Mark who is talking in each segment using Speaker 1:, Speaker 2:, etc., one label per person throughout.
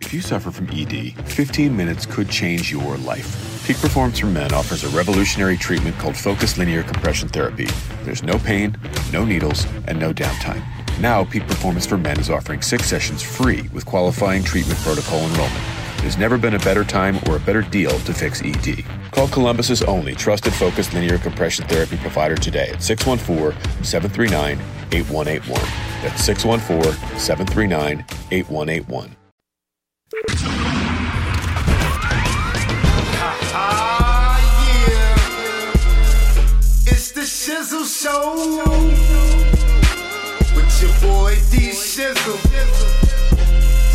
Speaker 1: If you suffer from ED, 15 minutes could change your life. Peak Performance for Men offers a revolutionary treatment called focused linear compression therapy. There's no pain, no needles, and no downtime. Now, Peak Performance for Men is offering six sessions free with qualifying treatment protocol enrollment. There's never been a better time or a better deal to fix ED. Call Columbus's only trusted focused linear compression therapy provider today at 614 739 8181. That's 614 739 8181.
Speaker 2: Ah, yeah. It's the Shizzle Show. With your boy D Shizzle.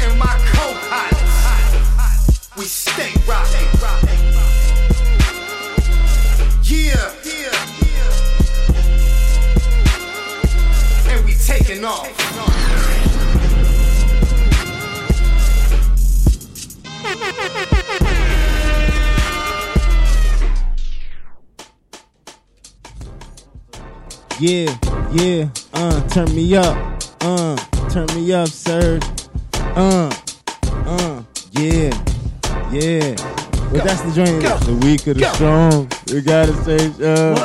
Speaker 2: And my co pilots. We stay rocking. Yeah. And we taking off.
Speaker 3: Yeah, yeah, uh, turn me up, uh, turn me up, Surge. Uh, uh, yeah, yeah. But that's the joint. The weak of the strong. We gotta stay strong.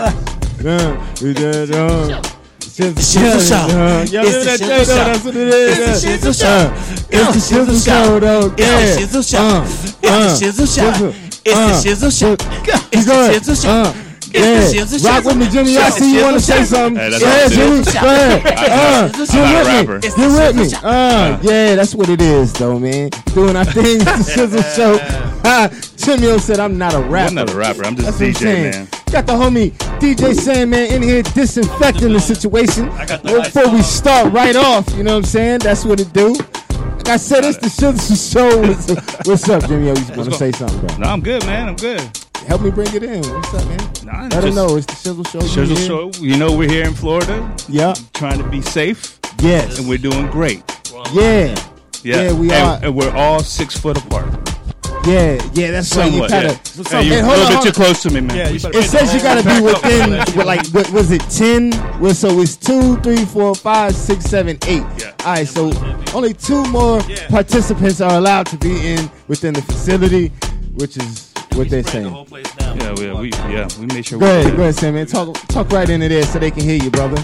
Speaker 3: Uh, we did strong. It's the
Speaker 4: Shizzle Show.
Speaker 3: Yeah,
Speaker 4: It's the
Speaker 3: remember
Speaker 4: Shizzle Show.
Speaker 3: that thing, though? That's what it is.
Speaker 4: It's the
Speaker 3: uh.
Speaker 4: Shizzle Show.
Speaker 3: Uh, It's the Shizzle Show, though. Yeah.
Speaker 4: It's the Shizzle Show.
Speaker 3: Uh,
Speaker 4: It's
Speaker 3: uh,
Speaker 4: the Shizzle Show.
Speaker 3: uh,
Speaker 4: It's the Shizzle Show. It's the
Speaker 3: Go
Speaker 4: Shizzle Show.
Speaker 3: ahead. Uh, yeah.
Speaker 4: It's the Shizzle Show.
Speaker 3: Rock with me, Jimmy. I
Speaker 4: Show.
Speaker 3: see you
Speaker 4: Shizzle
Speaker 3: want to say
Speaker 4: Show.
Speaker 3: something.
Speaker 5: Hey, that's
Speaker 3: Go
Speaker 5: what
Speaker 3: ahead,
Speaker 5: it
Speaker 3: Jimmy.
Speaker 5: is.
Speaker 3: Go ahead. Uh,
Speaker 4: It's the
Speaker 3: Get
Speaker 4: Shizzle
Speaker 3: with
Speaker 5: not a
Speaker 4: Show.
Speaker 5: rapper.
Speaker 3: me.
Speaker 4: It's
Speaker 3: Get
Speaker 4: the
Speaker 3: with
Speaker 4: Shizzle
Speaker 3: me.
Speaker 4: Show.
Speaker 3: Uh, yeah, that's what it is, though, man. Doing our thing. It's the Shizzle Show. Uh, Jimmy O said, I'm not a rapper.
Speaker 5: I'm not a rapper. I'm just
Speaker 3: That's
Speaker 5: a
Speaker 3: what I'm
Speaker 5: DJ,
Speaker 3: saying.
Speaker 5: man.
Speaker 3: Got the homie DJ Sandman in here disinfecting the situation before we start right off. You know what I'm saying? That's what it do. Like I said, it's the Shizzle Show. What's- What's up, Jimmy? O? You want to say something, bro?
Speaker 5: No, I'm good, man. I'm good.
Speaker 3: Help me bring it in. What's up, man?
Speaker 5: No, I'm
Speaker 3: Let them
Speaker 5: just-
Speaker 3: know it's the Shizzle Show. You
Speaker 5: Shizzle
Speaker 3: here?
Speaker 5: Show. You know we're here in Florida,
Speaker 3: Yeah.
Speaker 5: trying to be safe,
Speaker 3: Yes.
Speaker 5: and we're doing great.
Speaker 3: yeah.
Speaker 5: Yeah,
Speaker 3: Yeah, we
Speaker 5: and,
Speaker 3: are.
Speaker 5: And we're all six foot apart.
Speaker 3: Yeah. Yeah. That's right. You
Speaker 5: Somewhat.
Speaker 3: kind
Speaker 5: yeah.
Speaker 3: of.
Speaker 5: Hey, you- a little bit too close to me, man.
Speaker 6: Yeah, you better
Speaker 3: It says you gotta be within, with like, what was it, 10? Well, so it's two, three, four, five, six, seven, eight.
Speaker 5: Yeah.
Speaker 3: All right, so only two more participants are allowed to be in within the facility, which is what they're saying. Go
Speaker 5: yeah, we, we, yeah, we made sure. we
Speaker 3: ahead, go ahead, Sam, man. Talk, talk right into there so they can hear you, brother.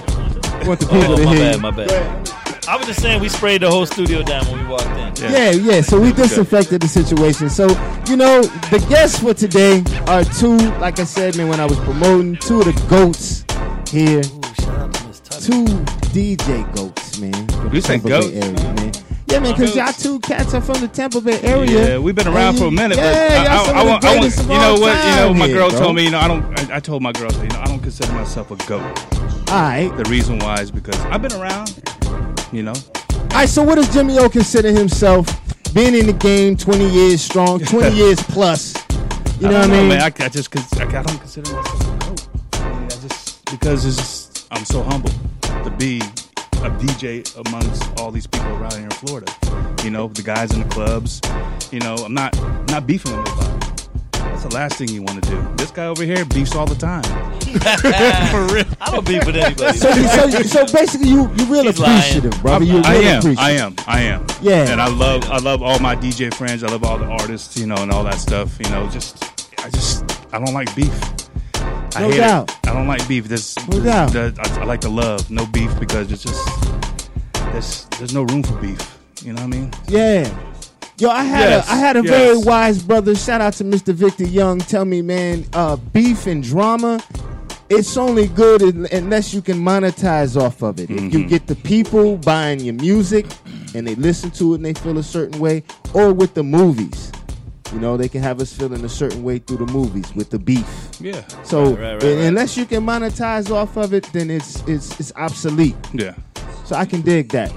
Speaker 3: We want the
Speaker 2: Oh,
Speaker 3: people to
Speaker 6: Oh, my
Speaker 3: hear
Speaker 6: bad,
Speaker 3: you.
Speaker 6: my bad. I was just saying we sprayed the whole studio down when we walked in.
Speaker 3: Yeah, yeah. So we disinfected the situation. So you know, the guests for today are two. Like I said, man, when I was promoting, two of the goats here, two DJ goats, man. from
Speaker 5: You
Speaker 3: the
Speaker 5: say
Speaker 3: Tampa
Speaker 5: goat?
Speaker 3: Bay area, man. Yeah, man, because y'all
Speaker 5: Goats.
Speaker 3: two cats are from the Tampa Bay area.
Speaker 5: Yeah, we've been
Speaker 3: And
Speaker 5: around
Speaker 3: you-
Speaker 5: for a minute, but
Speaker 3: yeah,
Speaker 5: I-
Speaker 3: y'all some
Speaker 5: I, I,
Speaker 3: of the
Speaker 5: want- I want-
Speaker 3: greatest of
Speaker 5: you know
Speaker 3: all
Speaker 5: what? You know,
Speaker 3: time
Speaker 5: my
Speaker 3: here,
Speaker 5: girl
Speaker 3: bro.
Speaker 5: told me, you know, I don't. I, I told my girl, you know, I don't consider myself a goat.
Speaker 3: All right,
Speaker 5: The reason why is because I've been around. You know,
Speaker 3: all right. So what does Jimmy O consider himself? Being in the game 20 years strong, 20 years plus. You know what
Speaker 5: I
Speaker 3: I
Speaker 5: don't
Speaker 3: mean?
Speaker 5: man. I, I just, cons- I, I don't consider myself a goat. I mean, I just because it's just, I'm so humble to be a DJ amongst all these people around here in Florida. You know, the guys in the clubs. You know, I'm not not beefing with nobody. That's the last thing you want to do. This guy over here beefs all the time. For real.
Speaker 6: I don't beef with anybody.
Speaker 3: so, you- so, you- so basically, you you real
Speaker 6: He's lying.
Speaker 3: appreciative, brother. You real
Speaker 5: I am.
Speaker 3: appreciative.
Speaker 5: I am. I am.
Speaker 3: Yeah.
Speaker 5: And I love. I love all my DJ friends. I love all the artists. You know, and all that stuff. You know, just. I just. I don't like beef. I
Speaker 3: No
Speaker 5: hate
Speaker 3: doubt.
Speaker 5: It. I don't like beef. This.
Speaker 3: No doubt.
Speaker 5: I, I like the love. No beef because it's just. There's. There's no room for beef. You know what I mean?
Speaker 3: Yeah. Yo, I had
Speaker 5: Yes,
Speaker 3: a I had a
Speaker 5: yes.
Speaker 3: very wise brother. Shout out to Mr. Victor Young. Tell me, man, uh, beef and drama, it's only good un- unless you can monetize off of it. If
Speaker 6: Mm-hmm.
Speaker 3: you get the people buying your music and they listen to it and they feel a certain way, or with the movies, you know, they can have us feeling a certain way through the movies with the beef.
Speaker 5: Yeah.
Speaker 3: So
Speaker 6: Right, right, right, right.
Speaker 3: unless you can monetize off of it, then it's it's it's obsolete.
Speaker 5: Yeah.
Speaker 3: So I can dig that.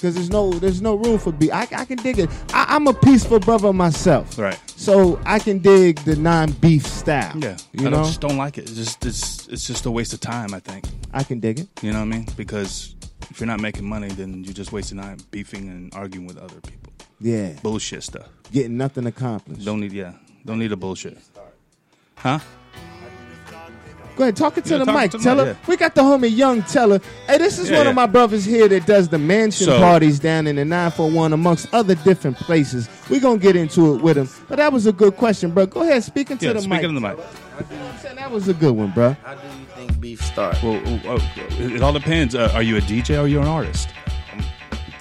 Speaker 3: Cause there's no there's no room for be I, I can dig it. I, I'm a peaceful brother myself.
Speaker 5: Right.
Speaker 3: So I can dig the non-beef style.
Speaker 5: Yeah.
Speaker 3: You
Speaker 5: I
Speaker 3: know
Speaker 5: Don't, just don't like it. It's just. It's. It's just a waste of time. I think.
Speaker 3: I can dig it.
Speaker 5: You know what I mean? Because if you're not making money, then you're just wasting time beefing and arguing with other people.
Speaker 3: Yeah.
Speaker 5: Bullshit stuff.
Speaker 3: Getting nothing accomplished.
Speaker 5: Don't need yeah. Don't need the bullshit. Huh?
Speaker 3: Go ahead, talk it to
Speaker 5: Yeah,
Speaker 3: the
Speaker 5: talk
Speaker 3: mic.
Speaker 5: to the
Speaker 3: Tell
Speaker 5: mic,
Speaker 3: her
Speaker 5: yeah.
Speaker 3: we got the homie Young Teller. Hey, this is
Speaker 5: Yeah,
Speaker 3: one of
Speaker 5: yeah.
Speaker 3: my brothers here that does the mansion
Speaker 5: So-
Speaker 3: parties down in the 941 amongst other different places. We're gonna get into it with him. But that was a good question, bro. Go ahead, speaking to
Speaker 5: Yeah,
Speaker 3: the
Speaker 5: speaking
Speaker 3: mic.
Speaker 5: of the mic.
Speaker 3: I'm saying that was a good one, bro.
Speaker 7: How do you think beef start?
Speaker 5: Well, uh, uh, it it all depends. Uh, are you a DJ or are you an artist?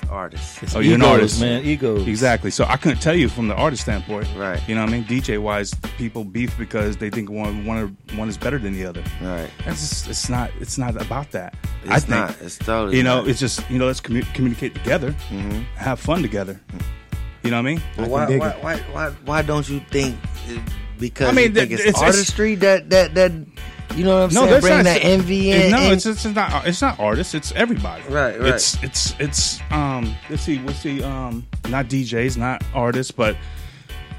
Speaker 7: Artists.
Speaker 5: Oh, you're an
Speaker 4: Egos,
Speaker 5: artist.
Speaker 4: man. Egos.
Speaker 5: Exactly. So I couldn't tell you from the artist standpoint.
Speaker 7: Right.
Speaker 5: You know what I mean? DJ wise, people beef because they think one one are- one is better than the other.
Speaker 7: Right.
Speaker 5: That's just, it's not it's not about that.
Speaker 7: It's
Speaker 5: I think
Speaker 7: not. It's totally
Speaker 5: you know
Speaker 7: not.
Speaker 5: it's just you know let's commu- communicate together, have fun together. You know what I mean?
Speaker 7: But why,
Speaker 3: dig
Speaker 7: why,
Speaker 3: it.
Speaker 7: why, why, why don't you think it- because
Speaker 5: I mean,
Speaker 7: you think
Speaker 5: that-
Speaker 7: it's,
Speaker 5: it's- it's-
Speaker 7: artistry that that that you know what I'm saying?
Speaker 5: that's
Speaker 7: Bring
Speaker 5: not-
Speaker 7: that envy
Speaker 5: it-
Speaker 7: in.
Speaker 5: No,
Speaker 7: in-
Speaker 5: it's, it's not. It's not artists. It's everybody.
Speaker 7: Right, right.
Speaker 5: It's it's it's um. Let's see. Let's see. Um, not DJs, not artists, but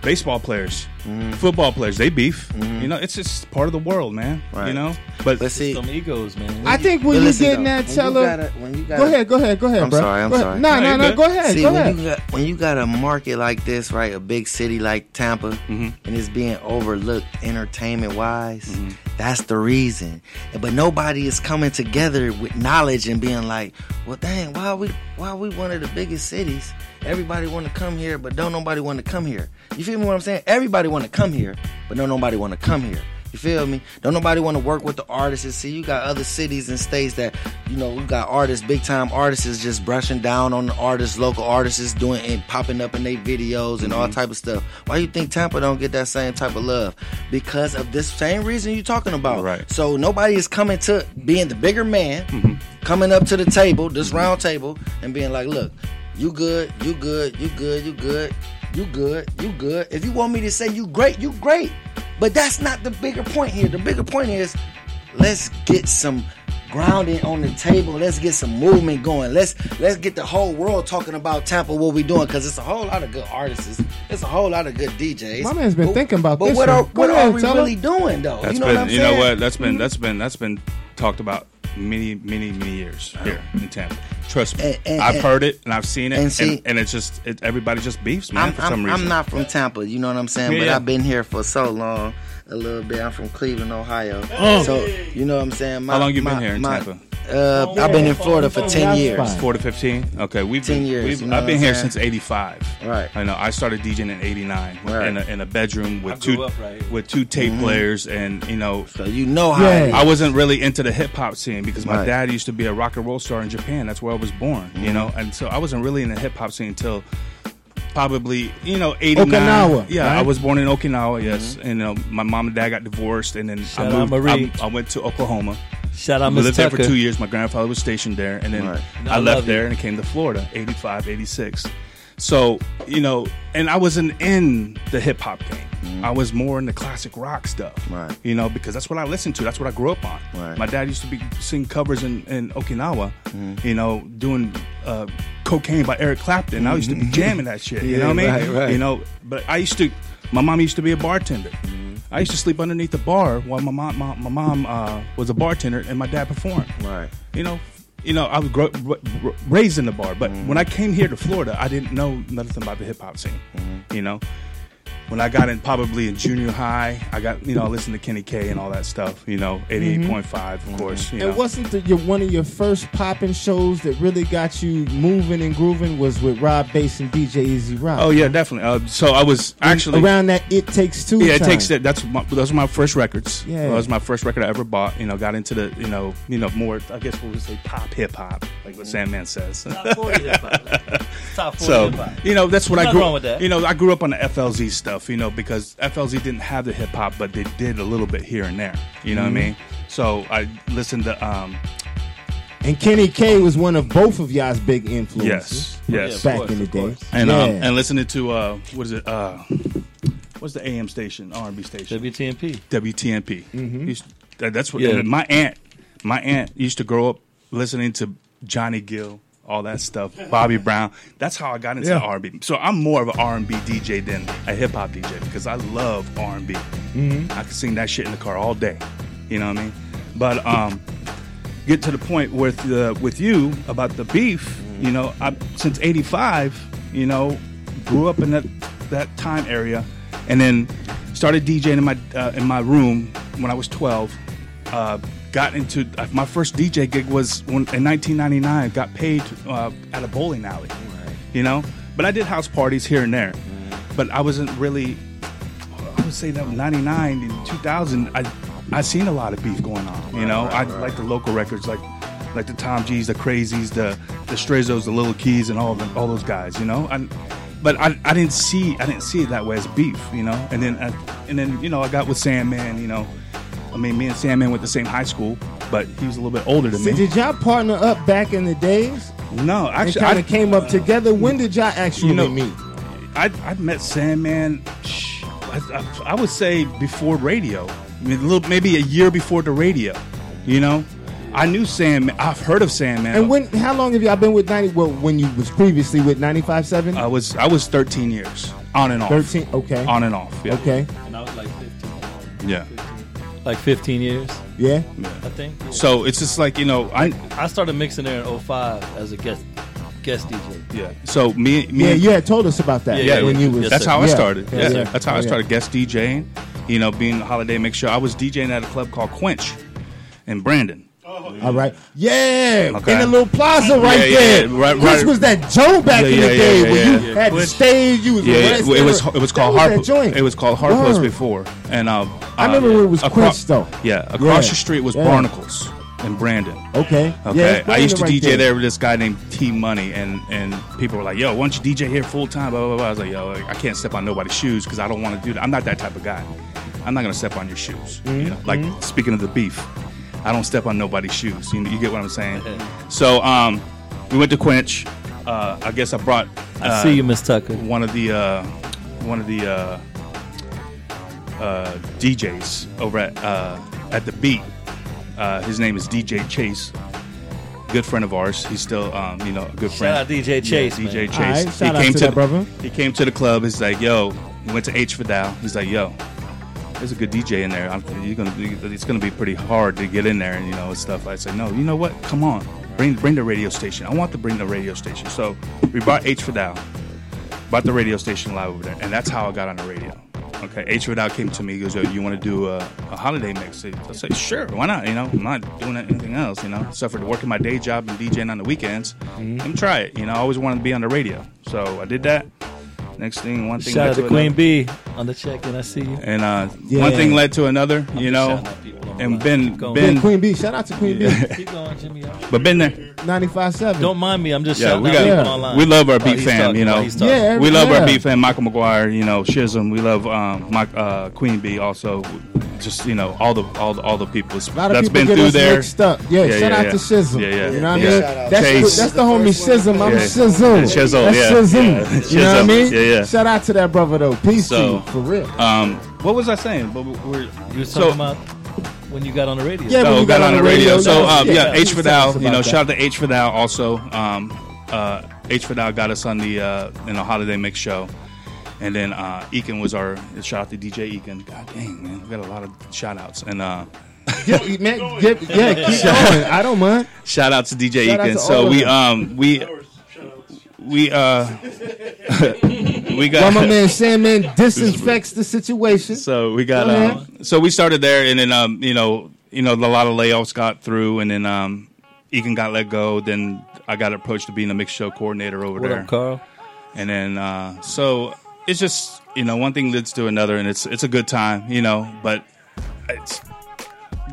Speaker 5: baseball players,
Speaker 7: Mm.
Speaker 5: football players. They beef. You know, it's just part of the world, man. You
Speaker 7: Right.
Speaker 5: know, but
Speaker 7: But see,
Speaker 4: Some egos, man.
Speaker 3: I think when
Speaker 7: But
Speaker 3: you
Speaker 7: listen,
Speaker 3: getting
Speaker 7: though, when
Speaker 3: that
Speaker 7: you
Speaker 3: Teller,
Speaker 7: gotta- when you
Speaker 3: go
Speaker 7: gotta-
Speaker 3: ahead, go ahead, go ahead,
Speaker 7: I'm
Speaker 3: bro.
Speaker 7: sorry, I'm
Speaker 3: Go ahead.
Speaker 7: sorry.
Speaker 3: Nah,
Speaker 5: No,
Speaker 3: nah,
Speaker 5: you
Speaker 3: nah.
Speaker 5: good.
Speaker 3: Go ahead,
Speaker 7: See
Speaker 3: go
Speaker 7: when
Speaker 3: ahead.
Speaker 7: you got when you got a market like this, right? A big city like Tampa,
Speaker 5: Mm-hmm.
Speaker 7: and it's being overlooked entertainment wise. That's the reason. But nobody is coming together with knowledge and being like, "Well, dang, why we why we one of the biggest cities? Everybody want to come here, but don't nobody want to come here. You feel me? What I'm saying? Everybody want to come here, but don't nobody want to come here." You feel me? Don't nobody want to work with the artists. And see, you got other cities and states that, you know, we got artists, big time artists, is just brushing down on the artists, local artists is doing and popping up in their videos and all type of stuff. Why you think Tampa don't get that same type of love? Because of this same reason you're talking about.
Speaker 5: Right.
Speaker 7: So nobody is coming to being the bigger man, coming up to the table, this round table, and being like, look, you good, you good, you good, you good, you good, you good. If you want me to say you great, you great. But that's not the bigger point here. The bigger point is let's get some grounding on the table. Let's get some movement going. Let's let's get the whole world talking about Tampa, what we doing, because it's a whole lot of good artists. It's a whole lot of good DJs.
Speaker 3: My man's been
Speaker 7: But-
Speaker 3: thinking about
Speaker 7: but
Speaker 3: this
Speaker 7: what are
Speaker 3: one. Go
Speaker 7: what
Speaker 3: ahead,
Speaker 7: are we
Speaker 3: tell him.
Speaker 7: really doing though?
Speaker 5: That's
Speaker 7: you know
Speaker 5: been
Speaker 7: what I'm
Speaker 5: you
Speaker 7: saying?
Speaker 5: know what that's been that's been that's been talked about many many many years here in Tampa. Trust me,
Speaker 7: And- and-
Speaker 5: I've
Speaker 7: and-
Speaker 5: heard it and I've seen it,
Speaker 7: and
Speaker 5: and,
Speaker 7: see-
Speaker 5: and it's just it, everybody just beefs, man,
Speaker 7: I'm,
Speaker 5: for
Speaker 7: I'm-
Speaker 5: some reason.
Speaker 7: I'm not from Tampa, you know what I'm saying?
Speaker 5: Yeah,
Speaker 7: but
Speaker 5: yeah.
Speaker 7: I've been here for so long, a little bit. I'm from Cleveland, Ohio.
Speaker 3: Oh.
Speaker 7: So, you know what I'm saying? My,
Speaker 5: How long you
Speaker 7: my-
Speaker 5: been here in
Speaker 7: my-
Speaker 5: Tampa?
Speaker 7: Uh, I've been in Florida for 10 years.
Speaker 5: Four to fifteen. Okay, we've
Speaker 7: 10
Speaker 5: been,
Speaker 7: years,
Speaker 5: We've,
Speaker 7: you know
Speaker 5: I've
Speaker 7: what
Speaker 5: been
Speaker 7: I'm
Speaker 5: here
Speaker 7: saying?
Speaker 5: since '85.
Speaker 7: Right.
Speaker 5: I know. I started DJing in '89
Speaker 7: Right. Mm-hmm.
Speaker 5: in, a, in a bedroom with
Speaker 4: grew
Speaker 5: two
Speaker 4: up right here.
Speaker 5: with two tape players, and you know,
Speaker 7: So, you know how.
Speaker 3: Yeah.
Speaker 7: it is.
Speaker 5: I wasn't really into the hip hop scene because my
Speaker 7: Right.
Speaker 5: dad used to be a rock and roll star in Japan. That's where I was born, you know,
Speaker 7: Mm-hmm.
Speaker 5: and so I wasn't really in the hip hop scene until probably you know 89
Speaker 3: Okinawa,
Speaker 5: yeah
Speaker 3: right?
Speaker 5: i was born in okinawa yes
Speaker 7: Mm-hmm.
Speaker 5: and uh, my mom and dad got divorced and then
Speaker 4: Shout
Speaker 5: i
Speaker 4: out
Speaker 5: moved
Speaker 4: Marie.
Speaker 5: I, I went to oklahoma
Speaker 4: Shout out
Speaker 5: I
Speaker 4: Miss
Speaker 5: lived
Speaker 4: Tucker.
Speaker 5: there for two years. My grandfather was stationed there, and then
Speaker 7: Right.
Speaker 5: I,
Speaker 4: I
Speaker 5: left
Speaker 4: love you.
Speaker 5: there and came to Florida, 85, 86. So, you know, and I wasn't in the hip hop game.
Speaker 4: Mm-hmm.
Speaker 5: I was more in the classic rock stuff,
Speaker 7: Right.
Speaker 5: you know, because that's what I listened to. That's what I grew up on.
Speaker 7: Right.
Speaker 5: My dad used to be sing covers in, in Okinawa,
Speaker 7: Mm-hmm.
Speaker 5: you know, doing uh, cocaine by Eric Clapton. I used to be jamming that shit. you know what I mean?
Speaker 7: Mm-hmm. right, right.
Speaker 5: You know, but I used to. My mom used to be a bartender.
Speaker 7: Mm-hmm.
Speaker 5: I used to sleep underneath the bar while my mom, my, my mom uh, was a bartender and my dad performed.
Speaker 7: Right.
Speaker 5: You know, you know, I was gro- r- r- raised in the bar, but when
Speaker 3: Mm-hmm.
Speaker 5: I came here to Florida, I didn't know nothing about the hip hop scene.
Speaker 3: Mm-hmm.
Speaker 5: You know, when I got in probably in junior high, I got you know I listened to Kenny K and all that stuff. You know, eighty eight point five, of course. You know.
Speaker 3: And Mm-hmm. wasn't the, your, one of your first popping shows that really got you moving and grooving was with Rob Bass and DJ Easy Rock?
Speaker 5: Oh yeah, definitely. Uh, so I was actually
Speaker 3: around that it takes two.
Speaker 5: Yeah, it
Speaker 3: time.
Speaker 5: takes that. That's my, those were my first records.
Speaker 3: Yeah.
Speaker 5: that was my first record I ever bought. You know, got into the you know you know more. I guess we would say pop hip hop, like
Speaker 3: Mm-hmm.
Speaker 5: what Sandman says.
Speaker 4: Top 40 hip-hop. Top 40
Speaker 5: so
Speaker 4: hip-hop.
Speaker 5: you know that's what I
Speaker 4: Nothing
Speaker 5: grew.
Speaker 4: wrong with that.
Speaker 5: You know, I grew up on the FLZ stuff. You know, because FLZ didn't have the hip hop, but they did a little bit here and there.
Speaker 3: Mm-hmm.
Speaker 5: You know what I mean? So I listened to. um
Speaker 3: And Kenny K was one of both of y'all's big influences.
Speaker 5: Yes, yes.
Speaker 3: back
Speaker 4: course,
Speaker 3: in the
Speaker 4: of
Speaker 3: day.
Speaker 4: course.
Speaker 5: And um,
Speaker 3: Yeah.
Speaker 5: and listening to uh, what is it? Uh, what's the AM station? R and B station.
Speaker 4: WTMP.
Speaker 5: WTMP. Used- that- that's what
Speaker 4: Yeah.
Speaker 5: and my aunt. My aunt used to grow up listening to Johnny Gill, all that stuff, Bobby Brown. That's how I got into
Speaker 3: Yeah.
Speaker 5: R and B. So I'm more of an R and B DJ than a hip hop DJ because I love R and B.
Speaker 6: Mm-hmm.
Speaker 5: I can sing that shit in the car all day. You know what I mean? But um, get to the point with the with you about the beef. You know, I since '85. You know, grew up in that that time area, and then started DJing in my uh, in my room when I was 12. uh, got into uh, my first DJ gig was when, in 1999. Got paid uh, at a bowling alley, you know. But I did house parties here and there. But I wasn't really. I would say that 99 and 2000. I I seen a lot of beef going on. You know, I like the local records, like like the Tom G's, the Crazies, the the Strazos, the Little Keys, and all them, all those guys. You know, and but I, I didn't see I didn't see it that way as beef. You know, and then I, and then you know I got with Sandman. You know. I mean, me and Sandman went to the same high school, but he was a little bit older than
Speaker 3: So
Speaker 5: me.
Speaker 3: did y'all partner up back in the days?
Speaker 5: no,
Speaker 3: And
Speaker 5: actually,
Speaker 3: kind
Speaker 5: I
Speaker 3: of came up together. When did y'all actually
Speaker 5: You know-
Speaker 3: meet?
Speaker 5: I, I met Sandman. sh- I, I- I would say before radio, I mean, a little, maybe a year before the radio. You know, I knew Sandman. I've heard of Sandman.
Speaker 3: And when? How long have y'all been with ninety? Well, when you was previously with ninety five seven.
Speaker 5: I was I was 13 years on and off.
Speaker 3: 13, okay.
Speaker 5: On and off. Yeah.
Speaker 3: Okay.
Speaker 2: And I was like 15.
Speaker 5: Yeah.
Speaker 2: Like 15 years,
Speaker 3: Yeah.
Speaker 2: I think.
Speaker 5: So it's just like you know I
Speaker 2: I started mixing there in 05 as a guest guest DJ.
Speaker 5: yeah. So me me
Speaker 3: Yeah.
Speaker 5: and-
Speaker 3: You had told us about that.
Speaker 2: Yeah,
Speaker 3: when
Speaker 2: yeah,
Speaker 3: you was.
Speaker 2: yes,
Speaker 5: that's
Speaker 2: sir.
Speaker 5: how I
Speaker 3: Yeah,
Speaker 5: started.
Speaker 3: yeah,
Speaker 5: Yeah,
Speaker 3: yeah.
Speaker 5: that's how I
Speaker 3: Yeah.
Speaker 5: started guest DJing. You know, being a holiday make sure I was DJing at a club called Quench in Brandon.
Speaker 3: Oh, All right. Yeah.
Speaker 5: Okay.
Speaker 3: In the little plaza right
Speaker 5: Yeah, yeah,
Speaker 3: there.
Speaker 5: yeah, right,
Speaker 3: Which
Speaker 5: right.
Speaker 3: was that Joe back
Speaker 5: Yeah,
Speaker 3: in the
Speaker 5: yeah,
Speaker 3: day
Speaker 5: yeah,
Speaker 3: where
Speaker 5: yeah,
Speaker 3: you
Speaker 5: yeah.
Speaker 3: had to
Speaker 5: Which-
Speaker 3: stay. You was
Speaker 5: Yeah,
Speaker 3: arrested.
Speaker 5: it, it was it was called
Speaker 3: that was that
Speaker 5: Harpo.
Speaker 3: joint.
Speaker 5: It was called Harpo's
Speaker 3: Word.
Speaker 5: before, and um,
Speaker 3: I
Speaker 5: uh,
Speaker 3: remember when it was
Speaker 5: acro-
Speaker 3: Quince, though.
Speaker 5: Yeah, across
Speaker 3: Yeah,
Speaker 5: the street was
Speaker 3: yeah.
Speaker 5: Barnacles in Brandon.
Speaker 3: Okay.
Speaker 5: Okay,
Speaker 3: Yeah, it's
Speaker 5: I used to
Speaker 3: right
Speaker 5: DJ there. with this guy named T Money, and and people were like, "Yo, why don't you DJ here full time?" Blah blah blah. I was like, "Yo, like, I can't step on nobody's shoes because I don't want to do that. I'm not that type of guy. I'm not gonna step on your shoes.
Speaker 3: Mm-hmm.
Speaker 5: You know, like speaking of the beef, I don't step on nobody's shoes. You, you get what I'm saying? so um, we went to Quench. Uh, I guess I brought.
Speaker 2: I
Speaker 5: uh,
Speaker 2: see you, Miss Tucker.
Speaker 5: one of the uh, one of the uh, uh, DJs over at uh, at the beat. Uh, his name is DJ Chase, good friend of ours. He's still um, you know a good friend.
Speaker 2: out DJ Chase,
Speaker 5: Yeah, DJ
Speaker 2: man.
Speaker 5: Chase.
Speaker 3: All right, shout out to that
Speaker 5: the,
Speaker 3: brother.
Speaker 5: He came to the club. He's like, yo, he went to H for Dow. He's like, yo. There's a good DJ in there. I'm, you're gonna, be- it's gonna be pretty hard to get in there, and you know and stuff. I said, no, you know what? Come on, bring bring the radio station. I want to bring the radio station. So we brought H for Dow bought the radio station live over there, and that's how I got on the radio. Okay, H Vidal came to me. He goes, "Yo, you want to do a, a holiday mix?" I said, "Sure, why not? You know, I'm not doing anything else. You know, except for working my day job and DJing on the weekends.
Speaker 2: Mm-hmm.
Speaker 5: Let me try it. You know, I always wanted to be on the radio, so I did that. Next thing, one thing
Speaker 2: Shout
Speaker 5: led
Speaker 2: out to
Speaker 5: another.
Speaker 2: Queen B on the check, and I see you.
Speaker 5: and uh,
Speaker 3: Yeah.
Speaker 5: one thing led to another. You know,
Speaker 2: shouting out people on the
Speaker 5: and
Speaker 2: line.
Speaker 5: been
Speaker 2: Keep going.
Speaker 3: Yeah,
Speaker 5: been,
Speaker 3: Queen B. Shout out to Queen B.
Speaker 2: Keep going, Jimmy.
Speaker 5: but been there.
Speaker 3: Ninety five seven.
Speaker 2: Don't mind me. I'm just
Speaker 5: Yeah,
Speaker 2: shouting
Speaker 5: we
Speaker 2: out
Speaker 5: got.
Speaker 2: people online.
Speaker 5: We love our
Speaker 2: While
Speaker 5: beat
Speaker 2: he's
Speaker 5: fam.
Speaker 2: talking,
Speaker 5: You
Speaker 2: while
Speaker 5: know,
Speaker 2: he's talking.
Speaker 3: Yeah.
Speaker 5: we love
Speaker 3: yeah.
Speaker 5: our beef and Michael McGuire, you know, Shism. We love um, my, uh, Queen Bee also. Just you know, all the all the, all the people that's
Speaker 3: A lot of people
Speaker 5: been
Speaker 3: get
Speaker 5: through
Speaker 3: us
Speaker 5: there.
Speaker 3: mixed up. Yeah,
Speaker 5: Yeah,
Speaker 3: shout
Speaker 5: yeah,
Speaker 3: out
Speaker 5: yeah.
Speaker 3: to Shizzle.
Speaker 5: Yeah, yeah.
Speaker 3: You know what
Speaker 5: Yeah.
Speaker 3: I mean?
Speaker 5: Shout out.
Speaker 3: That's,
Speaker 5: Chase.
Speaker 3: that's the homie Shizzle. I'm
Speaker 5: Yeah.
Speaker 3: Shizzle.
Speaker 5: Shizzle,
Speaker 3: That's Shizzle.
Speaker 5: yeah.
Speaker 3: You know what
Speaker 5: Yeah.
Speaker 3: I
Speaker 5: Shizzle.
Speaker 3: mean?
Speaker 5: Yeah, yeah.
Speaker 3: Shout out to that brother though. Peace to
Speaker 5: So-
Speaker 3: you, for real.
Speaker 5: Um, what was I saying? But we're,
Speaker 2: You was
Speaker 5: So-
Speaker 2: talking about when you got on the radio.
Speaker 3: Yeah,
Speaker 5: oh,
Speaker 3: when you
Speaker 5: got, on the radio. So
Speaker 3: yeah,
Speaker 5: um,
Speaker 3: yeah,
Speaker 5: yeah,
Speaker 3: yeah.
Speaker 5: H
Speaker 3: Please
Speaker 5: for
Speaker 3: tell us
Speaker 5: Dow. You know,
Speaker 3: about
Speaker 5: shout out to H for Dow also. Um, uh, H for Dow got us on the uh, you know holiday mix show. And then uh, Eakin was our shout out to DJ Eakin. God dang man, we got a lot of shout outs. And uh,
Speaker 3: Yeah, man, get- yeah, keep going. I don't mind.
Speaker 5: Shout out to DJ
Speaker 3: Shout out
Speaker 5: Eakin.
Speaker 3: to all
Speaker 5: So
Speaker 3: of
Speaker 5: we
Speaker 3: them.
Speaker 5: um we we uh we
Speaker 3: While my
Speaker 5: got
Speaker 3: man Sandman disinfects the situation.
Speaker 5: so we got
Speaker 3: Go ahead.
Speaker 5: um so we started there and then um you know you know a lot of layoffs got through and then um Eakin got let go then I got approached to being a mixed show coordinator over
Speaker 2: What
Speaker 5: there
Speaker 2: up, Carl?
Speaker 5: and then uh so it's just you know one thing leads to another and it's it's a good time you know but it's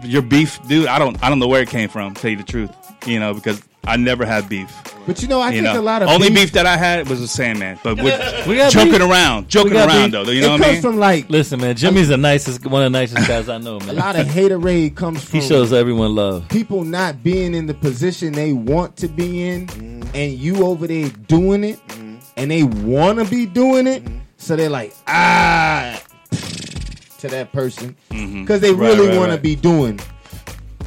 Speaker 5: your beef dude I don't I don't know where it came from to tell you the truth you know because I never had beef.
Speaker 3: But you know, I
Speaker 5: you
Speaker 3: think a
Speaker 5: know,
Speaker 3: lot of
Speaker 5: only
Speaker 3: beef,
Speaker 5: beef, that I had was a Sandman, but with
Speaker 2: We got
Speaker 5: joking
Speaker 2: beef.
Speaker 5: around, joking
Speaker 2: got
Speaker 5: around
Speaker 2: beef.
Speaker 5: though. You
Speaker 3: it
Speaker 5: know what I
Speaker 3: comes
Speaker 5: mean?
Speaker 3: from like
Speaker 2: Listen, man, Jimmy's the nicest, one of the nicest guys I know,
Speaker 3: a
Speaker 2: man.
Speaker 3: lot of haterade comes from
Speaker 2: He shows everyone love.
Speaker 3: people not being in the position they want to be in and you over there doing it and they want to be doing it so they're like ah to that person because they
Speaker 5: Mm-hmm. Right,
Speaker 3: really
Speaker 5: right,
Speaker 3: want to
Speaker 5: right.
Speaker 3: be doing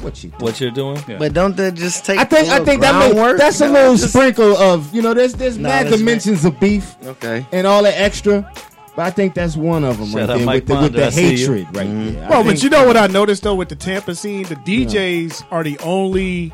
Speaker 3: what you do.
Speaker 2: What you're doing?
Speaker 5: Yeah.
Speaker 8: But don't that just take?
Speaker 3: I think
Speaker 8: the
Speaker 3: I
Speaker 8: little
Speaker 3: think that may,
Speaker 8: groundwork?
Speaker 3: that's a
Speaker 8: No,
Speaker 3: little
Speaker 8: just-
Speaker 3: sprinkle of you know there's there's
Speaker 8: No,
Speaker 3: mad
Speaker 8: that's
Speaker 3: dimensions of beef
Speaker 8: Okay.
Speaker 3: and all that extra but I think that's one of them
Speaker 2: Shout
Speaker 3: right
Speaker 2: out
Speaker 3: there
Speaker 2: Mike
Speaker 3: with the, with
Speaker 2: Ponder, I
Speaker 3: the
Speaker 2: see you.
Speaker 3: hatred right
Speaker 8: Mm-hmm.
Speaker 3: there. I
Speaker 9: Well,
Speaker 3: think-
Speaker 9: but you know what I noticed though with the Tampa scene, the DJs are the only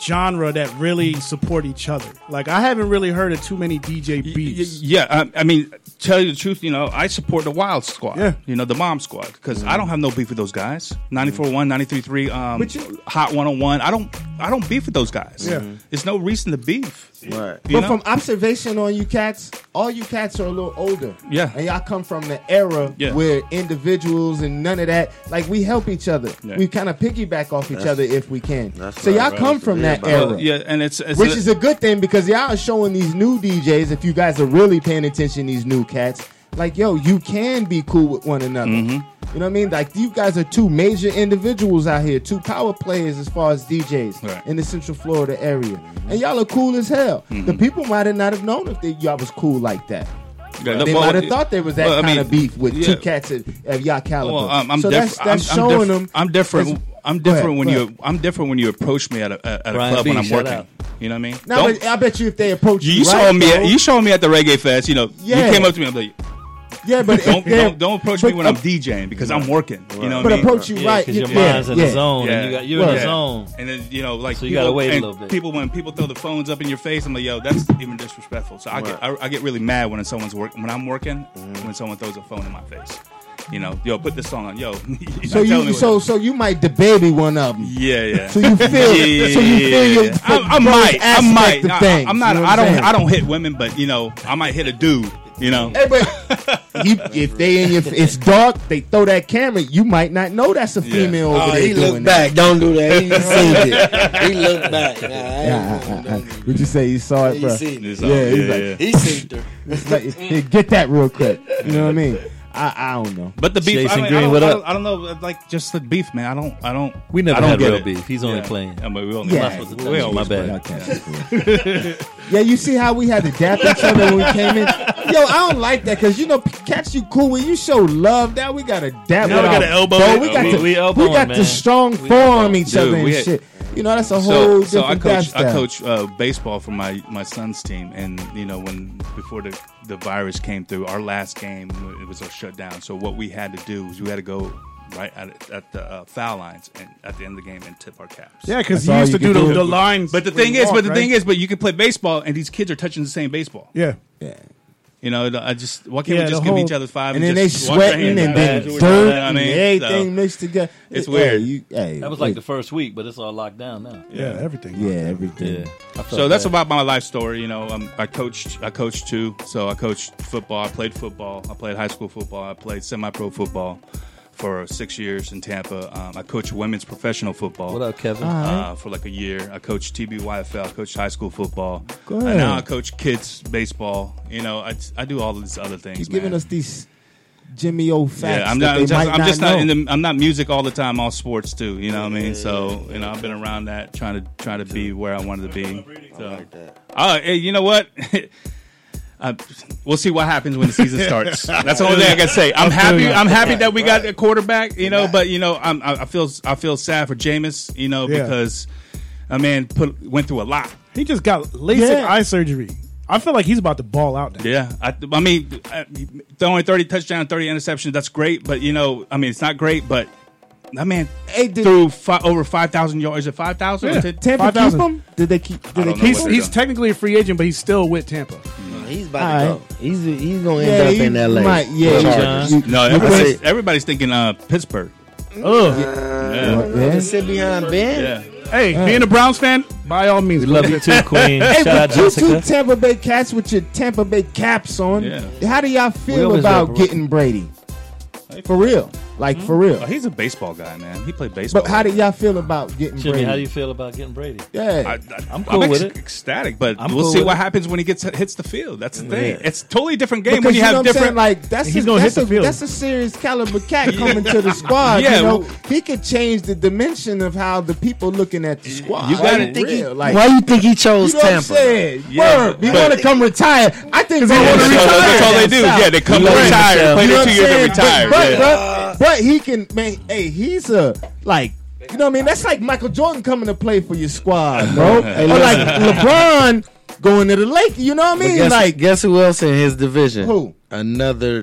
Speaker 9: genre that
Speaker 3: Mm-hmm.
Speaker 9: really support each other. Like I haven't really heard of too many DJ
Speaker 5: Y- y-
Speaker 9: beefs.
Speaker 5: Yeah, I, I mean, tell you the truth, you know, I support the Wild Squad.
Speaker 9: Yeah.
Speaker 5: You know, the Mom Squad because I don't have no beef with those guys. 94.1, 93.3, um,
Speaker 9: But you-
Speaker 5: Hot 101. I don't, I don't beef with those guys.
Speaker 9: Yeah. Mhm.
Speaker 5: There's no reason to beef.
Speaker 8: Right.
Speaker 3: but
Speaker 5: You know?
Speaker 3: from observation on you cats, all you cats are a little older.
Speaker 5: Yeah.
Speaker 3: And y'all come from the era
Speaker 5: Yeah.
Speaker 3: where individuals and none of that. Like we help each other.
Speaker 5: Yeah.
Speaker 3: We kind of piggyback off each other if we can.
Speaker 8: that's
Speaker 3: So
Speaker 8: what
Speaker 3: y'all
Speaker 8: I
Speaker 3: come
Speaker 8: was
Speaker 3: from that
Speaker 8: about.
Speaker 3: era.
Speaker 5: yeah, and it's, it's
Speaker 3: Which is a good thing because y'all are showing these new DJs, if you guys are really paying attention, these new cats, like, yo, you can be cool with one another.
Speaker 5: Mm-hmm.
Speaker 3: You know what I mean? Like, you guys are two major individuals out here, two power players as far as DJs
Speaker 5: Right.
Speaker 3: in the Central Florida area. And y'all are cool as hell.
Speaker 5: Mm-hmm.
Speaker 3: The people might have not have known if they, y'all was cool like that.
Speaker 5: Yeah,
Speaker 3: They
Speaker 5: well,
Speaker 3: might have
Speaker 5: it-
Speaker 3: thought there was that
Speaker 5: well, I
Speaker 3: kind of
Speaker 5: mean,
Speaker 3: beef with
Speaker 5: yeah.
Speaker 3: two cats of, of y'all caliber.
Speaker 5: Well, um, I'm
Speaker 3: so
Speaker 5: different.
Speaker 3: that's, that's
Speaker 5: I'm,
Speaker 3: showing
Speaker 5: I'm diff-
Speaker 3: them.
Speaker 5: I'm different.
Speaker 3: it's-
Speaker 5: I'm
Speaker 3: Go ahead,
Speaker 5: different when
Speaker 3: go ahead.
Speaker 5: you. I'm different when you approach me at a, at a
Speaker 2: Brian
Speaker 5: club
Speaker 2: B,
Speaker 5: when I'm
Speaker 2: shout
Speaker 5: working.
Speaker 2: out.
Speaker 5: You know what I mean?
Speaker 3: Now,
Speaker 5: Don't-
Speaker 3: but I bet you if they approach
Speaker 5: you
Speaker 3: you,
Speaker 5: you
Speaker 3: right,
Speaker 5: saw me.
Speaker 3: though-
Speaker 5: At, you saw me at the reggae fest. You know,
Speaker 3: Yeah.
Speaker 5: you came up to me. I'm like,
Speaker 3: Yeah, but if
Speaker 5: don't
Speaker 3: they're-
Speaker 5: don't, don't approach
Speaker 3: but
Speaker 5: me when
Speaker 3: a-
Speaker 5: I'm DJing because I'm working. You know what
Speaker 3: But
Speaker 5: I mean?
Speaker 3: approach you right.
Speaker 2: because your
Speaker 3: yeah,
Speaker 2: mind's in
Speaker 3: yeah.
Speaker 2: the zone.
Speaker 5: Yeah.
Speaker 2: And you got, you're in
Speaker 3: Right.
Speaker 2: the zone.
Speaker 5: And then you know, like
Speaker 2: So you gotta wait a
Speaker 5: and
Speaker 2: little bit.
Speaker 5: People when people throw the phones up in your face, I'm like, yo, that's even disrespectful. So I get I, I get really mad when someone's work when I'm working
Speaker 3: Mm-hmm.
Speaker 5: when someone throws a phone in my face. You know, yo, put this song on, yo. you're
Speaker 3: So
Speaker 5: not telling me
Speaker 3: you
Speaker 5: what-
Speaker 3: so so you might debaby one of them.
Speaker 5: Yeah, yeah.
Speaker 3: So you feel- so you feel your-
Speaker 5: I, I
Speaker 3: those
Speaker 5: might, I
Speaker 3: aspect
Speaker 5: might.
Speaker 3: of
Speaker 5: I,
Speaker 3: things,
Speaker 5: am not.
Speaker 3: you know what
Speaker 5: I
Speaker 3: I'm
Speaker 5: don't.
Speaker 3: saying?
Speaker 5: I don't hit women, but you know, I might hit a dude. You know.
Speaker 3: Hey, but you, if they in your it's dark, they throw that camera. You might not know that's a female over
Speaker 8: Oh,
Speaker 3: there
Speaker 8: he
Speaker 3: doing
Speaker 8: looked
Speaker 3: that.
Speaker 8: back. Don't do that. He seen it. He looked back. Nah, I ain't
Speaker 3: Yeah,
Speaker 8: doing
Speaker 3: I- I- I-
Speaker 8: that.
Speaker 3: Would you say you saw it,
Speaker 8: He
Speaker 3: bro?
Speaker 8: seen it.
Speaker 5: It's all-
Speaker 3: Yeah, he's like-
Speaker 8: He seen it.
Speaker 3: It's like, hey, get that real quick. You know what I mean? I, I don't know.
Speaker 5: But the beef,
Speaker 2: Jason
Speaker 5: I, mean,
Speaker 2: Green,
Speaker 5: I, don't,
Speaker 2: what
Speaker 5: I,
Speaker 2: up?
Speaker 5: don't, I don't know, like just the beef, man. I don't, I don't.
Speaker 2: We never
Speaker 5: I don't
Speaker 2: had
Speaker 5: get
Speaker 2: real
Speaker 5: it.
Speaker 2: beef. He's only playing.
Speaker 5: I mean, we only
Speaker 3: Yeah.
Speaker 5: yeah.
Speaker 2: That's what the-
Speaker 5: we
Speaker 2: that's
Speaker 5: always
Speaker 2: my bad.
Speaker 5: play.
Speaker 3: Y'all cats are cool. yeah, you see how we had to dap each other when we came in. Yo, I don't like that because you know, p- cats, you cool when you show love. Now we gotta dap.
Speaker 2: Now
Speaker 3: with
Speaker 2: we gotta
Speaker 3: our
Speaker 2: elbow
Speaker 3: bro.
Speaker 2: it.
Speaker 3: We got
Speaker 2: We-
Speaker 3: to,
Speaker 2: we elbowing,
Speaker 3: got to
Speaker 2: man.
Speaker 3: strong
Speaker 2: We
Speaker 3: form each
Speaker 5: Dude,
Speaker 3: other and
Speaker 5: we had-
Speaker 3: shit. You know, that's a
Speaker 5: So,
Speaker 3: whole
Speaker 5: so I
Speaker 3: different
Speaker 5: coach, I
Speaker 3: lifestyle.
Speaker 5: coach uh, baseball for my my son's team, and you know, when before the the virus came through, our last game it was a shutdown. So what we had to do was we had to go right at, at the uh, foul lines and at the end of the game and tip our caps.
Speaker 9: Yeah,
Speaker 3: That's
Speaker 9: because he
Speaker 3: all
Speaker 9: used to
Speaker 3: you
Speaker 9: do
Speaker 3: can
Speaker 9: the,
Speaker 3: do.
Speaker 9: the lines.
Speaker 5: But the
Speaker 9: when
Speaker 5: thing
Speaker 9: you
Speaker 5: is,
Speaker 9: walk,
Speaker 5: but the
Speaker 9: right?
Speaker 5: thing is, but you can play baseball, and these kids are touching the same baseball.
Speaker 9: yeah,
Speaker 3: Yeah.
Speaker 5: You know, I just why can't
Speaker 9: Yeah,
Speaker 5: we just
Speaker 9: the
Speaker 5: give
Speaker 9: whole-
Speaker 5: each other five?
Speaker 3: And then they
Speaker 5: just wash our
Speaker 3: sweating
Speaker 5: hands
Speaker 3: and then
Speaker 5: afterwards?
Speaker 3: dirt
Speaker 5: You know what I mean?
Speaker 3: and everything
Speaker 5: So,
Speaker 3: mixed together.
Speaker 5: It's
Speaker 3: Hey,
Speaker 5: weird.
Speaker 3: you- hey,
Speaker 2: That was like
Speaker 3: it-
Speaker 2: the first week, but it's all locked down now.
Speaker 9: yeah, everything.
Speaker 3: yeah, everything.
Speaker 2: I felt
Speaker 5: so that's
Speaker 2: that.
Speaker 5: about my life story. You know, um, I coached. I coached too. So I coached football. I played football. I played high school football. I played semi-pro football for six years in Tampa. Um, I coached women's professional football.
Speaker 2: What up, Kevin?
Speaker 5: uh, for like a year. I coached TBYFL, I coached high school football,
Speaker 3: Go
Speaker 5: and now I
Speaker 3: ahead.
Speaker 5: coach kids baseball. You know, I, I do all these other things.
Speaker 3: He's
Speaker 5: man.
Speaker 3: giving us these Jimmy O facts.
Speaker 5: Yeah, I'm
Speaker 3: that
Speaker 5: not.
Speaker 3: they
Speaker 5: I'm just,
Speaker 3: might
Speaker 5: I'm
Speaker 3: not
Speaker 5: just
Speaker 3: know.
Speaker 5: not in the. I'm not music all the time. All sports too. You know what I mean? So you know, I've been around that, trying to try to be where I wanted to be. So, oh, hey, you know what? Uh, we'll see what happens when the season starts. That's the only thing I can say. I'm happy. I'm happy that we got a quarterback. You know, but you know, I'm, I I feel I feel sad for Jameis. You know,
Speaker 9: Yeah.
Speaker 5: because a man put went through a lot.
Speaker 9: He just got LASIK
Speaker 3: Yeah.
Speaker 9: eye surgery. I feel like he's about to ball out. Now.
Speaker 5: Yeah, I, I mean, I- throwing 30 touchdowns, 30 interceptions, that's great. But you know, I mean, it's not great. But that man
Speaker 3: Hey, did-
Speaker 5: threw fi- over 5,000 yards. Is it 5,000?
Speaker 9: Yeah.
Speaker 5: Did-
Speaker 3: Tampa keep
Speaker 9: 5,000.
Speaker 3: him? Did they keep? Did
Speaker 5: I
Speaker 3: they
Speaker 5: don't
Speaker 3: keep
Speaker 5: know
Speaker 9: He's
Speaker 5: what
Speaker 3: him?
Speaker 5: they're
Speaker 9: he's
Speaker 5: doing.
Speaker 9: technically a free agent, but he's still with Tampa.
Speaker 8: Mm, He's about to
Speaker 3: All
Speaker 8: go.
Speaker 3: right.
Speaker 8: He's he's gonna end up in L.A.
Speaker 3: Might, yeah,
Speaker 8: Chargers.
Speaker 3: you-
Speaker 5: No,
Speaker 3: you-
Speaker 5: everybody's, everybody's thinking uh, Pittsburgh.
Speaker 9: Ugh.
Speaker 5: Yeah.
Speaker 3: yeah.
Speaker 8: Just sit behind Ben.
Speaker 5: yeah.
Speaker 9: Hey, being a Browns fan, by all means,
Speaker 2: We love you too, Queen.
Speaker 3: Hey,
Speaker 2: Shout out
Speaker 3: but you two
Speaker 2: Jessica.
Speaker 3: Tampa Bay cats with your Tampa Bay caps on.
Speaker 5: Yeah.
Speaker 3: How do y'all
Speaker 2: We
Speaker 3: feel
Speaker 2: always
Speaker 3: about
Speaker 2: represent-
Speaker 3: getting Brady? For real, like for
Speaker 5: Oh,
Speaker 3: real.
Speaker 5: he's a baseball guy, man. He played baseball.
Speaker 3: But how do y'all feel about getting
Speaker 2: Jimmy,
Speaker 3: Brady?
Speaker 2: how do you feel about getting Brady?
Speaker 3: yeah,
Speaker 5: I, am
Speaker 2: cool with it.
Speaker 5: Ecstatic, but
Speaker 2: I'm
Speaker 5: we'll
Speaker 2: cool
Speaker 5: see
Speaker 2: with
Speaker 5: what
Speaker 2: it.
Speaker 5: happens when he gets hits the field. That's the thing.
Speaker 8: Yeah.
Speaker 5: It's a totally different game
Speaker 3: because
Speaker 5: when you,
Speaker 3: know
Speaker 5: have
Speaker 3: what I'm
Speaker 5: different.
Speaker 3: saying? like that's
Speaker 9: He's
Speaker 3: a,
Speaker 9: gonna
Speaker 3: that's
Speaker 9: hit
Speaker 3: a,
Speaker 9: the field.
Speaker 3: That's a serious caliber cat coming to the squad.
Speaker 5: Yeah,
Speaker 3: you know
Speaker 5: well-
Speaker 3: he could change the dimension of how the people looking at the squad.
Speaker 5: you gotta
Speaker 3: For
Speaker 8: think he-
Speaker 3: real, like
Speaker 8: Why you think he chose
Speaker 3: you know what I'm
Speaker 8: Tampa?
Speaker 3: saying?
Speaker 5: Yeah,
Speaker 3: Word, we
Speaker 5: but-
Speaker 3: want to come retire. I think they
Speaker 5: Yeah,
Speaker 3: want to
Speaker 5: that's,
Speaker 3: retire.
Speaker 5: all, that's all they do.
Speaker 3: down
Speaker 5: Yeah, they
Speaker 3: south.
Speaker 5: come
Speaker 8: You know what I'm
Speaker 5: retired,
Speaker 8: saying?
Speaker 5: play
Speaker 3: You know what
Speaker 5: their two
Speaker 3: I'm
Speaker 5: years, and
Speaker 3: saying?
Speaker 5: retire.
Speaker 3: But,
Speaker 5: yeah.
Speaker 3: but, but he can, man. Hey, he's a like. You know what I mean? That's like Michael Jordan coming to play for your squad, bro.
Speaker 8: Hey,
Speaker 3: or like
Speaker 8: listen.
Speaker 3: LeBron going to the Lake. You know what I
Speaker 8: But
Speaker 3: mean?
Speaker 8: guess,
Speaker 3: like
Speaker 8: guess who else in his division?
Speaker 3: Who?
Speaker 8: Another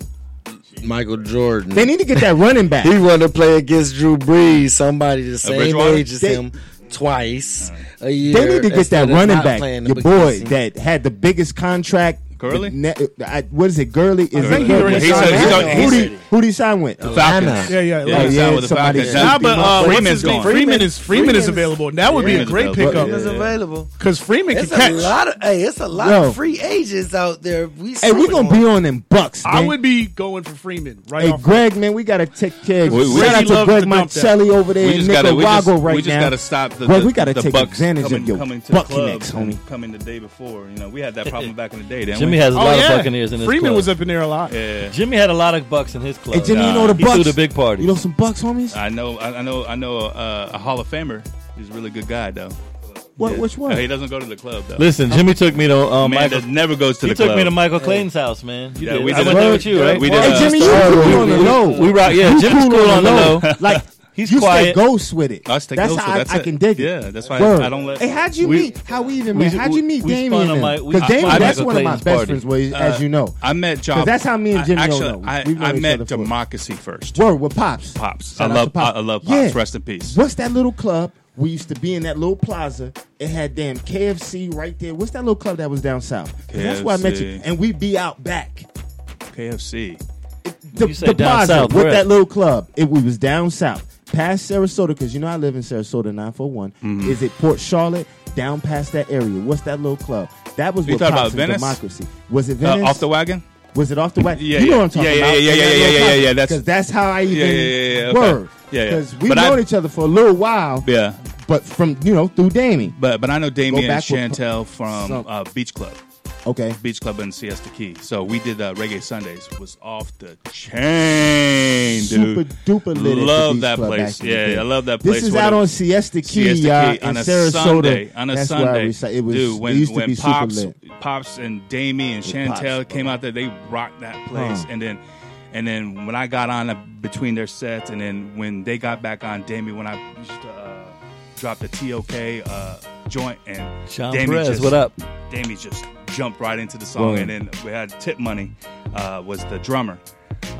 Speaker 8: Michael Jordan.
Speaker 3: they need to get that running back. Uh,
Speaker 8: he wanted to play against Drew Brees, somebody the same
Speaker 5: Bridgewater?
Speaker 8: age as
Speaker 3: They-
Speaker 8: him, twice a year.
Speaker 3: They need to get
Speaker 8: instead
Speaker 3: that
Speaker 8: of
Speaker 3: running
Speaker 8: not
Speaker 3: back,
Speaker 8: playing
Speaker 3: your
Speaker 8: the
Speaker 3: boy
Speaker 8: Bengals.
Speaker 3: that had the biggest contract
Speaker 5: Gurley?
Speaker 3: But Ne- I, what is it? Gurley is it
Speaker 9: think he
Speaker 3: Gurley?
Speaker 9: already He signed said-
Speaker 5: with- he
Speaker 3: who
Speaker 5: said-
Speaker 3: do who do you sign with?
Speaker 8: Atlanta.
Speaker 9: Yeah, yeah.
Speaker 5: Yeah,
Speaker 3: Oh,
Speaker 5: he
Speaker 3: yeah,
Speaker 5: signed with the
Speaker 3: somebody
Speaker 5: Falcons.
Speaker 3: should
Speaker 9: Nah,
Speaker 3: be
Speaker 9: but uh,
Speaker 5: Freeman's
Speaker 9: Freeman's
Speaker 5: gone.
Speaker 9: Freeman is Freeman is available. That would be a
Speaker 5: Freeman's
Speaker 9: great
Speaker 5: available.
Speaker 9: pickup
Speaker 8: It's
Speaker 5: Yeah.
Speaker 8: available.
Speaker 9: because Freeman can
Speaker 8: It's a
Speaker 9: catch.
Speaker 8: lot of hey, it's a lot
Speaker 3: Yo.
Speaker 8: of free agents out there. We
Speaker 3: Hey, we're gonna be on them bucks.
Speaker 9: I
Speaker 3: man.
Speaker 9: would be going for Freeman right
Speaker 3: Hey,
Speaker 9: off.
Speaker 3: Greg, man, we gotta take care. of
Speaker 5: We- we-
Speaker 3: Shout
Speaker 5: Reggie
Speaker 3: out to
Speaker 9: loves
Speaker 3: Greg
Speaker 9: to dump that.
Speaker 3: Montelli over there
Speaker 4: We
Speaker 3: in
Speaker 4: just gotta- we
Speaker 3: Nicaragua
Speaker 4: just-
Speaker 3: right
Speaker 4: we just
Speaker 3: now.
Speaker 4: gotta stop the-
Speaker 3: Greg,
Speaker 4: the-
Speaker 3: we gotta
Speaker 4: the
Speaker 3: take
Speaker 4: Bucks
Speaker 3: advantage
Speaker 5: coming,
Speaker 3: of your
Speaker 5: coming to the
Speaker 3: buck
Speaker 5: club
Speaker 3: necks, homie.
Speaker 5: and coming the day before. You know, we had that problem back in the day. Didn't
Speaker 2: Jimmy
Speaker 5: we?
Speaker 2: has a
Speaker 9: oh
Speaker 2: lot
Speaker 9: yeah,
Speaker 2: of Buccaneers in his
Speaker 9: Freeman
Speaker 2: club.
Speaker 9: was up in there a lot.
Speaker 5: Yeah,
Speaker 2: Jimmy had a lot of bucks in his club.
Speaker 3: Hey, Jimmy, you know the
Speaker 2: He threw
Speaker 3: Bucks.
Speaker 2: the big party.
Speaker 3: You know some bucks, homies.
Speaker 5: I know. I I know. I know. Uh, a Hall of Famer. He's a really good guy, though.
Speaker 3: What?
Speaker 5: Yeah.
Speaker 3: Which one?
Speaker 5: Uh, he doesn't go to the club though.
Speaker 2: Listen, Jimmy took me to uh,
Speaker 5: man
Speaker 2: Michael.
Speaker 5: that never goes to
Speaker 2: He
Speaker 5: the
Speaker 2: took
Speaker 5: club.
Speaker 2: me to Michael Clayton's house, man.
Speaker 5: Yeah, we
Speaker 2: I
Speaker 5: did
Speaker 2: went
Speaker 5: a-
Speaker 2: there with you, right?
Speaker 5: we did
Speaker 3: Hey,
Speaker 5: uh,
Speaker 3: Jimmy, you
Speaker 5: Star
Speaker 3: cool
Speaker 5: Wars.
Speaker 3: on the low.
Speaker 2: We rock. Yeah,
Speaker 3: You
Speaker 2: Jimmy's cool on the low.
Speaker 3: Like
Speaker 2: He's
Speaker 3: you
Speaker 2: quiet.
Speaker 3: stay ghost with it.
Speaker 5: I stay
Speaker 3: that's
Speaker 5: ghost with
Speaker 3: how
Speaker 5: it, that's
Speaker 3: I, I
Speaker 5: it.
Speaker 3: can dig it.
Speaker 5: Yeah, that's why
Speaker 3: Word.
Speaker 5: I don't let-
Speaker 3: Hey, how'd you
Speaker 5: we-
Speaker 3: meet? How we even
Speaker 2: we-
Speaker 3: met? How'd you meet
Speaker 2: we
Speaker 3: Damien?
Speaker 2: spun on
Speaker 3: and
Speaker 2: my-
Speaker 3: them?
Speaker 2: we-
Speaker 3: 'Cause
Speaker 2: I-
Speaker 3: Damien,
Speaker 2: I
Speaker 3: that's
Speaker 2: met
Speaker 3: one of my
Speaker 2: Clayton's
Speaker 3: best
Speaker 2: party.
Speaker 3: friends, was,
Speaker 5: Uh,
Speaker 3: as you know.
Speaker 5: I met John.
Speaker 3: 'Cause that's how me and
Speaker 5: I-
Speaker 3: Jimmy don't
Speaker 5: actually,
Speaker 3: know.
Speaker 5: I,
Speaker 3: We've known
Speaker 5: I
Speaker 3: each
Speaker 5: met
Speaker 3: other for-
Speaker 5: Democracy first.
Speaker 3: Word with pops.
Speaker 5: Pops.
Speaker 3: Shout
Speaker 5: I
Speaker 3: out
Speaker 5: love
Speaker 3: to Pops.
Speaker 5: I love Pops.
Speaker 3: Yeah.
Speaker 5: Rest in peace.
Speaker 3: What's that little club we used to be in that little plaza? It had damn KFC right there. What's that little club that was down south? 'Cause That's where I met you.
Speaker 5: KFC.
Speaker 3: And we be out back.
Speaker 5: KFC.
Speaker 3: The,
Speaker 2: You say
Speaker 3: the
Speaker 2: down
Speaker 3: plaza
Speaker 2: south,
Speaker 3: with
Speaker 2: where
Speaker 3: that
Speaker 2: at?
Speaker 3: little club. It we was down south. Past Sarasota, because you know I live in Sarasota 941.
Speaker 5: Mm-hmm.
Speaker 3: Is it Port Charlotte? Down past that area. What's that little club? That was
Speaker 5: You
Speaker 3: where
Speaker 5: talking
Speaker 3: Pops
Speaker 5: about
Speaker 3: and
Speaker 5: Venice?
Speaker 3: democracy. Was it
Speaker 5: Uh,
Speaker 3: Venice?
Speaker 5: off the wagon.
Speaker 3: Was it off the wax?
Speaker 5: Yeah,
Speaker 3: you know
Speaker 5: yeah.
Speaker 3: what I'm talking
Speaker 5: Yeah, yeah,
Speaker 3: about.
Speaker 5: yeah, yeah, yeah, yeah, yeah, that's-
Speaker 3: because that's how I even
Speaker 5: Yeah, yeah, yeah, yeah, okay.
Speaker 3: were.
Speaker 5: Yeah, yeah.
Speaker 3: because we
Speaker 5: But I-
Speaker 3: known each other for a little while.
Speaker 5: Yeah,
Speaker 3: but from you know through Damien.
Speaker 5: but but I know Damien and
Speaker 3: back with-
Speaker 5: Chantel from
Speaker 3: Some-
Speaker 5: uh, Beach Club.
Speaker 3: Okay,
Speaker 5: Beach Club in Siesta Key. So we did uh, Reggae Sundays. Was off the chain,
Speaker 3: super
Speaker 5: dude.
Speaker 3: duper lit. at the
Speaker 5: Love
Speaker 3: Beach
Speaker 5: that
Speaker 3: Club
Speaker 5: place.
Speaker 3: back in the
Speaker 5: Yeah,
Speaker 3: day.
Speaker 5: I love that place.
Speaker 3: This is
Speaker 5: What
Speaker 3: out
Speaker 5: a-
Speaker 3: on Siesta Key,
Speaker 5: Siesta Key
Speaker 3: y'all, in
Speaker 5: on a
Speaker 3: Sarasota.
Speaker 5: Sunday. On a
Speaker 3: That's
Speaker 5: Sunday,
Speaker 3: where I reside. It was
Speaker 5: dude. When
Speaker 3: it used to
Speaker 5: when
Speaker 3: be
Speaker 5: pops,
Speaker 3: super lit.
Speaker 5: pops and Damien and
Speaker 3: With Pops,
Speaker 5: Chantel
Speaker 3: bro.
Speaker 5: came out there, they rocked that place.
Speaker 3: Huh.
Speaker 5: And then, and then when I got on uh, between their sets, and then when they got back on Damien, when I used to uh, drop the TOK uh, joint and
Speaker 2: Sean
Speaker 5: Damien
Speaker 2: Perez,
Speaker 5: just-
Speaker 2: what up?
Speaker 5: Damien just jumped right into the song,
Speaker 3: Word.
Speaker 5: and then we had Tip Money uh, was the drummer.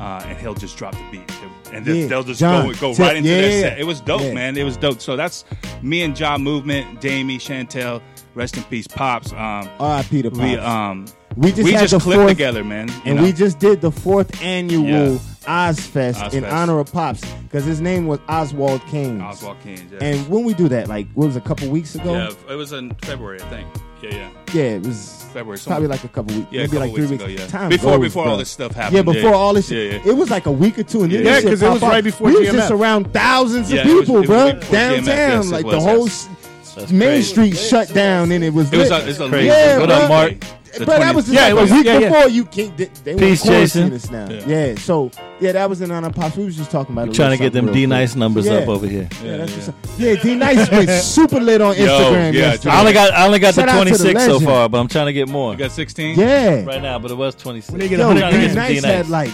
Speaker 5: Uh, and he'll just drop the beat, and then
Speaker 3: Yeah,
Speaker 5: they'll just
Speaker 3: John,
Speaker 5: go, go
Speaker 3: Tip,
Speaker 5: right into their
Speaker 3: yeah,
Speaker 5: set. It was dope,
Speaker 3: yeah.
Speaker 5: man and it was dope. So that's me and Ja Movement, Damie, Chantel, rest in peace, Pops. Um,
Speaker 3: R.I.P. to Pops.
Speaker 5: we um
Speaker 3: We just had the
Speaker 5: clicked
Speaker 3: fourth-
Speaker 5: together, man. you
Speaker 3: and
Speaker 5: know?
Speaker 3: we just did the fourth annual
Speaker 5: Yeah.
Speaker 3: Ozfest, in
Speaker 5: Ozfest.
Speaker 3: honor of Pops because his name was Oswald Kings.
Speaker 5: Oswald Kings. Yeah.
Speaker 3: And when we do that, like what was it, a couple weeks ago,
Speaker 5: yeah, it was in February, I think. Yeah, yeah.
Speaker 3: Yeah, it was Probably
Speaker 5: February, somewhere.
Speaker 3: like a couple weeks.
Speaker 5: Yeah, a
Speaker 3: maybe like
Speaker 5: couple
Speaker 3: three
Speaker 5: weeks
Speaker 3: weeks.
Speaker 5: ago, yeah.
Speaker 3: Time
Speaker 5: Before-
Speaker 3: goes,
Speaker 5: before
Speaker 3: bro.
Speaker 5: all this stuff happened,
Speaker 3: Yeah, before
Speaker 5: yeah.
Speaker 3: all this.
Speaker 5: Yeah,
Speaker 3: shit. It was like a week or two, and then
Speaker 5: Yeah,
Speaker 3: this shit
Speaker 9: 'cause it
Speaker 3: pop
Speaker 9: was
Speaker 3: up.
Speaker 9: right before
Speaker 3: We was
Speaker 9: GMF.
Speaker 3: just around thousands
Speaker 5: Yeah,
Speaker 3: of
Speaker 5: it was-
Speaker 3: people,
Speaker 5: it was
Speaker 3: bro.
Speaker 5: right before GMF,
Speaker 3: downtown,
Speaker 5: yes, it
Speaker 3: like the
Speaker 5: was,
Speaker 3: whole s-
Speaker 5: yes.
Speaker 2: That's
Speaker 3: Main
Speaker 2: crazy.
Speaker 3: Street shut down, and it was.
Speaker 5: It was
Speaker 3: lit.
Speaker 5: a, it's a
Speaker 2: Crazy.
Speaker 3: Yeah,
Speaker 2: What
Speaker 3: bro.
Speaker 2: up, Mark?
Speaker 5: The
Speaker 3: But that was just
Speaker 5: Yeah,
Speaker 3: like
Speaker 5: it
Speaker 3: a week
Speaker 5: yeah, yeah.
Speaker 3: before you came. They, they
Speaker 2: Peace,
Speaker 3: were quarantining
Speaker 2: Jason.
Speaker 3: us now.
Speaker 5: Yeah.
Speaker 3: Yeah. So yeah, that was an honor pops. We was just talking about it.
Speaker 2: Trying to get them D nice numbers
Speaker 3: Yeah.
Speaker 2: up over here.
Speaker 3: Yeah, that's what's up. yeah. D Nice went super lit on
Speaker 5: Yo,
Speaker 3: Instagram
Speaker 5: yeah,
Speaker 2: I
Speaker 3: yesterday.
Speaker 2: only got I only got
Speaker 3: Shout
Speaker 2: the
Speaker 3: out to the
Speaker 2: 26 so
Speaker 3: legend.
Speaker 2: far, but I'm trying to get more
Speaker 5: You got 16?
Speaker 3: Yeah.
Speaker 2: right now. But it was 26.
Speaker 9: When they get
Speaker 3: Yo,
Speaker 9: 100
Speaker 2: Trying to get
Speaker 3: D
Speaker 2: some
Speaker 9: grand,
Speaker 3: Nice
Speaker 2: D-Nice.
Speaker 3: had like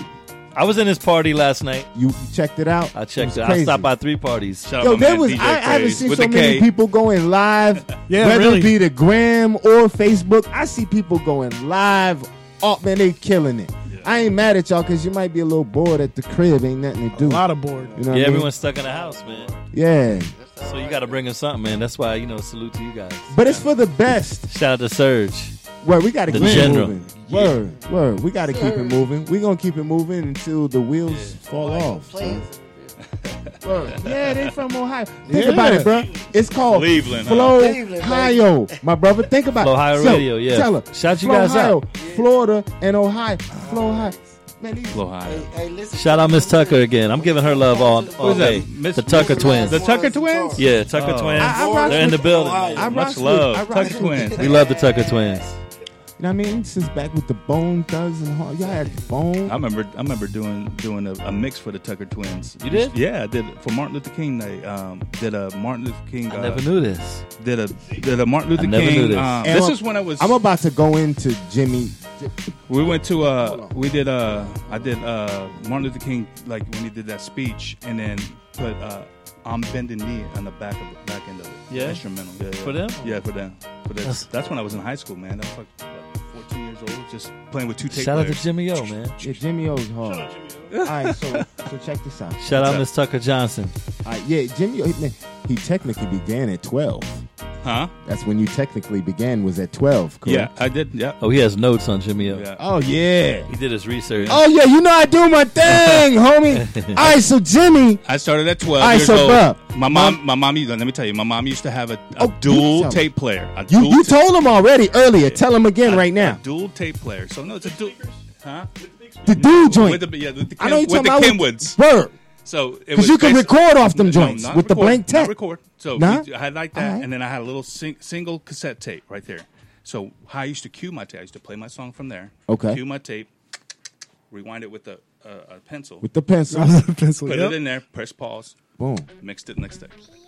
Speaker 2: I was in his party last night.
Speaker 3: you, you checked it out.
Speaker 2: I
Speaker 3: was
Speaker 2: checked it. I
Speaker 3: crazy.
Speaker 2: stopped by three parties.
Speaker 5: Shout out
Speaker 3: Yo,
Speaker 5: my
Speaker 3: there
Speaker 5: man,
Speaker 3: was
Speaker 5: DJ
Speaker 3: I, I haven't
Speaker 5: Craze
Speaker 3: seen
Speaker 5: with
Speaker 3: so
Speaker 5: the
Speaker 3: many
Speaker 5: K.
Speaker 3: people going live.
Speaker 9: Yeah,
Speaker 3: whether
Speaker 9: really.
Speaker 3: it be the gram or Facebook, I see people going live. Oh man, they killing it. I ain't mad at y'all because you might be a little bored at the crib. Ain't nothing to do.
Speaker 9: a lot of board.
Speaker 3: you know what
Speaker 2: Yeah,
Speaker 3: I mean?
Speaker 2: everyone's stuck in the house, man.
Speaker 3: Yeah,
Speaker 2: So you got to bring him something, man. That's why you know. Salute to you guys.
Speaker 3: but it's for the best.
Speaker 2: Shout out to Surge.
Speaker 3: Word, we got to
Speaker 2: The
Speaker 3: keep it
Speaker 2: general.
Speaker 3: moving. Word, word, we got to keep it moving. We gonna keep it moving until the wheels fall off. son. Word. Yeah, they from Ohio. Think
Speaker 9: Yeah.
Speaker 3: about it, bro. It's called
Speaker 5: Cleveland, huh?
Speaker 3: Flow
Speaker 8: Cleveland, baby.
Speaker 3: Ohio, my brother. Think about it.
Speaker 2: Ohio
Speaker 3: So,
Speaker 2: Radio, yeah.
Speaker 3: Tell her.
Speaker 2: Shout you
Speaker 3: Flow
Speaker 2: guys
Speaker 3: Ohio,
Speaker 2: out.
Speaker 3: Florida and Ohio. Flow Ohio. Man, these
Speaker 5: Ohio.
Speaker 2: Shout out Miss Tucker again. I'm giving her love all, all
Speaker 5: Who's that?
Speaker 2: day.
Speaker 5: Miss-
Speaker 2: the Tucker twins.
Speaker 5: The Tucker twins? Oh.
Speaker 2: yeah, Tucker twins.
Speaker 3: I- I rock
Speaker 2: They're in the
Speaker 3: with-
Speaker 2: building.
Speaker 3: I
Speaker 2: man.
Speaker 3: rocks
Speaker 5: Much
Speaker 3: with- I
Speaker 5: love.
Speaker 3: rocks
Speaker 5: Tucker
Speaker 3: with-
Speaker 5: twins.
Speaker 2: We love the Tucker twins.
Speaker 3: You know what I mean? Since back with the Bone Thugs and all, y'all had the
Speaker 5: I
Speaker 3: Bone.
Speaker 5: remember, I remember doing doing a, a mix for the Tucker Twins.
Speaker 2: You did?
Speaker 5: Yeah, I did for Martin Luther King. They um, did a Martin Luther King.
Speaker 2: I
Speaker 5: uh,
Speaker 2: never knew this.
Speaker 5: Did a did a Martin Luther
Speaker 2: never
Speaker 5: King.
Speaker 2: knew this.
Speaker 5: um,
Speaker 3: And
Speaker 5: this
Speaker 3: I'm-
Speaker 5: is when I was.
Speaker 3: I'm about to go into Jimmy.
Speaker 5: We went to uh we did uh I did uh Martin Luther King like when he did that speech and then put uh I'm bending knee on the back of it, back end of it.
Speaker 2: Yeah?
Speaker 5: Instrumental. Yeah, yeah.
Speaker 2: For them?
Speaker 5: Yeah, for them. For them.
Speaker 2: That's-
Speaker 5: That's, when I was in high school, man. I was like what, 14 years old, just playing with two tape
Speaker 2: Shout out to
Speaker 5: players.
Speaker 2: Jimmy O, man.
Speaker 3: Yeah, Jimmy O's hard. All right, so so check this out.
Speaker 2: Shout out Miss Tucker Johnson.
Speaker 3: All right, yeah, Jimmy. He, man, he technically began at twelve.
Speaker 5: Huh?
Speaker 3: That's when you technically began. Was at twelve. Correct?
Speaker 5: Yeah, I did. Yeah.
Speaker 6: Oh, he has notes on Jimmy O.
Speaker 5: yeah.
Speaker 3: Oh yeah.
Speaker 2: He did his research.
Speaker 3: Oh yeah. You know I do my thing, homie. All right. So Jimmy.
Speaker 5: I started at 12
Speaker 3: All right,
Speaker 5: years
Speaker 3: so,
Speaker 5: old.
Speaker 3: bruh,
Speaker 5: my mom, my mom, used- let me tell you, my mom used to have a, a
Speaker 3: Oh, you
Speaker 5: dual
Speaker 3: tell
Speaker 5: tape player. A
Speaker 3: You,
Speaker 5: dual
Speaker 3: you
Speaker 5: tape-
Speaker 3: told him already earlier. Tell him again
Speaker 5: a-
Speaker 3: right now.
Speaker 5: A dual tape player. So no, it's a dual. Huh?
Speaker 3: The dude
Speaker 5: With
Speaker 3: joint.
Speaker 5: the, yeah, with the, Kim,
Speaker 3: I know you're
Speaker 5: with the
Speaker 3: talking about
Speaker 5: Kenwoods.
Speaker 3: Word.
Speaker 5: So it
Speaker 3: Because
Speaker 5: was
Speaker 3: you can
Speaker 5: basi-
Speaker 3: record off them
Speaker 5: No,
Speaker 3: joints
Speaker 5: not
Speaker 3: with the
Speaker 5: record,
Speaker 3: blank
Speaker 5: not
Speaker 3: tape.
Speaker 5: record. So
Speaker 3: Nah?
Speaker 5: we- I had like that,
Speaker 3: Alright.
Speaker 5: and then I had a little sing- single cassette tape right there. So how I used to cue my tape, I used to play my song from there.
Speaker 3: Okay.
Speaker 5: Cue my tape, rewind it with a, a, a pencil,
Speaker 3: With the pencil.
Speaker 9: pencil.
Speaker 5: put
Speaker 9: yep.
Speaker 5: it in there, press pause,
Speaker 3: Boom.
Speaker 5: mixed it next day.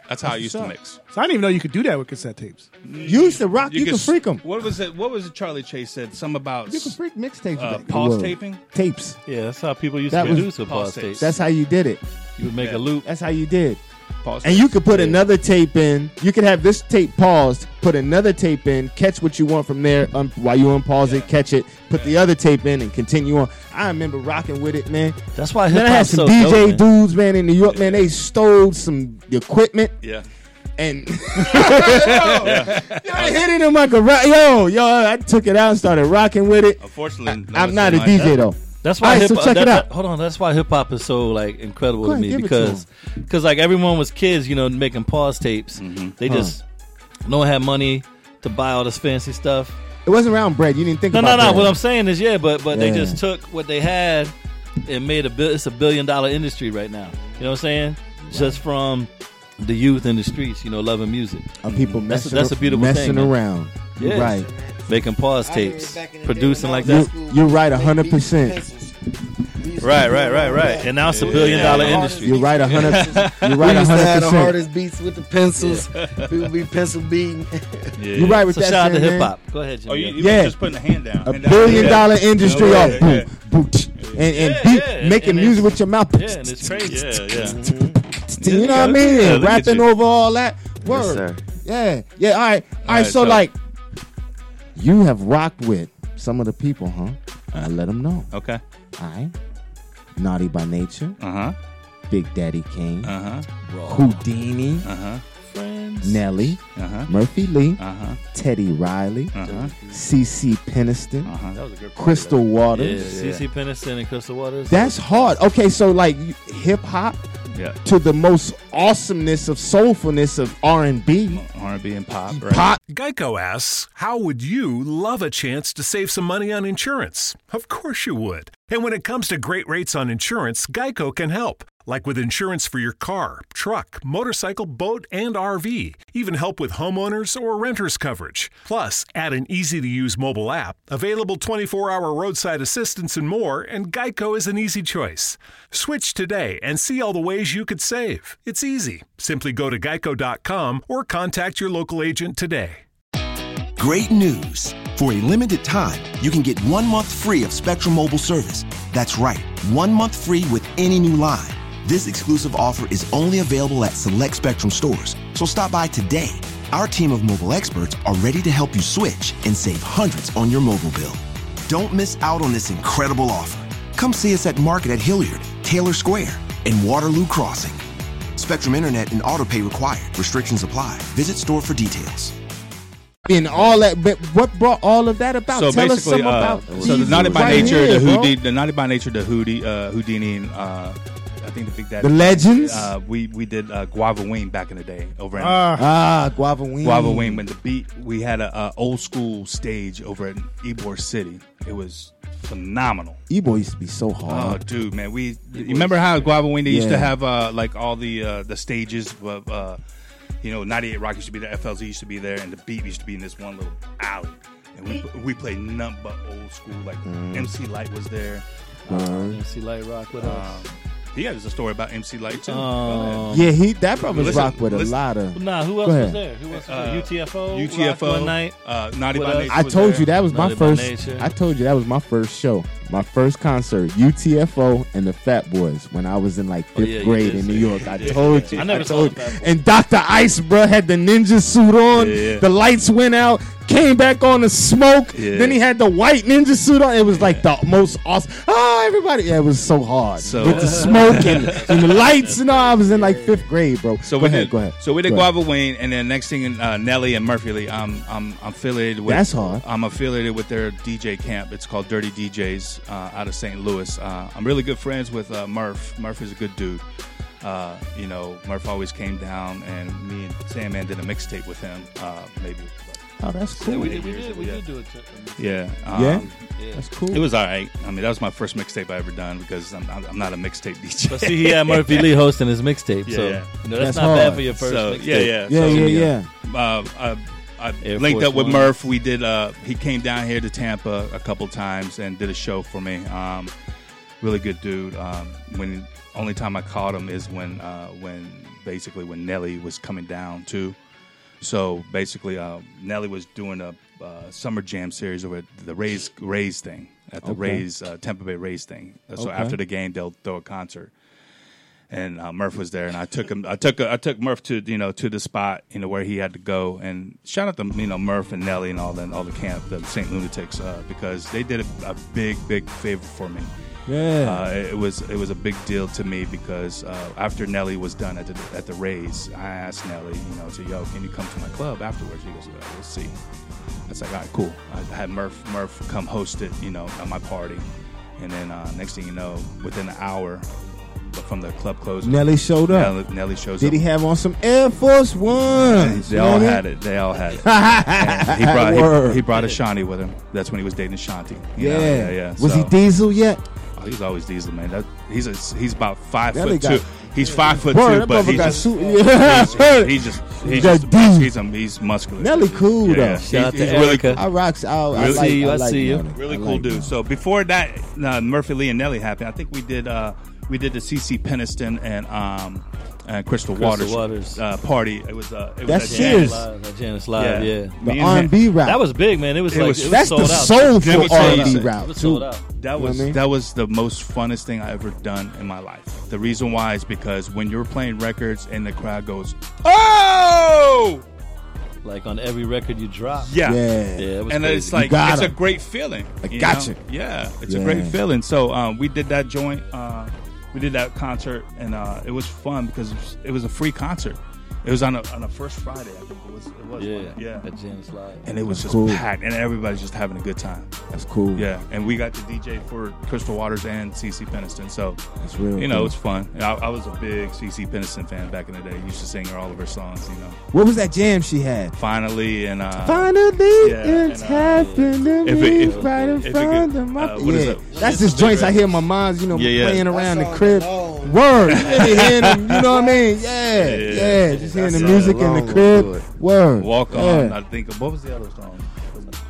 Speaker 5: That's how I used to mix.
Speaker 9: So I didn't even know you could do that with cassette tapes.
Speaker 3: You used to rock. You, can
Speaker 5: s-
Speaker 3: freak them.
Speaker 5: What was it? What was it? Charlie Chase said some about.
Speaker 3: You can freak mixtapes.
Speaker 5: Uh,
Speaker 3: back in the
Speaker 5: pause
Speaker 3: world.
Speaker 5: taping?
Speaker 3: Tapes.
Speaker 2: Yeah, that's how people used
Speaker 3: That
Speaker 2: to
Speaker 3: was-
Speaker 2: produce a pause tape.
Speaker 5: tapes.
Speaker 3: That's how you did it.
Speaker 2: You would make
Speaker 5: Yeah.
Speaker 2: a loop.
Speaker 3: That's how you did.
Speaker 5: pause
Speaker 3: And you could put another tape in. You could have this tape paused, put another tape in, catch what you want from there um, while you unpause it, catch it, put the other tape in, and continue on. I remember rocking with it, man.
Speaker 6: That's why
Speaker 3: Man, I had
Speaker 6: Uh, hip-hop's
Speaker 3: some
Speaker 6: so
Speaker 3: DJ
Speaker 6: dope, man.
Speaker 3: dudes, man, in New York, man. They stole some equipment
Speaker 5: Yeah.
Speaker 3: and yo, yo, I hit it in my garage. Yo, yo, I took it out and started rocking with it.
Speaker 5: Unfortunately, no,
Speaker 3: I'm
Speaker 5: it's
Speaker 3: not a
Speaker 5: like
Speaker 3: DJ
Speaker 5: that.
Speaker 3: though.
Speaker 6: That's why
Speaker 3: All right,
Speaker 6: hip
Speaker 3: so
Speaker 6: hop.
Speaker 3: check it
Speaker 6: that-
Speaker 3: out.
Speaker 6: that- hold on, that's why hip hop is so like incredible
Speaker 3: Go
Speaker 6: to
Speaker 3: ahead,
Speaker 6: me
Speaker 3: give it to
Speaker 6: because because like everyone was kids, you know, making pause tapes.
Speaker 5: Mm-hmm.
Speaker 6: They just no one had money to buy all this fancy stuff.
Speaker 3: It wasn't round bread. You didn't think
Speaker 6: No, no,
Speaker 3: about
Speaker 6: no.
Speaker 3: that.
Speaker 6: What I'm saying is, yeah, but but they
Speaker 3: Yeah.
Speaker 6: just took what they had and made a bill. It's a billion dollar industry right now. You know what I'm saying? Just from the youth in the streets, you know, loving music,
Speaker 3: Of people
Speaker 6: That's a-
Speaker 3: messing,
Speaker 6: that's a beautiful
Speaker 3: messing
Speaker 6: thing, man.
Speaker 3: around. You're
Speaker 6: Yes.
Speaker 3: right.
Speaker 6: making pause
Speaker 8: I remember
Speaker 6: tapes,
Speaker 8: back in the day
Speaker 6: producing
Speaker 8: when I
Speaker 6: like
Speaker 8: was in
Speaker 6: that.
Speaker 3: That's-
Speaker 8: school,
Speaker 3: You're right,
Speaker 8: they used
Speaker 3: 100%.
Speaker 8: pencils. We used to
Speaker 6: Right,
Speaker 8: do
Speaker 6: right, right,
Speaker 8: all
Speaker 6: right.
Speaker 8: that.
Speaker 6: And now it's a
Speaker 8: Yeah.
Speaker 6: billion dollar
Speaker 8: The hardest
Speaker 6: industry.
Speaker 3: You're right.
Speaker 8: beats with
Speaker 3: hundred.
Speaker 8: the pencils. We used to have the hardest beats with the pencils.
Speaker 3: You're right. hundred percent.
Speaker 8: People be pencil beating.
Speaker 3: You're right with
Speaker 6: So
Speaker 3: that.
Speaker 6: shout out to
Speaker 3: shit, man.
Speaker 6: hip hop. Go ahead,
Speaker 5: Oh,
Speaker 6: Jimmy.
Speaker 5: you, you
Speaker 3: Yeah.
Speaker 5: yeah. just putting a hand down.
Speaker 3: A
Speaker 5: Hand down.
Speaker 3: billion
Speaker 5: Yeah.
Speaker 3: dollar industry
Speaker 5: Yeah,
Speaker 3: off
Speaker 5: yeah,
Speaker 3: boom, boom, tch, and and
Speaker 6: Yeah,
Speaker 3: beat,
Speaker 6: yeah, and-
Speaker 3: making
Speaker 6: and
Speaker 3: music
Speaker 6: it's-
Speaker 3: with your mouth.
Speaker 6: Yeah, and it's crazy.
Speaker 2: Yeah, yeah.
Speaker 3: you know what I
Speaker 5: Yeah,
Speaker 3: mean?
Speaker 5: yeah, look at
Speaker 3: Rapping
Speaker 5: you.
Speaker 3: over all that. Word.
Speaker 8: sir.
Speaker 3: Yeah. Yeah. All right. All right.
Speaker 5: right,
Speaker 3: so,
Speaker 5: so-
Speaker 3: like, you have rocked with some of the people, huh? I let them know.
Speaker 5: Okay.
Speaker 3: All right. Naughty by Nature,
Speaker 5: Uh huh.
Speaker 3: Big Daddy Kane,
Speaker 5: Uh huh.
Speaker 3: Houdini,
Speaker 5: Uh huh.
Speaker 3: Nelly,
Speaker 5: Uh huh.
Speaker 3: Murphy Lee,
Speaker 5: Uh huh.
Speaker 3: Teddy Riley,
Speaker 5: Uh huh.
Speaker 3: CC Peniston,
Speaker 5: Uh huh. That was a good.
Speaker 3: Crystal
Speaker 6: Yeah,
Speaker 3: Waters.
Speaker 6: CC Peniston and Crystal Waters.
Speaker 3: That's hard. Okay, so like hip hop
Speaker 5: Yeah.
Speaker 3: to the most awesomeness of soulfulness of R and B,
Speaker 5: R&B and pop. Right?
Speaker 3: pop.
Speaker 10: Geico asks, How would you love a chance to save some money on insurance? Of course you would. And when it comes to great rates on insurance, Geico can help. Like with insurance for your car, truck, motorcycle, boat, and RV. Even help with homeowners or renters coverage. Plus, add an easy to use mobile app, available 24 hour roadside assistance, and more, and Geico is an easy choice. Switch today and see all the ways you could save. It's easy. Simply go to geico.com or contact your local agent today.
Speaker 11: Great news! For a limited time, you can get one month free of Spectrum Mobile service. That's right, one month free with any new line. This exclusive offer is only available at select Spectrum stores, so stop by today. Our team of mobile experts are ready to help you switch and save hundreds on your mobile bill. Don't miss out on this incredible offer. Come see us at Market at Hilliard, Taylor Square, and Waterloo Crossing. Spectrum Internet and auto pay required. Restrictions apply. Visit store for details.
Speaker 3: and all that. But what brought all of that about?
Speaker 5: So
Speaker 3: Tell us some
Speaker 5: basically, uh,
Speaker 3: about
Speaker 5: so the
Speaker 3: these
Speaker 5: Naughty by
Speaker 3: right
Speaker 5: Nature,
Speaker 3: here,
Speaker 5: the
Speaker 3: bro.
Speaker 5: Houdini, the Naughty by Nature, the Houdini, uh, Houdini, and uh, I think the Big Daddy.
Speaker 3: The legends?
Speaker 5: Uh, we we did uh, Guava Wing back in the day over in
Speaker 9: Ah,
Speaker 3: Ah, Guava Wing.
Speaker 5: Guava Wing, but the beat we had a, a old school stage over in Ybor City. It was phenomenal.
Speaker 3: E-boy used to be so
Speaker 5: Oh,
Speaker 3: hard.
Speaker 5: dude, man, we you remember how Guava Wing they used
Speaker 3: Yeah.
Speaker 5: to have uh, like all the uh, the stages of uh, you know 98 Rock used to be there, FLZ used to be there, and the beat used to be in this one little alley, and we we played nothing but old school. Like
Speaker 3: Mm.
Speaker 5: MC Light was there.
Speaker 3: Uh-huh.
Speaker 5: Um,
Speaker 6: MC Light Rock with us.
Speaker 5: Yeah, there's a story about MC Light too.
Speaker 6: Um,
Speaker 3: yeah, he that brother
Speaker 5: Listen,
Speaker 3: rocked with a
Speaker 5: listen.
Speaker 3: lot of.
Speaker 6: Nah, who
Speaker 3: Go
Speaker 6: else was
Speaker 3: ahead.
Speaker 6: there? Who else was
Speaker 5: Uh,
Speaker 6: there? UTFO. rocked
Speaker 5: UTFO
Speaker 6: one night.
Speaker 5: uh, Naughty
Speaker 6: What
Speaker 5: by
Speaker 6: else?
Speaker 5: Nature.
Speaker 3: I
Speaker 5: was
Speaker 3: told
Speaker 5: there.
Speaker 3: you that was my
Speaker 6: Naughty by
Speaker 3: first.
Speaker 6: Nature.
Speaker 3: I told you that was my first show, my first concert, UTFO and the Fat Boys when I was in like fifth
Speaker 6: yeah, you
Speaker 3: grade
Speaker 6: did
Speaker 3: in
Speaker 6: say
Speaker 3: New
Speaker 6: you
Speaker 3: York. I told you.
Speaker 6: I never saw
Speaker 3: told
Speaker 6: the
Speaker 3: you.
Speaker 6: Fat Boys.
Speaker 3: And Dr. Ice, bruh, had the ninja suit on.
Speaker 5: Yeah.
Speaker 3: The lights went out. Came back on the smoke.
Speaker 5: Yeah.
Speaker 3: Then he had the white ninja suit on. It was like the most awesome. I everybody. Yeah, it was so hard.
Speaker 12: So-
Speaker 3: with the smoke and, and the lights and all. I was in like fifth grade, bro. So go
Speaker 5: we
Speaker 3: ahead,
Speaker 5: did.
Speaker 3: go ahead.
Speaker 5: So we did
Speaker 3: Go ahead.
Speaker 5: Guava Wayne, and then next thing, uh, Nelly and Murphy Lee. I'm I'm I'm affiliated with.
Speaker 3: That's hard.
Speaker 5: I'm affiliated with their DJ camp. It's called Dirty DJs uh, out of St. Louis. Uh, I'm really good friends with uh, Murph. Murph is a good dude. Uh, you know, Murph always came down, and me and Sandman did a mixtape with him. Uh, maybe.
Speaker 3: Oh, that's cool.
Speaker 6: Yeah, we did-
Speaker 5: Eight
Speaker 6: we
Speaker 5: years
Speaker 6: did-
Speaker 5: ago,
Speaker 6: we
Speaker 5: yeah.
Speaker 6: did do um, a t- a
Speaker 5: Yeah,
Speaker 6: mixtape. Yeah?
Speaker 5: yeah,
Speaker 6: That's cool.
Speaker 5: It was all right. I mean, that was my first mixtape I ever done because I'm, I'm I'm not a mixtape DJ.
Speaker 6: But see, he had Murphy Lee hosting his mixtape, so you know, that's, not bad for your first
Speaker 5: So,
Speaker 6: mixtape.
Speaker 5: Yeah, yeah,
Speaker 3: Yeah,
Speaker 5: so,
Speaker 3: yeah,
Speaker 5: Uh, I, I
Speaker 6: Air
Speaker 5: linked
Speaker 6: Force
Speaker 5: up with
Speaker 6: One.
Speaker 5: Murph. We did. Uh, he came down here to Tampa a couple times and did a show for me. Um, really good dude. Um, when only time I caught him is when uh, when basically when Nelly was coming down too. So basically, uh, Nelly was doing a uh, summer jam series over at the Rays Rays thing at the
Speaker 12: Okay.
Speaker 5: Rays uh, Tampa Bay Rays thing. Uh, So
Speaker 12: Okay.
Speaker 5: after the game, they'll throw a concert and uh, Murph was there, and I took him. I took uh, I took Murph to you know to the spot you know where he had to go, and shout out to you know Murph and Nelly and all the all the camp, the Saint Lunatics, uh, because they did a, a big big favor for me.
Speaker 3: Yeah.
Speaker 5: uh, it, it was it was a big deal to me because uh, after Nelly was done at the at the Rays, I asked Nelly, you know, to yo, can you come to my club afterwards? He goes, uh, we'll see. I was like, all right, cool. I had Murph Murph come host it, you know, at my party, and then uh, next thing you know, within an hour from the club closing,
Speaker 3: Nelly showed up.
Speaker 5: Nelly, Nelly shows
Speaker 3: Did
Speaker 5: up.
Speaker 3: he have on some Air Force Ones?
Speaker 5: They all
Speaker 3: man?
Speaker 5: had it. They all had it. And he brought
Speaker 3: Word.
Speaker 5: he, he brought Ashanti with him. That's when he was dating Ashanti. you
Speaker 3: Yeah.
Speaker 5: know? yeah, yeah.
Speaker 3: Was he
Speaker 5: So-
Speaker 3: Diesel yet?
Speaker 5: Oh, he's always Diesel, man. That, he's a, he's about five
Speaker 3: Nelly
Speaker 5: foot
Speaker 3: got-
Speaker 5: two. He's five foot
Speaker 3: Word,
Speaker 5: two,
Speaker 3: that
Speaker 5: but
Speaker 3: motherfucker
Speaker 5: he's
Speaker 3: got
Speaker 5: just,
Speaker 3: suit-
Speaker 5: he's,
Speaker 3: Yeah.
Speaker 5: just- he's just he's
Speaker 3: Got
Speaker 5: just he's, he's, um, he's muscular.
Speaker 3: Nelly cool
Speaker 5: Yeah,
Speaker 3: though.
Speaker 5: yeah. Shout He's- out to he's really Erica. cool.
Speaker 3: I rocks. I, I
Speaker 5: Really-
Speaker 3: like, I like Nelly.
Speaker 5: Really
Speaker 3: I
Speaker 5: cool
Speaker 3: like
Speaker 5: dude. So before that, uh, Murphy Lee and Nelly happened. I think we did uh, we did the CC Peniston and um, and Crystal,
Speaker 6: Crystal
Speaker 5: Waters,
Speaker 6: Waters.
Speaker 5: Uh, party. It was uh, it
Speaker 3: That's
Speaker 5: was at
Speaker 3: Cheers.
Speaker 5: Janice.
Speaker 6: At Janice Live, yeah.
Speaker 5: Me
Speaker 3: The
Speaker 5: and him-
Speaker 3: R&B route.
Speaker 6: That was big, man. It was
Speaker 5: It
Speaker 6: like
Speaker 5: was-
Speaker 6: it was
Speaker 5: that's
Speaker 6: sold
Speaker 5: the
Speaker 6: out.
Speaker 5: soulful It was sold R&B out.
Speaker 6: It was sold out.
Speaker 5: That was that was the most funnest thing I ever done in my life. The reason why is because when you're playing records and the crowd goes, "Oh!"
Speaker 6: Like on every record you drop.
Speaker 5: Yeah.
Speaker 6: Yeah, it was
Speaker 5: and
Speaker 6: crazy.
Speaker 5: it's like
Speaker 6: You got
Speaker 5: it's a
Speaker 6: 'em.
Speaker 5: great feeling.
Speaker 6: I
Speaker 5: you
Speaker 6: gotcha.
Speaker 5: know? Yeah, it's
Speaker 6: Yeah.
Speaker 5: a great feeling. So um, we did that joint. Uh, we did that concert, and uh, it was fun because it was, it was a free concert. It was on a on a first Friday, I think it was. It was
Speaker 6: Yeah,
Speaker 5: yeah.
Speaker 6: At Janice Live.
Speaker 5: and it was
Speaker 6: That's
Speaker 5: just
Speaker 6: cool.
Speaker 5: packed, and everybody's just having a good time.
Speaker 3: That's cool.
Speaker 5: Yeah, and we got to DJ for Crystal Waters and CC Peniston, so
Speaker 3: That's real
Speaker 5: You know,
Speaker 3: cool.
Speaker 5: it's fun. And I, I was a big CC Peniston fan back in the day. Used to sing her all of her songs. You know,
Speaker 3: What was that jam she had?
Speaker 5: finally and uh,
Speaker 3: Finally,
Speaker 5: yeah,
Speaker 3: it's
Speaker 5: and, uh,
Speaker 3: happened to
Speaker 5: if
Speaker 3: me
Speaker 5: it- if-
Speaker 3: right in
Speaker 5: if it
Speaker 3: front
Speaker 5: could-
Speaker 3: of my.
Speaker 5: uh, what is
Speaker 3: yeah.
Speaker 5: it?
Speaker 3: that's just joints I hear my mom's, you know,
Speaker 5: Yeah, yeah.
Speaker 3: playing
Speaker 5: That
Speaker 3: around the crib. Word, you really hearing them, you know what I mean? Yeah,
Speaker 5: Yeah.
Speaker 3: yeah, just hearing the
Speaker 5: That
Speaker 3: music in
Speaker 5: song
Speaker 3: the
Speaker 5: was
Speaker 3: crib.
Speaker 5: good.
Speaker 3: Word,
Speaker 5: Walk on.
Speaker 3: Yeah.
Speaker 5: I think. What was the other song?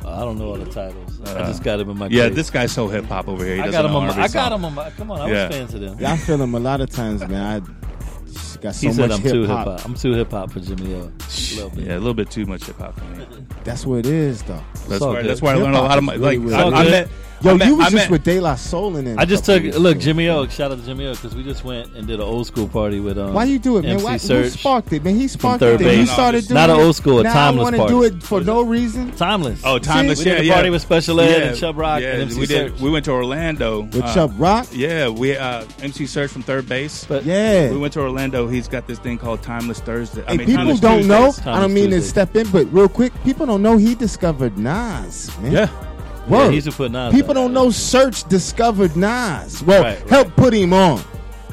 Speaker 6: Uh, I don't know all the titles. I just got him in my.
Speaker 5: Uh, Yeah,
Speaker 6: crib.
Speaker 5: this guy's so hip hop over here. He
Speaker 6: I
Speaker 5: doesn't
Speaker 6: got him
Speaker 5: know
Speaker 6: on. My,
Speaker 5: every
Speaker 6: I got
Speaker 5: song.
Speaker 6: him on. My, come on, I
Speaker 5: Yeah.
Speaker 6: was fans of them.
Speaker 3: Yeah, I feel them a lot of times, man. I just got so
Speaker 6: he said
Speaker 3: much
Speaker 6: I'm too
Speaker 3: hip
Speaker 6: hip
Speaker 3: hop.
Speaker 6: hop. I'm too hip hop for Jimmy O. A little bit.
Speaker 5: Yeah, a little bit too much hip hop for me.
Speaker 3: That's what it is, though.
Speaker 5: That's all where- good. that's where I learned a lot of my-
Speaker 3: Hip-hop is
Speaker 5: like,
Speaker 3: really
Speaker 5: I-
Speaker 3: what
Speaker 5: I
Speaker 3: it is.
Speaker 5: met-
Speaker 3: Yo,
Speaker 5: I met-
Speaker 3: you was
Speaker 5: I
Speaker 3: just
Speaker 5: met-
Speaker 3: with De La Soul in it.
Speaker 6: I just took look Jimmy O. Shout out to Jimmy O because we just went and did an old school party with um.
Speaker 3: Why you do it, man?
Speaker 6: MC
Speaker 3: Why, who
Speaker 6: Search
Speaker 3: sparked it, man? He
Speaker 6: from
Speaker 3: sparked
Speaker 6: third
Speaker 3: it.
Speaker 6: base.
Speaker 3: You started doing
Speaker 6: not
Speaker 3: it.
Speaker 6: an old school, a
Speaker 3: now
Speaker 6: timeless
Speaker 3: I want
Speaker 6: party.
Speaker 3: to do it for no reason.
Speaker 6: Timeless.
Speaker 5: Oh, timeless.
Speaker 6: We did
Speaker 5: yeah,
Speaker 6: a
Speaker 5: yeah.
Speaker 6: party with Special Ed
Speaker 5: Yeah.
Speaker 6: and Chub Rock
Speaker 5: Yeah,
Speaker 6: and MC
Speaker 5: we
Speaker 6: Search.
Speaker 5: We went to Orlando uh,
Speaker 3: With Chub Rock.
Speaker 5: Yeah, we uh, MC Search from third base. But
Speaker 3: Yeah.
Speaker 5: we went to Orlando. He's got this thing called Timeless Thursday. I
Speaker 3: Hey,
Speaker 5: mean,
Speaker 3: people
Speaker 5: Timeless
Speaker 3: don't know.
Speaker 5: Tuesdays.
Speaker 3: I don't mean to step in, but real quick, people don't know he discovered Nas, man.
Speaker 5: Yeah.
Speaker 3: Word.
Speaker 6: Yeah, he used to put Nas
Speaker 3: People
Speaker 6: out.
Speaker 3: don't know Search discovered Nas. Well,
Speaker 6: Right, right.
Speaker 3: help put him on.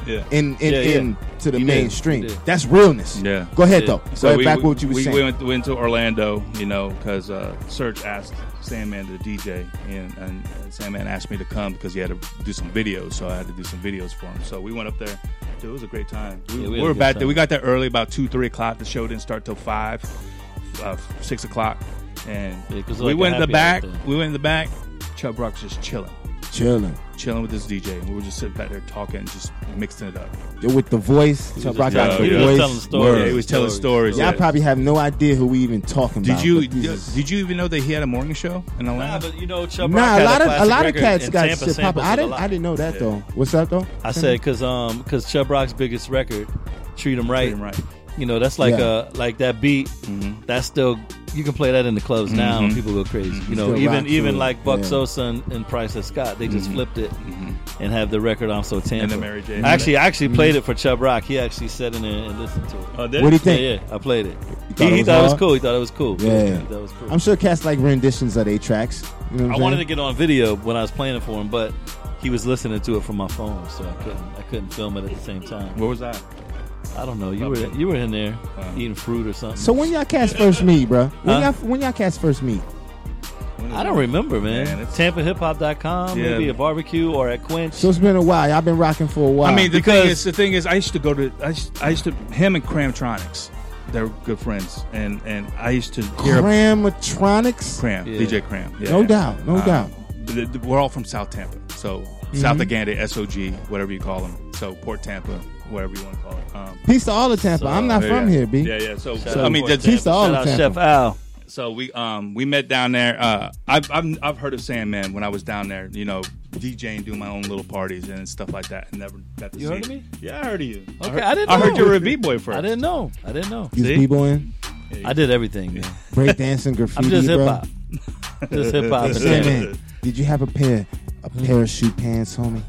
Speaker 5: Yeah.
Speaker 3: In in,
Speaker 5: Yeah, yeah.
Speaker 3: in to the
Speaker 5: He did.
Speaker 3: mainstream.
Speaker 5: He did.
Speaker 3: That's realness.
Speaker 5: Yeah.
Speaker 3: Go ahead
Speaker 5: Yeah.
Speaker 3: though. Go ahead
Speaker 5: we-
Speaker 3: back with what you were
Speaker 5: we
Speaker 3: saying.
Speaker 5: went, went to Orlando, you know, because uh, Serge asked Sandman to DJ, and, and, and Sandman asked me to come because he had to do some videos, so I had to do some videos for him. So we went up there. Dude, it was a great time. We,
Speaker 12: Yeah, we
Speaker 5: we
Speaker 12: had a
Speaker 5: were
Speaker 12: good
Speaker 5: back there.
Speaker 12: time.
Speaker 5: We got there early, about two, three o'clock. The show didn't start till five, uh, six o'clock, and
Speaker 6: 'cause
Speaker 5: we
Speaker 6: like a
Speaker 5: went in the
Speaker 6: happy
Speaker 5: back.
Speaker 6: hour thing.
Speaker 5: We went in the back. Chubb Rock's just chilling,
Speaker 3: Chilling.
Speaker 5: chilling with this DJ, and we were just sitting back there talking, just mixing it up.
Speaker 3: Yo, with the voice. Chubb Rock
Speaker 5: yeah,
Speaker 3: got the
Speaker 5: yeah. He was
Speaker 3: voice.
Speaker 5: telling stories. Yeah, he was telling stories,
Speaker 3: Y'all
Speaker 5: yeah.
Speaker 3: probably have no idea who we even talking
Speaker 5: Did
Speaker 3: about.
Speaker 5: you
Speaker 3: but these are-
Speaker 5: did you even know that he had a morning show in Atlanta?
Speaker 6: Nah, but you know, Chub Rock
Speaker 3: Nah, a
Speaker 6: had
Speaker 3: lot of a
Speaker 6: classic
Speaker 3: lot of
Speaker 6: record,
Speaker 3: cats
Speaker 6: and
Speaker 3: got
Speaker 6: Tampa
Speaker 3: shit popping.
Speaker 6: samples
Speaker 3: I
Speaker 6: it a
Speaker 3: didn't
Speaker 6: lot.
Speaker 3: I didn't know that though. What's that though?
Speaker 6: I said because um because Chub Rock's biggest record, treat 'em right. You know that's like
Speaker 12: Yeah.
Speaker 6: uh like that beat.
Speaker 5: Mm-hmm.
Speaker 6: That's still you can play that in the clubs now
Speaker 12: Mhm.
Speaker 6: and
Speaker 5: Mm-hmm.
Speaker 6: people go crazy.
Speaker 12: Mhm.
Speaker 6: You know
Speaker 12: Still
Speaker 6: even
Speaker 12: rock to
Speaker 6: even
Speaker 12: it,
Speaker 6: like Buck
Speaker 12: yeah.
Speaker 6: Sosa and, and Price Scott, they just
Speaker 12: Mhm.
Speaker 6: flipped it and have the record "I'm So Tampa."
Speaker 5: Mm-hmm. And the Mary J.
Speaker 6: Actually, I actually
Speaker 5: Mhm.
Speaker 6: played it for Chubb Rock. He actually sat in there and listened to it.
Speaker 5: Oh,
Speaker 3: did he? Mm-hmm. What'd he think?
Speaker 6: Yeah, yeah, I played it.
Speaker 3: You thought
Speaker 6: He,
Speaker 3: it
Speaker 6: he
Speaker 3: was
Speaker 6: thought it was
Speaker 3: hard?
Speaker 6: cool. He thought it was cool.
Speaker 3: Yeah,
Speaker 6: He thought it was cool.
Speaker 3: I'm sure cats like renditions of their tracks. You know what
Speaker 6: I
Speaker 3: I'm
Speaker 6: wanted to
Speaker 3: saying?
Speaker 6: get on video when I was playing it for him, but he was listening to it from my phone, so I couldn't. I couldn't film it at the same time.
Speaker 5: Where was Uh, I?
Speaker 6: I don't know. You were you were in there eating fruit or something.
Speaker 3: So when y'all cats first meet, bro? When
Speaker 6: Huh?
Speaker 3: y'all when y'all cats first meet?
Speaker 6: I don't remember, man. TampaHipHop.com,
Speaker 5: Yeah.
Speaker 6: maybe a barbecue or at Quinch.
Speaker 3: So it's been a while. Y'all been rocking for a while.
Speaker 5: I mean, the
Speaker 6: Because-
Speaker 5: thing is, the thing is, I used to go to, I used, I used to him and Cramtronics. They're good friends, and and I used to hear
Speaker 3: Cramatronics.
Speaker 5: Cram, DJ Cram. Yeah.
Speaker 3: No doubt, no
Speaker 5: Um,
Speaker 3: doubt. Mm-hmm.
Speaker 5: th- th- we're all from South Tampa, so South Aganda, SOG, whatever you call them. So Port Tampa, whatever you want to call it. Um,
Speaker 3: Peace to all of Tampa. I'm not
Speaker 5: yeah,
Speaker 3: from
Speaker 5: yeah.
Speaker 3: here, B.
Speaker 5: Yeah, yeah. So,
Speaker 3: Shout
Speaker 5: so,
Speaker 3: out
Speaker 5: I mean,
Speaker 3: Port Tampa. Peace to all Shout of out Tampa. Chef Al.
Speaker 5: So we um we met down there. Uh, I've, I've I've heard of Sandman when I was down there. You know, DJing, doing my own little parties and stuff like that, and never got to
Speaker 6: You
Speaker 5: see
Speaker 6: heard of
Speaker 5: it.
Speaker 6: me?
Speaker 5: Yeah, I heard of you.
Speaker 6: Okay,
Speaker 5: I heard,
Speaker 6: I didn't.
Speaker 5: I heard
Speaker 6: know.
Speaker 5: you were a b boy first.
Speaker 6: I didn't know. I didn't know.
Speaker 3: You was b-boying?
Speaker 6: I did everything. Man.
Speaker 3: Breakdancing, graffiti,
Speaker 6: I'm just hip
Speaker 3: bro.
Speaker 6: hop. just hip hop.
Speaker 3: Say, man, did you have a pair of
Speaker 6: Hmm.
Speaker 3: parachute pants, homie?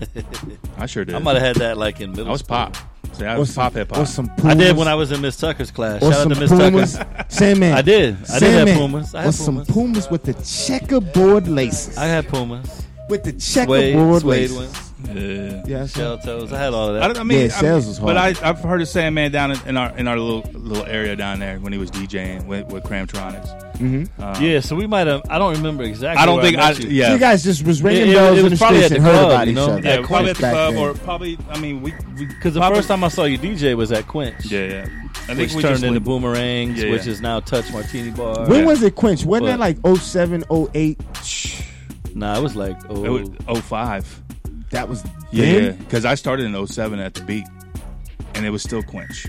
Speaker 5: I sure did.
Speaker 6: I might have had that like in middle.
Speaker 5: I was
Speaker 6: school.
Speaker 5: pop. See, I
Speaker 3: Or
Speaker 5: was
Speaker 3: some-
Speaker 5: pop hip hop.
Speaker 3: or some
Speaker 6: I did
Speaker 3: Pumas.
Speaker 6: when I was in Miss Tucker's class.
Speaker 3: Or
Speaker 6: Shout out
Speaker 3: some
Speaker 6: to Miss
Speaker 3: Pumas.
Speaker 6: Tucker.
Speaker 3: Sandman.
Speaker 6: I did. I did
Speaker 3: Sandman.
Speaker 6: have Pumas. I
Speaker 3: Or
Speaker 6: had Pumas.
Speaker 3: some Pumas with the checkerboard laces.
Speaker 6: I had Pumas.
Speaker 3: With the
Speaker 6: Suede,
Speaker 3: checkerboard
Speaker 6: suede
Speaker 3: laces.
Speaker 6: ones.
Speaker 5: Yeah.
Speaker 3: Yeah,
Speaker 6: Shell toes. I had all of that.
Speaker 5: I, don't, I mean, I mean,
Speaker 3: hard.
Speaker 5: But I, I've heard of Sandman down in, in our in our little little area down there when he was DJing with, with Cramtronics.
Speaker 3: Mhm.
Speaker 5: Um,
Speaker 6: yeah, so we might have. I don't remember exactly.
Speaker 5: I don't
Speaker 6: where
Speaker 5: think
Speaker 6: met
Speaker 5: I-
Speaker 6: you.
Speaker 5: yeah.
Speaker 3: So you guys just was ringing
Speaker 6: It- it-
Speaker 3: bells
Speaker 6: it
Speaker 3: in
Speaker 6: was
Speaker 3: the
Speaker 6: probably
Speaker 3: streets
Speaker 6: at
Speaker 3: and
Speaker 6: the
Speaker 3: heard
Speaker 6: club,
Speaker 3: about
Speaker 6: you know?
Speaker 3: each other.
Speaker 5: Yeah,
Speaker 6: At
Speaker 5: probably at the
Speaker 3: Back
Speaker 5: club
Speaker 3: then.
Speaker 5: or probably. I mean, we
Speaker 6: Because the first time I saw you DJ was at Quinch.
Speaker 5: Yeah, yeah. I
Speaker 6: which
Speaker 5: think we
Speaker 6: turned
Speaker 5: just
Speaker 6: into
Speaker 5: went-
Speaker 6: Boomerangs,
Speaker 5: Yeah, yeah.
Speaker 6: which is now Touch Martini Bar.
Speaker 3: When was it quench? Wasn't
Speaker 6: But-
Speaker 3: that like 07, 08?
Speaker 6: Nah, it was like oh,
Speaker 5: It was 05.
Speaker 3: That was
Speaker 5: Yeah,
Speaker 3: then?
Speaker 5: because I started in 07 at the beat, and it was still Quench.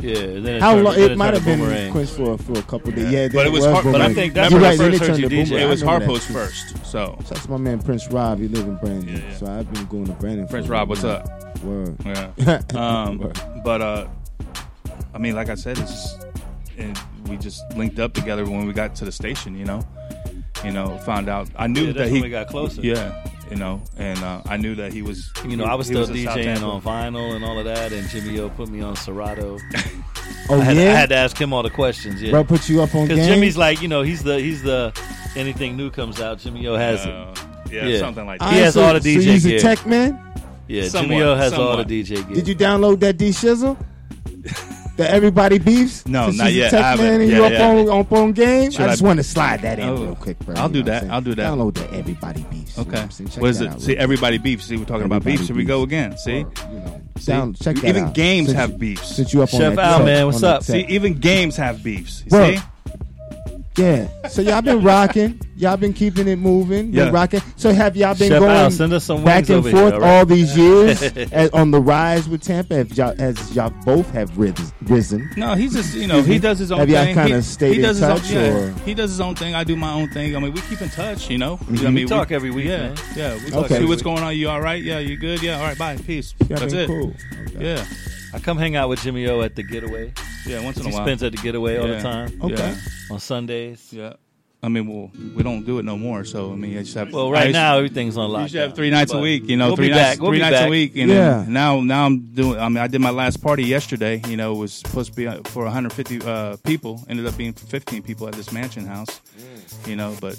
Speaker 6: yeah. Then it
Speaker 3: How
Speaker 6: turned,
Speaker 3: long?
Speaker 6: then
Speaker 3: It
Speaker 6: turned
Speaker 3: might
Speaker 6: to
Speaker 3: have been
Speaker 6: Boomerang.
Speaker 3: quench for, for a couple days. Yeah, then
Speaker 5: but it was. Har-
Speaker 3: Boomerang.
Speaker 5: but I think that's
Speaker 3: You're
Speaker 5: when I
Speaker 3: right, then
Speaker 5: first
Speaker 3: it
Speaker 5: heard
Speaker 3: turned to
Speaker 5: you DJ.
Speaker 3: Boomerang.
Speaker 5: It was
Speaker 3: I remember
Speaker 5: Harpo's
Speaker 3: that.
Speaker 5: first. So
Speaker 3: That's my man Prince Rob. He live in Brandon,
Speaker 5: yeah.
Speaker 3: so I've been going to Brandon.
Speaker 5: Prince
Speaker 3: for a
Speaker 5: Rob, what's
Speaker 3: minute.
Speaker 5: up?
Speaker 3: Word.
Speaker 5: Yeah. Um,
Speaker 3: Word.
Speaker 5: but uh, I mean, like I said, it's and we just linked up together when we got to the station. You know, you know, found out. I knew
Speaker 6: Yeah,
Speaker 5: that
Speaker 6: that's
Speaker 5: he
Speaker 6: when we got closer.
Speaker 5: Yeah, you know, and uh, I knew that he was.
Speaker 6: You know,
Speaker 5: he-
Speaker 6: I was
Speaker 5: he
Speaker 6: still
Speaker 5: a South
Speaker 6: DJing
Speaker 5: Tampa.
Speaker 6: on vinyl and all of that, and Jimmy O put me on Serato.
Speaker 3: Oh
Speaker 6: I had,
Speaker 3: yeah,
Speaker 6: I had to ask him all the questions. Yeah,
Speaker 3: bro, put you up on game.
Speaker 6: because Jimmy's like, you know, he's the he's the anything new comes out, Jimmy O has
Speaker 5: Uh,
Speaker 6: it.
Speaker 5: yeah, something like
Speaker 6: He
Speaker 5: that.
Speaker 3: Ah,
Speaker 6: has
Speaker 3: so-
Speaker 6: all the DJ
Speaker 3: So he's
Speaker 6: gear.
Speaker 3: a tech man.
Speaker 6: Yeah,
Speaker 5: Somewhat,
Speaker 6: Jimmy O has all
Speaker 5: somewhat.
Speaker 6: the DJ gear.
Speaker 3: Did you download that D Shizzle? That everybody beefs.
Speaker 5: No,
Speaker 3: Since
Speaker 5: not
Speaker 3: he's a
Speaker 5: yet. I
Speaker 3: Tech
Speaker 5: haven't.
Speaker 3: man and
Speaker 5: Yeah,
Speaker 3: you up
Speaker 5: yeah.
Speaker 3: on on phone game.
Speaker 5: Should
Speaker 3: I just
Speaker 5: I-
Speaker 3: want to slide that in
Speaker 5: Oh,
Speaker 3: real quick, bro.
Speaker 5: I'll
Speaker 3: You know
Speaker 5: do
Speaker 3: what
Speaker 5: that.
Speaker 3: I'm saying?
Speaker 5: I'll do that.
Speaker 3: Download that everybody beefs. you know
Speaker 5: Okay.
Speaker 3: I'm saying? Check
Speaker 5: What is
Speaker 3: that
Speaker 5: it?
Speaker 3: out
Speaker 5: See,
Speaker 3: real
Speaker 5: everybody beefs. See, we're talking
Speaker 3: Everybody
Speaker 5: about beefs. Here we
Speaker 3: beefs.
Speaker 5: go again. See,
Speaker 3: quick, you know.
Speaker 5: See?
Speaker 3: Down- check that
Speaker 5: even
Speaker 3: out.
Speaker 5: games
Speaker 3: Since
Speaker 5: have
Speaker 3: you-
Speaker 5: beefs.
Speaker 3: Since you up on
Speaker 6: Chef
Speaker 3: that
Speaker 6: Al,
Speaker 3: tech,
Speaker 6: man,
Speaker 3: on
Speaker 6: what's
Speaker 3: that
Speaker 6: up?
Speaker 3: tech.
Speaker 5: see, even games have beefs. You
Speaker 3: Bro.
Speaker 5: See,
Speaker 3: Yeah. So y'all been rocking. Y'all been keeping it moving.
Speaker 5: Yeah.
Speaker 3: Been rocking. So have y'all been
Speaker 6: Chef
Speaker 3: going
Speaker 6: Al, send us some
Speaker 3: back
Speaker 6: wings
Speaker 3: and
Speaker 6: over
Speaker 3: forth
Speaker 6: here, all
Speaker 3: all,
Speaker 6: right?
Speaker 3: these years as, on the rise with Tampa? Have y'all, as y'all both have risen, risen.
Speaker 5: No, he's just you know he does his own
Speaker 3: Have
Speaker 5: thing.
Speaker 3: y'all kinda
Speaker 5: He-
Speaker 3: stayed
Speaker 5: he
Speaker 3: in
Speaker 5: does
Speaker 3: touch,
Speaker 5: His own,
Speaker 3: or-
Speaker 5: He does his own thing. I do my own thing. I mean, we keep in touch. You know, I
Speaker 6: We
Speaker 5: mean,
Speaker 6: talk every week,
Speaker 5: Yeah,
Speaker 6: man.
Speaker 5: yeah. We
Speaker 3: Mm-hmm. Okay.
Speaker 5: talk. See what's going on. You all right? Yeah, you good? Yeah. All right. Bye. Peace.
Speaker 3: Y'all
Speaker 5: That's
Speaker 3: been
Speaker 5: it.
Speaker 3: cool.
Speaker 5: Yeah,
Speaker 6: I come hang out with Jimmy O at the getaway.
Speaker 5: yeah. Once in
Speaker 6: He
Speaker 5: a while.
Speaker 6: spends at the getaway all the
Speaker 5: Yeah.
Speaker 6: time
Speaker 3: Okay.
Speaker 5: Yeah.
Speaker 6: on Sundays.
Speaker 5: yeah. I mean, well, we don't do it no more. So I mean, I just have.
Speaker 6: Well,
Speaker 5: I
Speaker 6: right
Speaker 5: used-
Speaker 6: now everything's on lockdown.
Speaker 5: You should have three nights a
Speaker 6: But
Speaker 5: week, you know,
Speaker 6: we'll
Speaker 5: three
Speaker 6: be
Speaker 5: nights,
Speaker 6: back. We'll
Speaker 5: three
Speaker 6: be
Speaker 5: nights
Speaker 6: back.
Speaker 5: a week, and
Speaker 3: Yeah.
Speaker 5: then now now I'm doing. I mean, I did my last party yesterday. You know, it was supposed to be uh, for 150 uh, people, ended up being 15 people at this mansion house. You know, but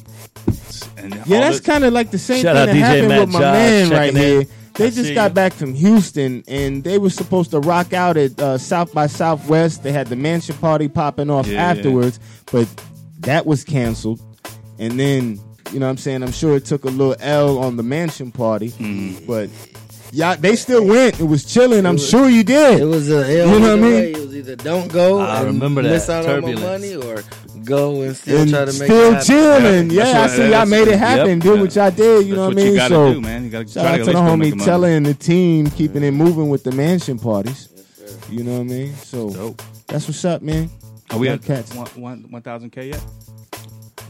Speaker 5: and
Speaker 3: Yeah,
Speaker 5: all
Speaker 3: that's
Speaker 5: this-
Speaker 3: kind of like the same
Speaker 6: Shout
Speaker 3: thing
Speaker 6: out
Speaker 3: that
Speaker 6: DJ
Speaker 3: happened
Speaker 6: Matt
Speaker 3: with my
Speaker 6: Josh,
Speaker 3: man
Speaker 6: checking
Speaker 3: right
Speaker 6: in.
Speaker 3: here. They
Speaker 6: I
Speaker 3: just
Speaker 6: see
Speaker 3: got
Speaker 6: you.
Speaker 3: back from Houston, and they were supposed to rock out at uh, South by Southwest. They had the mansion party popping off
Speaker 5: Yeah,
Speaker 3: afterwards, but that was canceled. And then, you know what I'm saying? I'm sure it took a little L on the mansion party, but yeah, they still went. It was chilling. I'm sure you
Speaker 8: It
Speaker 3: did.
Speaker 8: was a it
Speaker 3: You know
Speaker 8: was
Speaker 3: what I
Speaker 8: a
Speaker 3: mean?
Speaker 8: way. It was either don't go
Speaker 6: I
Speaker 8: and
Speaker 6: remember that.
Speaker 8: miss out
Speaker 6: Turbulence.
Speaker 8: on my money, or go and still
Speaker 3: And
Speaker 8: try to make it
Speaker 3: still
Speaker 8: happen.
Speaker 3: chilling.
Speaker 5: Yeah,
Speaker 3: Yeah,
Speaker 5: that's
Speaker 3: I
Speaker 5: what-
Speaker 3: see y'all
Speaker 5: that's-
Speaker 3: made it happen.
Speaker 5: yep.
Speaker 3: Did what y'all did. You
Speaker 5: that's
Speaker 3: know
Speaker 5: what
Speaker 3: what I mean?
Speaker 5: you gotta
Speaker 3: so
Speaker 5: do, man. You gotta
Speaker 3: Shout out
Speaker 5: try
Speaker 3: to
Speaker 5: to, at
Speaker 3: the
Speaker 5: least go make
Speaker 3: homie
Speaker 5: them
Speaker 3: Teller
Speaker 5: money.
Speaker 3: and the team keeping it moving with the mansion parties. You know what I mean? So
Speaker 5: Dope.
Speaker 3: that's what's up, man.
Speaker 5: Are we
Speaker 3: Y'all
Speaker 5: at
Speaker 3: cats.
Speaker 5: one one one thousand k yet?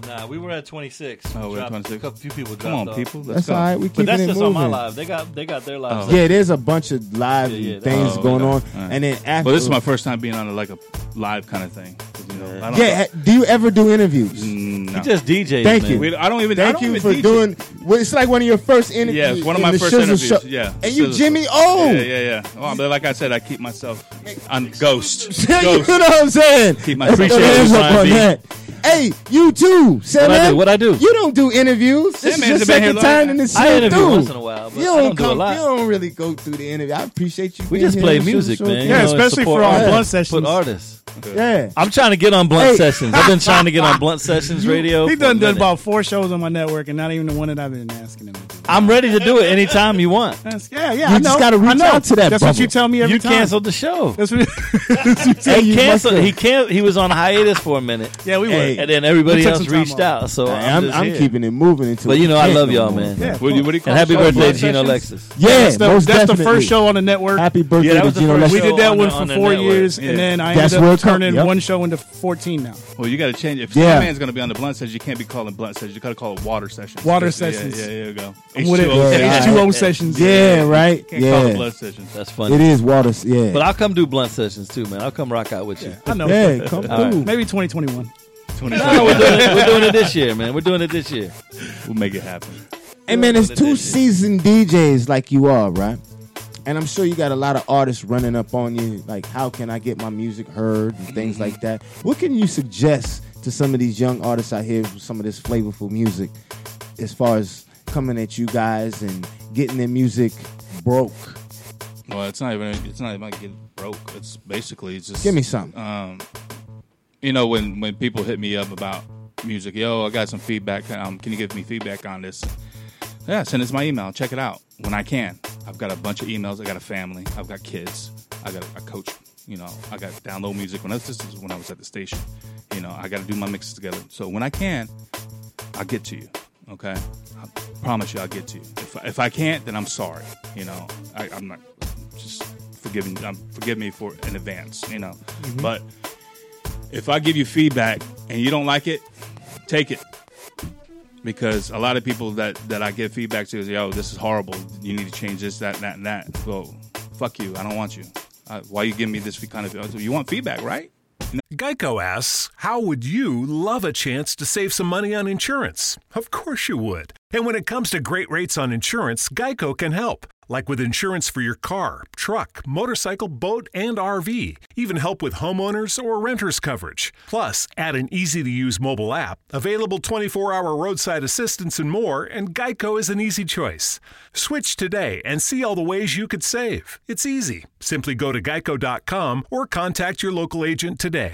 Speaker 6: Nah, we were at 26.
Speaker 5: Oh, we're at
Speaker 6: Dropped-
Speaker 5: 26?
Speaker 6: A couple- few people
Speaker 5: Come on,
Speaker 6: dropped off.
Speaker 5: people. Let's
Speaker 3: That's
Speaker 5: go.
Speaker 3: all right. We keeping
Speaker 6: But that's
Speaker 3: it
Speaker 6: just on
Speaker 3: moving.
Speaker 6: my live. They got they got their lives.
Speaker 5: Oh.
Speaker 6: up.
Speaker 3: Yeah, there's a bunch of live
Speaker 6: Yeah, yeah, that's-
Speaker 3: things
Speaker 5: Oh,
Speaker 3: going on,
Speaker 5: okay. All right.
Speaker 3: and then after.
Speaker 5: Well, this is my first time being on a, like a live kind of thing. You know, I don't
Speaker 3: yeah, ha- do you ever do interviews?
Speaker 5: Mm, No.
Speaker 6: He just DJs,
Speaker 3: Thank
Speaker 6: man.
Speaker 3: you.
Speaker 5: We- I don't even- I
Speaker 3: Thank
Speaker 5: don't
Speaker 3: you
Speaker 5: even
Speaker 3: for
Speaker 5: DJ.
Speaker 3: doing. Well, it's like one of your first interviews.
Speaker 5: Yeah, it's one of
Speaker 3: in
Speaker 5: my
Speaker 3: the
Speaker 5: first
Speaker 3: Shizzle
Speaker 5: interviews.
Speaker 3: Show.
Speaker 5: Yeah,
Speaker 3: and you
Speaker 5: Shizzle
Speaker 3: Jimmy
Speaker 5: Show.
Speaker 3: O.
Speaker 5: Yeah, yeah, yeah. Well, but like I said, I keep myself. I'm
Speaker 3: you
Speaker 5: ghost.
Speaker 3: know
Speaker 5: ghost.
Speaker 3: what I'm saying?
Speaker 5: Keep my
Speaker 3: Let's put
Speaker 5: appreciation
Speaker 3: hands up
Speaker 5: sign,
Speaker 3: on
Speaker 5: B.
Speaker 3: that. Hey, you too, Sam.
Speaker 6: I do? What I do?
Speaker 3: You don't do interviews. This
Speaker 5: man,
Speaker 3: is your
Speaker 5: it's been here
Speaker 3: second
Speaker 5: long.
Speaker 3: time in this
Speaker 6: I
Speaker 3: show,
Speaker 6: interview
Speaker 3: too.
Speaker 6: once in a while, but
Speaker 3: you
Speaker 6: I
Speaker 3: don't,
Speaker 6: don't do a
Speaker 3: come,
Speaker 6: lot.
Speaker 3: You don't really go through the interview. I appreciate you.
Speaker 6: We
Speaker 3: being
Speaker 6: just
Speaker 3: here
Speaker 6: play
Speaker 3: on the Shizzle
Speaker 6: music,
Speaker 3: Show,
Speaker 6: man.
Speaker 3: too.
Speaker 6: you know,
Speaker 9: Yeah,
Speaker 6: and
Speaker 9: especially
Speaker 6: support
Speaker 9: for our
Speaker 6: artists.
Speaker 9: blunt sessions.
Speaker 6: Put artists.
Speaker 3: Yeah.
Speaker 6: I'm trying to get on blunt
Speaker 3: Hey.
Speaker 6: sessions. I've been trying to get on blunt sessions radio.
Speaker 9: He
Speaker 6: for
Speaker 9: done
Speaker 6: a
Speaker 9: done
Speaker 6: minute.
Speaker 9: about four shows on my network, and not even the one that I've been asking him. to do.
Speaker 6: I'm ready to do it anytime you want.
Speaker 9: That's, yeah, yeah.
Speaker 3: You
Speaker 9: I
Speaker 3: just
Speaker 9: know.
Speaker 3: gotta
Speaker 9: I
Speaker 3: reach
Speaker 9: know.
Speaker 3: out to that
Speaker 9: That's what
Speaker 3: bubble.
Speaker 9: you tell me every
Speaker 6: You
Speaker 9: time.
Speaker 6: canceled the show.
Speaker 9: That's what,
Speaker 3: Hey, you
Speaker 6: He canceled.
Speaker 3: must-
Speaker 6: He can He was on hiatus for a minute.
Speaker 9: yeah, we were.
Speaker 3: Hey.
Speaker 6: and then everybody
Speaker 9: We took
Speaker 6: else
Speaker 9: some time
Speaker 6: reached
Speaker 9: off.
Speaker 6: out. So
Speaker 3: Hey,
Speaker 6: I'm,
Speaker 3: I'm,
Speaker 6: just
Speaker 3: I'm
Speaker 6: here.
Speaker 3: keeping it moving until.
Speaker 6: But you know,
Speaker 3: we
Speaker 6: I
Speaker 3: can't
Speaker 6: love
Speaker 3: no
Speaker 6: y'all,
Speaker 3: more.
Speaker 6: man.
Speaker 9: Yeah.
Speaker 5: What do you- what do you call
Speaker 6: And happy
Speaker 5: it? Show
Speaker 6: birthday,
Speaker 5: blunt
Speaker 6: Gino
Speaker 5: sessions?
Speaker 6: Lexus.
Speaker 3: Yeah,
Speaker 9: that's the,
Speaker 3: most
Speaker 9: that's the
Speaker 3: definitely.
Speaker 9: first show on the network.
Speaker 3: Happy birthday
Speaker 6: Yeah, that was
Speaker 3: to
Speaker 6: the
Speaker 3: Gino
Speaker 6: first
Speaker 9: we
Speaker 3: Lexus.
Speaker 6: show.
Speaker 9: did that
Speaker 6: on
Speaker 9: one
Speaker 6: the-
Speaker 9: for
Speaker 6: on the
Speaker 9: four
Speaker 6: network.
Speaker 9: years,
Speaker 5: Yeah.
Speaker 9: and then I
Speaker 3: That's
Speaker 9: ended
Speaker 3: where
Speaker 9: up
Speaker 3: it come-
Speaker 9: turning
Speaker 3: yep.
Speaker 9: one show into fourteen now.
Speaker 5: Well, you got to change. it. If
Speaker 3: Yeah.
Speaker 5: yeah. man's going to be on the blunt sessions, you can't be calling blunt sessions. You got to call it water sessions.
Speaker 9: Water
Speaker 5: Yeah,
Speaker 9: sessions.
Speaker 5: Yeah, yeah, there you go.
Speaker 9: I'm with it.
Speaker 5: H2O
Speaker 3: Yeah.
Speaker 5: sessions.
Speaker 9: H2O sessions.
Speaker 3: Yeah, right.
Speaker 5: Can't call it
Speaker 3: Yeah,
Speaker 5: blunt sessions.
Speaker 6: That's
Speaker 3: it
Speaker 6: funny.
Speaker 3: is water. Yeah,
Speaker 6: But I'll come do blunt sessions too, man. I'll come rock out with you.
Speaker 9: I know.
Speaker 3: yeah, come
Speaker 6: right.
Speaker 3: through.
Speaker 9: Maybe 2021.
Speaker 6: No, we're doing, it, we're doing it this year, man. We're doing it this year.
Speaker 5: We'll make it happen.
Speaker 3: Hey man, it's two seasoned DJs like you are, right? And I'm sure you got a lot of artists running up on you, like how can I get my music heard and things like that. What can you suggest to some of these young artists out here with some of this flavorful music, as far as coming at you guys and getting their music broke?
Speaker 5: Well, it's not even. It's not even like getting broke. It's basically it's just um,
Speaker 3: Give me something.
Speaker 5: you know when when people hit me up about music yo i got some feedback um, can you give me feedback on this yeah send us my email check it out when i can i've got a bunch of emails i got a family i've got kids i got a coach you know i got download music when i was this is when i was at the station you know i got to do my mixes together so when i can i'll get to you okay i promise you i'll get to you if, if i can't then i'm sorry you know I, i'm not just forgiving um, forgive me for in advance you know but if I give you feedback and you don't like it, take it. Because a lot of people that, that I give feedback to is, yo, this is horrible. You need to change this, that, that, and that. Well, fuck you. I don't want you. Uh, why you giving me this kind of? uh, You want feedback, right?
Speaker 10: Geico asks, How would you love a chance to save some money on insurance? Of course you would. And when it comes to great rates on insurance, Geico can help. Like with insurance for your car, truck, motorcycle, boat, and RV. Even help with homeowners or renters coverage. Plus, add an easy to use mobile app, available 24 hour roadside assistance, and more, and Geico is an easy choice. Switch today and see all the ways you could save. It's easy. Simply go to geico.com or contact your local agent today.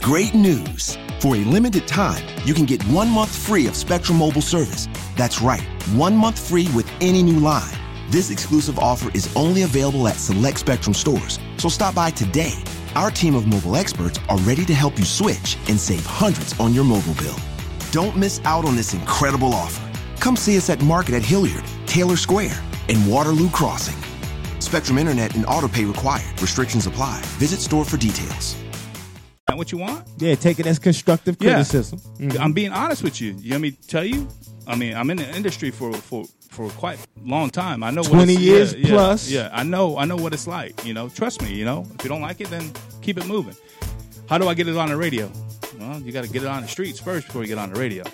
Speaker 11: Great news. For a limited time, you can get one month free of Spectrum Mobile service. That's right, one month free with any new line. This exclusive offer is only available at select Spectrum stores, so stop by today. Our team of mobile experts are ready to help you switch and save hundreds on your mobile bill. Don't miss out on this incredible offer. Come see us at Market at Hilliard, Taylor Square, and Waterloo Crossing. Spectrum Internet and auto pay required. Restrictions apply. Visit store for details.
Speaker 5: Not what you want.
Speaker 3: yeah, take it as constructive criticism.
Speaker 5: I'm being honest with you. You know me tell you? I mean, I'm in the industry for for for quite a long time. I know what
Speaker 3: 20
Speaker 5: it's-
Speaker 3: years
Speaker 5: yeah, yeah,
Speaker 3: plus.
Speaker 5: Yeah, I know. I know what it's like. You know, trust me. You know, if you don't like it, then keep it moving. How do I get it on the radio? Well, you got to get it on the streets first before you get on the radio.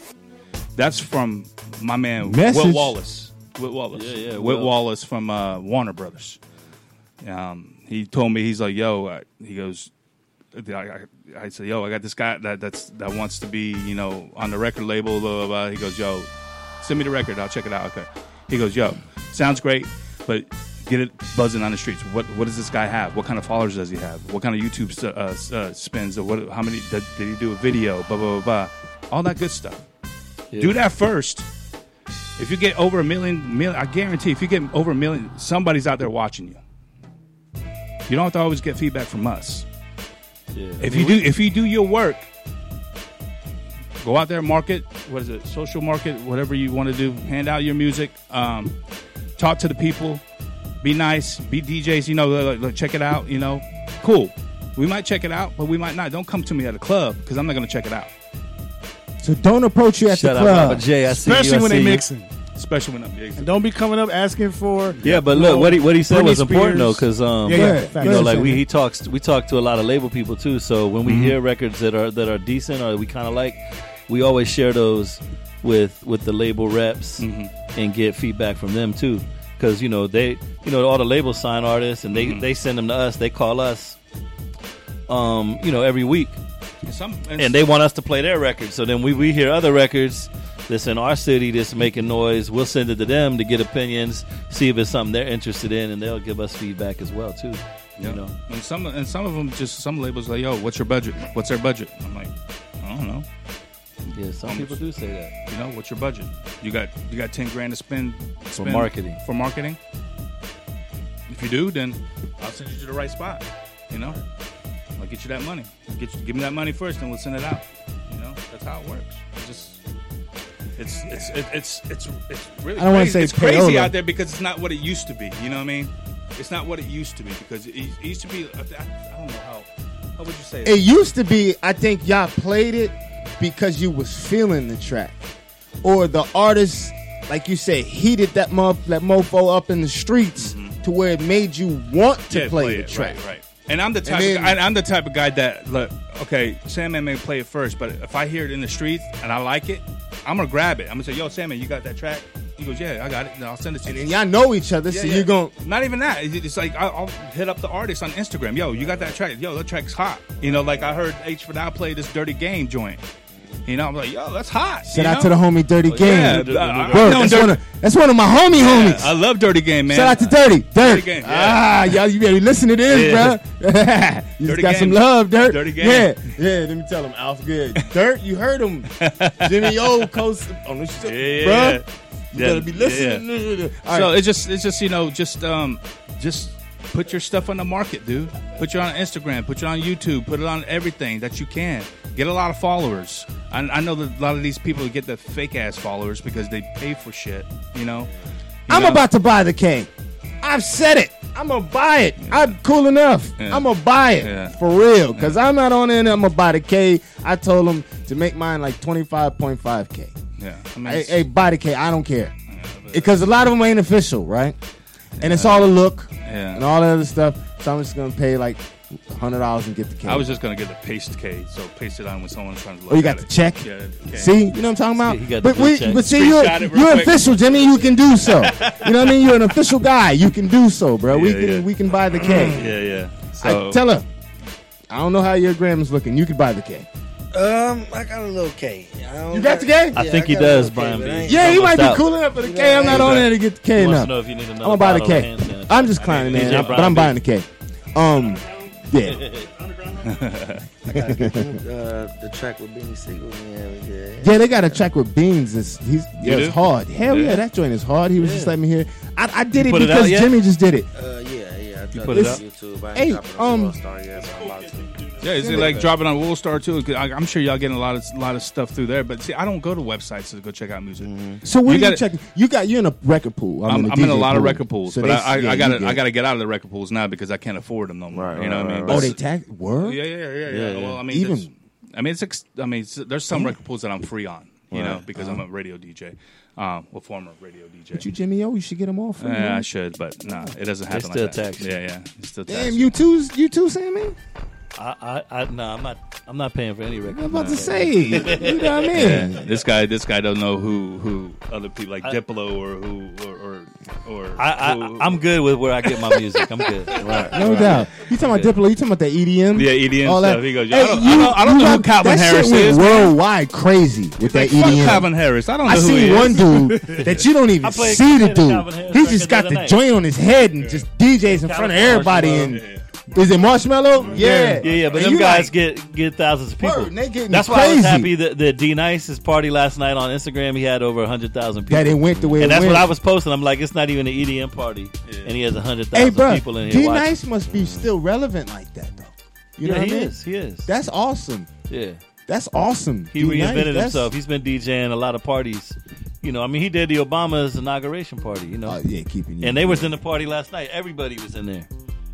Speaker 5: That's from my man Will
Speaker 3: Message.
Speaker 5: Wallace. Will Wallace.
Speaker 6: Yeah, yeah,
Speaker 5: Will
Speaker 6: Will.
Speaker 5: Wallace from uh, Warner Brothers. Um, he told me he's like, yo. I, he goes, I, I, I said, yo, I got this guy that that's that wants to be, you know, on the record label. Blah, blah, blah. He goes, yo, send me the record. I'll check it out. Okay. He goes, yo, sounds great, but get it buzzing on the streets. What what does this guy have? What kind of followers does he have? What kind of YouTube st- uh, s- uh, spins? Or what? How many did, did he do a video? Blah blah blah. blah. All that good stuff. Do that first. If you get over a million, million, I guarantee if you get over a million, somebody's out there watching you. You don't have to always get feedback from us. If you do, if you do your work, go out there, market. What is it? Social market, whatever you want to do. Hand out your music. Um, talk to the people. Be nice. Be DJs. You know, like, like, check it out. You know, cool. We might check it out, but we might not. Don't come to me at a club because I'm not going to check it out,
Speaker 3: So don't approach you at
Speaker 6: Shut
Speaker 3: the
Speaker 6: up, Papa
Speaker 3: club.
Speaker 6: J. I see you.
Speaker 9: Especially
Speaker 6: I
Speaker 9: when they
Speaker 6: see you.
Speaker 9: mixing.
Speaker 5: especially when I'm big.
Speaker 9: And don't be coming up asking for.
Speaker 6: Yeah, but look, what he what he said
Speaker 9: Britney
Speaker 6: was important though,
Speaker 9: Spears.
Speaker 6: because um,
Speaker 9: Yeah,
Speaker 3: yeah,
Speaker 6: you
Speaker 3: facts.
Speaker 6: know,
Speaker 3: Yeah,
Speaker 6: like we
Speaker 3: yeah.
Speaker 6: he talks we talk to a lot of label people too. So when we hear records that are that are decent or we kind of like, we always share those with with the label reps and get feedback from them too. Because you know they, you know all the labels sign artists and they
Speaker 5: Mhm.
Speaker 6: they send them to us. They call us, um, you know, every week,
Speaker 5: And some- and-
Speaker 6: and, they want us to play their records. So then we we hear other records that's in our city that's making noise. We'll send it to them to get opinions, see if it's something they're interested in, and they'll give us feedback as well too.
Speaker 5: Yeah.
Speaker 6: You know.
Speaker 5: And some and some of them just some labels like, yo, what's your budget? What's their budget? I'm like, I don't know. Um,
Speaker 6: Yeah, some people do say that.
Speaker 5: You know, what's your budget? You got you got ten grand to spend, spend
Speaker 6: marketing.
Speaker 5: For marketing. If you do, then I'll send you to the right spot. You know, I'll get you that money. Get you, give me that money first, and we'll send it out. You know, that's how it works. It's just it's it's it- it's it's it's really.
Speaker 3: I don't wanna
Speaker 5: crazy.
Speaker 3: say
Speaker 5: it's crazy
Speaker 3: payola.
Speaker 5: out there because it's not what it used to be. You know what I mean? It's not what it used to be because it, it used to be. I, I don't know how. How would you say
Speaker 3: It used to be, I think y'all played it because you was feeling the track, or the artist, like you said, heated that muff, that mofo up in the streets to where it made you want to
Speaker 5: Mm-hmm.
Speaker 3: play,
Speaker 5: Yeah, play
Speaker 3: the
Speaker 5: it,
Speaker 3: track.
Speaker 5: right, right. And I'm the
Speaker 3: And
Speaker 5: type.
Speaker 3: then-
Speaker 5: of, guy- I'm the type of guy that look. Okay, Sandman may play it first, but if I hear it in the streets and I like it, I'm gonna grab it. I'm gonna say, "Yo, Sandman, you got that track?" He goes, "Yeah, I got it." And I'll send it to you.
Speaker 3: And y'all know each other,
Speaker 5: Yeah,
Speaker 3: so
Speaker 5: yeah.
Speaker 3: you're going.
Speaker 5: Not even that. It's it's like I- I'll hit up the artist on Instagram. Yo, you got that track? Yo, that track's hot. You know, like I heard H for now play this Dirty Game joint. You know, I'm like, yo, that's hot.
Speaker 3: Shout
Speaker 5: you
Speaker 3: out
Speaker 5: know?
Speaker 3: to the homie Dirty
Speaker 5: Yeah,
Speaker 3: Game.
Speaker 5: I- I-
Speaker 3: Word,
Speaker 5: I've known
Speaker 3: that's,
Speaker 5: Dirty-
Speaker 3: one of, that's one of my homie
Speaker 5: Yeah,
Speaker 3: homies.
Speaker 5: I love Dirty Game, man.
Speaker 3: Shout out to Dirty. Dirty.
Speaker 5: Game,
Speaker 3: Ah, y'all, you better listen to this,
Speaker 5: Yeah.
Speaker 3: bro. you
Speaker 5: Dirty
Speaker 3: just got
Speaker 5: Game.
Speaker 3: some love, Dirt.
Speaker 5: Dirty Game.
Speaker 3: Yeah, yeah. Let me tell him, Alf good. Dirt, you heard him. Jimmy O, Coast Oh, on the show,
Speaker 5: Yeah.
Speaker 3: bro. You better be listening. All
Speaker 5: So
Speaker 3: right.
Speaker 5: it's just it's just you know just um just put your stuff on the market, dude. Put it on Instagram, put it on YouTube, put it on everything that you can. Get a lot of followers. I, I know that a lot of these people get the fake ass followers because they pay for shit. You know. You
Speaker 3: I'm
Speaker 5: know?
Speaker 3: about to buy the K. I've said it. I'm gonna buy it. I'm cool enough.
Speaker 5: Yeah.
Speaker 3: I'm gonna buy it
Speaker 5: Yeah.
Speaker 3: for real. Cause I'm not on it. I'm gonna buy the K. I told him to make mine like 25.5 K.
Speaker 5: Yeah. I mean,
Speaker 3: Hey,
Speaker 5: it's-
Speaker 3: hey, body K, I don't care. Because a lot of them ain't official, right? And it's all a look
Speaker 5: Yeah.
Speaker 3: and all that other stuff. So I'm just going to pay like $100 and get the K.
Speaker 5: I was just gonna get the paste K, so paste it on when someone's trying to look.
Speaker 3: Oh, you got
Speaker 5: at
Speaker 3: the
Speaker 5: it.
Speaker 3: check?
Speaker 5: Yeah, the K.
Speaker 3: See, you know what I'm talking about?
Speaker 6: Yeah, he got
Speaker 3: but,
Speaker 6: the blue check.
Speaker 3: but see, you're,
Speaker 5: Screenshot it real
Speaker 3: you're
Speaker 5: quick.
Speaker 3: official, Jimmy. You can do so. you know what I mean? You're an official guy. You can do so, bro. we
Speaker 5: Yeah,
Speaker 3: can
Speaker 5: yeah.
Speaker 3: we can buy the K.
Speaker 5: Yeah, yeah.
Speaker 3: I
Speaker 5: So
Speaker 3: tell her, I don't know how your gram is looking. You could buy the K.
Speaker 8: Um, I got a little K. I don't
Speaker 3: You got the K?
Speaker 6: I
Speaker 8: Yeah,
Speaker 6: think
Speaker 8: I
Speaker 6: he
Speaker 8: got a
Speaker 6: does,
Speaker 8: little K,
Speaker 6: Brian
Speaker 8: but
Speaker 6: B.
Speaker 8: I ain't-
Speaker 6: He's
Speaker 3: Yeah, he
Speaker 6: almost
Speaker 3: might be
Speaker 6: out.
Speaker 3: cool enough for the K. I'm not on there to get the K
Speaker 6: He wants
Speaker 3: enough.
Speaker 6: to know if you need another
Speaker 3: I'm gonna buy the
Speaker 6: bottle of
Speaker 3: K.
Speaker 6: hand sanitizer.
Speaker 3: I'm just clowning,
Speaker 6: He's
Speaker 3: man.
Speaker 6: your
Speaker 3: I'm- but
Speaker 6: Brian
Speaker 3: I'm
Speaker 6: B.
Speaker 3: buying the K. Um, yeah,
Speaker 8: Uh, the track with Benny Siegel. Yeah, we did.
Speaker 3: yeah. They got a track with Beans. It's he's yeah,
Speaker 5: do?
Speaker 3: it's hard. Hell yeah.
Speaker 5: Yeah.
Speaker 3: that joint is hard. He was just letting me hear. I, I did it
Speaker 6: put it out
Speaker 3: because
Speaker 6: yet?
Speaker 3: Jimmy just did it.
Speaker 8: Uh, yeah, yeah. I dropped
Speaker 6: put
Speaker 8: it
Speaker 6: it
Speaker 8: on
Speaker 6: up?
Speaker 8: YouTube. I ain't
Speaker 3: Hey,
Speaker 8: dropping on
Speaker 3: um,
Speaker 8: Star yet, but I'm about to.
Speaker 5: Yeah, is it like dropping on Worldstar too? 'Cause I- I'm sure y'all getting a lot of lot of stuff through there. But see, I don't go to websites to go check out music.
Speaker 3: So what
Speaker 5: You
Speaker 3: are you
Speaker 5: gotta-
Speaker 3: checking? You got you're in a record pool.
Speaker 5: I'm,
Speaker 3: in
Speaker 5: I'm in a
Speaker 3: DJ
Speaker 5: lot of
Speaker 3: pool.
Speaker 5: record pools,
Speaker 3: So
Speaker 5: but
Speaker 3: they-
Speaker 5: I, I,
Speaker 3: yeah,
Speaker 5: I
Speaker 3: you
Speaker 5: gotta
Speaker 3: get
Speaker 5: I
Speaker 3: it.
Speaker 5: gotta get out of the record pools now because I can't afford them no more.
Speaker 8: Right,
Speaker 5: you know what
Speaker 8: right,
Speaker 5: I mean?
Speaker 8: right,
Speaker 3: Oh,
Speaker 5: But-
Speaker 3: they tax word.
Speaker 5: yeah, yeah, yeah, yeah, yeah.
Speaker 8: Yeah.
Speaker 5: Well, I mean,
Speaker 3: Even-
Speaker 5: even I mean, it's ex- I mean, it's, there's some record pools that I'm free on, you know, because I'm a radio DJ, um, a former radio DJ.
Speaker 3: But you Jimmy O, you should get them all from
Speaker 5: yeah, I
Speaker 3: me.
Speaker 5: should, but nah, it doesn't happen.
Speaker 6: still
Speaker 5: like that.
Speaker 6: tax you.
Speaker 5: Yeah, yeah, it's still tax
Speaker 3: Damn, you too, you too, Sammy.
Speaker 6: I, I, I, no, I'm not. I'm not paying for any record.
Speaker 3: I'm about to say, you know what I mean?
Speaker 5: Yeah, this guy, this guy don't know who who other people like
Speaker 6: I-
Speaker 5: Diplo or who or or, or
Speaker 6: I, I,
Speaker 5: who-
Speaker 6: I'm good with where I get my music. I'm good. Right.
Speaker 3: No doubt. You talking about Diplo? You talking about that EDM?
Speaker 5: Yeah, EDM
Speaker 3: all
Speaker 5: stuff. He goes, I don't- I don't- I don't know who
Speaker 3: got-
Speaker 5: Calvin
Speaker 3: that
Speaker 5: Harris
Speaker 3: shit went
Speaker 5: is, man.
Speaker 3: worldwide crazy with that
Speaker 5: Like, fuck
Speaker 3: EDM.
Speaker 5: Calvin Harris. I don't know
Speaker 3: I
Speaker 5: who he
Speaker 3: seen
Speaker 5: is.
Speaker 3: one dude that you don't even
Speaker 2: played
Speaker 3: see the dude.
Speaker 2: Calvin Harris
Speaker 3: He
Speaker 2: record
Speaker 3: just
Speaker 2: the
Speaker 3: got
Speaker 2: other
Speaker 3: the
Speaker 2: night.
Speaker 3: joint on his head and just DJs in front of everybody. And is it Marshmallow? Yeah,
Speaker 6: Yeah, yeah, but
Speaker 3: And
Speaker 6: them
Speaker 3: you
Speaker 6: guys
Speaker 3: like,
Speaker 6: get get thousands of people.
Speaker 3: Word, they getting
Speaker 6: That's why I was
Speaker 3: crazy.
Speaker 6: happy that, that D Nice's party last night on Instagram. He had over hundred thousand people,
Speaker 3: that it went the way.
Speaker 6: and
Speaker 3: it
Speaker 6: that's
Speaker 3: went.
Speaker 6: what I was posting. I'm like, it's not even an EDM party, and he has hundred
Speaker 3: Hey,
Speaker 6: thousand
Speaker 3: bro,
Speaker 6: people in here
Speaker 3: D
Speaker 6: watching.
Speaker 3: Nice must be still relevant like that though. You
Speaker 6: yeah,
Speaker 3: know what
Speaker 6: he
Speaker 3: I mean?
Speaker 6: is. He is.
Speaker 3: That's awesome.
Speaker 6: yeah.
Speaker 3: That's awesome.
Speaker 6: He
Speaker 3: D-Nice,
Speaker 6: reinvented
Speaker 3: that's-
Speaker 6: himself. He's been DJing a lot of parties. You know, I mean, he did the Obama's inauguration party. You know,
Speaker 3: Oh yeah, keeping you.
Speaker 6: and they was in the party last night. Everybody was in there.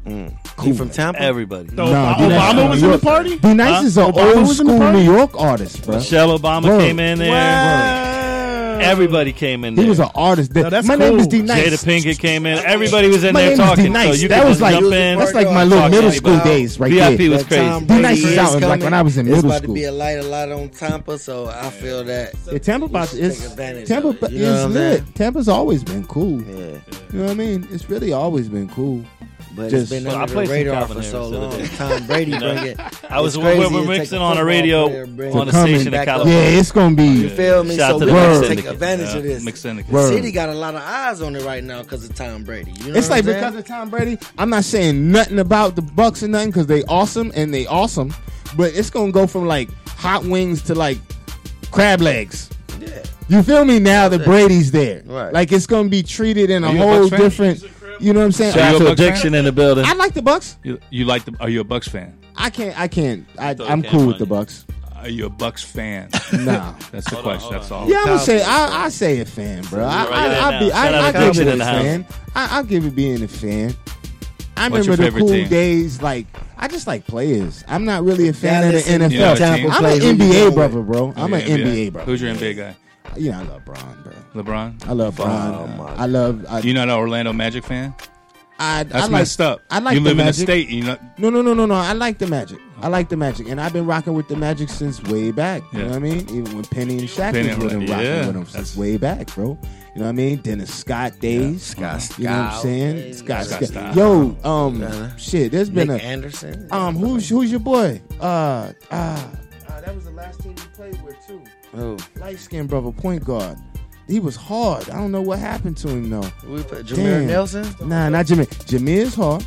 Speaker 9: Mm.
Speaker 8: He from Tampa.
Speaker 6: Everybody.
Speaker 9: No,
Speaker 3: Nah, dude, that's
Speaker 9: Obama
Speaker 3: from
Speaker 9: was
Speaker 3: New
Speaker 9: in the
Speaker 3: York.
Speaker 9: party.
Speaker 3: D Nice
Speaker 6: Huh?
Speaker 3: is an old
Speaker 9: Obama was in the
Speaker 3: school
Speaker 9: party?
Speaker 3: New York artist, bro.
Speaker 6: Michelle Obama
Speaker 3: Word.
Speaker 6: came in there. Everybody came in.
Speaker 3: He
Speaker 6: there.
Speaker 3: was an artist. That, my name is D Nice.
Speaker 6: Jada Pinkett came in. Everybody was in
Speaker 3: My
Speaker 6: there
Speaker 3: name is
Speaker 6: talking.
Speaker 3: D-Nice.
Speaker 6: So you
Speaker 3: That
Speaker 6: could
Speaker 3: was
Speaker 6: just
Speaker 3: like-
Speaker 6: jump in.
Speaker 3: that's like my
Speaker 6: talk
Speaker 3: little
Speaker 6: to
Speaker 3: middle school
Speaker 6: anybody.
Speaker 3: days right
Speaker 6: VIP
Speaker 3: there.
Speaker 6: was
Speaker 3: That
Speaker 6: crazy.
Speaker 3: Tom Brady D-Nice is
Speaker 7: is
Speaker 3: out like
Speaker 7: coming.
Speaker 3: when I was in
Speaker 7: It's
Speaker 3: middle
Speaker 7: about
Speaker 3: school.
Speaker 7: to be a light a lot on Tampa, so I feel that.
Speaker 3: Yeah, Tampa
Speaker 7: we
Speaker 3: about
Speaker 7: should
Speaker 3: is
Speaker 7: take advantage
Speaker 3: Tampa
Speaker 7: of it.
Speaker 3: ba-
Speaker 7: You know what
Speaker 3: is
Speaker 7: I'm
Speaker 3: lit.
Speaker 7: saying?
Speaker 3: Tampa's always been cool.
Speaker 7: Yeah.
Speaker 3: You know what I mean? It's really always been cool.
Speaker 7: But
Speaker 3: Just-
Speaker 7: it's been
Speaker 6: Well, I
Speaker 7: under
Speaker 6: played
Speaker 7: the
Speaker 6: some
Speaker 7: radar
Speaker 6: Calvin
Speaker 7: for so
Speaker 6: Harris the other
Speaker 7: long.
Speaker 6: day.
Speaker 7: Tom Brady
Speaker 6: You know,
Speaker 7: bring it.
Speaker 6: I
Speaker 7: It's
Speaker 6: was- we- we-
Speaker 7: crazy
Speaker 6: we're
Speaker 7: to take
Speaker 6: mixing
Speaker 7: a
Speaker 6: on a
Speaker 7: football
Speaker 6: radio
Speaker 7: player and bring
Speaker 6: on
Speaker 7: it
Speaker 6: a
Speaker 7: back
Speaker 6: station in
Speaker 7: up.
Speaker 6: California.
Speaker 3: Yeah, it's gonna be.
Speaker 7: You feel me?
Speaker 6: Shout out
Speaker 7: so
Speaker 6: to
Speaker 7: we
Speaker 6: the
Speaker 7: gotta
Speaker 6: Mixed
Speaker 7: take
Speaker 6: Syndicate.
Speaker 7: advantage
Speaker 5: Yeah,
Speaker 7: of this.
Speaker 5: Mixed Syndicate.
Speaker 7: The
Speaker 3: Word.
Speaker 7: city got a lot of eyes on it right now because of Tom Brady. You know
Speaker 3: It's
Speaker 7: what
Speaker 3: like
Speaker 7: I'm saying?
Speaker 3: because of Tom Brady, I'm not saying nothing about the Bucks and nothing because they awesome and they awesome, but it's gonna go from like hot wings to like crab legs. You feel me now that Brady's there?
Speaker 7: Right.
Speaker 3: Like it's gonna be treated in a
Speaker 5: you a
Speaker 3: whole
Speaker 5: Bucks fan?
Speaker 3: different. You know what I'm saying?
Speaker 6: So your
Speaker 5: Shout out to a
Speaker 6: prediction in the building.
Speaker 3: I like the Bucks.
Speaker 5: You, you like the? Are you a Bucks fan?
Speaker 3: I can't. I can't. I,
Speaker 6: thought
Speaker 3: I'm
Speaker 6: it
Speaker 3: cool
Speaker 6: came
Speaker 3: with the
Speaker 6: on
Speaker 3: Bucks.
Speaker 5: Are you a Bucks fan?
Speaker 3: Nah.
Speaker 5: That's the question. That's all.
Speaker 3: Yeah, I'm gonna say I, I say a fan, bro. I,
Speaker 6: Right there
Speaker 3: I, I
Speaker 6: now.
Speaker 3: be I,
Speaker 6: Shout out
Speaker 3: I
Speaker 6: to
Speaker 3: give it
Speaker 6: Compton in
Speaker 3: a
Speaker 6: the house.
Speaker 3: fan. I, I give it being a fan. I
Speaker 5: What's your
Speaker 3: remember the
Speaker 5: favorite
Speaker 3: cool
Speaker 5: team?
Speaker 3: days. Like I just like players. I'm not really a fan
Speaker 7: Dallas
Speaker 3: of
Speaker 7: and
Speaker 3: the
Speaker 5: Yeah,
Speaker 3: NFL.
Speaker 5: Tampa
Speaker 3: I'm
Speaker 7: plays. Who
Speaker 3: an
Speaker 7: you going
Speaker 3: NBA
Speaker 7: with?
Speaker 3: brother, bro. I'm
Speaker 5: Yeah,
Speaker 3: an NBA brother.
Speaker 5: Who's your NBA guy?
Speaker 3: Yeah, I love Bron, bro.
Speaker 5: LeBron.
Speaker 3: I love
Speaker 6: Oh,
Speaker 3: Bron. I love. I,
Speaker 5: You not an Orlando Magic fan?
Speaker 3: I,
Speaker 5: That's
Speaker 3: I like,
Speaker 5: messed up.
Speaker 3: I like
Speaker 5: you
Speaker 3: the
Speaker 5: live in a
Speaker 3: Magic.
Speaker 5: state. You know,
Speaker 3: No, no, no, no, no. I like the Magic. I like the Magic, and I've been rocking with the Magic since way back. You
Speaker 5: Yeah.
Speaker 3: know what I mean? Even when Penny and Shaq
Speaker 5: Penny
Speaker 3: was
Speaker 5: and
Speaker 3: with him,
Speaker 5: Ra-
Speaker 3: rocking
Speaker 5: yeah.
Speaker 3: with him since
Speaker 5: That's-
Speaker 3: way back, bro. You know what I mean? Dennis Scott days.
Speaker 7: Scott
Speaker 3: You know what I'm
Speaker 7: Scott.
Speaker 3: saying?
Speaker 7: Yeah,
Speaker 3: Scott,
Speaker 5: Scott
Speaker 3: Scott,
Speaker 5: Scott.
Speaker 3: Yo, um,
Speaker 7: Yeah.
Speaker 3: shit. There's been
Speaker 7: Nick
Speaker 3: a
Speaker 7: Anderson.
Speaker 3: um. Who's who's your boy? Uh, uh, uh that was the last team we played with too.
Speaker 7: Who?
Speaker 3: Light skinned brother, point guard. He was hard. I don't know what happened to him though.
Speaker 7: We put
Speaker 3: Damn.
Speaker 7: Jameer Nelson.
Speaker 3: Nah, not Jameer. Jameer's hard.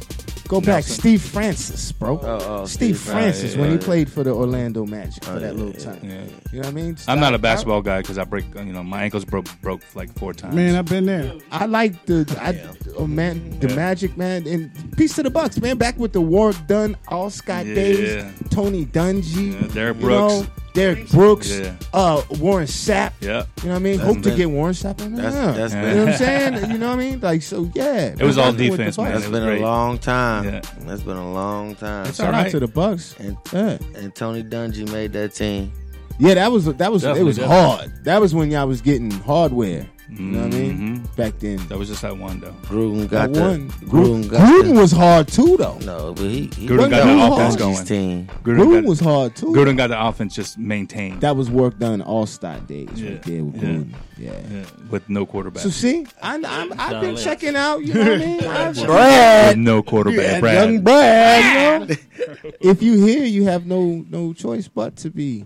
Speaker 3: Go back,
Speaker 5: Nelson.
Speaker 3: Steve Francis, bro.
Speaker 7: Oh, oh,
Speaker 3: Steve
Speaker 7: Steve Francis.
Speaker 3: Francis
Speaker 5: Yeah,
Speaker 3: when
Speaker 5: yeah,
Speaker 3: he
Speaker 5: yeah.
Speaker 3: played for the Orlando Magic for
Speaker 7: Oh,
Speaker 3: that
Speaker 7: yeah,
Speaker 3: little
Speaker 7: yeah,
Speaker 3: time.
Speaker 5: yeah.
Speaker 3: You know what I mean?
Speaker 5: I'm not a basketball guy because I break. You know, my ankles broke broke like four times.
Speaker 9: Man, I've been there.
Speaker 3: I, I like the I, oh man, the
Speaker 5: Yeah.
Speaker 3: Magic man and peace to the Bucks man. Back with the Warwick Dunn, All Scott
Speaker 5: Yeah.
Speaker 3: Days, Tony Dungy,
Speaker 5: Yeah, Derrick
Speaker 3: you
Speaker 5: Brooks.
Speaker 3: know, Derrick Brooks,
Speaker 5: Yeah.
Speaker 3: uh, Warren Sapp. You
Speaker 5: yeah,
Speaker 3: know what I mean?
Speaker 7: That's
Speaker 3: Hope to
Speaker 7: been-
Speaker 3: get Warren Sapp in there.
Speaker 7: That's- that's
Speaker 3: you
Speaker 7: been-
Speaker 3: know what I'm saying? You know what I mean? Like so, yeah.
Speaker 5: It was all
Speaker 3: Back with the
Speaker 5: defense, man.
Speaker 3: Bucks.
Speaker 5: It
Speaker 7: That's
Speaker 5: was
Speaker 7: been
Speaker 5: great.
Speaker 7: a long time.
Speaker 5: Yeah.
Speaker 7: That's been a long time.
Speaker 5: all
Speaker 3: Shout out
Speaker 5: right.
Speaker 3: to the Bucks.
Speaker 7: And,
Speaker 3: Yeah.
Speaker 7: and Tony Dungy made that team.
Speaker 3: Yeah, that was that was it
Speaker 5: Definitely,
Speaker 3: was
Speaker 5: definitely.
Speaker 3: hard. That was when y'all was getting hardware. You know what I mean?
Speaker 5: Mhm.
Speaker 3: Back then,
Speaker 5: that was just that one though.
Speaker 7: Gruden got
Speaker 3: that one.
Speaker 7: the
Speaker 3: Gruden,
Speaker 7: Gruden got the-
Speaker 3: was hard too, though.
Speaker 7: No, but he, he
Speaker 5: Gruden got
Speaker 3: the
Speaker 7: Dungy's
Speaker 3: offense
Speaker 5: going.
Speaker 7: Team.
Speaker 5: Gruden,
Speaker 3: Gruden
Speaker 5: got,
Speaker 3: was hard too.
Speaker 5: Gruden got the offense just maintained
Speaker 3: That was work done all star days
Speaker 5: Yeah,
Speaker 3: right there with
Speaker 5: yeah.
Speaker 3: Gruden. Yeah.
Speaker 5: yeah, with no quarterback.
Speaker 3: So see, I, I'm, I've
Speaker 6: John
Speaker 3: been
Speaker 6: Lynch.
Speaker 3: checking out. You know what I mean? I've-
Speaker 5: with no quarterback.
Speaker 3: Yeah,
Speaker 5: Brad.
Speaker 3: young Brad. you know? if you here, you have no no choice but to be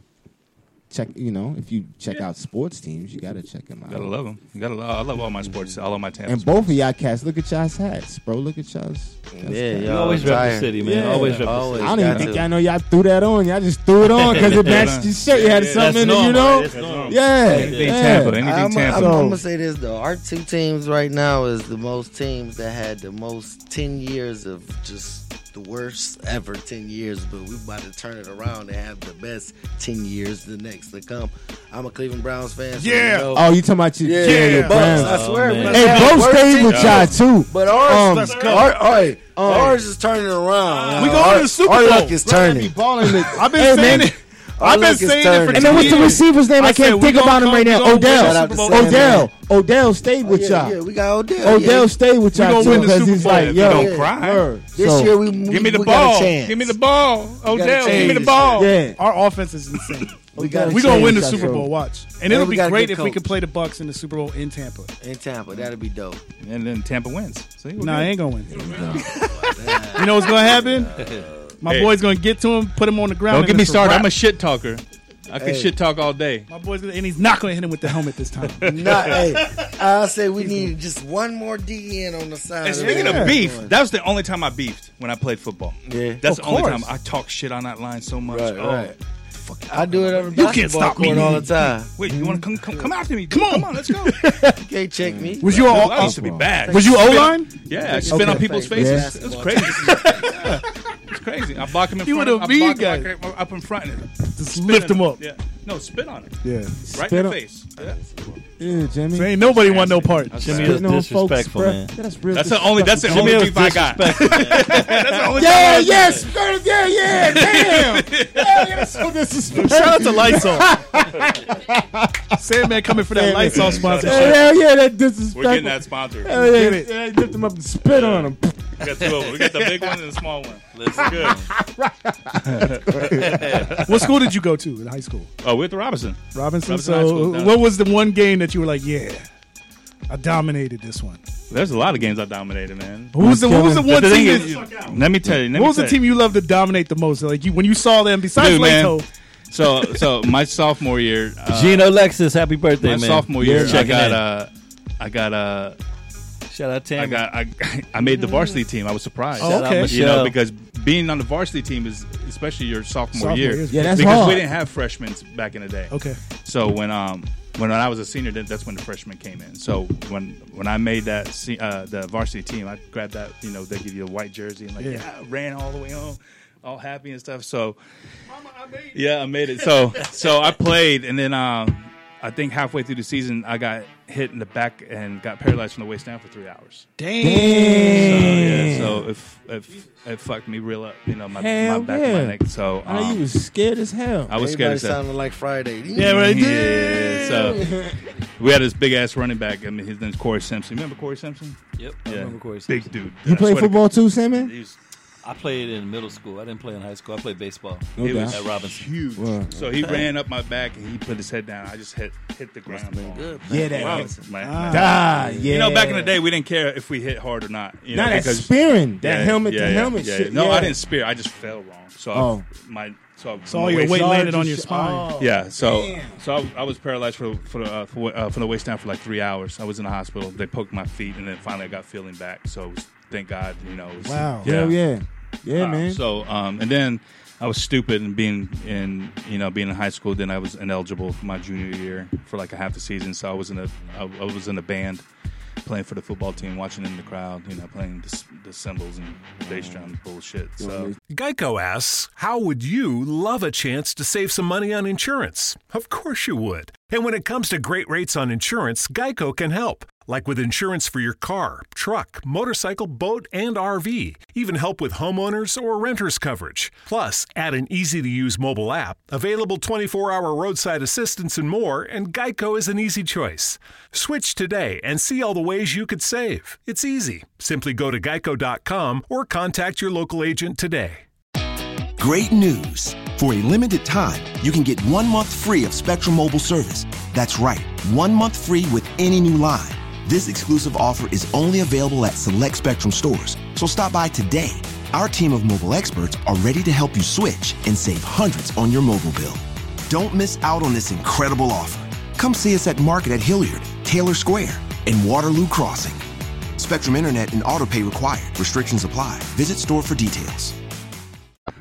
Speaker 3: check. You know, if you check out sports teams, you got to check them out.
Speaker 5: Gotta love him. Gotta love. I love all my sports. All of my Tampa.
Speaker 3: And
Speaker 5: sports.
Speaker 3: both of y'all cats, look at y'all's hats, bro. Look at y'all's.
Speaker 7: Yeah,
Speaker 6: You
Speaker 7: y'all
Speaker 6: always rep the
Speaker 7: tired.
Speaker 6: city, man. Always rep the
Speaker 7: Always
Speaker 6: city.
Speaker 3: I don't even
Speaker 7: got
Speaker 3: think
Speaker 7: to.
Speaker 3: y'all know y'all threw that on. Y'all just threw it on because it
Speaker 5: Yeah.
Speaker 3: matched your shirt. You had
Speaker 6: That's
Speaker 3: something in it, you
Speaker 6: normal,
Speaker 3: know?
Speaker 6: right? That's normal.
Speaker 3: Yeah.
Speaker 5: Anything
Speaker 3: yeah.
Speaker 5: Tampa. Anything
Speaker 7: I'm,
Speaker 5: Tampa.
Speaker 7: I'm, I'm gonna say this though. Our two teams right now is the most teams that had the most ten years of just the worst ever ten years, but we about to turn it around and have the best ten years the next to come. I'm a Cleveland Browns fan. So
Speaker 9: Yeah.
Speaker 7: You know,
Speaker 3: Oh, you talking about your,
Speaker 7: yeah,
Speaker 3: yeah, your
Speaker 7: Bucks,
Speaker 3: Browns.
Speaker 7: I swear.
Speaker 6: Oh,
Speaker 7: we
Speaker 6: man.
Speaker 3: hey,
Speaker 7: had the
Speaker 3: Bucks
Speaker 7: worst
Speaker 3: stayed
Speaker 7: 10
Speaker 3: with
Speaker 7: years.
Speaker 3: y'all, too.
Speaker 7: But ours,
Speaker 3: Um,
Speaker 7: let's go. Our, our, ours is turning around.
Speaker 9: We
Speaker 7: Our-
Speaker 9: going to the Super
Speaker 7: Our
Speaker 9: Bowl.
Speaker 7: luck is turning.
Speaker 9: I've been
Speaker 3: Hey,
Speaker 9: saying
Speaker 3: man.
Speaker 9: it. I've been
Speaker 7: luck is
Speaker 9: saying it for
Speaker 7: turning.
Speaker 3: And then what's the
Speaker 9: years.
Speaker 3: receiver's name? I,
Speaker 9: I said,
Speaker 3: can't
Speaker 9: we
Speaker 3: think
Speaker 9: gonna
Speaker 3: about him
Speaker 9: come-
Speaker 3: right
Speaker 9: we
Speaker 3: now.
Speaker 9: gonna win
Speaker 3: Odell.
Speaker 7: Shout out to Sam
Speaker 3: Odell. Odell stayed with
Speaker 7: Yeah, yeah,
Speaker 3: y'all.
Speaker 7: we got Odell.
Speaker 3: Odell
Speaker 7: yeah.
Speaker 3: stayed with
Speaker 5: We
Speaker 3: y'all
Speaker 5: gonna
Speaker 3: too
Speaker 5: win the
Speaker 3: because
Speaker 5: Super
Speaker 3: he's
Speaker 5: Bowl
Speaker 3: like,
Speaker 5: if we
Speaker 3: yo,
Speaker 5: don't cry.
Speaker 3: word.
Speaker 7: This
Speaker 3: So,
Speaker 7: year we, we
Speaker 5: Give me the
Speaker 7: we got a
Speaker 5: ball.
Speaker 7: chance.
Speaker 5: Give me the ball.
Speaker 7: got a
Speaker 5: Odell, give me
Speaker 7: chance.
Speaker 5: the ball.
Speaker 3: yeah.
Speaker 9: Our offense is insane.
Speaker 7: We got a
Speaker 9: We're gonna
Speaker 7: chance.
Speaker 9: win the
Speaker 3: I
Speaker 9: Super
Speaker 3: feel.
Speaker 9: Bowl. Watch, and,
Speaker 7: And
Speaker 9: it'll
Speaker 7: we
Speaker 9: be
Speaker 7: gotta
Speaker 9: great
Speaker 7: get
Speaker 9: if we
Speaker 7: coached.
Speaker 9: can play the Bucks in the Super Bowl in Tampa.
Speaker 7: in Tampa. That'd be dope.
Speaker 5: And then Tampa wins. See, we're
Speaker 9: Nah, I
Speaker 5: good.
Speaker 9: ain't gonna win. you know what's gonna happen? My
Speaker 5: Hey.
Speaker 9: boy's gonna get to him, put him on the ground.
Speaker 5: Don't
Speaker 9: and
Speaker 5: get me
Speaker 9: it's a
Speaker 5: started.
Speaker 9: wrap.
Speaker 5: I'm a shit talker. I can
Speaker 7: Hey.
Speaker 5: shit talk all day.
Speaker 9: My boy's gonna, and he's not gonna hit him with the helmet this time.
Speaker 7: Nah, hey, I say we need just one more DN on the side.
Speaker 5: And
Speaker 7: of
Speaker 5: speaking
Speaker 7: that.
Speaker 5: of beef, that was the only time I beefed when I played football.
Speaker 7: Yeah.
Speaker 5: that's
Speaker 9: Of
Speaker 5: the only
Speaker 9: course.
Speaker 5: time I talk shit on that line so much.
Speaker 7: Right,
Speaker 5: oh,
Speaker 7: right.
Speaker 5: Fuck
Speaker 7: I do it on the
Speaker 5: You can't
Speaker 7: basketball
Speaker 5: stop me.
Speaker 7: court all the time.
Speaker 5: Wait, you want to come, come come after me? Come on, come on, let's go.
Speaker 7: You can't check me.
Speaker 9: Was you all? Oh.
Speaker 5: I used to be bad.
Speaker 9: Was you
Speaker 5: Spit-
Speaker 9: O line?
Speaker 5: Yeah, I spit on people's
Speaker 7: Face-
Speaker 5: faces.
Speaker 7: yeah.
Speaker 5: It was crazy. Yeah. It's crazy. I block him in
Speaker 9: You
Speaker 5: front.
Speaker 9: were the
Speaker 5: I block
Speaker 9: mean
Speaker 5: him
Speaker 9: guy.
Speaker 5: like right up in front. and
Speaker 9: Just lift
Speaker 5: spit
Speaker 9: him
Speaker 5: on
Speaker 9: up.
Speaker 5: Yeah. No, spit on it.
Speaker 9: Yeah.
Speaker 5: Right
Speaker 3: Spit
Speaker 5: in the
Speaker 3: on-
Speaker 5: face. Yeah.
Speaker 3: Yeah, Jimmy.
Speaker 9: So ain't nobody want no part.
Speaker 6: Jimmy is disrespectful, man.
Speaker 3: That's real.
Speaker 5: That's the only. That's the
Speaker 3: disrespectful.
Speaker 5: only
Speaker 6: Jimmy
Speaker 5: beef I
Speaker 6: was
Speaker 5: got.
Speaker 6: disrespectful,
Speaker 3: Yeah, yes, girl, yeah, yeah, damn. yeah, yeah, that's so disrespectful.
Speaker 9: Shout out to Lysol. Sandman coming for that Lysol sponsorship.
Speaker 3: Hell yeah, that disrespectful.
Speaker 5: We're getting that sponsored.
Speaker 3: Hell yeah, yeah, they lift him up and spit on him.
Speaker 5: We got two of them. We got the big one and the small one.
Speaker 6: Listen,
Speaker 5: Good.
Speaker 9: What school did you go to in high school?
Speaker 5: Oh, we're at the Robinson.
Speaker 9: Robinson.
Speaker 5: Robinson High School,
Speaker 9: So,
Speaker 5: down
Speaker 9: what was the one game that you were like, yeah, I dominated this one?
Speaker 5: There's a lot of games I dominated, man.
Speaker 9: Who was the Who was the one
Speaker 5: The thing
Speaker 9: team?
Speaker 5: is-
Speaker 9: that-
Speaker 5: let me tell you.
Speaker 9: What
Speaker 5: Let me
Speaker 9: was the
Speaker 5: tell you.
Speaker 9: team you loved to dominate the most? Like you, when you saw them, besides
Speaker 5: Dude, man.
Speaker 9: Leto,
Speaker 5: So, so my sophomore year, uh,
Speaker 6: Gino Lexus, happy birthday,
Speaker 5: my
Speaker 6: man.
Speaker 5: sophomore year, I
Speaker 6: Checking
Speaker 5: got,
Speaker 6: in.
Speaker 5: uh, I got, uh,
Speaker 6: shout out Tammy.
Speaker 5: I got, I, I made the varsity team. I was surprised.
Speaker 9: Oh,
Speaker 6: Shout out
Speaker 9: okay.
Speaker 6: Michelle.
Speaker 5: You know, because being on the varsity team is especially your sophomore,
Speaker 9: Sophomore
Speaker 5: year.
Speaker 9: year is-
Speaker 3: Yeah, that's
Speaker 5: because
Speaker 3: hard.
Speaker 5: we didn't have freshmen back in the day.
Speaker 9: okay,
Speaker 5: So when um when I was a senior, that- that's when the freshmen came in. So when when I made that se- uh, the varsity team, I grabbed that you know they give you a white jersey and like yeah,
Speaker 9: Yeah.
Speaker 5: I ran all the way home, all happy and stuff. So yeah, I made it. So so I played, and then um I think halfway through the season, I got hit in the back and got paralyzed from the waist down for three hours. So, yeah, so if if it fucked me real up, you know my, my
Speaker 3: Hell
Speaker 5: back and
Speaker 3: yeah.
Speaker 5: my neck. So
Speaker 3: I know
Speaker 5: um,
Speaker 3: you was scared as hell.
Speaker 5: I was scared
Speaker 8: Everybody
Speaker 5: as hell.
Speaker 8: sounding like Friday.
Speaker 9: yeah, right.
Speaker 5: Yeah, so we had this big ass running back. I mean, his name's Corey Simpson. Remember Corey Simpson?
Speaker 6: Yep. I
Speaker 5: Yeah.
Speaker 6: remember Corey Simpson.
Speaker 5: Big dude.
Speaker 3: you
Speaker 5: I
Speaker 3: play
Speaker 5: swear to
Speaker 3: football too, Sandman?
Speaker 5: God, He was,
Speaker 6: I played in middle school. I didn't play in high school. I played baseball
Speaker 5: he
Speaker 3: doubt.
Speaker 5: was
Speaker 6: at Robinson.
Speaker 5: huge.
Speaker 3: Wow.
Speaker 5: So he ran up my back and he put his head down. I just hit hit the ground.
Speaker 8: Good.
Speaker 3: Yeah, that.
Speaker 5: Wow. Man, man.
Speaker 3: Ah, yeah.
Speaker 5: You know, back in the day, we didn't care if we hit hard or not. You know,
Speaker 3: Now that
Speaker 5: because
Speaker 3: spearing, that
Speaker 5: Yeah,
Speaker 3: helmet
Speaker 5: yeah,
Speaker 3: to
Speaker 5: yeah,
Speaker 3: helmet
Speaker 5: yeah.
Speaker 3: shit.
Speaker 5: No,
Speaker 3: yeah.
Speaker 5: I didn't spear. I just fell wrong. So I-
Speaker 3: Oh.
Speaker 5: my so,
Speaker 9: So
Speaker 5: my
Speaker 9: all your
Speaker 5: waist-
Speaker 9: weight
Speaker 3: Sorry,
Speaker 9: landed on
Speaker 3: just-
Speaker 9: your spine.
Speaker 3: oh.
Speaker 5: Yeah, so
Speaker 3: Damn.
Speaker 5: so I, I was paralyzed for for, uh, for uh, from the waist down for like three hours. I was in the hospital. They poked my feet, and then finally I got feeling back. So it was, thank God, you know. It was,
Speaker 9: Wow.
Speaker 3: Hell yeah. Yeah,
Speaker 5: Uh,
Speaker 3: man.
Speaker 5: So um, and then I was stupid and being in you know being in high school. Then I was ineligible for my junior year for like a half a season. So I was in a I, I was in a band playing for the football team, watching in the crowd, you know, playing the, s- the cymbals and bass drum bullshit. So
Speaker 10: Geico asks, How would you love a chance to save some money on insurance? Of course you would. And when it comes to great rates on insurance, Geico can help. Like with insurance for your car, truck, motorcycle, boat, and RV. Even help with homeowners or renters coverage. Plus, add an easy to use mobile app, available 24 hour roadside assistance, and more, and Geico is an easy choice. Switch today and see all the ways you could save. It's easy. Simply go to geico.com or contact your local agent today.
Speaker 11: Great news. For a limited time, you can get one month free of Spectrum Mobile service. That's right, one month free with any new line. This exclusive offer is only available at select Spectrum stores, so stop by today. Our team of mobile experts are ready to help you switch and save hundreds on your mobile bill. Don't miss out on this incredible offer. Come see us at Market at Hilliard, Taylor Square, and Waterloo Crossing. Spectrum Internet and auto pay required. Restrictions apply. Visit store for details.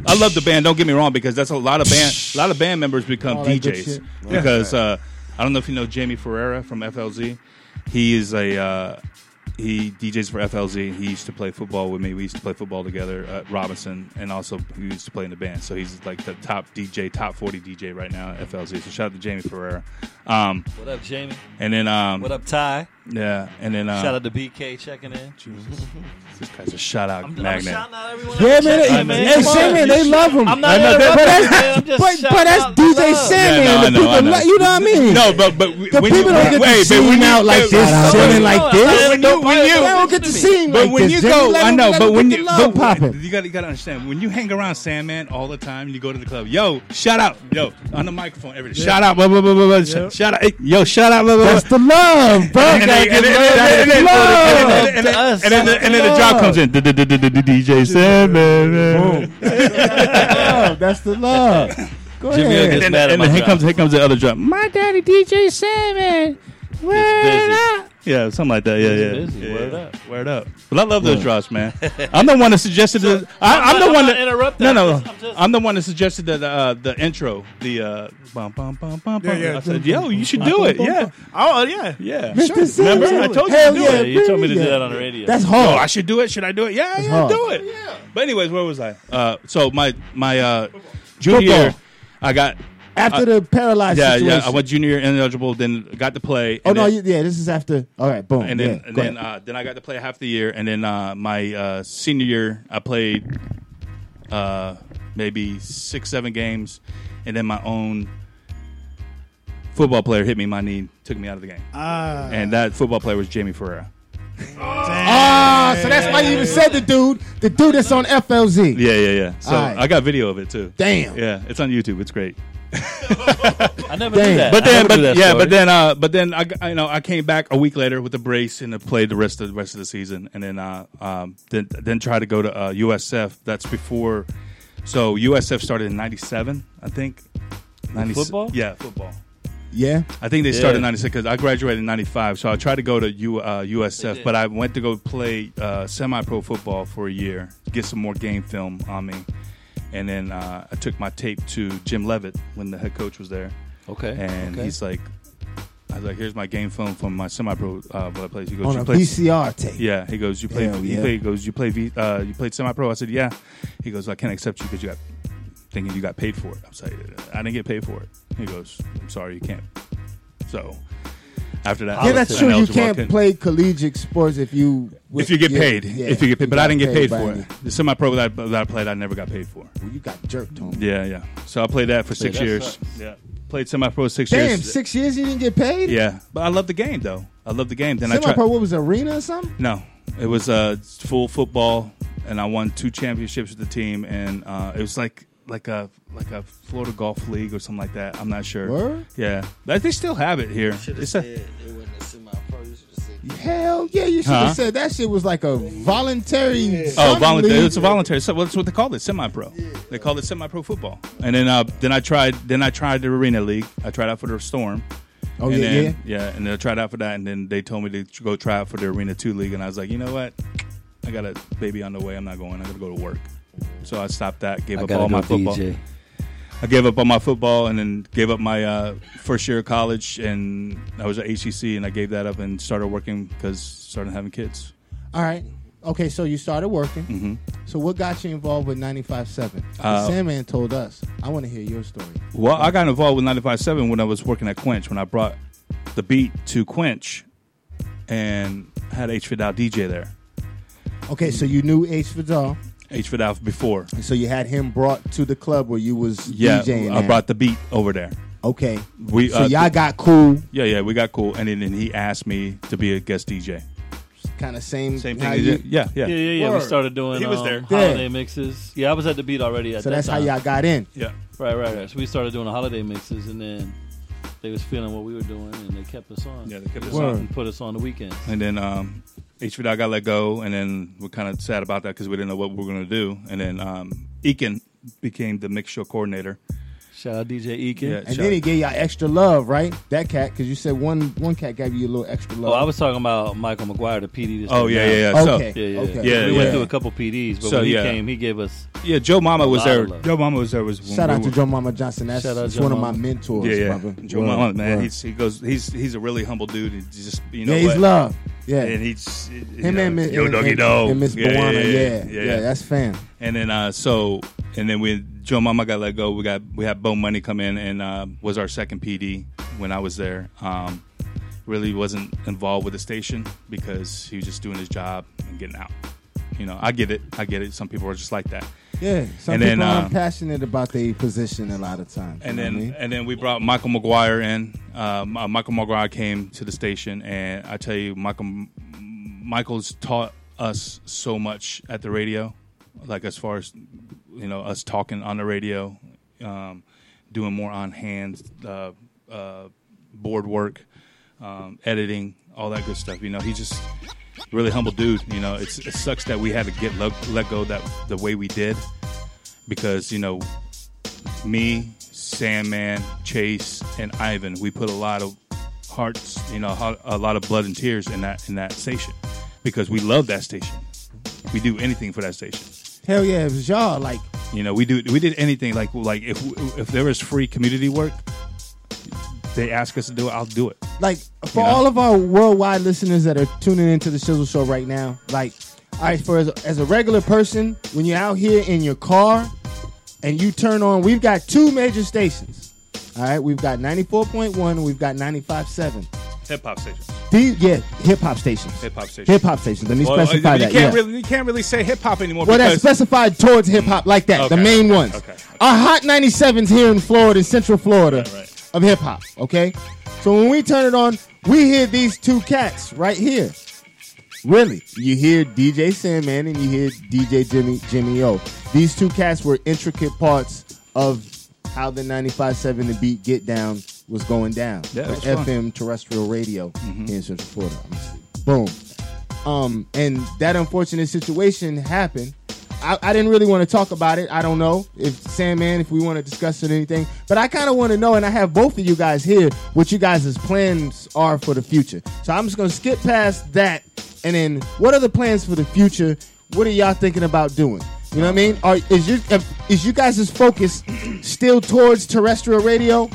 Speaker 5: I love the band. Don't get me wrong, because that's a lot of band. A lot of band members become
Speaker 3: All that good
Speaker 5: DJs
Speaker 3: shit.
Speaker 5: because uh, I don't know if you know Jamie Ferreira from FLZ. He is a uh, he DJs for FLZ. He used to play football with me. We used to play football together at Robinson, and also he used to play in the band. So he's like the top DJ, top forty DJ right now at FLZ. So shout out to Jamie Ferreira. Um,
Speaker 6: What up, Jamie?
Speaker 5: and then um,
Speaker 6: What up, Ty?
Speaker 5: Yeah, and then uh,
Speaker 6: Shout out to BK checking in.
Speaker 5: This guy's a shout out
Speaker 6: I'm, I'm
Speaker 5: magnet.
Speaker 6: shouting out everyone.
Speaker 3: Yeah,
Speaker 6: I'm
Speaker 3: man.
Speaker 6: checking
Speaker 3: Hey,
Speaker 6: in, man.
Speaker 3: hey,
Speaker 6: Come on.
Speaker 3: Sandman, they love him.
Speaker 6: I'm not
Speaker 5: I know,
Speaker 6: interrupting,
Speaker 3: but that's-
Speaker 6: man. I'm just
Speaker 3: But,
Speaker 6: shouting
Speaker 3: but that's
Speaker 6: out the
Speaker 3: DJ
Speaker 6: love.
Speaker 3: Sandman.
Speaker 5: Yeah, no,
Speaker 3: the
Speaker 5: I know, I
Speaker 3: people
Speaker 5: know.
Speaker 3: like- you know what I mean?
Speaker 5: No, but but we-
Speaker 3: The
Speaker 5: when
Speaker 3: people
Speaker 5: you,
Speaker 3: don't get to
Speaker 5: wait,
Speaker 3: see
Speaker 5: but when
Speaker 3: him
Speaker 5: you-
Speaker 3: out like
Speaker 5: wait,
Speaker 3: this,
Speaker 5: wait,
Speaker 3: shouting
Speaker 5: wait,
Speaker 3: like
Speaker 6: No,
Speaker 3: this.
Speaker 6: I didn't
Speaker 5: When
Speaker 6: know-
Speaker 5: you- when
Speaker 6: why-
Speaker 5: you-
Speaker 3: They
Speaker 6: why
Speaker 3: don't
Speaker 6: listen
Speaker 3: get to
Speaker 6: me?
Speaker 3: see him
Speaker 5: But
Speaker 3: like
Speaker 5: when
Speaker 3: this.
Speaker 5: you
Speaker 3: Jimmy,
Speaker 5: go,
Speaker 3: let
Speaker 5: I
Speaker 3: him-
Speaker 5: know.
Speaker 3: let
Speaker 5: But
Speaker 3: him
Speaker 5: when
Speaker 3: get
Speaker 5: you
Speaker 3: the love
Speaker 5: but
Speaker 3: popping.
Speaker 5: you got you got to understand when you hang around Sandman all the time, you go to the club. Yo, shout out, yo, on the microphone, everything. Shout out, blah blah blah blah. blah sh- Shout out, hey, yo, shout out, blah blah.
Speaker 3: That's
Speaker 5: blah.
Speaker 3: the love, bro.
Speaker 5: And then- and then- and then- and
Speaker 3: Love.
Speaker 5: then- and then- and then- and then- and then- and then the drop comes in. DJ Sandman.
Speaker 3: Love. Oh, That's the love. Go
Speaker 6: Jimmy will
Speaker 3: ahead.
Speaker 6: get-
Speaker 5: And
Speaker 6: Mad at
Speaker 5: then
Speaker 6: my
Speaker 5: here
Speaker 6: drop.
Speaker 5: comes here comes the other drop.
Speaker 3: My daddy, DJ Sandman. Word
Speaker 6: busy.
Speaker 3: up.
Speaker 5: Yeah, something like that. Yeah, yeah.
Speaker 6: busy.
Speaker 5: yeah.
Speaker 6: Word up.
Speaker 5: Word up. But I love those drops, man. I'm the one that suggested the. I, I'm,
Speaker 6: not-
Speaker 5: the
Speaker 6: I'm
Speaker 5: one
Speaker 6: not
Speaker 5: that
Speaker 6: interrupting.
Speaker 5: No,
Speaker 6: I'm
Speaker 5: no.
Speaker 6: just- I'm just-
Speaker 5: I'm the one that suggested the uh, the intro. The uh, bum, bum, bum, bum, bum.
Speaker 9: yeah.
Speaker 5: I said, yo, you should do it. Yeah,
Speaker 9: Oh yeah,
Speaker 5: yeah.
Speaker 3: Mr. Sandman.
Speaker 5: Remember, I told you
Speaker 3: Hell
Speaker 5: to do
Speaker 3: yeah,
Speaker 5: it.
Speaker 6: Yeah, you told me to do
Speaker 3: baby.
Speaker 6: that on the radio.
Speaker 3: That's
Speaker 5: Oh, I
Speaker 3: hard.
Speaker 5: should do it. Should I do it? Yeah, yeah,
Speaker 3: hard.
Speaker 5: do it. Yeah. But anyways, where was I? Uh, so my my uh, junior
Speaker 3: Football.
Speaker 5: year, I got
Speaker 3: After
Speaker 5: I-
Speaker 3: the paralyzed
Speaker 5: yeah,
Speaker 3: situation.
Speaker 5: yeah. I went junior ineligible, then got to play.
Speaker 3: oh
Speaker 5: and
Speaker 3: no,
Speaker 5: then-
Speaker 3: you, yeah, this is after. All right, boom.
Speaker 5: and then
Speaker 3: yeah,
Speaker 5: and
Speaker 3: go
Speaker 5: then
Speaker 3: ahead.
Speaker 5: uh, then I got to play half the year, and then uh, my uh, senior year I played uh, maybe six seven games, and then my own football player hit me in my knee, took me out of the game,
Speaker 9: Ah.
Speaker 5: and that football player was Jamie Ferreira.
Speaker 3: Ah, so that's why you even said the dude, the dude that's on FLZ.
Speaker 5: Yeah, yeah, yeah. So
Speaker 3: All right.
Speaker 5: I got video of it too.
Speaker 3: Damn.
Speaker 5: Yeah, it's on YouTube. It's great.
Speaker 6: I never knew that.
Speaker 5: But
Speaker 6: I
Speaker 5: then,
Speaker 6: never
Speaker 5: but
Speaker 6: knew that
Speaker 5: yeah,
Speaker 6: story.
Speaker 5: but then, uh, but then I, I- you know, I came back a week later with a brace and I played the rest of the rest of the season, and then, uh, um, then, then try to go to uh, USF. That's before, so USF started in '97, I think. 90
Speaker 6: football?
Speaker 5: Yeah, football.
Speaker 3: Yeah.
Speaker 5: I think they started in
Speaker 6: Yeah.
Speaker 5: '96 because I graduated in '95, so I tried to go to U, uh, USF, but I went to go play uh, semi-pro football for a year, get some more game film on me, and then uh, I took my tape to Jim Levitt when the head coach was there.
Speaker 6: Okay,
Speaker 5: and
Speaker 6: okay.
Speaker 5: he's like, I was like, "Here's my game film from my semi-pro uh, what I played." He goes,
Speaker 3: On
Speaker 5: "You
Speaker 3: a
Speaker 5: played-
Speaker 3: VCR tape.
Speaker 5: Yeah, he goes, "You played."
Speaker 3: Hell
Speaker 5: he
Speaker 3: yeah.
Speaker 5: played- he goes, "You played. V, uh, you played semi-pro." I said, "Yeah." He goes, "I can't accept you because you got thinking you got paid for it." I was like, "I didn't get paid for it." He goes, "I'm sorry, you can't." So after that, I
Speaker 3: Yeah,
Speaker 5: was
Speaker 3: that's true. You
Speaker 5: ineligible. I
Speaker 3: can't
Speaker 5: couldn't-
Speaker 3: play collegiate sports if you
Speaker 5: if you get
Speaker 3: yeah,
Speaker 5: paid.
Speaker 3: yeah.
Speaker 5: if you get paid, but I
Speaker 3: got
Speaker 5: didn't get paid,
Speaker 3: by
Speaker 5: for
Speaker 3: me.
Speaker 5: it. The semi-pro that I, that I played, I never got paid for.
Speaker 3: Well, you got jerked on.
Speaker 5: Yeah, yeah. So I played that for six
Speaker 6: that
Speaker 5: years.
Speaker 6: sucks.
Speaker 5: Yeah, played semi-pro six
Speaker 3: Damn,
Speaker 5: years.
Speaker 3: six years you didn't get paid.
Speaker 5: Yeah, but I love the game though. I love the game. Then I
Speaker 3: Semi
Speaker 5: tried.
Speaker 3: pro, what was it, arena or something?
Speaker 5: No, it was uh, full football, and I won two championships with the team, and uh, it was like like a like a Florida Golf League or something like that. I'm not sure.
Speaker 3: Word?
Speaker 5: Yeah, but they still have it here.
Speaker 8: Should have
Speaker 5: It's
Speaker 8: said
Speaker 5: a,
Speaker 8: it wasn't a semi-pro. You should have said
Speaker 3: Hell yeah, you should have
Speaker 5: Huh?
Speaker 3: said that shit was like a voluntary.
Speaker 5: oh,
Speaker 3: something
Speaker 5: voluntary.
Speaker 3: league.
Speaker 5: It's a voluntary. So that's what they called it, semi-pro. They called it semi-pro football. And then uh, then I tried then I tried the arena league. I tried out for the Storm.
Speaker 3: Oh
Speaker 5: and
Speaker 3: yeah,
Speaker 5: then,
Speaker 3: yeah.
Speaker 5: and then I tried out for that, and then they told me to go try out for the Arena Two League, and I was like, you know what, I got a baby on the way, I'm not going, I got to go to work, so I stopped that, gave
Speaker 2: I
Speaker 5: up
Speaker 2: gotta
Speaker 5: all
Speaker 2: go
Speaker 5: my football,
Speaker 2: DJ.
Speaker 5: I gave up all my football, and then gave up my uh, first year of college, and I was at HCC, and I gave that up and started working because started having kids.
Speaker 3: All right. Okay, so you started working. So what got you involved with 95.7?
Speaker 5: Mm-hmm. Uh,
Speaker 3: Sandman told us. I want to hear your story.
Speaker 5: Well, I got involved with 95.7 when I was working at Quench, when I brought the beat to Quench, and had H Fidel DJ there.
Speaker 3: Okay, so you knew H. Vidal,
Speaker 5: H Fidel before.
Speaker 3: and so you had him brought to the club where you was
Speaker 5: Yeah,
Speaker 3: DJing.
Speaker 5: I
Speaker 3: at.
Speaker 5: brought the beat over there.
Speaker 3: Okay,
Speaker 5: We,
Speaker 3: so
Speaker 5: uh,
Speaker 3: y'all got cool,
Speaker 5: Yeah, yeah, we got cool, and then and he asked me to be a guest DJ.
Speaker 3: kind of same.
Speaker 5: Same
Speaker 3: how
Speaker 5: thing. he
Speaker 3: you-
Speaker 5: did. yeah, yeah,
Speaker 6: yeah, yeah, yeah.
Speaker 5: Word.
Speaker 6: We started doing
Speaker 5: He was
Speaker 6: um,
Speaker 5: there.
Speaker 6: holiday
Speaker 3: Yeah.
Speaker 6: mixes. Yeah, I was at the beat already. At
Speaker 3: So
Speaker 6: that
Speaker 3: that's how
Speaker 6: time.
Speaker 3: y'all got in.
Speaker 5: Yeah,
Speaker 6: Right, right, right. So we started doing the holiday mixes, and then they was feeling what we were doing, and they kept us on.
Speaker 5: yeah, they kept us
Speaker 3: Word.
Speaker 5: on.
Speaker 6: and put us on the weekends.
Speaker 5: And then um, HVDOT got let go, and then we're kind of sad about that because we didn't know what we were gonna do. And then um, Eakin became the mix show coordinator.
Speaker 6: Shout out DJ Eakin.
Speaker 5: Yeah,
Speaker 3: And
Speaker 5: shout-
Speaker 3: then he gave y'all extra love, right? That cat, because you said one one cat gave you a little extra
Speaker 6: Oh,
Speaker 3: love.
Speaker 6: I was talking about Michael McGuire, the PD. This
Speaker 5: oh
Speaker 6: time
Speaker 5: yeah,
Speaker 6: now.
Speaker 5: yeah, yeah. So,
Speaker 3: Okay.
Speaker 6: Yeah, yeah,
Speaker 3: okay.
Speaker 5: Yeah,
Speaker 6: We
Speaker 5: yeah.
Speaker 6: went through a couple PDs, but
Speaker 5: So,
Speaker 6: when he
Speaker 5: yeah.
Speaker 6: came, he gave us.
Speaker 5: yeah, Joe Mama was
Speaker 6: lot of
Speaker 5: there.
Speaker 6: love.
Speaker 5: Joe Mama was there. Was when
Speaker 3: Shout
Speaker 5: we
Speaker 3: out to
Speaker 5: were-
Speaker 3: Joe Mama Johnson. That's
Speaker 6: Shout out
Speaker 3: that's
Speaker 6: Joe
Speaker 3: one
Speaker 6: Mama.
Speaker 3: of my mentors,
Speaker 5: Yeah, yeah.
Speaker 3: brother.
Speaker 5: Joe
Speaker 3: Word,
Speaker 5: Mama, man,
Speaker 3: word.
Speaker 5: he's, he goes. He's he's a really humble dude. He just you know
Speaker 3: yeah, he's
Speaker 5: what?
Speaker 3: love. Yeah,
Speaker 5: And he's
Speaker 3: him and, Mi-
Speaker 5: Yo
Speaker 3: and,
Speaker 5: Doggy
Speaker 3: and-
Speaker 5: Dog
Speaker 3: and Miss
Speaker 5: Yeah,
Speaker 3: Buana. Yeah yeah,
Speaker 5: yeah.
Speaker 3: that's fan.
Speaker 5: And then uh, so, and then we Joe Mama got let go. We got we had Bo Money come in and uh, was our second PD when I was there. Um, really wasn't involved with the station because he was just doing his job and getting out. You know, I get it. I get it. Some people are just like that.
Speaker 3: Yeah, some
Speaker 5: And
Speaker 3: people
Speaker 5: then,
Speaker 3: aren't
Speaker 5: um,
Speaker 3: passionate about their position a lot of times.
Speaker 5: And
Speaker 3: you know
Speaker 5: then
Speaker 3: what I mean?
Speaker 5: and then we brought Michael McGuire in. Um, uh, Michael McGuire came to the station, and I tell you, Michael Michael's taught us so much at the radio, like as far as you know, us talking on the radio, um, doing more on hand uh, uh, board work, um, editing, all that good stuff. You know, he just really humble dude. You know, it's, it sucks that we had to get let, let go that the way we did because you know me, Sandman, Chase, and Ivan, we put a lot of hearts, you know, ho- a lot of blood and tears in that in that station because we love that station. We do anything for that station.
Speaker 3: hell yeah, it was y'all. Like
Speaker 5: You know, we do we did anything like like if if there was free community work, they ask us to do it, I'll do it.
Speaker 3: like for
Speaker 5: You know?
Speaker 3: all of our worldwide listeners that are tuning into the Shizzle Show right now, like, all right, for as, as a regular person, when you're out here in your car and you turn on, we've got two major stations. All right, we've got 94.1 and we've got 95.7.
Speaker 5: Hip hop station.
Speaker 3: The, yeah, hip hop stations.
Speaker 5: Hip hop station.
Speaker 3: Hip hop stations. Let me
Speaker 5: Well,
Speaker 3: specify
Speaker 5: you
Speaker 3: that.
Speaker 5: Can't
Speaker 3: yeah.
Speaker 5: really, you can't really say hip hop anymore.
Speaker 3: well, that's
Speaker 5: because
Speaker 3: specified towards hip hop like that. the
Speaker 5: Okay,
Speaker 3: main
Speaker 5: okay,
Speaker 3: ones.
Speaker 5: okay,
Speaker 3: Our hot 97s here in Florida, in Central Florida, of hip hop. Okay, so when we turn it on, we hear these two cats right here. Really, you hear DJ Sandman and you hear DJ Jimmy Jimmy O. These two cats were intricate parts of how the 95.7 The Beat Get Down was going down.
Speaker 5: Yeah, it
Speaker 3: on
Speaker 5: was fun. Mm-hmm.
Speaker 3: FM terrestrial radio here in Central Florida. Boom. Um, and that unfortunate situation happened. I, I didn't really want to talk about it. I don't know if Sandman, if we want to discuss it or anything, but I kind of want to know, and I have both of you guys here, what you guys' plans are for the future. So I'm just going to skip past that, and then what are the plans for the future? What are y'all thinking about doing? You know what I mean? Are, is you is you guys' focus still towards terrestrial radio?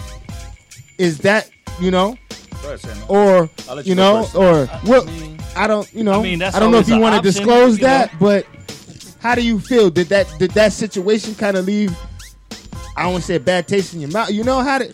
Speaker 3: Is that you know? or
Speaker 6: I'll let
Speaker 3: you,
Speaker 6: you go
Speaker 3: know,
Speaker 6: first.
Speaker 3: or well, I don't, you know, I,
Speaker 6: I mean, that's
Speaker 3: don't know if
Speaker 6: always
Speaker 3: you
Speaker 6: an
Speaker 3: want to
Speaker 6: option,
Speaker 3: disclose
Speaker 6: you know.
Speaker 3: that, but how do you feel? Did that did that situation kind of leave? I don't want to say a bad taste in your mouth. You know how to,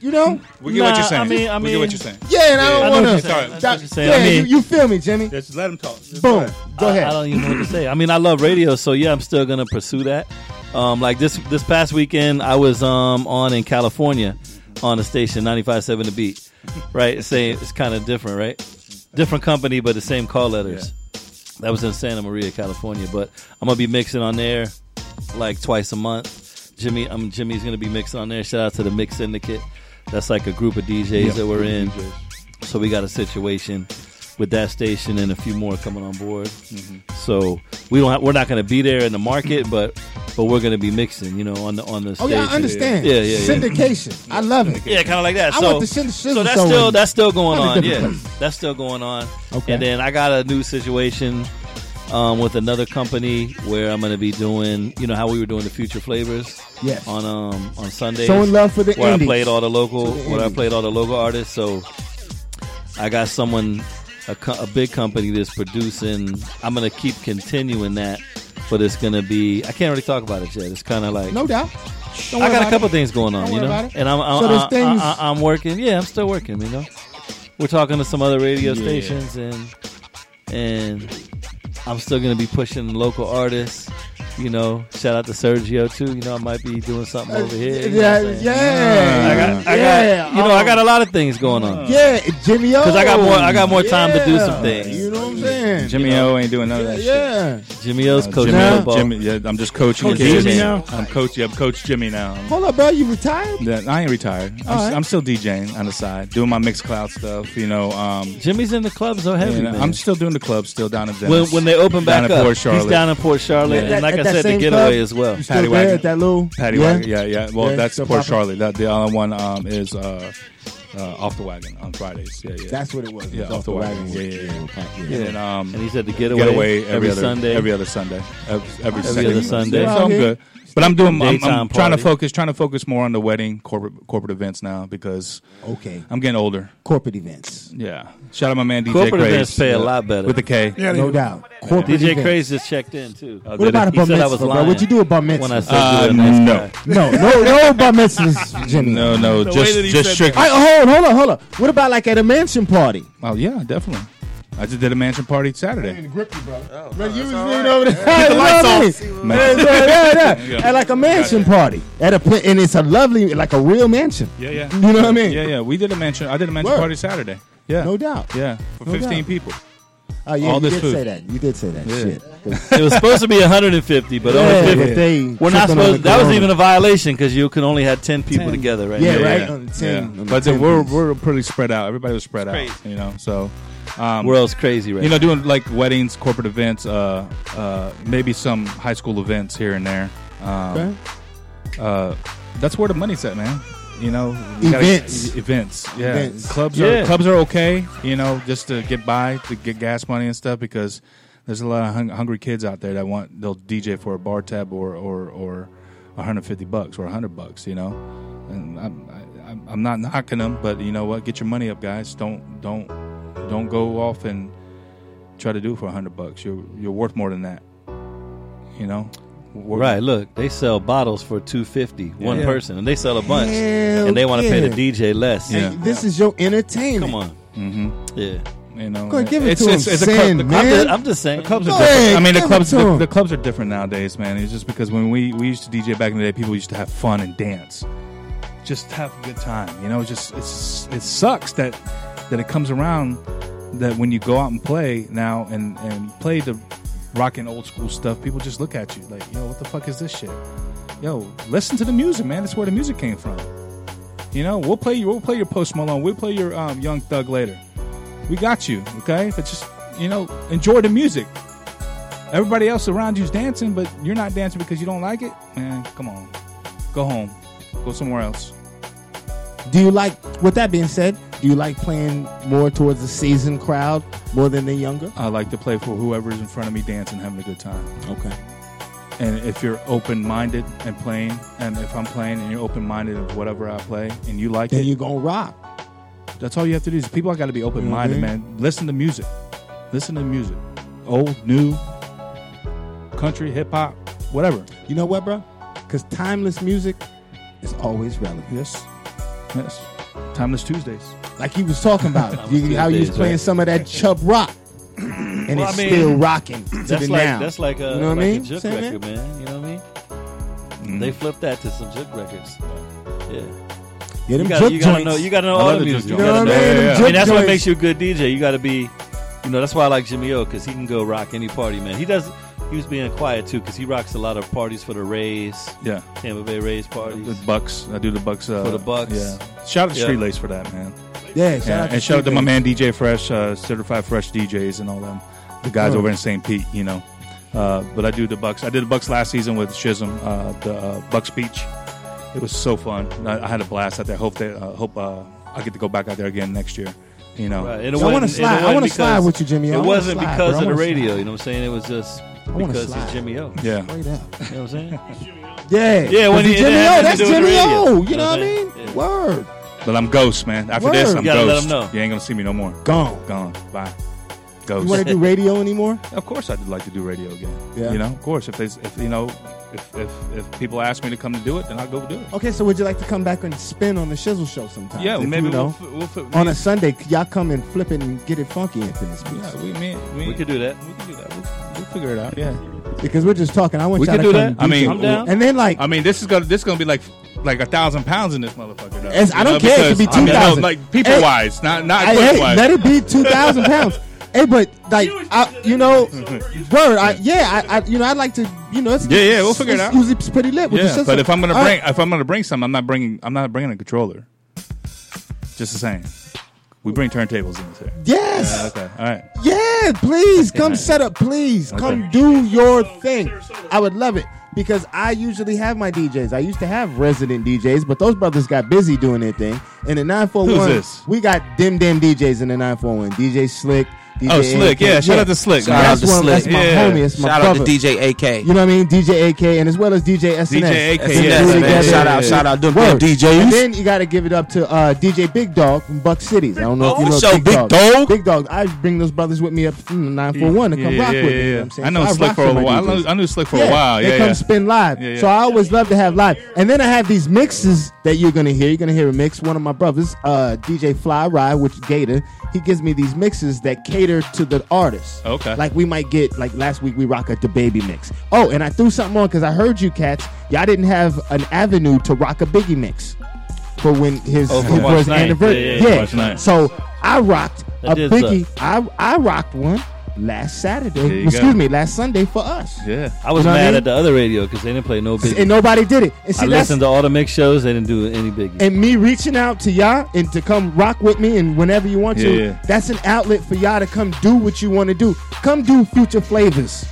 Speaker 3: you know.
Speaker 5: we get what
Speaker 6: Nah,
Speaker 5: you're saying.
Speaker 6: I mean- I
Speaker 5: we get
Speaker 6: mean-
Speaker 5: what you're saying.
Speaker 3: Yeah, and I
Speaker 6: I know
Speaker 3: don't
Speaker 6: what
Speaker 3: want
Speaker 6: you're saying.
Speaker 3: to.
Speaker 6: That's what you're saying.
Speaker 3: Yeah,
Speaker 6: I mean-
Speaker 3: you, you feel me, Jimmy?
Speaker 5: Just let him talk. Just
Speaker 3: Boom. Go
Speaker 6: I-
Speaker 3: ahead.
Speaker 6: I, don't even know what to say. I mean, I love radio, so yeah, I'm still gonna pursue that. Um, like this this past weekend, I was um on in California on a station 95.7 The Beat, right? Same, it's kind of different, right? Different company, but the same call letters. That was in Santa Maria, California, but I'm gonna be mixing on there like twice a month. Jimmy, um, Jimmy's gonna be mixing on there. Shout out to the Mix Syndicate. That's like a group of DJs
Speaker 5: Yeah,
Speaker 6: that we're
Speaker 5: group of
Speaker 6: in.
Speaker 5: DJs.
Speaker 6: So we got a situation with that station and a few more coming on board. So we don't. Have, we're not going to be there in the market, but but we're going to be mixing. You know, on the on the.
Speaker 3: Oh yeah, I
Speaker 6: station.
Speaker 3: understand.
Speaker 6: Yeah, yeah, yeah.
Speaker 3: Syndication. I love it.
Speaker 6: Yeah, kind of like that.
Speaker 3: I
Speaker 6: so,
Speaker 3: want the shit to sizzle
Speaker 6: so that's
Speaker 3: so
Speaker 6: still
Speaker 3: in.
Speaker 6: that's still going
Speaker 3: Find a
Speaker 6: on. Yeah,
Speaker 3: different
Speaker 6: that's still going on.
Speaker 3: Okay.
Speaker 6: And then I got a new situation um, with another company where I'm going to be doing you know how we were doing the future flavors.
Speaker 3: Yes.
Speaker 6: On um on Sundays.
Speaker 3: Showing love for the
Speaker 6: where
Speaker 3: indies.
Speaker 6: I played all the local
Speaker 3: To the
Speaker 6: where I
Speaker 3: indies.
Speaker 6: played all the local artists. So I got someone a, co- a big company that's producing. I'm going to keep continuing that. But it's gonna be. I can't really talk about it yet. It's kind of like
Speaker 3: No doubt. Don't
Speaker 6: I
Speaker 3: worry
Speaker 6: got
Speaker 3: about
Speaker 6: a couple
Speaker 3: it.
Speaker 6: things going on,
Speaker 3: Don't
Speaker 6: you
Speaker 3: worry
Speaker 6: know,
Speaker 3: about it.
Speaker 6: and I'm I'm,
Speaker 3: So there's
Speaker 6: I'm-
Speaker 3: things-
Speaker 6: I'm- I'm working. Yeah, I'm still working. You know, we're talking to some other radio
Speaker 5: Yeah.
Speaker 6: stations, and and I'm still gonna be pushing local artists. You know, shout out to Sergio too. You know, I might be doing something over here. you know
Speaker 3: Yeah,
Speaker 6: what I'm saying?
Speaker 3: yeah.
Speaker 6: I got, I
Speaker 3: yeah. Oh.
Speaker 6: got, you know, I got a lot of things going on.
Speaker 3: Yeah, Jimmy O.
Speaker 6: 'Cause I got more- I got more time to do some
Speaker 3: Yeah,
Speaker 6: things.
Speaker 3: You know what I'm saying?
Speaker 5: Jimmy O ain't doing none of that shit.
Speaker 3: Yeah.
Speaker 6: Jimmy O's coaching
Speaker 5: Uh, Jimmy,
Speaker 3: Nah.
Speaker 6: football.
Speaker 5: Jimmy, yeah, I'm just coaching
Speaker 13: Coach
Speaker 5: kids.
Speaker 13: Jimmy now?
Speaker 5: I'm coach. Yeah, I'm coach Jimmy now.
Speaker 3: Hold up, bro. You retired?
Speaker 5: Yeah, I ain't retired. I'm,
Speaker 3: All right.
Speaker 5: I'm still DJing on the side, doing my mixed cloud stuff. You know, um,
Speaker 6: Jimmy's in the club so heavy,
Speaker 5: and
Speaker 6: man.
Speaker 5: I'm still doing the club, still down in
Speaker 6: when,
Speaker 5: Venice.
Speaker 6: when they open
Speaker 5: Down
Speaker 6: back
Speaker 5: in
Speaker 6: up,
Speaker 5: Port
Speaker 6: he's
Speaker 5: Charlotte.
Speaker 6: down in Port Charlotte,
Speaker 3: That-
Speaker 6: and like
Speaker 3: at that
Speaker 6: I said, the
Speaker 3: same
Speaker 6: getaway
Speaker 3: club?
Speaker 6: as well.
Speaker 3: You still
Speaker 5: Paddy
Speaker 3: there
Speaker 5: Wagon.
Speaker 3: at that little
Speaker 5: Patty
Speaker 3: yeah?
Speaker 5: Wagon, yeah, yeah. Well,
Speaker 3: Yeah,
Speaker 5: that's
Speaker 3: still
Speaker 5: Port
Speaker 3: popping.
Speaker 5: Charlotte. That, the other one um, is uh, uh, off the wagon on Fridays. Yeah, yeah.
Speaker 3: That's what it was. It
Speaker 5: Yeah,
Speaker 3: was
Speaker 5: off the wagon.
Speaker 3: was-
Speaker 5: Yeah, yeah, yeah.
Speaker 3: yeah.
Speaker 5: and then, um,
Speaker 6: And he said the
Speaker 5: getaway,
Speaker 6: getaway,
Speaker 5: every,
Speaker 6: every
Speaker 5: other
Speaker 6: Sunday.
Speaker 5: every other Sunday, every, every,
Speaker 6: Every other Sunday.
Speaker 5: So I'm good, but I'm doing. I'm,
Speaker 6: Daytime
Speaker 5: I'm trying to
Speaker 6: party.
Speaker 5: focus, trying to focus more on the wedding corporate corporate events now because
Speaker 3: Okay.
Speaker 5: I'm getting older.
Speaker 3: Corporate events.
Speaker 5: Yeah, shout out my man DJ
Speaker 6: Corporate
Speaker 5: Craze.
Speaker 6: events pay a
Speaker 5: Yeah.
Speaker 6: lot better.
Speaker 5: with the K.
Speaker 13: Yeah, they
Speaker 3: No
Speaker 13: do.
Speaker 3: doubt. Corporate
Speaker 6: DJ
Speaker 3: events.
Speaker 6: Craze just checked in too.
Speaker 3: What about a
Speaker 6: Uh, He
Speaker 3: bar
Speaker 6: said I
Speaker 3: mitzvah,
Speaker 6: was
Speaker 3: bro?
Speaker 6: lying.
Speaker 3: What'd you do a bar mitzvah?
Speaker 6: When I said
Speaker 5: Uh,
Speaker 6: do a nice
Speaker 5: no,
Speaker 3: No, no, no bar mitzvahs, Jimmy.
Speaker 5: no, no,
Speaker 13: way that he
Speaker 5: just just
Speaker 13: said
Speaker 5: strict.
Speaker 3: All right, hold on, hold on, hold on. What about like at a mansion party?
Speaker 5: Oh yeah, definitely. I just did a mansion party Saturday.
Speaker 3: you was leaning over there. Hey, lights
Speaker 5: Man-
Speaker 3: At like a mansion party. At a pla- and it's a lovely like a real mansion.
Speaker 5: Yeah, yeah.
Speaker 3: You know what I mean?
Speaker 5: Yeah, yeah. We did a mansion. I did a mansion
Speaker 3: Word.
Speaker 5: party Saturday. Yeah,
Speaker 3: No doubt.
Speaker 5: Yeah, for
Speaker 3: No
Speaker 5: 15
Speaker 3: doubt.
Speaker 5: people.
Speaker 3: Oh yeah,
Speaker 5: All
Speaker 3: you
Speaker 5: this
Speaker 3: did
Speaker 5: food.
Speaker 3: say that. You did say that shit.
Speaker 6: It was supposed to be 150, but
Speaker 3: Yeah,
Speaker 6: only 50.
Speaker 3: but they
Speaker 6: We're
Speaker 3: tripping on
Speaker 6: not
Speaker 3: the
Speaker 6: supposed. That was
Speaker 3: corona.
Speaker 6: even a violation because you can only have 10 people
Speaker 5: 10.
Speaker 6: together, right?
Speaker 3: Yeah,
Speaker 6: now.
Speaker 3: right? On the 10, on the
Speaker 5: But
Speaker 3: 10
Speaker 5: then we're
Speaker 3: piece.
Speaker 5: we're pretty spread out. Uh, Everybody was spread out. You know, so um,
Speaker 6: World's crazy, right?
Speaker 5: you know doing like weddings, corporate events, uh, uh, maybe some high school events here and there. Um,
Speaker 3: Okay.
Speaker 5: uh, that's where the money's at, man. You know, you gotta- e-
Speaker 3: Events.
Speaker 5: events, yeah.
Speaker 3: Events.
Speaker 5: Clubs
Speaker 6: Yeah.
Speaker 5: are clubs are okay. You know, just to get by, to get gas money and stuff, because there's a lot of hung, hungry kids out there that want they'll DJ for a bar tab or or or 150 bucks or 100 bucks. You know, and I'm I, I'm- I'm not knocking them, but you know what? Get your money up, guys. Don't don't don't go off and try to do it for 100 bucks. You're you're worth more than that. You know. We're-
Speaker 2: Right, look, they sell bottles for two fifty one
Speaker 5: Yeah.
Speaker 2: person, and they sell a bunch,
Speaker 3: Hell
Speaker 2: and they want to
Speaker 3: yeah.
Speaker 2: pay the DJ less.
Speaker 5: Yeah. Mm-hmm.
Speaker 3: And This is your entertainment.
Speaker 2: Come on, yeah.
Speaker 5: You know,
Speaker 3: Go ahead, give it
Speaker 5: it's,
Speaker 3: to
Speaker 5: it's,
Speaker 3: him,
Speaker 5: it's a club,
Speaker 3: Sin,
Speaker 5: the club,
Speaker 3: man.
Speaker 5: the-
Speaker 2: I'm just saying.
Speaker 5: The clubs
Speaker 3: Go
Speaker 5: are different.
Speaker 3: ahead,
Speaker 5: I mean, the
Speaker 3: give
Speaker 5: clubs
Speaker 3: it to
Speaker 5: the,
Speaker 3: 'em.
Speaker 5: the clubs are different nowadays, man. It's just because when we we used to DJ back in the day, people used to have fun and dance, just have a good time. You know, it's just it's it sucks that that it comes around that when you go out and play now and and play the rocking old school stuff, people just look at you like, yo, what the fuck is this shit? Yo, listen to the music, man. That's where the music came from. You know, we'll play you. We'll play your Post Malone. We'll play your um, Young Thug later. We got you, okay? But just you know, enjoy the music. Everybody else around you's dancing, but you're not dancing because you don't like it. Man, come on, go home, go somewhere else.
Speaker 3: Do you like? With that being said, do you like playing more towards the seasoned crowd more than the younger?
Speaker 5: I like to play for whoever's in front of me, dancing, having a good time.
Speaker 3: Okay.
Speaker 5: And if you're open-minded and playing, and if I'm playing and you're open-minded of whatever I play, and you like
Speaker 3: Then
Speaker 5: it,
Speaker 3: you gonna rock.
Speaker 5: That's all you have to do is people. I got to be open minded,
Speaker 3: Mhm.
Speaker 5: man. Listen to music. Listen to music. Old, new, country, hip hop, whatever.
Speaker 3: You know what, bro? Because timeless music is always relevant.
Speaker 5: Yes. Yes. Timeless Tuesdays.
Speaker 3: Like he was talking about, you, how you was
Speaker 2: days,
Speaker 3: playing
Speaker 2: right.
Speaker 3: some of that Chubb rock, and
Speaker 2: Well,
Speaker 3: it's
Speaker 2: I mean,
Speaker 3: still rocking to
Speaker 2: That's
Speaker 3: the
Speaker 2: like
Speaker 3: now.
Speaker 2: that's like a,
Speaker 3: You know what
Speaker 2: like
Speaker 3: I
Speaker 2: a
Speaker 3: mean? Mm-hmm.
Speaker 2: juke
Speaker 3: Saying
Speaker 2: record, man. You know what I mean? They flipped that to some juke records. Yeah,
Speaker 3: Yeah, them
Speaker 2: you gotta,
Speaker 3: juke
Speaker 2: you gotta
Speaker 3: joints.
Speaker 2: know you gotta know
Speaker 5: I
Speaker 2: all
Speaker 5: love
Speaker 2: the
Speaker 5: the
Speaker 2: music.
Speaker 5: juke
Speaker 2: You
Speaker 5: joints.
Speaker 3: You
Speaker 2: gotta
Speaker 3: know
Speaker 2: know.
Speaker 3: what I mean? Them
Speaker 2: I
Speaker 3: juke
Speaker 2: mean, that's what
Speaker 3: joints.
Speaker 2: makes you a good DJ. You gotta be, you know, that's why I like Jimmy O because he can go rock any party, man. He does. He was being quiet too because he rocks a lot of parties for the Rays,
Speaker 5: Yeah.
Speaker 2: Tampa Bay Rays parties.
Speaker 5: The Bucks. I do the Bucks. Uh,
Speaker 2: For the Bucks.
Speaker 5: Yeah. Shout out to
Speaker 2: Yeah.
Speaker 5: Street Lace for that, man.
Speaker 3: yeah, shout
Speaker 5: Yeah,
Speaker 3: out to
Speaker 5: and shout out to
Speaker 3: Steve
Speaker 5: my
Speaker 3: Bates.
Speaker 5: man DJ Fresh, uh, certified Fresh DJs, and all them, the guys
Speaker 3: Oh.
Speaker 5: over in St. Pete, you know. Uh, but I do the Bucks. I did the Bucks last season with Schism, uh, the uh, Bucks Beach. It was so fun. I, I had a blast out there. Hope that uh, hope uh, I get to go back out there again next year. You know,
Speaker 2: Right. And it
Speaker 3: I wanna
Speaker 2: wasn't- and it
Speaker 3: slide- I
Speaker 2: wasn't
Speaker 3: wanna slide
Speaker 2: because-
Speaker 3: with you, Jimmy O. I
Speaker 2: It
Speaker 3: wanna
Speaker 2: wasn't
Speaker 3: slide,
Speaker 2: because
Speaker 3: bro. I
Speaker 2: of the
Speaker 3: wanna
Speaker 2: radio.
Speaker 3: slide.
Speaker 2: You know what I'm saying? It was just
Speaker 3: wanna
Speaker 2: because
Speaker 3: slide.
Speaker 2: he's Jimmy O. You
Speaker 5: yeah.
Speaker 3: Straight up.
Speaker 2: know what I'm saying?
Speaker 3: Yeah,
Speaker 2: Yeah, when
Speaker 3: Cause
Speaker 2: he-
Speaker 3: it's Jimmy
Speaker 2: it
Speaker 3: O,
Speaker 2: has
Speaker 3: that's
Speaker 2: to do with
Speaker 3: Jimmy
Speaker 2: radio.
Speaker 3: O. You know
Speaker 2: You know
Speaker 3: what I
Speaker 2: what
Speaker 3: mean?
Speaker 2: I'm saying?
Speaker 3: Word.
Speaker 5: But I'm Ghost, man. After this,
Speaker 3: Word.
Speaker 5: I'm
Speaker 2: You gotta let
Speaker 5: Ghost.
Speaker 2: 'em know.
Speaker 5: You ain't gonna see me no more.
Speaker 3: Gone.
Speaker 5: Gone. Bye.
Speaker 3: You want
Speaker 5: Ghost.
Speaker 3: to do radio anymore?
Speaker 5: Of course, I'd like to do radio again.
Speaker 3: Yeah.
Speaker 5: You know, of course. If there's, if you know, if, if if people ask me to come to do it, then I'll go do it.
Speaker 3: Okay, so would you like to come back and spin on the Shizzle Show sometime?
Speaker 5: Yeah,
Speaker 3: If
Speaker 5: maybe
Speaker 3: you know.
Speaker 5: we'll, we'll, we'll,
Speaker 3: on a Sunday, y'all come and flip it and get it funky into this piece.
Speaker 5: Yeah, we, me, me,
Speaker 2: We could do that.
Speaker 5: We could do that. We'll, we'll figure it out. Yeah.
Speaker 3: Because we're just talking. I want
Speaker 2: We
Speaker 3: y'all
Speaker 2: could
Speaker 3: to
Speaker 2: do
Speaker 3: come
Speaker 2: that.
Speaker 5: I mean,
Speaker 2: I'm down.
Speaker 3: And then like
Speaker 5: I mean, this is gonna this gonna be like like a thousand pounds in this motherfucker. Though,
Speaker 3: It's- I
Speaker 5: You
Speaker 3: don't care. It could be
Speaker 5: because- I mean, no,
Speaker 3: 2,000.
Speaker 5: like people wise, not not
Speaker 3: I,
Speaker 5: quick
Speaker 3: hey,
Speaker 5: wise.
Speaker 3: let it be two thousand pounds. Hey, but like I, you know, word. I, yeah, I, I, you know, I'd like to, you know, it's,
Speaker 5: Yeah, yeah, we'll figure it
Speaker 3: it's-
Speaker 5: out.
Speaker 3: Uzi's pretty lit. With the
Speaker 5: yeah,
Speaker 3: shizzle.
Speaker 5: but if I'm gonna
Speaker 3: All
Speaker 5: bring
Speaker 3: right.
Speaker 5: if I'm gonna bring something, I'm not bringing I'm not bringing a controller. Just the same, we bring turntables in this here.
Speaker 3: yes,
Speaker 5: Okay, all right.
Speaker 3: yeah, please come set up, please come do your thing. I would love it because I usually have my DJs. I used to have resident DJs, but those brothers got busy doing their thing. In the nine four
Speaker 5: Who's
Speaker 3: one,
Speaker 5: this?
Speaker 3: we got dim dim DJs in the nine four one. DJ Slick. DJ
Speaker 5: Oh, Slick,
Speaker 3: AK.
Speaker 5: yeah, shout out to Slick.
Speaker 8: Shout out
Speaker 3: That's,
Speaker 8: to
Speaker 3: one,
Speaker 8: Slick.
Speaker 3: that's my
Speaker 5: Yeah.
Speaker 3: homie. It's my
Speaker 8: Shout
Speaker 3: brother.
Speaker 8: out to DJ AK.
Speaker 3: You know what I mean? DJ AK and as well as DJ SNS.
Speaker 5: DJ AK,
Speaker 3: They do
Speaker 5: yes,
Speaker 3: it
Speaker 5: man.
Speaker 3: together.
Speaker 5: Shout out-
Speaker 8: shout out them
Speaker 3: Word.
Speaker 8: damn DJs.
Speaker 3: And then you got to give it up to uh, DJ Big Dog from Buck Cities. I don't know if
Speaker 5: Oh,
Speaker 3: you
Speaker 8: Dog?
Speaker 3: know
Speaker 8: Show Big Dog?
Speaker 3: Big Dog. I bring those brothers with me up mm, from the 941 to come rock with me. You know what I'm saying?
Speaker 5: I know
Speaker 3: So
Speaker 5: Slick
Speaker 3: rock
Speaker 5: for a
Speaker 3: with my
Speaker 5: while. I
Speaker 3: DJs.
Speaker 5: knew, I knew Slick for
Speaker 3: yeah,
Speaker 5: a while.
Speaker 3: they
Speaker 5: Yeah,
Speaker 3: come
Speaker 5: yeah.
Speaker 3: spin live.
Speaker 5: Yeah, yeah.
Speaker 3: So I always love to have live. And then I have these mixes that you're gonna hear. You're gonna hear a mix. One of my brothers, uh, DJ Fly Rye, which Gator, he gives me these mixes that cater to the artist.
Speaker 5: Okay.
Speaker 3: Like we might get like last week we rock a the baby mix. Oh, and I threw something on because I heard you cats. Y'all didn't have an avenue to rock a biggie mix for when his,
Speaker 2: Oh, for
Speaker 3: his-
Speaker 2: March
Speaker 3: his
Speaker 2: 9th.
Speaker 3: anniversary.
Speaker 2: Yeah, yeah, yeah, March 9th.
Speaker 3: So I rocked
Speaker 2: That
Speaker 3: a
Speaker 2: did
Speaker 3: biggie. I I rocked one last
Speaker 5: There
Speaker 3: Saturday.
Speaker 5: you
Speaker 3: Excuse
Speaker 5: go.
Speaker 3: me, last Sunday for us.
Speaker 5: Yeah.
Speaker 2: I was
Speaker 3: You know what I
Speaker 2: mad
Speaker 3: mean?
Speaker 2: at the other radio because they didn't play no big.
Speaker 3: and nobody did it. And see,
Speaker 2: I
Speaker 3: that's
Speaker 2: listened to all the mix shows. They didn't do any biggie.
Speaker 3: and me reaching out to y'all and to come rock with me and whenever you want to.
Speaker 5: Yeah, yeah.
Speaker 3: That's an outlet for y'all to come do what you want to do. Come do future flavors.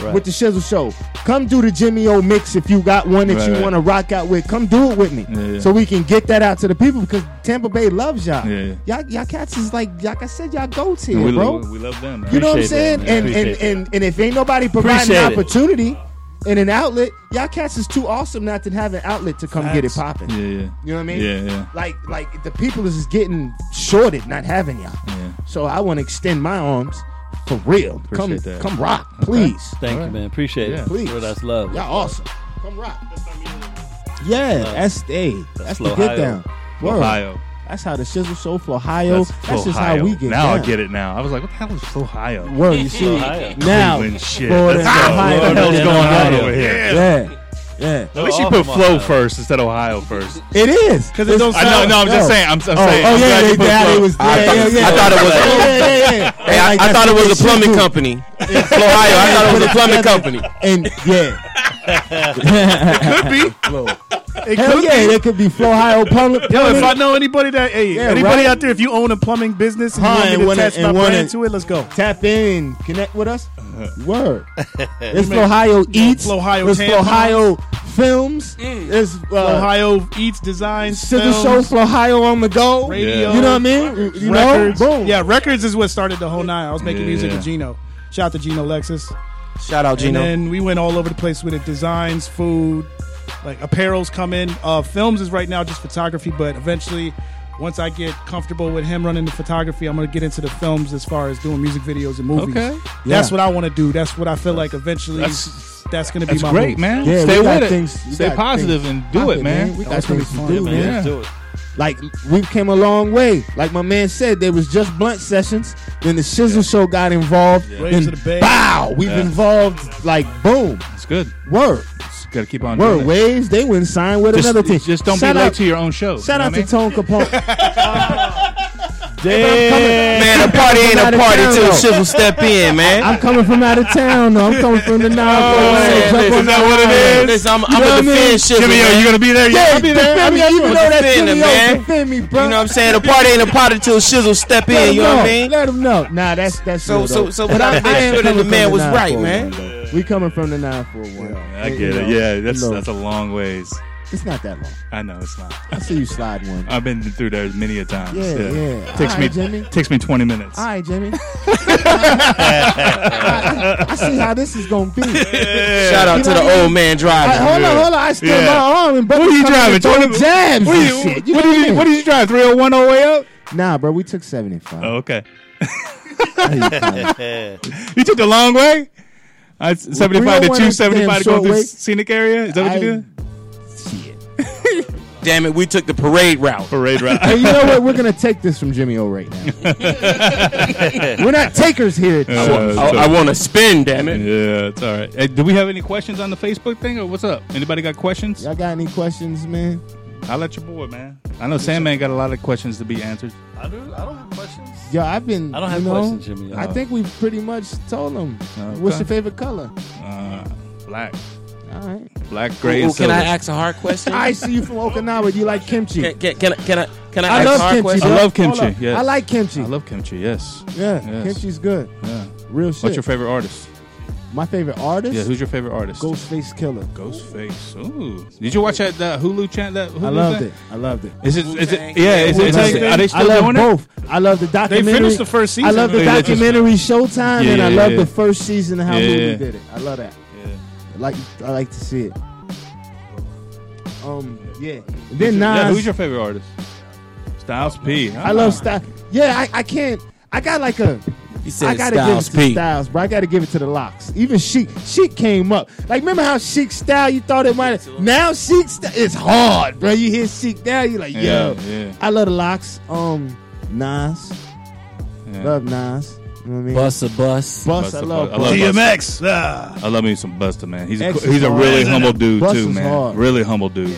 Speaker 2: Right.
Speaker 3: With the Shizzle Show, come do the Jimmy O mix if you got one that
Speaker 5: Right,
Speaker 3: you
Speaker 5: right.
Speaker 3: want to rock out with. Come do it with me,
Speaker 5: Yeah, yeah.
Speaker 3: so we can get that out to the people because Tampa Bay loves y'all.
Speaker 5: Yeah,
Speaker 3: Y'all, y'all cats is like, like I said, y'all go to
Speaker 5: we,
Speaker 3: bro.
Speaker 5: we, we love them. Man.
Speaker 3: You know what I'm saying?
Speaker 2: Appreciate that, man.
Speaker 3: and, and,
Speaker 2: Appreciate
Speaker 3: and and if ain't nobody providing
Speaker 2: Appreciate
Speaker 3: an
Speaker 2: it.
Speaker 3: opportunity and an outlet, y'all cats is too awesome not to have an outlet to come get it popping.
Speaker 5: Yeah, yeah.
Speaker 3: You know what I mean?
Speaker 5: Yeah, yeah.
Speaker 3: Like like the people is just getting shorted, not having y'all.
Speaker 5: Yeah.
Speaker 3: So I want to extend my arms For real.
Speaker 5: Appreciate
Speaker 3: come
Speaker 5: that.
Speaker 3: come rock, please.
Speaker 2: Thank you, man. Appreciate
Speaker 5: Yeah.
Speaker 2: it.
Speaker 3: Please.
Speaker 2: Real, that's love.
Speaker 3: Y'all awesome. Come rock. Yeah, that's hey, that's, the
Speaker 2: Flohio.
Speaker 3: get down. Word.
Speaker 5: Ohio.
Speaker 3: That's how the shizzle soul for Ohio. That's, just how
Speaker 5: Ohio.
Speaker 3: we get
Speaker 5: Now
Speaker 3: down.
Speaker 5: I get it now. I was like, what the hell is Ohio?
Speaker 3: Word, you see
Speaker 2: Ohio.
Speaker 3: now.
Speaker 5: Cleveland shit.
Speaker 3: Florida and
Speaker 5: Let's go.
Speaker 3: Ohio.
Speaker 5: What the hell's
Speaker 2: Yeah,
Speaker 5: going on
Speaker 2: Ohio.
Speaker 5: over here?
Speaker 3: Yeah, yeah.
Speaker 5: At least you
Speaker 2: all
Speaker 5: put
Speaker 2: from
Speaker 5: flow
Speaker 2: Ohio.
Speaker 5: first instead of Ohio first.
Speaker 3: It is because it
Speaker 5: I know, no, I'm just saying. I'm, I'm
Speaker 3: Oh,
Speaker 5: saying.
Speaker 3: oh,
Speaker 5: I'm
Speaker 3: yeah,
Speaker 5: glad
Speaker 3: they,
Speaker 5: you put
Speaker 3: they,
Speaker 5: flow.
Speaker 3: it was. Yeah,
Speaker 12: I thought-
Speaker 3: yeah, yeah.
Speaker 12: I thought it was a-
Speaker 3: Yeah, yeah, yeah.
Speaker 12: Hey, I, I
Speaker 3: Like, that's
Speaker 12: thought it
Speaker 3: what
Speaker 12: was a
Speaker 3: they
Speaker 12: plumbing
Speaker 3: should do.
Speaker 12: company. Ohio, I thought it was a plumbing company.
Speaker 3: And yeah,
Speaker 9: It
Speaker 3: hell
Speaker 9: could
Speaker 3: yeah,
Speaker 9: be.
Speaker 3: that could be Flo Ohio public.
Speaker 9: Yo, if I know anybody that, hey,
Speaker 3: Yeah,
Speaker 9: anybody
Speaker 3: right.
Speaker 9: out there, if you own a plumbing business and
Speaker 3: Huh, and
Speaker 9: you want
Speaker 3: wanna-
Speaker 9: me to attach
Speaker 3: and
Speaker 9: my
Speaker 3: wanna-
Speaker 9: brand to it, let's go. Uh-huh.
Speaker 3: tap in and connect with us. Word. It's Ohio Eats.
Speaker 9: Flohio
Speaker 3: It's
Speaker 9: tampons.
Speaker 3: Ohio Films. It's uh,
Speaker 9: Ohio Eats Designs,
Speaker 3: Sizzle Show
Speaker 9: films,
Speaker 3: for Ohio on the go.
Speaker 9: Radio,
Speaker 3: You know what I mean? You- You know?
Speaker 9: records.
Speaker 3: Boom.
Speaker 9: Yeah, records is what started the whole nine. I was making
Speaker 5: Yeah.
Speaker 9: music with Gino. Shout out to Gino Lexus.
Speaker 12: Shout out,
Speaker 9: And
Speaker 12: Gino.
Speaker 9: then we went all over the place with it. Designs, food, like apparels come in. Uh, films is right now just photography, but eventually, once I get comfortable with him running the photography, I'm gonna get into the films as far as doing music videos and movies.
Speaker 5: Okay.
Speaker 9: That's
Speaker 3: Yeah.
Speaker 9: what I want to do. That's what I feel like eventually.
Speaker 5: That's-
Speaker 9: That's, gonna be
Speaker 5: That's
Speaker 9: my
Speaker 5: great,
Speaker 9: move.
Speaker 5: man.
Speaker 3: Yeah,
Speaker 5: Stay
Speaker 3: we got
Speaker 5: with it.
Speaker 3: things- we
Speaker 5: Stay
Speaker 3: got
Speaker 5: positive
Speaker 3: things
Speaker 5: and do it,
Speaker 3: popping,
Speaker 5: man.
Speaker 3: We got
Speaker 9: That's gonna
Speaker 3: things
Speaker 9: be
Speaker 3: to
Speaker 9: fun,
Speaker 3: do,
Speaker 9: man.
Speaker 3: man.
Speaker 5: Yeah.
Speaker 2: Do it.
Speaker 3: Like we came a long way. Like my man said, there was just blunt sessions. Then the Shizzle Show got involved.
Speaker 9: Raised
Speaker 3: Then
Speaker 9: to the bay.
Speaker 3: bow, we've
Speaker 5: Yeah.
Speaker 3: involved. Like boom,
Speaker 5: It's good.
Speaker 3: word,
Speaker 5: Got to keep on
Speaker 3: word.
Speaker 5: doing it.
Speaker 3: Waves. They wouldn't sign with
Speaker 5: Just,
Speaker 3: another team.
Speaker 5: just don't
Speaker 3: Shout
Speaker 5: be
Speaker 3: out-
Speaker 5: late to your own show.
Speaker 3: Shout
Speaker 5: you know
Speaker 3: out
Speaker 5: what I
Speaker 3: to
Speaker 5: mean?
Speaker 3: Tone Capone.
Speaker 12: Man, a party ain't
Speaker 3: Out
Speaker 12: a
Speaker 3: of
Speaker 12: party
Speaker 3: town,
Speaker 12: till
Speaker 3: though.
Speaker 12: Shizzle step in, man.
Speaker 3: I'm coming from out of town. though. I'm coming from the nine.
Speaker 12: man, listen, Listen, I'm, I'm gonna defend Shizzle.
Speaker 5: Jimmy, yo,
Speaker 12: man.
Speaker 5: you gonna be there?
Speaker 3: Yeah,
Speaker 5: I'll be there.
Speaker 3: defend me. You know that
Speaker 12: defend
Speaker 3: Jimmy
Speaker 12: him,
Speaker 3: O
Speaker 12: man.
Speaker 3: defend me,
Speaker 12: You
Speaker 3: bro.
Speaker 12: know what I'm saying? A party ain't a party till Shizzle step
Speaker 3: Let
Speaker 12: in,
Speaker 3: him
Speaker 12: you know what I
Speaker 3: know.
Speaker 12: mean?
Speaker 3: Let him know. Nah, that's that's
Speaker 12: So-
Speaker 3: real,
Speaker 12: so-
Speaker 3: though.
Speaker 12: so
Speaker 3: But
Speaker 12: what
Speaker 3: I-
Speaker 12: I
Speaker 3: I am
Speaker 12: feel that
Speaker 3: coming
Speaker 12: the
Speaker 3: from
Speaker 12: man was right,
Speaker 3: 941,
Speaker 12: man.
Speaker 3: though. We coming from the nine four one.
Speaker 5: I get it. Yeah, that's
Speaker 3: look.
Speaker 5: that's a long ways.
Speaker 3: It's not that long.
Speaker 5: I know it's not.
Speaker 3: I see you slide one.
Speaker 5: I've been through there many a times.
Speaker 3: Yeah, yeah.
Speaker 5: Takes
Speaker 3: All
Speaker 5: me
Speaker 3: right, Jimmy.
Speaker 5: takes me twenty minutes. Oh,
Speaker 3: All right, Jimmy. I, I see how this is gonna be.
Speaker 12: Shout out to
Speaker 3: You know what I
Speaker 12: the
Speaker 3: mean?
Speaker 12: old man
Speaker 3: I,
Speaker 12: driving.
Speaker 3: hold on, hold on. I still
Speaker 5: Yeah.
Speaker 3: my arm and brother.
Speaker 5: What are you
Speaker 3: coming
Speaker 5: driving?
Speaker 3: and throwing
Speaker 5: 20
Speaker 3: jabs
Speaker 5: What
Speaker 3: and
Speaker 5: do you,
Speaker 3: shit. You
Speaker 5: what,
Speaker 3: know
Speaker 5: do you,
Speaker 3: I
Speaker 5: what do you drive? Three hundred one oh all the way up?
Speaker 3: mean? Nah, bro, we took seventy five.
Speaker 5: Oh, okay.
Speaker 2: Yeah.
Speaker 5: You took the long way. I seventy five to
Speaker 3: 301
Speaker 5: two seventy five to go
Speaker 3: damn
Speaker 5: through
Speaker 3: short way.
Speaker 5: scenic area. Is that what you
Speaker 3: I-
Speaker 5: do?
Speaker 12: Damn it, we took the parade route.
Speaker 5: Parade route.
Speaker 3: Hey, you know what? We're gonna take this from Jimmy O right now. We're not takers here.
Speaker 5: Uh,
Speaker 12: I, want to spin, damn it.
Speaker 5: yeah, it's all right. Hey, do we have any questions on the Facebook thing or what's up? Anybody got questions?
Speaker 3: Y'all got any questions, man?
Speaker 5: I'll let your boy, man. I know Sandman got a lot of questions to be answered.
Speaker 2: I, do, I don't have questions.
Speaker 3: Yo, I've been.
Speaker 2: I don't have
Speaker 3: you know,
Speaker 2: questions, Jimmy.
Speaker 3: I think we've pretty much told them.
Speaker 5: Okay.
Speaker 3: What's your favorite color?
Speaker 5: Uh, black,
Speaker 3: All right.
Speaker 5: black, gray,
Speaker 12: Ooh,
Speaker 5: and
Speaker 12: can
Speaker 5: silver.
Speaker 12: I ask a hard question?
Speaker 3: I see you from Okinawa. Do you like kimchi?
Speaker 12: can, can, can I can I can I,
Speaker 3: I
Speaker 12: ask a
Speaker 3: love
Speaker 12: hard
Speaker 3: kimchi.
Speaker 12: question?
Speaker 3: bro.
Speaker 5: I love kimchi,
Speaker 3: Hold up.
Speaker 5: yes.
Speaker 3: I like kimchi.
Speaker 5: I love kimchi. Yes.
Speaker 3: yeah,
Speaker 5: Yes.
Speaker 3: kimchi's good.
Speaker 5: Yeah.
Speaker 3: Real shit.
Speaker 5: What's your favorite artist?
Speaker 3: My favorite artist?
Speaker 5: Yeah, who's your favorite artist?
Speaker 3: Ghostface Killer.
Speaker 5: Ghostface. Ooh. Did you watch that, that Hulu channel? That Hulu
Speaker 3: I loved it. I loved it.
Speaker 5: Is it? Is it?
Speaker 12: Wu-Tang.
Speaker 5: Yeah. Is it? Is
Speaker 3: Wu-Tang
Speaker 5: it are they
Speaker 3: I
Speaker 5: still
Speaker 3: love
Speaker 5: doing it?
Speaker 3: both. I love the documentary.
Speaker 9: finished the first
Speaker 3: I
Speaker 9: season.
Speaker 3: love the
Speaker 5: Yeah, they just-
Speaker 3: documentary Showtime,
Speaker 5: Yeah,
Speaker 3: and I
Speaker 5: yeah,
Speaker 3: love
Speaker 5: yeah.
Speaker 3: the first season of how
Speaker 5: Yeah,
Speaker 3: Hulu
Speaker 5: yeah.
Speaker 3: did it. I love that.
Speaker 5: Yeah.
Speaker 3: I like I like to see it. Um, yeah. And
Speaker 5: Who's
Speaker 3: then
Speaker 5: your- yeah,
Speaker 3: Nas.
Speaker 5: who's your favorite artist? Styles P.
Speaker 3: I love style. Yeah, I, I can't. I got like a.
Speaker 12: He said
Speaker 3: I gotta
Speaker 12: Styles
Speaker 3: give it to
Speaker 12: P.
Speaker 3: Styles, bro. I gotta give it to the locks. Even Chic, Chic came up. Like, remember how Chic style you thought it might? Now Chic style, it's hard, bro. You hear Chic now, you like,
Speaker 5: Yeah,
Speaker 3: yo.
Speaker 5: yeah.
Speaker 3: I love the locks. Um, Nas,
Speaker 5: Yeah.
Speaker 3: love Nas. You know what I mean?
Speaker 12: Bus a bus.
Speaker 3: Bus, I
Speaker 5: Busta,
Speaker 3: love.
Speaker 5: I love
Speaker 3: Bus.
Speaker 5: Busta.
Speaker 9: DMX. Ah.
Speaker 5: I love me some Busta, man. He's a,
Speaker 3: X
Speaker 5: he's
Speaker 3: is
Speaker 5: a
Speaker 3: hard.
Speaker 5: really humble dude
Speaker 3: Busta's
Speaker 5: too, man.
Speaker 3: hard.
Speaker 5: Really humble dude.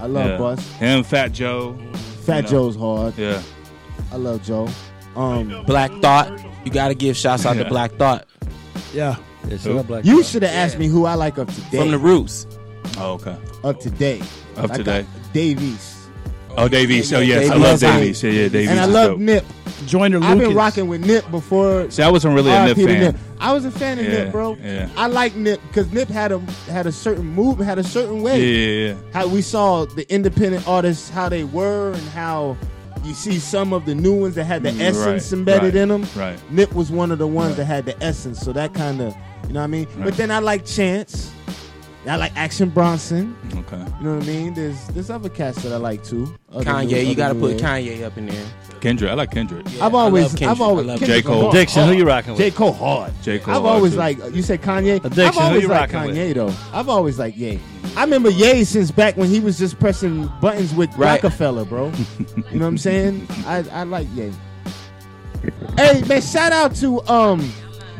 Speaker 3: I love
Speaker 5: Yeah.
Speaker 3: Bus.
Speaker 5: Him, Fat Joe.
Speaker 3: Fat
Speaker 5: You know.
Speaker 3: Joe's hard.
Speaker 5: Yeah.
Speaker 3: I love Joe. Um,
Speaker 12: Black Thought. You got to give shouts out
Speaker 5: Yeah.
Speaker 12: to Black Thought
Speaker 9: Yeah.
Speaker 2: Yeah, shut up, Black
Speaker 3: you
Speaker 2: Thought.
Speaker 3: should have asked me who I like of today.
Speaker 12: from the roots.
Speaker 5: Oh, okay.
Speaker 3: Of today.
Speaker 5: Of
Speaker 3: I got
Speaker 5: today.
Speaker 3: Davies.
Speaker 5: Oh, Davies. Oh,
Speaker 12: Davies.
Speaker 5: yes. I love
Speaker 12: Yeah.
Speaker 5: Davies. Yeah, yeah. Davies.
Speaker 3: and I
Speaker 5: is
Speaker 3: love
Speaker 5: dope.
Speaker 3: Nip.
Speaker 9: Joiner Lucas.
Speaker 3: I've been rocking with Nip before.
Speaker 5: See, I wasn't really a Nip
Speaker 3: RIP to
Speaker 5: fan.
Speaker 3: I was a fan of
Speaker 5: Yeah,
Speaker 3: Nip, bro.
Speaker 5: yeah.
Speaker 3: I like Nip because Nip had a had a certain move, had a certain
Speaker 5: Yeah,
Speaker 3: way.
Speaker 5: yeah, yeah.
Speaker 3: How we saw the independent artists, how they were, and how you see some of the new ones that had the
Speaker 5: Mm,
Speaker 3: essence
Speaker 5: right,
Speaker 3: embedded
Speaker 5: right,
Speaker 3: in them.
Speaker 5: right.
Speaker 3: Nip was one of the ones
Speaker 5: Right.
Speaker 3: that had the essence, so that kind of you know what I mean.
Speaker 5: Right.
Speaker 3: But then I like Chance. And I like Action Bronson.
Speaker 5: Okay.
Speaker 3: You know what I mean? There's there's other cats that I like too. Other new-
Speaker 12: Kanye. You
Speaker 3: other
Speaker 12: got to
Speaker 3: new
Speaker 12: put
Speaker 3: wave.
Speaker 12: Kanye up in there.
Speaker 5: Kendrick. I like Kendrick.
Speaker 3: I've
Speaker 12: I love
Speaker 3: always,
Speaker 12: Kendrick.
Speaker 3: I've always,
Speaker 12: I love
Speaker 3: Kendrick
Speaker 5: J. Cole.
Speaker 3: Lamar.
Speaker 6: Addiction. Who you rocking
Speaker 3: J.
Speaker 6: with?
Speaker 3: Cole hard.
Speaker 5: J. Cole
Speaker 3: I've
Speaker 5: hard,
Speaker 3: always
Speaker 5: too.
Speaker 3: like you said Kanye.
Speaker 6: Addiction,
Speaker 3: I've
Speaker 6: who
Speaker 3: always
Speaker 6: you
Speaker 3: liked
Speaker 6: rocking with?
Speaker 3: Kanye though. I've always liked Ye. I remember Ye since back when he was just pressing buttons with
Speaker 12: Right.
Speaker 3: Rockefeller, bro. you know what I'm saying? I, I like Ye. Hey man, shout out to um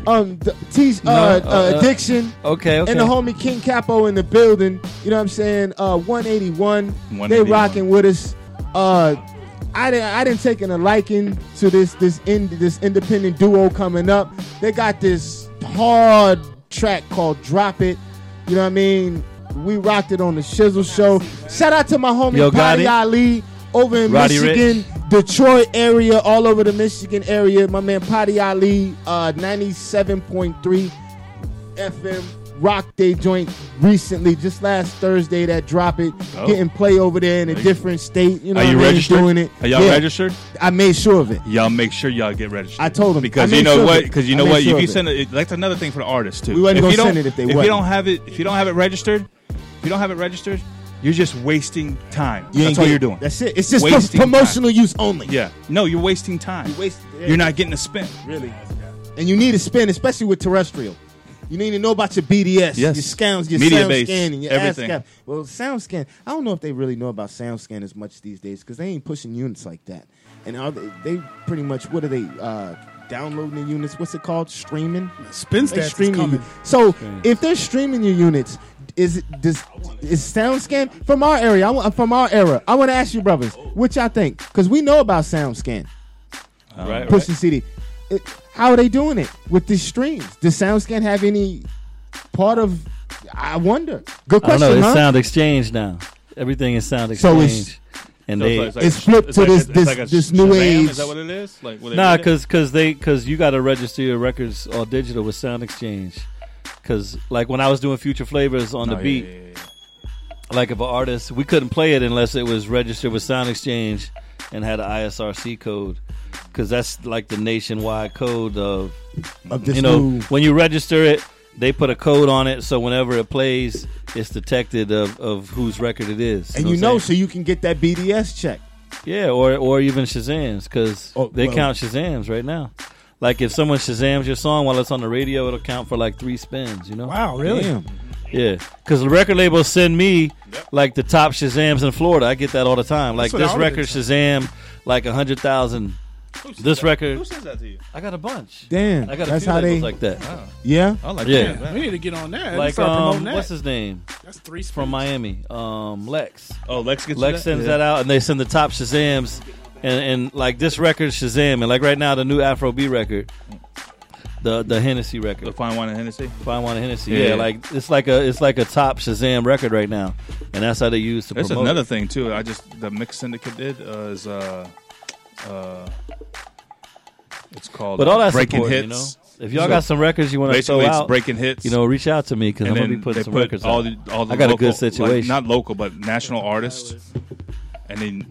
Speaker 3: um the, T, uh, uh,
Speaker 6: No, uh,
Speaker 3: addiction.
Speaker 6: Okay, okay.
Speaker 3: And the homie King Capo in the building. You know what I'm saying? Uh, 181. They
Speaker 5: 181.
Speaker 3: rocking with us. Uh, I didn't. I didn't take a liking to this this in, this independent duo coming up. They got this hard track called "Drop It." You know what I mean? We rocked it on the Shizzle Show. Shout out to my homie
Speaker 6: Yo, got
Speaker 3: Patty
Speaker 6: it.
Speaker 3: Ali over in
Speaker 6: Roddy
Speaker 3: Michigan. Detroit area, all over the Michigan area. My man Potty Ali, uh, 97.3 FM rock day joint recently, just last Thursday that drop it,
Speaker 5: Oh.
Speaker 3: getting play over there in a
Speaker 5: Are you-
Speaker 3: different state. You know,
Speaker 5: Are
Speaker 3: what
Speaker 5: you
Speaker 3: I mean?
Speaker 5: registered?
Speaker 3: Doing it.
Speaker 5: Are y'all
Speaker 3: Yeah,
Speaker 5: registered?
Speaker 3: I made sure of it.
Speaker 5: Y'all make sure y'all get registered.
Speaker 3: I told 'em. I
Speaker 5: because
Speaker 3: made
Speaker 5: you know
Speaker 3: sure of
Speaker 5: what
Speaker 3: it.
Speaker 5: because you
Speaker 3: I
Speaker 5: know
Speaker 3: made
Speaker 5: what
Speaker 3: sure
Speaker 5: if
Speaker 3: of
Speaker 5: you
Speaker 3: it.
Speaker 5: send it that's another thing for the artist too.
Speaker 3: We wasn't
Speaker 5: If
Speaker 3: gonna
Speaker 5: you don't-
Speaker 3: send it if they
Speaker 5: you
Speaker 3: wasn't.
Speaker 5: don't have it if you don't have it registered if you don't have it registered you're just wasting time.
Speaker 3: You ain't
Speaker 5: that's all
Speaker 3: get-
Speaker 5: you're doing.
Speaker 3: That's it. It's just for
Speaker 5: Wasting
Speaker 3: promotional use only.
Speaker 5: Yeah. No, you're wasting time. You
Speaker 3: waste- yeah.
Speaker 5: You're not getting a spin.
Speaker 3: Really. And you need to spend, especially with terrestrial. You need to know about your BDS, your
Speaker 5: Yes.
Speaker 3: scans, your
Speaker 5: Media
Speaker 3: sound
Speaker 5: base,
Speaker 3: scanning, your
Speaker 5: everything.
Speaker 3: ASCAP. Well, sound scan. I don't know if they really know about sound scan as much these days because they ain't pushing units like that. And are they, they pretty much what are they uh, downloading the units? What's it called? Streaming.
Speaker 9: Spin
Speaker 3: They
Speaker 9: stats
Speaker 3: stream
Speaker 9: is
Speaker 3: your
Speaker 9: coming.
Speaker 3: u- So if they're streaming your units, is it does is sound scan from our area? I wa- from our era. I want to ask you, brothers, what y'all think? Because we know about sound scan.
Speaker 6: Right,
Speaker 3: Pushing CD. It- how are they doing it with the streams? Does SoundScan have any part of? I wonder. Good
Speaker 6: I don't
Speaker 3: question,
Speaker 6: know. It's
Speaker 3: huh?
Speaker 6: Sound Exchange now. Everything is Sound
Speaker 3: So
Speaker 6: Exchange.
Speaker 3: it's-
Speaker 6: and
Speaker 5: So
Speaker 6: they
Speaker 5: like-
Speaker 3: It's flipped to this- this-
Speaker 5: a
Speaker 3: this new
Speaker 5: Shazam?
Speaker 3: age.
Speaker 5: Is that what it is? Like what they
Speaker 6: Nah,
Speaker 5: did it?
Speaker 6: cause cause they cause you got to register your records all digital with Sound Exchange. Cause like when I was doing Future Flavors on
Speaker 5: Oh,
Speaker 6: the
Speaker 5: yeah,
Speaker 6: beat,
Speaker 5: yeah, yeah, yeah.
Speaker 6: like if an artist, we couldn't play it unless it was registered with Sound Exchange and had an ISRC code. Cause that's like the nationwide code of
Speaker 3: Of this
Speaker 6: you know
Speaker 3: new-
Speaker 6: when you register it, they put a code on it, so whenever it plays, it's detected of, of whose record it is.
Speaker 3: and you know,
Speaker 6: what I'm
Speaker 3: so you can get that BDS check.
Speaker 6: yeah, or or even Shazams because
Speaker 3: Oh,
Speaker 6: they
Speaker 3: well-
Speaker 6: count Shazams right now. Like if someone Shazams your song while it's on the radio, it'll count for like three spins. You know?
Speaker 9: Wow, really?
Speaker 3: Damn.
Speaker 6: Yeah, because the record labels send me like the top Shazams in Florida. I get that all the time. Like
Speaker 9: That's what I
Speaker 6: this
Speaker 9: ordered.
Speaker 6: record Shazam like a hundred thousand. This record,
Speaker 5: Who says that to you?
Speaker 6: I got a bunch.
Speaker 3: Damn,
Speaker 6: I got a
Speaker 3: that's
Speaker 6: few
Speaker 3: how
Speaker 6: labels
Speaker 3: they.
Speaker 6: like that.
Speaker 3: yeah,
Speaker 5: I like
Speaker 6: Yeah.
Speaker 5: that.
Speaker 9: We need to get on that.
Speaker 6: Like
Speaker 9: start
Speaker 6: um,
Speaker 9: promoting that.
Speaker 6: what's his name
Speaker 9: That's three spins.
Speaker 6: from Miami? Um, Lex.
Speaker 5: Oh, Lex gets you
Speaker 6: Lex
Speaker 5: that?
Speaker 6: sends that out, and they send the top Shazams, and, and like this record Shazam, and like right now the new Afro B record, the the Hennessy
Speaker 5: The
Speaker 6: record,
Speaker 5: fine wine and Hennessy.
Speaker 6: Fine Wine and Hennessy.
Speaker 5: Yeah.
Speaker 6: Yeah, like it's like a it's like a top Shazam record right now, and that's how they use to
Speaker 5: There's
Speaker 6: promote.
Speaker 5: another
Speaker 6: it.
Speaker 5: thing too. I just the mix syndicate did uh, is uh, uh, it's called uh,
Speaker 6: But all that's
Speaker 5: breaking
Speaker 6: important,
Speaker 5: hits.
Speaker 6: you know. If y'all
Speaker 5: So
Speaker 6: got some records you want to throw
Speaker 5: Basically, it's
Speaker 6: out,
Speaker 5: breaking hits.
Speaker 6: you know, reach out to me because
Speaker 5: and
Speaker 6: I'm gonna
Speaker 5: then
Speaker 6: be putting
Speaker 5: they
Speaker 6: some
Speaker 5: put
Speaker 6: records
Speaker 5: all
Speaker 6: out.
Speaker 5: the all the
Speaker 6: I got a
Speaker 5: local-
Speaker 6: good
Speaker 5: like,
Speaker 6: situation.
Speaker 5: not local but national artists. And then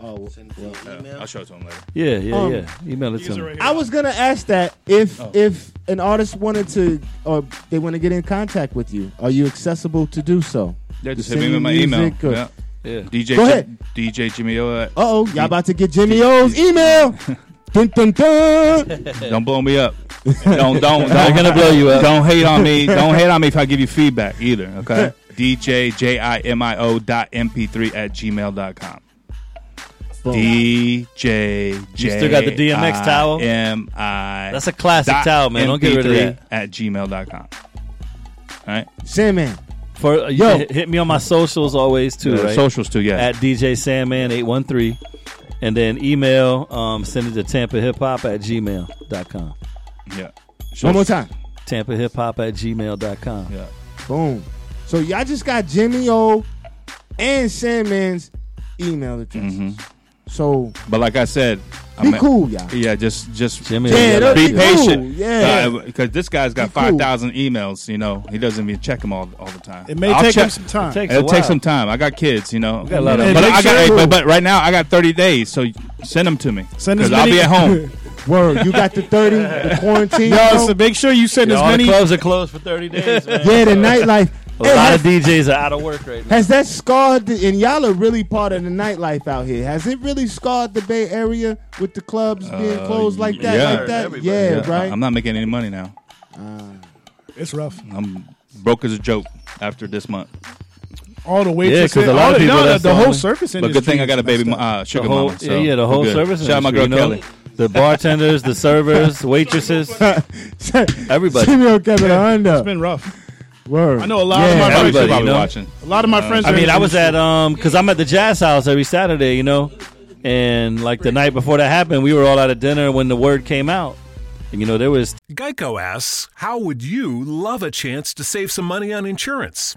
Speaker 5: Oh, uh, I'll show it to him later.
Speaker 6: yeah, yeah,
Speaker 3: Um,
Speaker 6: yeah. Email it to me.
Speaker 3: I was gonna ask that if
Speaker 6: Oh.
Speaker 3: if an artist wanted to or they want to get in contact with you, are you accessible to do so?
Speaker 5: Yeah, just
Speaker 3: You
Speaker 5: hit me
Speaker 3: send
Speaker 5: with my
Speaker 3: me
Speaker 5: email.
Speaker 3: music or-
Speaker 5: Yeah.
Speaker 6: Yeah.
Speaker 5: DJ
Speaker 3: Go
Speaker 5: Jim-
Speaker 3: ahead.
Speaker 5: DJ Jimmy O. at-
Speaker 3: Uh oh, y'all about to get Jimmy O's email. dun, dun, dun.
Speaker 5: Don't blow me up. Don't don't
Speaker 6: They're
Speaker 5: don't
Speaker 6: gonna blow you up.
Speaker 5: Don't hate on me. Don't hate on me if I give you feedback either. Okay. DJ J-I-M-I-O dot MP3 at gmail dot com. DJ
Speaker 6: You still got the
Speaker 5: Ah,
Speaker 6: DMX towel?
Speaker 5: M-I
Speaker 6: That's a classic towel, man. Don't get rid of that.
Speaker 5: At gmail dot com. All right.
Speaker 3: Sandman.
Speaker 6: For uh,
Speaker 3: Yo.
Speaker 6: yo, hit me on my socials always too.
Speaker 5: Uh,
Speaker 6: right?
Speaker 5: Socials too, yeah.
Speaker 6: at DJ Sandman 813. And then email, um, send it to Tampa Hip Hop at gmail.com.
Speaker 5: yeah.
Speaker 3: One more time.
Speaker 6: Tampa Hip Hop at gmail.com.
Speaker 5: Yeah.
Speaker 3: Boom. So y'all just got Jimmy O and Sandman's email addresses.
Speaker 6: Mm-hmm.
Speaker 3: So
Speaker 5: But like I said,
Speaker 3: be
Speaker 5: I'm at-
Speaker 3: cool, y'all.
Speaker 5: Yeah, just just
Speaker 6: Jimmy,
Speaker 3: Yeah,
Speaker 6: yeah,
Speaker 3: that-
Speaker 5: be
Speaker 3: Be
Speaker 5: patient. Uh,
Speaker 3: cool, yeah.
Speaker 5: because this guy's got
Speaker 3: Be cool.
Speaker 5: five thousand emails. You know, he doesn't even check them all all the time.
Speaker 9: It may
Speaker 5: I'll
Speaker 9: take
Speaker 5: check-
Speaker 9: him some time.
Speaker 6: Take- Takes
Speaker 5: It'll
Speaker 6: a
Speaker 5: take
Speaker 6: while.
Speaker 5: some time. I got kids, you know.
Speaker 6: got a lot of-
Speaker 5: You know, but
Speaker 9: And
Speaker 5: I
Speaker 9: make
Speaker 5: got.
Speaker 9: sure-
Speaker 5: hey, but, but right now I got thirty days, so send them to me.
Speaker 9: Send as
Speaker 5: 'Cause I'll
Speaker 9: many-
Speaker 5: be at home.
Speaker 3: Word, you got the 30, the quarantine.
Speaker 9: Yo,
Speaker 3: bro.
Speaker 9: so make sure you send as
Speaker 6: all the
Speaker 9: many.
Speaker 6: clubs are closed for 30 days, man.
Speaker 3: yeah, the nightlife.
Speaker 6: A lot of DJs are out of work right now.
Speaker 3: Has that scarred? The, and y'all are really part of the nightlife out here. Has it really scarred the Bay Area with the clubs being closed like that?
Speaker 5: Uh, yeah.
Speaker 3: Like that?
Speaker 6: Uh, Everybody.
Speaker 3: Yeah,
Speaker 5: Yeah, I-
Speaker 3: right.
Speaker 5: I'm not making any money now.
Speaker 9: Ah. It's rough.
Speaker 5: I'm broke as a joke after this month.
Speaker 9: All the waitresses.
Speaker 6: 'cause a lot
Speaker 9: all
Speaker 6: of
Speaker 9: the-
Speaker 6: people
Speaker 9: no,
Speaker 6: that's
Speaker 9: the whole
Speaker 6: on-
Speaker 9: service industry.
Speaker 5: But good thing I got a
Speaker 9: is
Speaker 5: baby,
Speaker 9: messed
Speaker 5: mo-
Speaker 9: up.
Speaker 5: uh, sugar
Speaker 6: the whole,
Speaker 5: mama. So
Speaker 6: yeah, the whole
Speaker 5: we're good.
Speaker 6: service.
Speaker 5: Shout out my girl
Speaker 6: industry, you know?
Speaker 5: Kelly.
Speaker 6: the bartenders, the servers, waitresses, everybody.
Speaker 3: Timmy O'Kevin
Speaker 9: It's
Speaker 3: Honda.
Speaker 9: been rough.
Speaker 3: Word.
Speaker 9: I know a lot of my
Speaker 5: Everybody
Speaker 9: friends.
Speaker 6: you
Speaker 5: probably
Speaker 6: know?
Speaker 5: watching.
Speaker 9: A lot of my friends.
Speaker 6: I
Speaker 9: are
Speaker 6: mean,
Speaker 9: in
Speaker 6: I was
Speaker 9: the
Speaker 6: at um, cause I'm at the jazz house every Saturday, you know, and like the night before that happened, we were all out at dinner when the word came out, and you know there was
Speaker 10: Geico asks, How would you love a chance to save some money on insurance?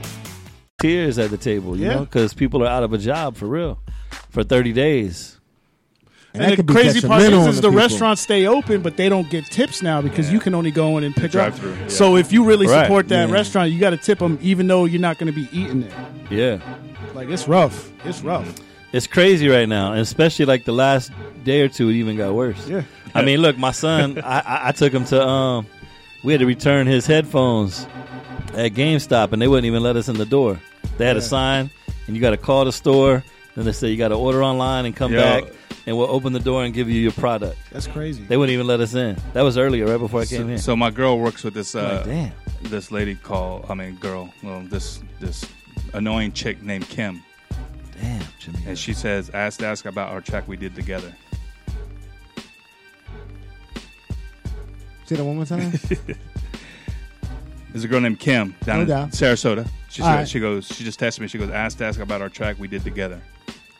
Speaker 6: tears at the table, you
Speaker 9: Yeah.
Speaker 6: know, because people are out of a job for real for 30 days.
Speaker 3: that
Speaker 9: And,
Speaker 3: could
Speaker 9: the
Speaker 3: be
Speaker 9: crazy part
Speaker 3: detrimental
Speaker 9: is,
Speaker 3: on
Speaker 9: is
Speaker 3: the
Speaker 9: the
Speaker 3: people.
Speaker 9: restaurants stay open, but they don't get tips now because you can only go in and pick up.
Speaker 5: drive-through, yeah.
Speaker 9: So if you really
Speaker 6: Right.
Speaker 9: support that restaurant, you got to tip them, even though you're not going to be eating it.
Speaker 6: Yeah.
Speaker 9: Like it's rough. It's rough.
Speaker 6: It's crazy right now, and especially like the last day or two, it even got worse.
Speaker 9: Yeah.
Speaker 6: I mean, look, my son, I, I, I took him to, um, we had to return his headphones at GameStop, and they wouldn't even let us in the door. They had a sign, and you got to call the store, then they say you got to order online and come
Speaker 5: Yo.
Speaker 6: back, and we'll open the door and give you your product.
Speaker 9: That's crazy.
Speaker 6: They wouldn't even let us in. That was earlier, right before I came
Speaker 5: So,
Speaker 6: in.
Speaker 5: so my girl works with this uh,
Speaker 6: Like, damn.
Speaker 5: this lady called I mean girl, well, this this annoying chick named Kim,
Speaker 6: Damn, Jimmy.
Speaker 5: and she says asked to ask about our track we did together.
Speaker 3: Say that one more time.
Speaker 5: There's a girl named Kim down
Speaker 3: No
Speaker 5: in
Speaker 3: doubt.
Speaker 5: Sarasota. She,
Speaker 3: All
Speaker 5: said,
Speaker 3: right.
Speaker 5: she goes, she just texted me. She goes, asked to ask about our track we did together.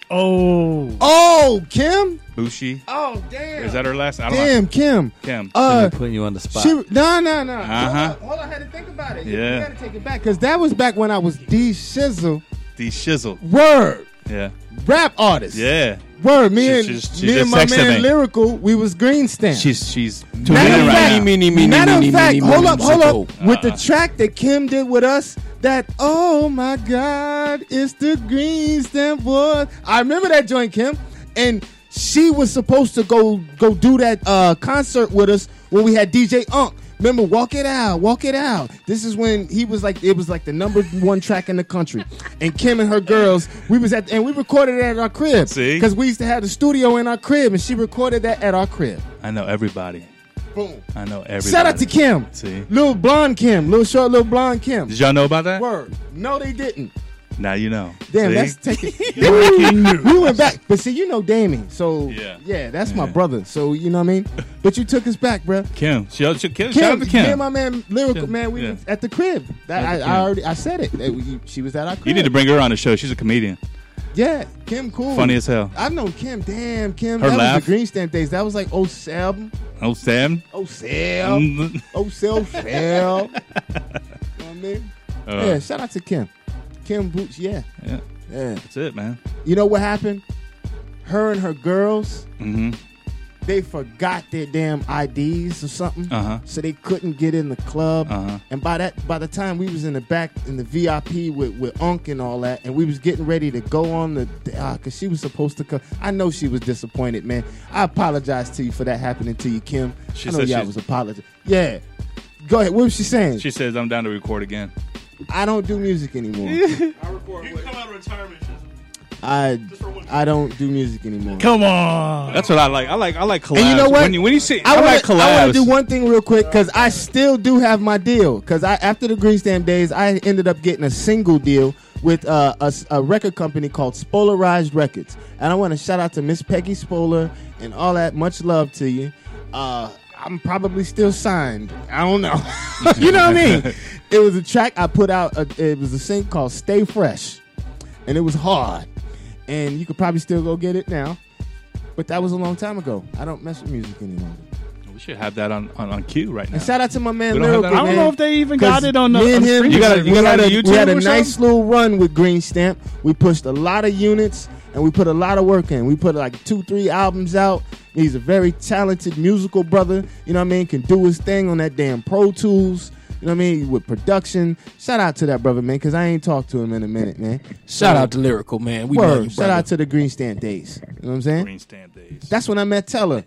Speaker 9: oh,
Speaker 3: oh, Kim.
Speaker 5: Bushi,
Speaker 3: Oh, damn.
Speaker 5: is that her last? I don't know.
Speaker 3: Damn, Kim.
Speaker 5: Kim.
Speaker 3: Uh,
Speaker 6: Jimmy putting you on the spot.
Speaker 3: She, no, no, no.
Speaker 5: Uh-huh.
Speaker 3: Hold on, I had to think about it.
Speaker 5: Yeah.
Speaker 3: You gotta take it back. Because that was back when I was D Shizzle.
Speaker 5: the shizzle.
Speaker 3: Word.
Speaker 5: Yeah,
Speaker 3: Rap artist.
Speaker 5: yeah.
Speaker 3: Word. Me
Speaker 5: She-
Speaker 3: and,
Speaker 5: she just- she
Speaker 3: me
Speaker 5: just
Speaker 3: and my
Speaker 5: texted
Speaker 3: man
Speaker 5: me.
Speaker 3: Lyrical, we was green stamp.
Speaker 5: She's she's tuning in
Speaker 3: Matter of
Speaker 5: right
Speaker 3: fact-
Speaker 5: now.
Speaker 12: me, me, me,
Speaker 3: Matter
Speaker 12: me,
Speaker 3: of
Speaker 12: me,
Speaker 3: fact,
Speaker 12: me, me,
Speaker 3: hold
Speaker 12: me,
Speaker 3: up,
Speaker 12: me, Uh-huh.
Speaker 3: hold
Speaker 12: musical.
Speaker 3: up. With the track that Kim did with us, that oh my God, it's the green stamp boy. I remember that joint, Kim, and she was supposed to go go do that uh, concert with us when we had DJ Unk. Remember, walk it out, walk it out. This is when he was like, it was like the number one track in the country. And Kim and her girls, we was at, and we recorded it at our crib.
Speaker 5: See?
Speaker 3: because we used to have the studio in our crib, and she recorded that at our crib.
Speaker 5: I know everybody.
Speaker 3: Boom.
Speaker 5: I know everybody.
Speaker 3: Shout out to Kim.
Speaker 5: See?
Speaker 3: Little blonde Kim. Little short, little blonde Kim.
Speaker 5: Did y'all know about that?
Speaker 3: Word. No, they didn't.
Speaker 5: Now you know.
Speaker 3: Damn,
Speaker 5: See?
Speaker 3: that's taking. we went back. But see, you know Damien. So,
Speaker 5: Yeah.
Speaker 3: yeah, that's my brother. So, you know what I mean? But you took us back, bruh.
Speaker 5: Kim. She, she, Kim. Shout out
Speaker 3: Kim,
Speaker 5: to
Speaker 3: me
Speaker 5: Kim.
Speaker 3: and my man, Lyrical,
Speaker 5: Kim,
Speaker 3: man, we
Speaker 5: yeah.
Speaker 3: was at the crib. That,
Speaker 5: Shout out
Speaker 3: I,
Speaker 5: to
Speaker 3: I
Speaker 5: Kim.
Speaker 3: already I said it. That we- she was at our crib.
Speaker 5: You need to bring her on the show. She's a comedian.
Speaker 3: Yeah, Kim cool.
Speaker 5: Funny as hell.
Speaker 3: I've known Kim. Damn, Kim.
Speaker 5: Her
Speaker 3: that
Speaker 5: laugh.
Speaker 3: was the Green Stamp days. That was like 07,
Speaker 5: Oh, Sam.
Speaker 3: 07,
Speaker 5: Mm-hmm.
Speaker 3: 07, fell. Oh, You know what I mean?
Speaker 5: Uh.
Speaker 3: yeah, shout out to Kim. Kim Boots, yeah.
Speaker 5: Yeah.
Speaker 3: Yeah.
Speaker 5: That's it, man.
Speaker 3: You know what happened? Her and her girls,
Speaker 5: Mm-hmm.
Speaker 3: they forgot their damn IDs or something,
Speaker 5: Uh-huh.
Speaker 3: so they couldn't get in the club.
Speaker 5: Uh-huh.
Speaker 3: And by that, by the time we was in the back in the VIP with with Unc and all that, and we was getting ready to go on the, uh, cause she was supposed to come. I know she was disappointed, man. I apologize to you for that happening to you, Kim.
Speaker 5: She
Speaker 3: I know
Speaker 5: said
Speaker 3: y'all
Speaker 5: she-
Speaker 3: was apologizing. Yeah. Go ahead. What was she saying?
Speaker 5: She says I'm down to record again.
Speaker 3: I don't do music anymore. I I don't do music anymore.
Speaker 9: come on.
Speaker 5: That's what I like. I like. I like collabs.
Speaker 3: you know what?
Speaker 5: When you, when you see, I,
Speaker 3: I,
Speaker 5: like
Speaker 3: wanna, I
Speaker 5: collabs.
Speaker 3: wanna do one thing real quick because I still do have my deal. Because I after the Green Stamp days, I ended up getting a single deal with uh, a, s- a record company called Spolarized Records. And I want to shout out to Miss Peggy Spolar and all that. Much love to you. Uh, I'm probably still signed. I don't know. you know what I mean? It was a track I put out. uh it was a sing called "Stay Fresh," and it was hard. And you could probably still go get it now, but that was a long time ago. I don't mess with music any longer.
Speaker 5: We should have that on, on, on cue right now.
Speaker 3: And shout out to my man
Speaker 5: We don't have
Speaker 3: Lyrical.
Speaker 5: that-
Speaker 9: I don't
Speaker 3: man,
Speaker 9: know if they even got
Speaker 3: 'cause
Speaker 9: it on the.
Speaker 3: me and
Speaker 9: on
Speaker 3: him,
Speaker 9: streaming
Speaker 5: You got it-
Speaker 3: we
Speaker 5: you got it
Speaker 3: had
Speaker 5: on
Speaker 3: a,
Speaker 5: YouTube
Speaker 3: we had a
Speaker 5: or
Speaker 3: nice little run with Green Stamp. We pushed a lot of units and we put a lot of work in. We put like two, three albums out. He's a very talented musical brother. You know what I mean? Can do his thing on that damn Pro Tools. You know what I mean? With production. Shout out to that brother, man, because I ain't talked to him in a minute, man.
Speaker 12: Shout out to Lyrical, man. We love you,
Speaker 3: Word. Shout
Speaker 12: brother.
Speaker 3: out to the Green Stamp days. You know what I'm saying?
Speaker 5: Green stamp days.
Speaker 3: That's when I met Teller.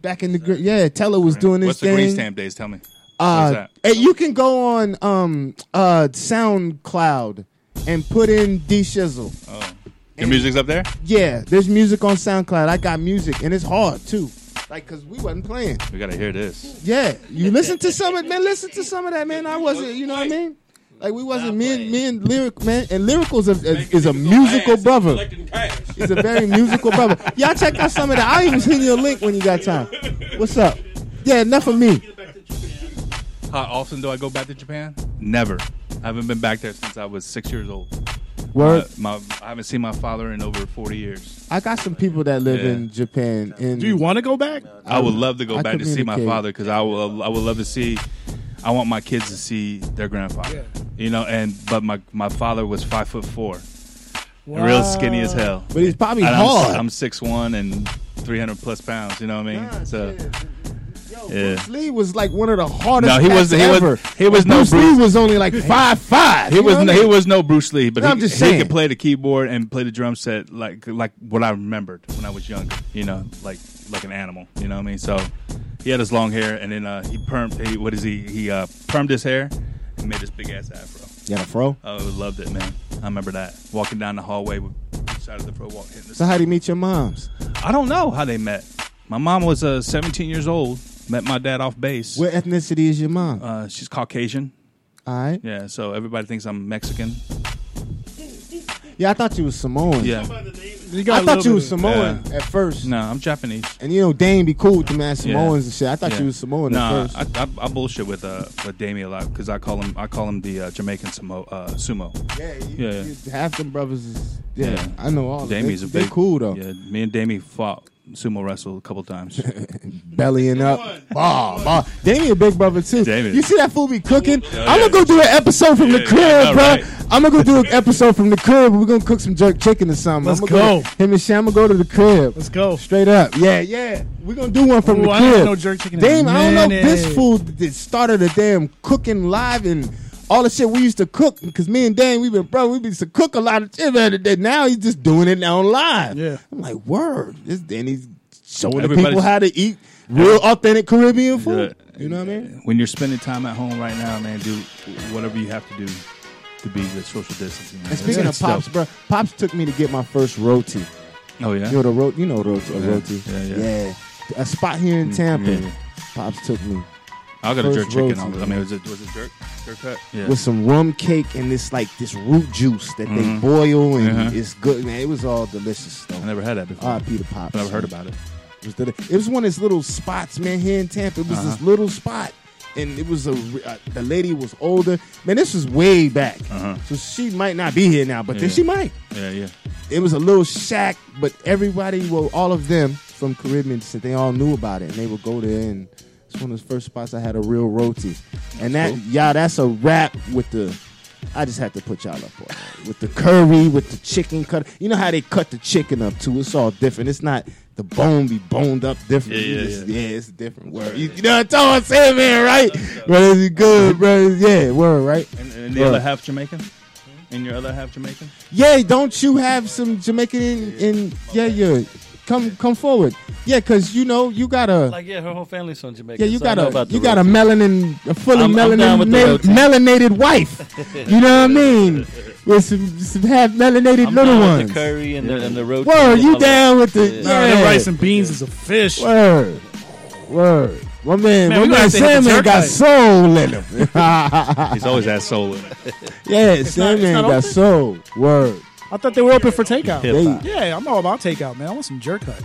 Speaker 3: Back in the gr- yeah, Teller was doing this
Speaker 5: What's
Speaker 3: thing.
Speaker 5: the green stamp days? Tell me.
Speaker 3: Uh,
Speaker 5: What's
Speaker 3: and you can go on um, uh, SoundCloud and put in D Shizzle.
Speaker 5: Oh. Your music's up there?
Speaker 3: Yeah, there's music on SoundCloud. I got music, and it's hard too. Like, cause we wasn't playing.
Speaker 5: We gotta hear this.
Speaker 3: Yeah, you listen to some of man. Listen to some of that man. I wasn't. You know what I mean? Like we wasn't. Me and me and lyric man and lyricals is a, is a musical brother. He's a very musical brother. Y'all check out some of that. I even send you a link when you got time. What's up? Yeah, enough of me.
Speaker 5: How often do I go back to Japan? Never. I haven't been back there since I was six years old.
Speaker 3: Word.
Speaker 5: Uh, my, I haven't seen my father in over 40 years.
Speaker 3: I got some people that live
Speaker 5: Yeah.
Speaker 3: in Japan. And
Speaker 9: Do you want to go back?
Speaker 5: I would love to go
Speaker 3: I
Speaker 5: back to see my
Speaker 3: communicate.
Speaker 5: father because I will. I would love to see. I want my kids to see their grandfather. You know, and but my my father was five foot four, real skinny as hell.
Speaker 3: But he's probably
Speaker 5: And
Speaker 3: hard.
Speaker 5: I'm, I'm six one and 300 plus pounds. You know what I mean? so
Speaker 3: Yo,
Speaker 5: Yeah.
Speaker 3: Bruce Lee was like one of the hardest.
Speaker 5: No, he
Speaker 3: cats
Speaker 5: wasn't- he was-
Speaker 3: ever.
Speaker 5: he was no
Speaker 3: Bruce,
Speaker 5: Bruce.
Speaker 3: Lee was only like five five.
Speaker 5: he was no, he was no Bruce Lee, but
Speaker 3: No,
Speaker 5: he,
Speaker 3: I'm just
Speaker 5: he
Speaker 3: saying.
Speaker 5: could play the keyboard and play the drum set like like what I remembered when I was younger. You know, like like an animal. You know what I mean? So he had his long hair, and then uh, he permed. He, what is he? He uh, permed his hair and made this big ass afro.
Speaker 3: Yeah, fro.
Speaker 5: Oh, I loved it, man. I remember that walking down the hallway with side of the pro walk hitting this.
Speaker 3: So how do you meet your moms?
Speaker 5: I don't know how they met. My mom was uh, 17 years old. Met my dad off base.
Speaker 3: What ethnicity is your mom?
Speaker 5: Uh, she's Caucasian.
Speaker 3: All right.
Speaker 5: Yeah, so everybody thinks I'm Mexican.
Speaker 3: Yeah, I thought you was Samoan.
Speaker 5: Yeah.
Speaker 9: You
Speaker 3: I
Speaker 9: got a
Speaker 3: thought
Speaker 9: little
Speaker 3: you was
Speaker 9: bit of-
Speaker 3: Samoan at first.
Speaker 5: No, I'm Japanese.
Speaker 3: And you know, Dane be cool with the man
Speaker 5: Yeah.
Speaker 3: Samoans and shit. I thought
Speaker 5: Yeah.
Speaker 3: you was Samoan
Speaker 5: Nah,
Speaker 3: at first.
Speaker 5: I, I, I bullshit with uh with Damien a lot because I call him I call him the uh, Jamaican sumo uh, sumo.
Speaker 3: yeah, you,
Speaker 5: yeah.
Speaker 3: you- half them brothers is. Yeah,
Speaker 5: Yeah.
Speaker 3: I know all. of them.
Speaker 5: Damien's
Speaker 3: they,
Speaker 5: a
Speaker 3: they
Speaker 5: big
Speaker 3: cool though.
Speaker 5: Yeah, me and Damien fought sumo wrestle a couple times.
Speaker 3: bellying up. Bah, bah. Damien a big brother too.
Speaker 5: Damien.
Speaker 3: You see that fool be cooking? I'm
Speaker 5: yeah.
Speaker 3: gonna go do an episode from the
Speaker 5: Yeah,
Speaker 3: crib,
Speaker 5: yeah, I know,
Speaker 3: bro.
Speaker 5: right?
Speaker 3: I'm gonna go do an episode from the crib. We're gonna cook some jerk chicken or something.
Speaker 9: Let's
Speaker 3: I'm gonna
Speaker 9: go.
Speaker 3: to- him and Sham gonna go to the crib.
Speaker 9: Let's go.
Speaker 3: Straight up. Yeah, yeah. We're gonna do one from
Speaker 9: Ooh,
Speaker 3: the
Speaker 9: I
Speaker 3: crib.
Speaker 9: ain't no jerk chicken in a
Speaker 3: Damn, I don't know if this
Speaker 9: minute.
Speaker 3: fool that started a damn cooking live and all the shit we used to cook because me and Dan, we been bro, we used to cook a lot of shit the other day. Now he's just doing it now live.
Speaker 9: Yeah.
Speaker 3: I'm like, word. This and he's showing the
Speaker 5: Everybody's-
Speaker 3: people how to eat real authentic Caribbean food.
Speaker 5: Yeah.
Speaker 3: You know what I mean?
Speaker 5: when you're spending time at home right now, man, do whatever you have to do to be with social distancing. man.
Speaker 3: And speaking
Speaker 5: It's-
Speaker 3: of pops,
Speaker 5: it's
Speaker 3: bro, pops took me to get my first roti.
Speaker 5: dope. oh yeah,
Speaker 3: You know the roti, you know roti, a
Speaker 5: Yeah,
Speaker 3: roti.
Speaker 5: yeah, yeah.
Speaker 3: a spot here in Tampa.
Speaker 5: yeah, yeah.
Speaker 3: Pops took me
Speaker 5: I got a jerk
Speaker 3: first
Speaker 5: chicken.
Speaker 3: roti,
Speaker 5: On, I
Speaker 3: man.
Speaker 5: mean, was it was it jerk jerk cut? Yeah,
Speaker 3: with some rum cake and this like this root juice that
Speaker 5: Mm-hmm.
Speaker 3: they boil and it's good. Man, it was all delicious
Speaker 5: I
Speaker 3: though.
Speaker 5: never had that before.
Speaker 3: R.I.P. to pops.
Speaker 5: But I've heard about it.
Speaker 3: It was, deli- it was one of his little spots, man, here in Tampa. It was this
Speaker 5: Uh-huh.
Speaker 3: little spot. And it was a, re- uh, the lady was older. Man, this was way back. So she might not be here now, but then
Speaker 5: Uh-huh. Yeah.
Speaker 3: she might.
Speaker 5: Yeah, yeah.
Speaker 3: It was a little shack, but everybody, well, all of them from Caribbean said they all knew about it and they would go there. And it's one of the first spots I had a real roti. And that, y'all, that's a wrap with the, I just had to put y'all up on it. With the curry, with the chicken cut. You know how they cut the chicken up too? It's all different. It's not the bone be boned up different.
Speaker 5: Yeah,
Speaker 3: You
Speaker 5: yeah,
Speaker 3: just-
Speaker 5: yeah.
Speaker 3: it's a different word. You, you know what I'm saying, man, right? Bro, it's good, bro. Yeah, word, right?
Speaker 5: And, and the
Speaker 3: Right.
Speaker 5: other half Jamaican? And your other half Jamaican?
Speaker 3: Yeah, don't you have some Jamaican in, in yeah, yeah. Come come forward. Yeah, cause you know you got a
Speaker 2: Like yeah, her whole family's from Jamaica.
Speaker 3: yeah, you
Speaker 2: so I
Speaker 3: got
Speaker 2: know
Speaker 3: a
Speaker 2: about the
Speaker 3: you got a
Speaker 2: roti.
Speaker 3: melanin a fully
Speaker 2: I'm- I'm
Speaker 3: melanin
Speaker 2: down with the
Speaker 3: mel-
Speaker 2: roti.
Speaker 3: melanated wife. you know what I mean? With some some half melanated
Speaker 2: I'm
Speaker 3: little
Speaker 2: down with
Speaker 3: ones.
Speaker 2: The curry and the and the roti.
Speaker 3: Word,
Speaker 2: and all
Speaker 3: you
Speaker 2: that.
Speaker 3: down with the
Speaker 9: Nah, that
Speaker 3: yeah.
Speaker 9: rice and beans is a fish.
Speaker 3: Word. Word. My man,
Speaker 9: Man,
Speaker 3: my
Speaker 9: we gonna
Speaker 3: man
Speaker 9: have to hit the
Speaker 3: Sandman
Speaker 9: Turk
Speaker 3: got soul
Speaker 9: fight.
Speaker 3: in him.
Speaker 5: He's always had soul in it.
Speaker 3: yeah,
Speaker 9: it's
Speaker 3: Sandman
Speaker 9: not
Speaker 3: got
Speaker 9: open?
Speaker 3: soul. Word.
Speaker 9: I thought they were open for takeout.
Speaker 6: Hip
Speaker 3: They-
Speaker 6: hop.
Speaker 9: Yeah, I'm all about takeout, man. I want some jerk hut.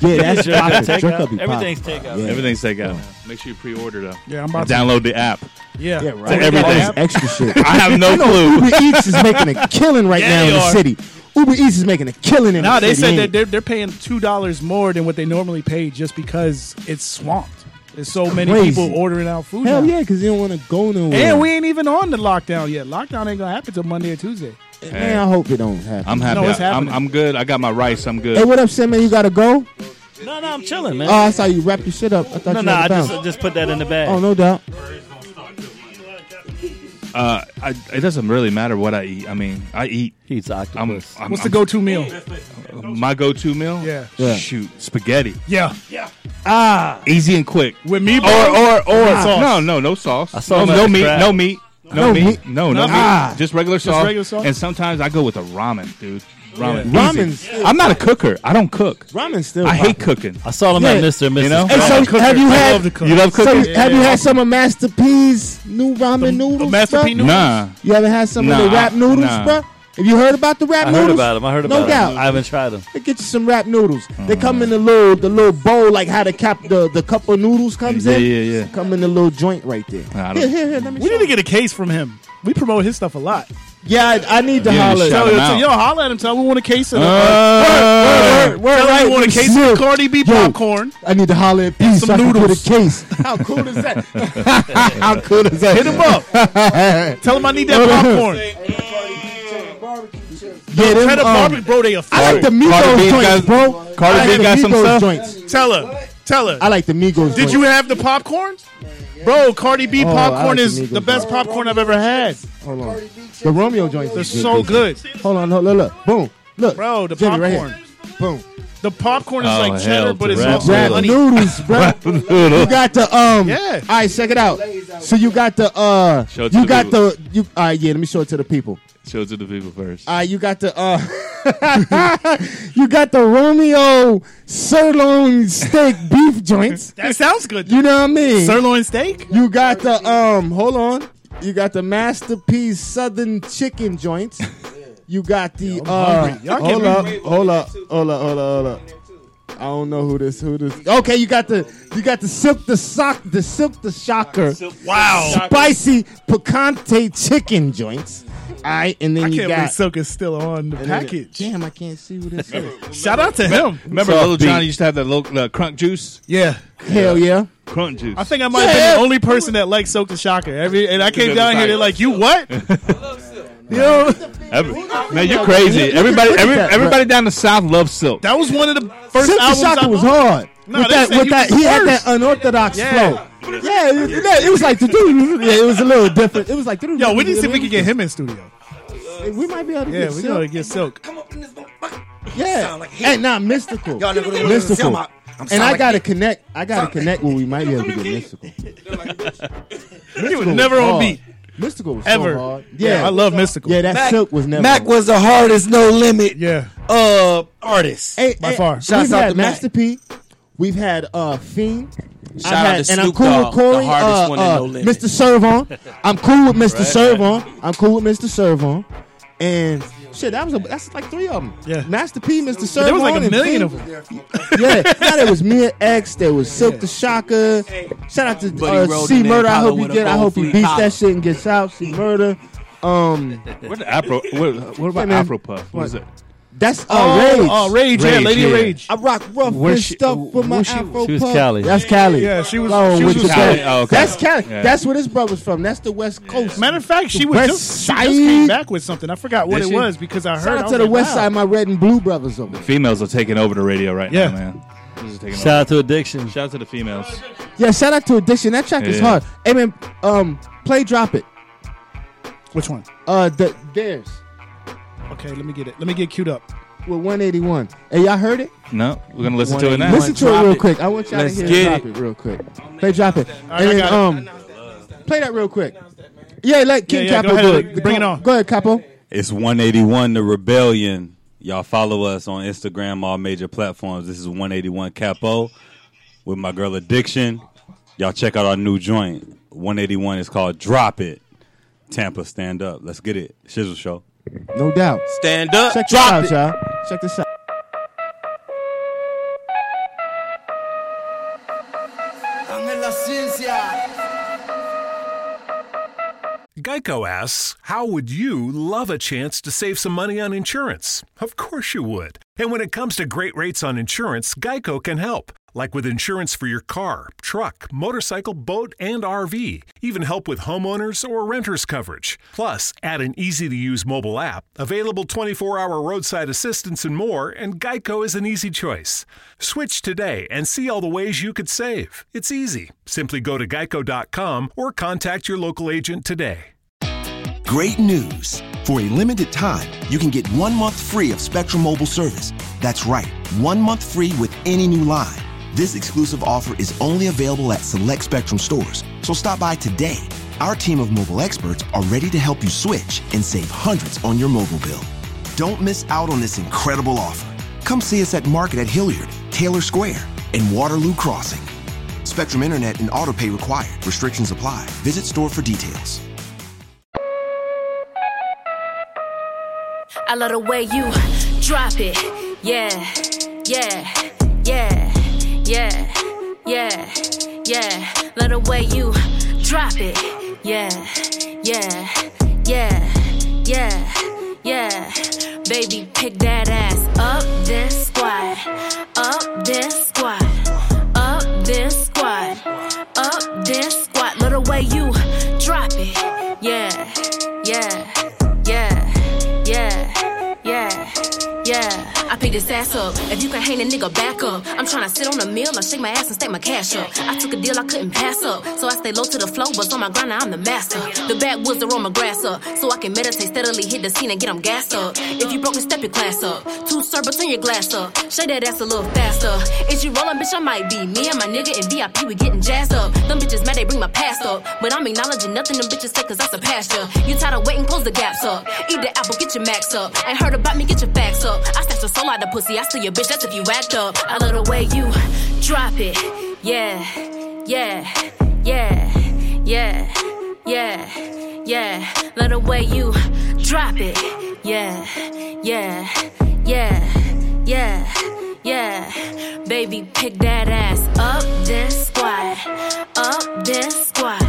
Speaker 3: yeah, that's popping.
Speaker 6: Takeout.
Speaker 3: Jerk up be popping.
Speaker 2: Everything's takeout.
Speaker 3: Yeah.
Speaker 5: Everything's takeout. now. Make sure you pre-order though.
Speaker 9: Yeah, I'm
Speaker 5: And
Speaker 9: about
Speaker 5: Download the app.
Speaker 9: to. Yeah,
Speaker 3: Yeah, right.
Speaker 5: Everything.
Speaker 3: All this extra shit.
Speaker 5: I have no clue.
Speaker 3: Uber Eats is making a killing right
Speaker 5: Yeah,
Speaker 3: now in
Speaker 5: they
Speaker 3: the
Speaker 5: are.
Speaker 3: city. Uber Eats is making a killing in
Speaker 9: Nah,
Speaker 3: the
Speaker 9: they
Speaker 3: city.
Speaker 9: said that
Speaker 3: ain't
Speaker 9: they're, they're paying two dollars more than what they normally pay just because it's swamped. There's so many
Speaker 3: Crazy.
Speaker 9: people ordering out food.
Speaker 3: it? Hell
Speaker 9: now.
Speaker 3: yeah, because they don't want to go nowhere.
Speaker 9: And we ain't even on the lockdown yet. Lockdown ain't gonna happen till Monday or Tuesday.
Speaker 3: Man, I hope it don't happen.
Speaker 5: I'm happy.
Speaker 9: No, it's
Speaker 5: I'm,
Speaker 9: happening.
Speaker 5: I'm good. I got my rice. I'm
Speaker 3: Hey,
Speaker 5: good.
Speaker 3: what up, Sandman? You gotta go?
Speaker 2: No, no, I'm chilling, man.
Speaker 3: Oh, I saw you wrap your shit up. I thought
Speaker 2: no,
Speaker 3: you
Speaker 2: no, I
Speaker 3: had
Speaker 2: just,
Speaker 3: just,
Speaker 2: I just put that in the bag.
Speaker 3: Oh, no doubt.
Speaker 5: Uh, I, it doesn't really matter what I eat. I mean, I eat.
Speaker 2: He's
Speaker 5: I'm.
Speaker 2: octopus.
Speaker 5: I'm-
Speaker 9: What's the
Speaker 5: I'm-
Speaker 9: go-to meal?
Speaker 5: My go-to meal?
Speaker 9: Yeah.
Speaker 3: Yeah.
Speaker 5: Shoot, spaghetti.
Speaker 9: Yeah,
Speaker 3: Ah.
Speaker 5: Easy and quick.
Speaker 9: with me,
Speaker 5: Or
Speaker 9: bro.
Speaker 5: or or
Speaker 9: sauce.
Speaker 5: No, no, no sauce.
Speaker 2: I saw him
Speaker 5: no,
Speaker 2: at
Speaker 5: no
Speaker 2: the
Speaker 5: meat,
Speaker 2: crab.
Speaker 5: no meat. No,
Speaker 3: No
Speaker 5: meat.
Speaker 3: meat.
Speaker 5: No, no,
Speaker 9: No
Speaker 5: meat.
Speaker 9: meat.
Speaker 3: Ah.
Speaker 5: Just regular sauce.
Speaker 9: regular sauce?
Speaker 5: And sometimes I go with a ramen, dude. Ramen.
Speaker 3: Yeah. Ramen's-
Speaker 5: Easy. I'm not a cooker. I don't cook.
Speaker 3: Ramen's still.
Speaker 5: I hate
Speaker 3: popping.
Speaker 5: cooking.
Speaker 2: I saw him
Speaker 3: Yeah.
Speaker 2: at Mr. and Mrs.
Speaker 5: You know?
Speaker 3: Hey,
Speaker 5: I'm
Speaker 3: so
Speaker 5: a cooker.
Speaker 3: have you
Speaker 5: I
Speaker 3: had?
Speaker 5: love to cook. You
Speaker 3: You
Speaker 5: love
Speaker 3: So
Speaker 5: cooking?
Speaker 3: have you had some of Master P's new ramen noodles?
Speaker 5: Master
Speaker 3: bruh?
Speaker 5: P noodles? Nah.
Speaker 3: You haven't had some of
Speaker 5: Nah,
Speaker 3: the rap noodles,
Speaker 5: nah.
Speaker 3: bro? Have you heard about the rap
Speaker 2: I
Speaker 3: noodles?
Speaker 2: heard about him. I heard about
Speaker 3: No
Speaker 2: him.
Speaker 3: doubt.
Speaker 2: I haven't tried him.
Speaker 3: They get you some rap noodles.
Speaker 5: Mm.
Speaker 3: They come in the little the little bowl like how the cap the, the cup of noodles comes
Speaker 5: Yeah,
Speaker 3: in.
Speaker 5: yeah, yeah.
Speaker 3: Come in the little joint right there.
Speaker 5: Nah, I don't-
Speaker 3: here, here, here. Let me.
Speaker 9: We
Speaker 3: show
Speaker 9: need to
Speaker 3: you.
Speaker 9: get a case from him. We promote his stuff a lot.
Speaker 3: Yeah, I, I need to
Speaker 5: Give him a
Speaker 3: holler.
Speaker 5: shout
Speaker 9: So,
Speaker 5: him
Speaker 9: so
Speaker 5: out.
Speaker 9: yo, holler at him. Tell him we want a case of.
Speaker 5: Uh,
Speaker 3: Word, word,
Speaker 9: Tell him
Speaker 3: right,
Speaker 9: we want a
Speaker 3: you
Speaker 9: case of
Speaker 3: sniff.
Speaker 9: Cardi B
Speaker 3: Yo.
Speaker 9: popcorn.
Speaker 3: I need to holler at peace
Speaker 9: some
Speaker 3: so I can put
Speaker 9: noodles.
Speaker 3: a case. How cool is that? How cool is that?
Speaker 9: Hit him up. Tell him I need that popcorn.
Speaker 3: Get him,
Speaker 9: Tell the
Speaker 3: um,
Speaker 9: barber, bro, they
Speaker 3: I like
Speaker 9: offended.
Speaker 3: the
Speaker 5: Cardi
Speaker 3: Migos
Speaker 5: B's
Speaker 3: joints,
Speaker 5: got-
Speaker 3: bro. I
Speaker 5: Cardi
Speaker 3: like
Speaker 5: B
Speaker 3: the
Speaker 5: got some
Speaker 3: Migos
Speaker 5: stuff?
Speaker 3: joints.
Speaker 9: Tell her. Tell her.
Speaker 3: I like the Migos.
Speaker 9: Did
Speaker 3: joints.
Speaker 9: you have the popcorn? Bro, Cardi B
Speaker 3: Oh, I like
Speaker 9: popcorn
Speaker 3: the
Speaker 9: is
Speaker 3: Migos
Speaker 9: the best
Speaker 3: popcorn.
Speaker 9: popcorn I've ever had.
Speaker 3: Hold on. The Romeo joints.
Speaker 9: They're
Speaker 3: is
Speaker 9: so good.
Speaker 3: Hold on, hold on, look, boom, look,
Speaker 9: Bro, the
Speaker 3: Jimmy,
Speaker 9: popcorn.
Speaker 3: Right here. Boom.
Speaker 9: The popcorn is
Speaker 5: Oh,
Speaker 9: like cheddar,
Speaker 5: hell,
Speaker 9: but it's
Speaker 5: rap
Speaker 9: also
Speaker 3: Rap
Speaker 9: money.
Speaker 3: noodles, bro. You got the um.
Speaker 9: Yeah.
Speaker 3: All right, check it out. So you got the uh.
Speaker 5: Show it to
Speaker 3: you
Speaker 5: the
Speaker 3: got
Speaker 5: people.
Speaker 3: the you. All right, yeah. Let me show it to the people.
Speaker 5: Show it to the people first.
Speaker 3: All right, you got the uh. you got the Romeo sirloin steak beef joints.
Speaker 9: That sounds good.
Speaker 3: You know what I mean?
Speaker 9: Sirloin steak?
Speaker 3: You got the um. Hold on. You got the masterpiece southern chicken joints. You got the uh.
Speaker 9: Y'all
Speaker 3: hold,
Speaker 9: getting
Speaker 3: up, hold up, hold up, hold up, hold up. I don't know who this, who this. Okay, you got the, you got the silk, the sock, the silk, the shocker,
Speaker 9: Wow.
Speaker 3: spicy picante chicken joints. All right, and then
Speaker 9: I
Speaker 3: you
Speaker 9: can't believe
Speaker 3: got.
Speaker 9: Silk is still on the
Speaker 3: and then-
Speaker 9: package.
Speaker 3: Damn, I can't see who this is.
Speaker 9: Shout out to him.
Speaker 5: Remember
Speaker 3: Soft
Speaker 5: Little
Speaker 3: beat.
Speaker 5: Johnny used to have that little uh, crunk juice?
Speaker 9: Yeah.
Speaker 3: Hell yeah.
Speaker 5: Crunk juice.
Speaker 9: I think I might have
Speaker 3: Yeah.
Speaker 9: been the only person that likes Silk the Shocker. Every and I came
Speaker 5: Because
Speaker 9: down
Speaker 5: it's
Speaker 9: here, they're
Speaker 5: like-
Speaker 9: like, "You what?"
Speaker 3: Yo,
Speaker 5: Every, now you're crazy. Everybody, every,
Speaker 3: that,
Speaker 5: everybody down the south loves silk.
Speaker 9: That was one of the first
Speaker 3: Silk the
Speaker 9: albums. I
Speaker 3: Shocker was
Speaker 9: bought.
Speaker 3: hard.
Speaker 9: No,
Speaker 3: with
Speaker 9: they
Speaker 3: that,
Speaker 9: said
Speaker 3: with
Speaker 9: he
Speaker 3: that,
Speaker 9: was
Speaker 3: he had that
Speaker 9: first.
Speaker 3: unorthodox
Speaker 9: Yeah.
Speaker 3: flow. Yeah, it, yeah, it was like yeah, it was a little different. It was like
Speaker 9: Yo, we need to see if we can get him in studio.
Speaker 3: We might be able to
Speaker 9: Yeah,
Speaker 3: get
Speaker 9: we
Speaker 3: Silk.
Speaker 9: gotta get Silk.
Speaker 3: Yeah,
Speaker 8: Sound like hate.
Speaker 3: and not mystical.
Speaker 8: Y'all niggas don't
Speaker 3: mystical.
Speaker 8: understand my- I'm
Speaker 3: and I
Speaker 8: solid
Speaker 3: gotta
Speaker 8: hate.
Speaker 3: connect. I gotta connect where we might be able to get mystical.
Speaker 9: He was never on beat
Speaker 3: Oh. Mystical was
Speaker 9: ever.
Speaker 3: so hard. Yeah,
Speaker 9: I love Mystical.
Speaker 3: Yeah, that
Speaker 8: Mac-
Speaker 3: silk was never.
Speaker 8: Mac
Speaker 3: on.
Speaker 8: was the hardest no limit
Speaker 9: Yeah.
Speaker 8: uh artist.
Speaker 3: Hey,
Speaker 9: by
Speaker 3: hey,
Speaker 9: far.
Speaker 8: Shouts
Speaker 3: we've
Speaker 8: out
Speaker 3: had
Speaker 8: to Mac.
Speaker 3: Master P. We've had uh Fiend.
Speaker 12: Shout
Speaker 3: I've
Speaker 12: out
Speaker 3: had-
Speaker 12: to
Speaker 3: and I'm
Speaker 12: Snoop
Speaker 3: cool
Speaker 12: Dogg,
Speaker 3: with Corey,
Speaker 12: the hardest
Speaker 3: uh,
Speaker 12: one in
Speaker 3: uh,
Speaker 12: No Limit.
Speaker 3: Mr. Servon. I'm cool with Mr. Servon. I'm cool with Mr. Servon. And shit, that was a, that's like three of them.
Speaker 9: Yeah.
Speaker 3: Master P, Mr. Servon.
Speaker 9: There was like a
Speaker 3: and
Speaker 9: million
Speaker 3: Fiend.
Speaker 9: of them.
Speaker 3: yeah, now there was me and X. There was Silk the Shocker. Shout out to
Speaker 12: Buddy
Speaker 3: uh,
Speaker 12: Rhodes
Speaker 3: C
Speaker 12: and
Speaker 3: Murder. I
Speaker 12: Impala
Speaker 3: hope he
Speaker 12: with a
Speaker 3: get. I
Speaker 12: gold
Speaker 3: hope he
Speaker 12: fleece
Speaker 3: beats
Speaker 12: collar.
Speaker 3: that shit and gets out. C Murder. Um,
Speaker 5: What, the Afro, what, what
Speaker 3: Hey,
Speaker 5: about
Speaker 3: man.
Speaker 5: Afro Puff? What
Speaker 3: What?
Speaker 5: is it?
Speaker 3: that's uh,
Speaker 9: Oh,
Speaker 3: Rage.
Speaker 9: oh, Rage, yeah,
Speaker 5: Rage,
Speaker 9: Lady
Speaker 5: yeah.
Speaker 9: Rage.
Speaker 3: I rock rough
Speaker 5: Where
Speaker 3: and
Speaker 5: she-
Speaker 3: stuff with my
Speaker 5: where she-
Speaker 3: Afro
Speaker 2: she was
Speaker 3: puff.
Speaker 2: Cali.
Speaker 3: That's Cali.
Speaker 9: Yeah, she was-
Speaker 3: Oh,
Speaker 9: she
Speaker 3: with
Speaker 9: was
Speaker 3: your
Speaker 5: Cali.
Speaker 3: boy.
Speaker 5: Oh, okay.
Speaker 3: That's Cali.
Speaker 5: Yeah.
Speaker 3: That's where this brother's from. That's the West Coast.
Speaker 9: Matter of fact, she was
Speaker 3: West
Speaker 9: just, she just came
Speaker 3: Side.
Speaker 9: back with something. I forgot what
Speaker 5: Did
Speaker 9: it
Speaker 5: she?
Speaker 9: was because I heard.
Speaker 3: Shout
Speaker 9: I
Speaker 3: out
Speaker 9: was
Speaker 3: to the
Speaker 9: like,
Speaker 3: West
Speaker 9: wow.
Speaker 3: Side. My red and blue brothers over. there.
Speaker 5: Females are taking over the radio right
Speaker 9: Yeah.
Speaker 5: now, man. This is taking
Speaker 2: Shout out to Addiction.
Speaker 5: over. Shout out to the females.
Speaker 3: Yeah, shout out to Addiction. That track is
Speaker 5: Yeah.
Speaker 3: hard. Hey man, um, play drop it.
Speaker 9: Which one?
Speaker 3: Uh, the theirs
Speaker 9: Okay, let me get it. Let me get queued up.
Speaker 3: with 181. Hey, y'all heard it?
Speaker 5: No, we're gonna listen to it now.
Speaker 3: Listen to it
Speaker 12: Drop
Speaker 3: real
Speaker 12: it.
Speaker 3: quick. I want y'all
Speaker 12: Let's
Speaker 3: to
Speaker 12: get
Speaker 3: hear it. Drop
Speaker 12: it.
Speaker 3: it real quick. Play drop it.
Speaker 9: right, I
Speaker 3: And then,
Speaker 9: got it.
Speaker 3: um, play that real quick. Yeah, let King
Speaker 9: Yeah, yeah, go
Speaker 3: Capo
Speaker 9: ahead.
Speaker 3: do it.
Speaker 9: Bring it on.
Speaker 3: Go ahead, Capo.
Speaker 14: It's 181 The Rebellion. Y'all follow us on Instagram, all major platforms. This is 181 Capo with my girl Addiction.
Speaker 15: Y'all check out our new joint. 181 is called Drop It. Tampa, stand up. Let's get it. Shizzle Show.
Speaker 3: No doubt.
Speaker 16: Stand up.
Speaker 3: Check this
Speaker 16: drop
Speaker 3: out,
Speaker 16: it.
Speaker 3: y'all. Check this out.
Speaker 10: Geico asks, How would you love a chance to save some money on insurance? Of course you would. And when it comes to great rates on insurance, Geico can help. Like with insurance for your car, truck, motorcycle, boat, and RV. Even help with homeowners or renters coverage. Plus, add an easy to use mobile app, available 24 hour roadside assistance, and more, and Geico is an easy choice. Switch today and see all the ways you could save. It's easy. Simply go to geico.com or contact your local agent today.
Speaker 11: Great news. For a limited time, you can get one month free of Spectrum Mobile service. That's right, one month free with any new line. This exclusive offer is only available at select Spectrum stores, so stop by today. Our team of mobile experts are ready to help you switch and save hundreds on your mobile bill. Don't miss out on this incredible offer. Come see us at Market at Hilliard, Taylor Square, and Waterloo Crossing. Spectrum Internet and auto pay required. Restrictions apply. Visit store for details.
Speaker 17: I love the way you drop it. Yeah, yeah, yeah, yeah, yeah, yeah. Love the way you drop it. Yeah, yeah, yeah, yeah, yeah. Baby, pick that ass up, then squat, up, then squat, up, then squat, up, then squat. Love the way you drop it. Yeah, yeah, yeah. Yeah, yeah, yeah. I pick this ass up. If you can hang a nigga back up, I'm tryna sit on a meal or shake my ass and stack my cash up. I took a deal I couldn't pass up, so I stay low to the flow, but on my grind now I'm the master. The backwoods are on my grass up, so I can meditate steadily, hit the scene and get 'em gassed up. If you broke, then step your class up. Two servers turn your glass up. Shake that ass a little faster. Is you rolling, bitch? I might be. Me and my nigga in VIP, we getting jazzed up. Them bitches mad, they bring my past up, but I'm acknowledging nothing them bitches say 'cause I surpassed ya. You tired of waiting, close the gaps up. Eat the apple, get your max up. Ain't heard about me, get your facts up. I snatch your soul out the pussy, I steal your bitch, that's if you act up. I love the way you drop it. Yeah, yeah, yeah, yeah, yeah, yeah. Love the way you drop it. Yeah, yeah, yeah, yeah, yeah. Baby, pick that ass up, then squat. Up, then squat.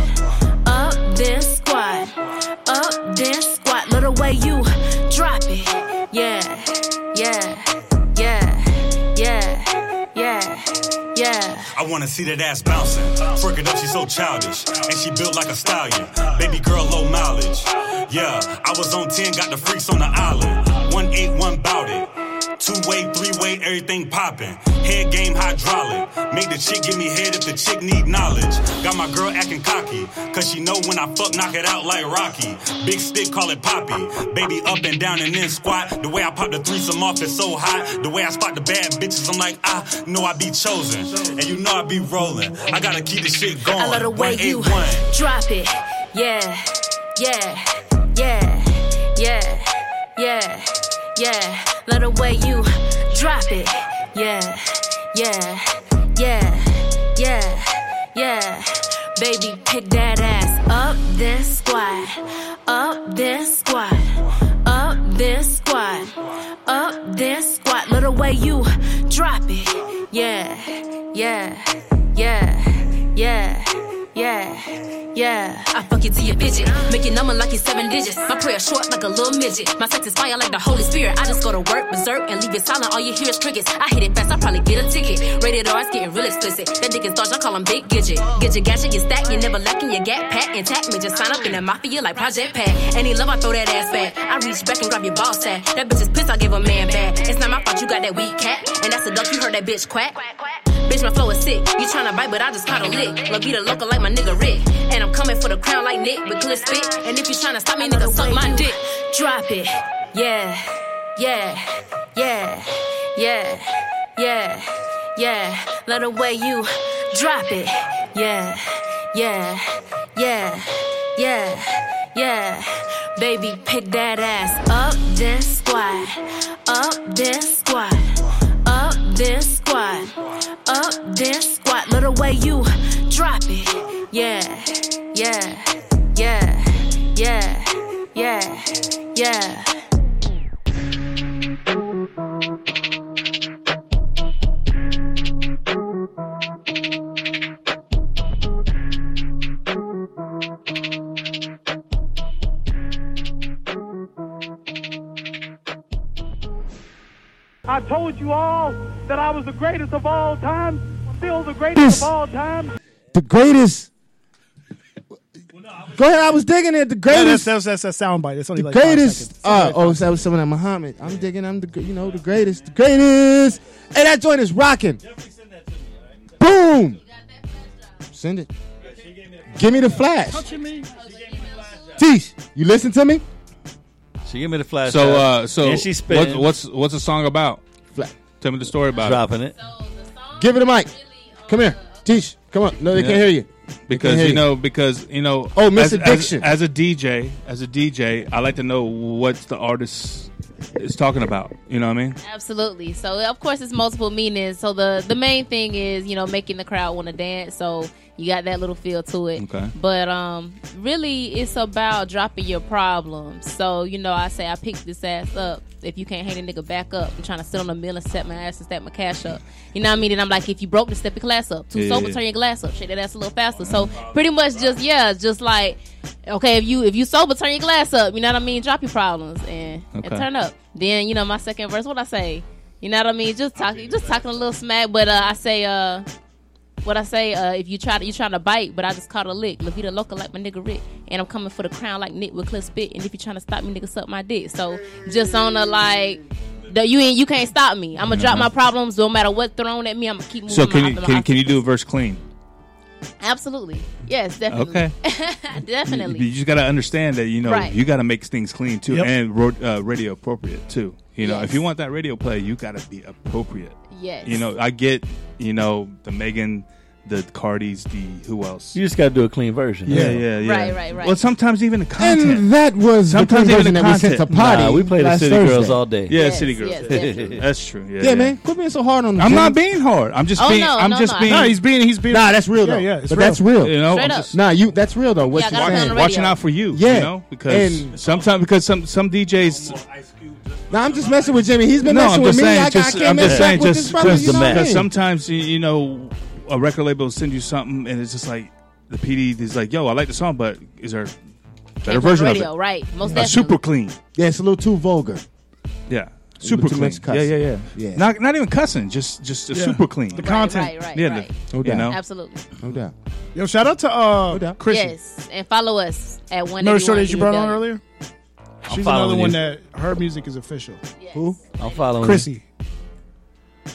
Speaker 17: Up, then squat. Up, then squat. Love the way you drop it. Yeah, yeah, yeah, yeah, yeah, yeah.
Speaker 4: I wanna see that ass bouncing. Twerk it up, she so childish. And she built like a stallion. Baby girl, low mileage. Yeah, I was on 10, got the freaks on the island. 181 bout it. Two way, three way, everything popping. Head game hydraulic. Make the chick give me head if the chick need knowledge. Got my girl acting cocky. Cause she know when I fuck, knock it out like Rocky. Big stick, call it Poppy. Baby up and down and then squat. The way I pop the threesome off is so hot. The way I spot the bad bitches, I'm like, I know I be chosen. And you know I be rolling. I gotta keep the shit going.
Speaker 17: I love the way you
Speaker 4: 181.
Speaker 17: drop it. Yeah, yeah, yeah, yeah, yeah, yeah. Love the way you drop it. Yeah, yeah, yeah, yeah, yeah. Baby, pick that ass up, then squat, up, then squat, up, then squat, up, then squat. Love the way you drop it. Yeah, yeah, yeah, yeah. Yeah, yeah. I fuck you to your pigeon. Make it number like it's seven digits. My prayer short like a little midget. My sex is fire like the Holy Spirit. I just go to work, berserk, and leave it silent. All you hear is crickets. I hit it fast, I probably get a ticket. Rated R, it's getting real explicit. That dick is large, I call him Big Gidget. Gidget, gadget, you stack, you never lacking your gap pack. Intact, me just sign up in the mafia like Project Pack. Any love, I throw that ass back. I reach back and grab your ball sack. That bitch is pissed, I give a man back. It's not my fault you got that weak cat. And that's a duck, you heard that bitch quack. Bitch, my flow is sick. You tryna bite, but I just caught a lick. La Vida local like my nigga Rick. And I'm coming for the crown like Nick, but clip spit. And if you tryna stop me, nigga, suck my dick. Drop it. Yeah, yeah, yeah, yeah, yeah, yeah. Love the way you drop it. Yeah, yeah, yeah, yeah, yeah. Baby, pick that ass up, then squat. Up, then squat up this squad, up this squad. Little way you drop it, yeah, yeah, yeah, yeah, yeah, yeah.
Speaker 12: I told you all that I was the greatest of all time, still the greatest of all time.
Speaker 3: The greatest. Go ahead. I was digging at the
Speaker 9: No, that's,
Speaker 3: greatest.
Speaker 9: that's, that's a soundbite. It's only
Speaker 3: the
Speaker 9: like
Speaker 3: greatest. Uh, oh, so that was someone at Muhammad. I'm digging. I'm the gr- you know the greatest. The greatest. Hey, that joint is rocking. Boom. Send it. Give me the flash. Teach. You listen to me.
Speaker 6: She gave me the flash.
Speaker 5: So,
Speaker 6: drive,
Speaker 5: uh, so
Speaker 6: and she
Speaker 5: what's,
Speaker 6: spit.
Speaker 5: what's what's the song about?
Speaker 3: Flat.
Speaker 5: Tell me the story about
Speaker 6: dropping it?
Speaker 3: Give me the mic. Come here. Teach. Come on. No, they
Speaker 5: Yeah.
Speaker 3: can't hear you.
Speaker 5: it. Because
Speaker 3: hear
Speaker 5: you
Speaker 3: you.
Speaker 5: know, because you know,
Speaker 3: Oh,
Speaker 5: as- as-
Speaker 3: misaddiction.
Speaker 5: As, a DJ, as a DJ, I like to know what's the artist is talking about. You know what I mean?
Speaker 18: Absolutely. So of course it's multiple meanings. So the the main thing is you know making the crowd want to dance. So you got that little feel to it.
Speaker 5: Okay.
Speaker 18: But um, really it's about dropping your problems. So you know I say I picked this ass up. If you can't hang a nigga back up, I'm trying to sit on the mill and set my ass and step my cash up. You know what I mean? And I'm like, if you broke, then step your glass up. Too
Speaker 19: Yeah.
Speaker 18: sober, turn your glass up. Shake that ass a little faster. So pretty much just yeah, just like okay, if you if you sober, turn your glass up. You know what I mean? Drop your problems and
Speaker 19: Okay.
Speaker 18: and turn up. Then you know my second verse. What I say? You know what I mean? Just talking, just talking a little smack. But uh, I say, uh, what I say? Uh, if you try to, you trying to bite, but I just caught a lick. La vida loca like my nigga Rick, and I'm coming for the crown like Nick with Cliff Spit. And if you trying to stop me, nigga, suck my dick. So just on a like. The, you ain't you can't stop me. I'm gonna drop my problems no matter what thrown at me. I'm gonna keep moving.
Speaker 5: So
Speaker 18: my-
Speaker 5: can you
Speaker 18: my-
Speaker 5: can, can you do a verse clean?
Speaker 18: absolutely yes, definitely. Okay, definitely.
Speaker 5: You just got to understand that you know
Speaker 18: Right.
Speaker 5: you got to make things clean too,
Speaker 18: Yep.
Speaker 5: and ro- uh, radio appropriate too. You know,
Speaker 18: Yes.
Speaker 5: if you want that radio play, you got to be appropriate.
Speaker 18: Yes.
Speaker 5: You know, I get you know the Megan, the Cardis, the who else?
Speaker 6: You just got to do a clean version.
Speaker 5: Yeah, yeah, yeah.
Speaker 18: Right, right, right.
Speaker 5: Well, sometimes even the content.
Speaker 3: And that was
Speaker 5: Sometimes
Speaker 3: the
Speaker 5: even
Speaker 3: version
Speaker 5: the
Speaker 3: that we sent to
Speaker 5: content.
Speaker 3: potty.
Speaker 6: Nah, we play the
Speaker 3: last
Speaker 6: City
Speaker 3: Thursday.
Speaker 6: Girls all day.
Speaker 5: Yeah, City Girls. That's true. Yeah,
Speaker 3: Yeah, man. Quit being so hard on. the
Speaker 5: I'm
Speaker 3: dude.
Speaker 5: not being hard. I'm just
Speaker 3: Oh,
Speaker 5: being.
Speaker 3: no,
Speaker 5: I'm
Speaker 3: no,
Speaker 5: just
Speaker 3: no, I
Speaker 5: being.
Speaker 3: know. No, he's
Speaker 5: being. He's being.
Speaker 3: Nah, that's real though. but that's real.
Speaker 5: You know, I'm just-
Speaker 3: nah, you that's real though. What
Speaker 5: Watch-
Speaker 3: you saying?
Speaker 5: watching out for you.
Speaker 3: Yeah,
Speaker 5: you know, because
Speaker 3: And-
Speaker 5: sometimes because some some DJs.
Speaker 3: Nah, I'm just messing with Jimmy. He's been
Speaker 5: No,
Speaker 3: messing
Speaker 5: I'm
Speaker 3: with me.
Speaker 5: just
Speaker 3: I,
Speaker 5: saying.
Speaker 3: I
Speaker 5: Just,
Speaker 3: can't
Speaker 5: I'm
Speaker 3: mess
Speaker 5: just
Speaker 3: back
Speaker 5: saying.
Speaker 3: with
Speaker 5: Just
Speaker 3: this brother.
Speaker 5: just
Speaker 3: you know what I
Speaker 5: because
Speaker 3: mean?
Speaker 5: sometimes you- you know a record label will send you something and it's just like the PD is like, "Yo, I like the song, but is there a better
Speaker 18: Can't play
Speaker 5: version
Speaker 18: radio,
Speaker 5: of it?
Speaker 18: right? Most
Speaker 5: A
Speaker 18: definitely.
Speaker 5: super clean.
Speaker 3: Yeah, it's a little too vulgar.
Speaker 5: Yeah.
Speaker 3: Too
Speaker 5: Super
Speaker 3: much
Speaker 5: clean. Yeah,
Speaker 3: cussing.
Speaker 5: yeah, yeah,
Speaker 3: Yeah.
Speaker 5: Not not even cussing. Just just a
Speaker 3: Yeah.
Speaker 5: super clean.
Speaker 3: The Right, content.
Speaker 18: right, right,
Speaker 5: yeah.
Speaker 18: right.
Speaker 5: The,
Speaker 3: No
Speaker 5: you
Speaker 3: doubt.
Speaker 5: know.
Speaker 18: Absolutely.
Speaker 3: No doubt.
Speaker 9: Yo, shout out to uh, Chrissy.
Speaker 18: Yes, and follow us at one.
Speaker 9: Remember Shorty that you brought on earlier?
Speaker 6: I'm
Speaker 9: She's
Speaker 6: following
Speaker 9: another one
Speaker 6: you.
Speaker 9: that her music is official.
Speaker 3: Who?
Speaker 6: I'm following you.
Speaker 9: Chrissy.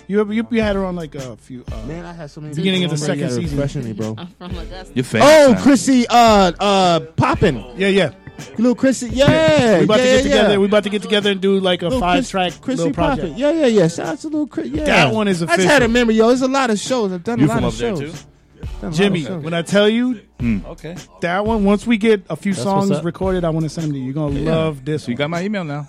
Speaker 9: You, you you had her on like a few. Uh,
Speaker 3: Man, I had so many.
Speaker 9: Beginning of
Speaker 3: people
Speaker 9: the
Speaker 3: on right
Speaker 9: second
Speaker 3: now
Speaker 9: season.
Speaker 3: refreshing me, bro.
Speaker 18: From Augusta.
Speaker 5: You're famous.
Speaker 3: Oh,
Speaker 5: now.
Speaker 3: Chrissy, uh, uh, popping.
Speaker 9: Yeah, yeah.
Speaker 3: Little Chrissy, yeah.
Speaker 9: we about
Speaker 3: yeah,
Speaker 9: to get
Speaker 3: yeah,
Speaker 9: together.
Speaker 3: yeah.
Speaker 9: We about to get together and do like a
Speaker 3: Little
Speaker 9: five
Speaker 3: Chris-
Speaker 9: track
Speaker 3: Chrissy
Speaker 9: little project.
Speaker 3: Poppin. Yeah, yeah, yeah. Shout out to little Chris. Yeah.
Speaker 9: That one is
Speaker 3: I just had
Speaker 9: official.
Speaker 3: a memory, yo. There's a lot of shows. I've done
Speaker 9: You
Speaker 3: a lot
Speaker 9: from
Speaker 3: of
Speaker 9: up there,
Speaker 3: shows.
Speaker 9: too?
Speaker 3: Done a lot
Speaker 9: Jimmy,
Speaker 3: of shows. Hmm.
Speaker 9: when I tell you,
Speaker 6: Okay.
Speaker 9: that one. Once we get a few
Speaker 3: That's what's
Speaker 9: songs
Speaker 3: up.
Speaker 9: recorded, I want to send them to you. You're gonna
Speaker 3: Yeah.
Speaker 9: love this.
Speaker 5: You got my email now.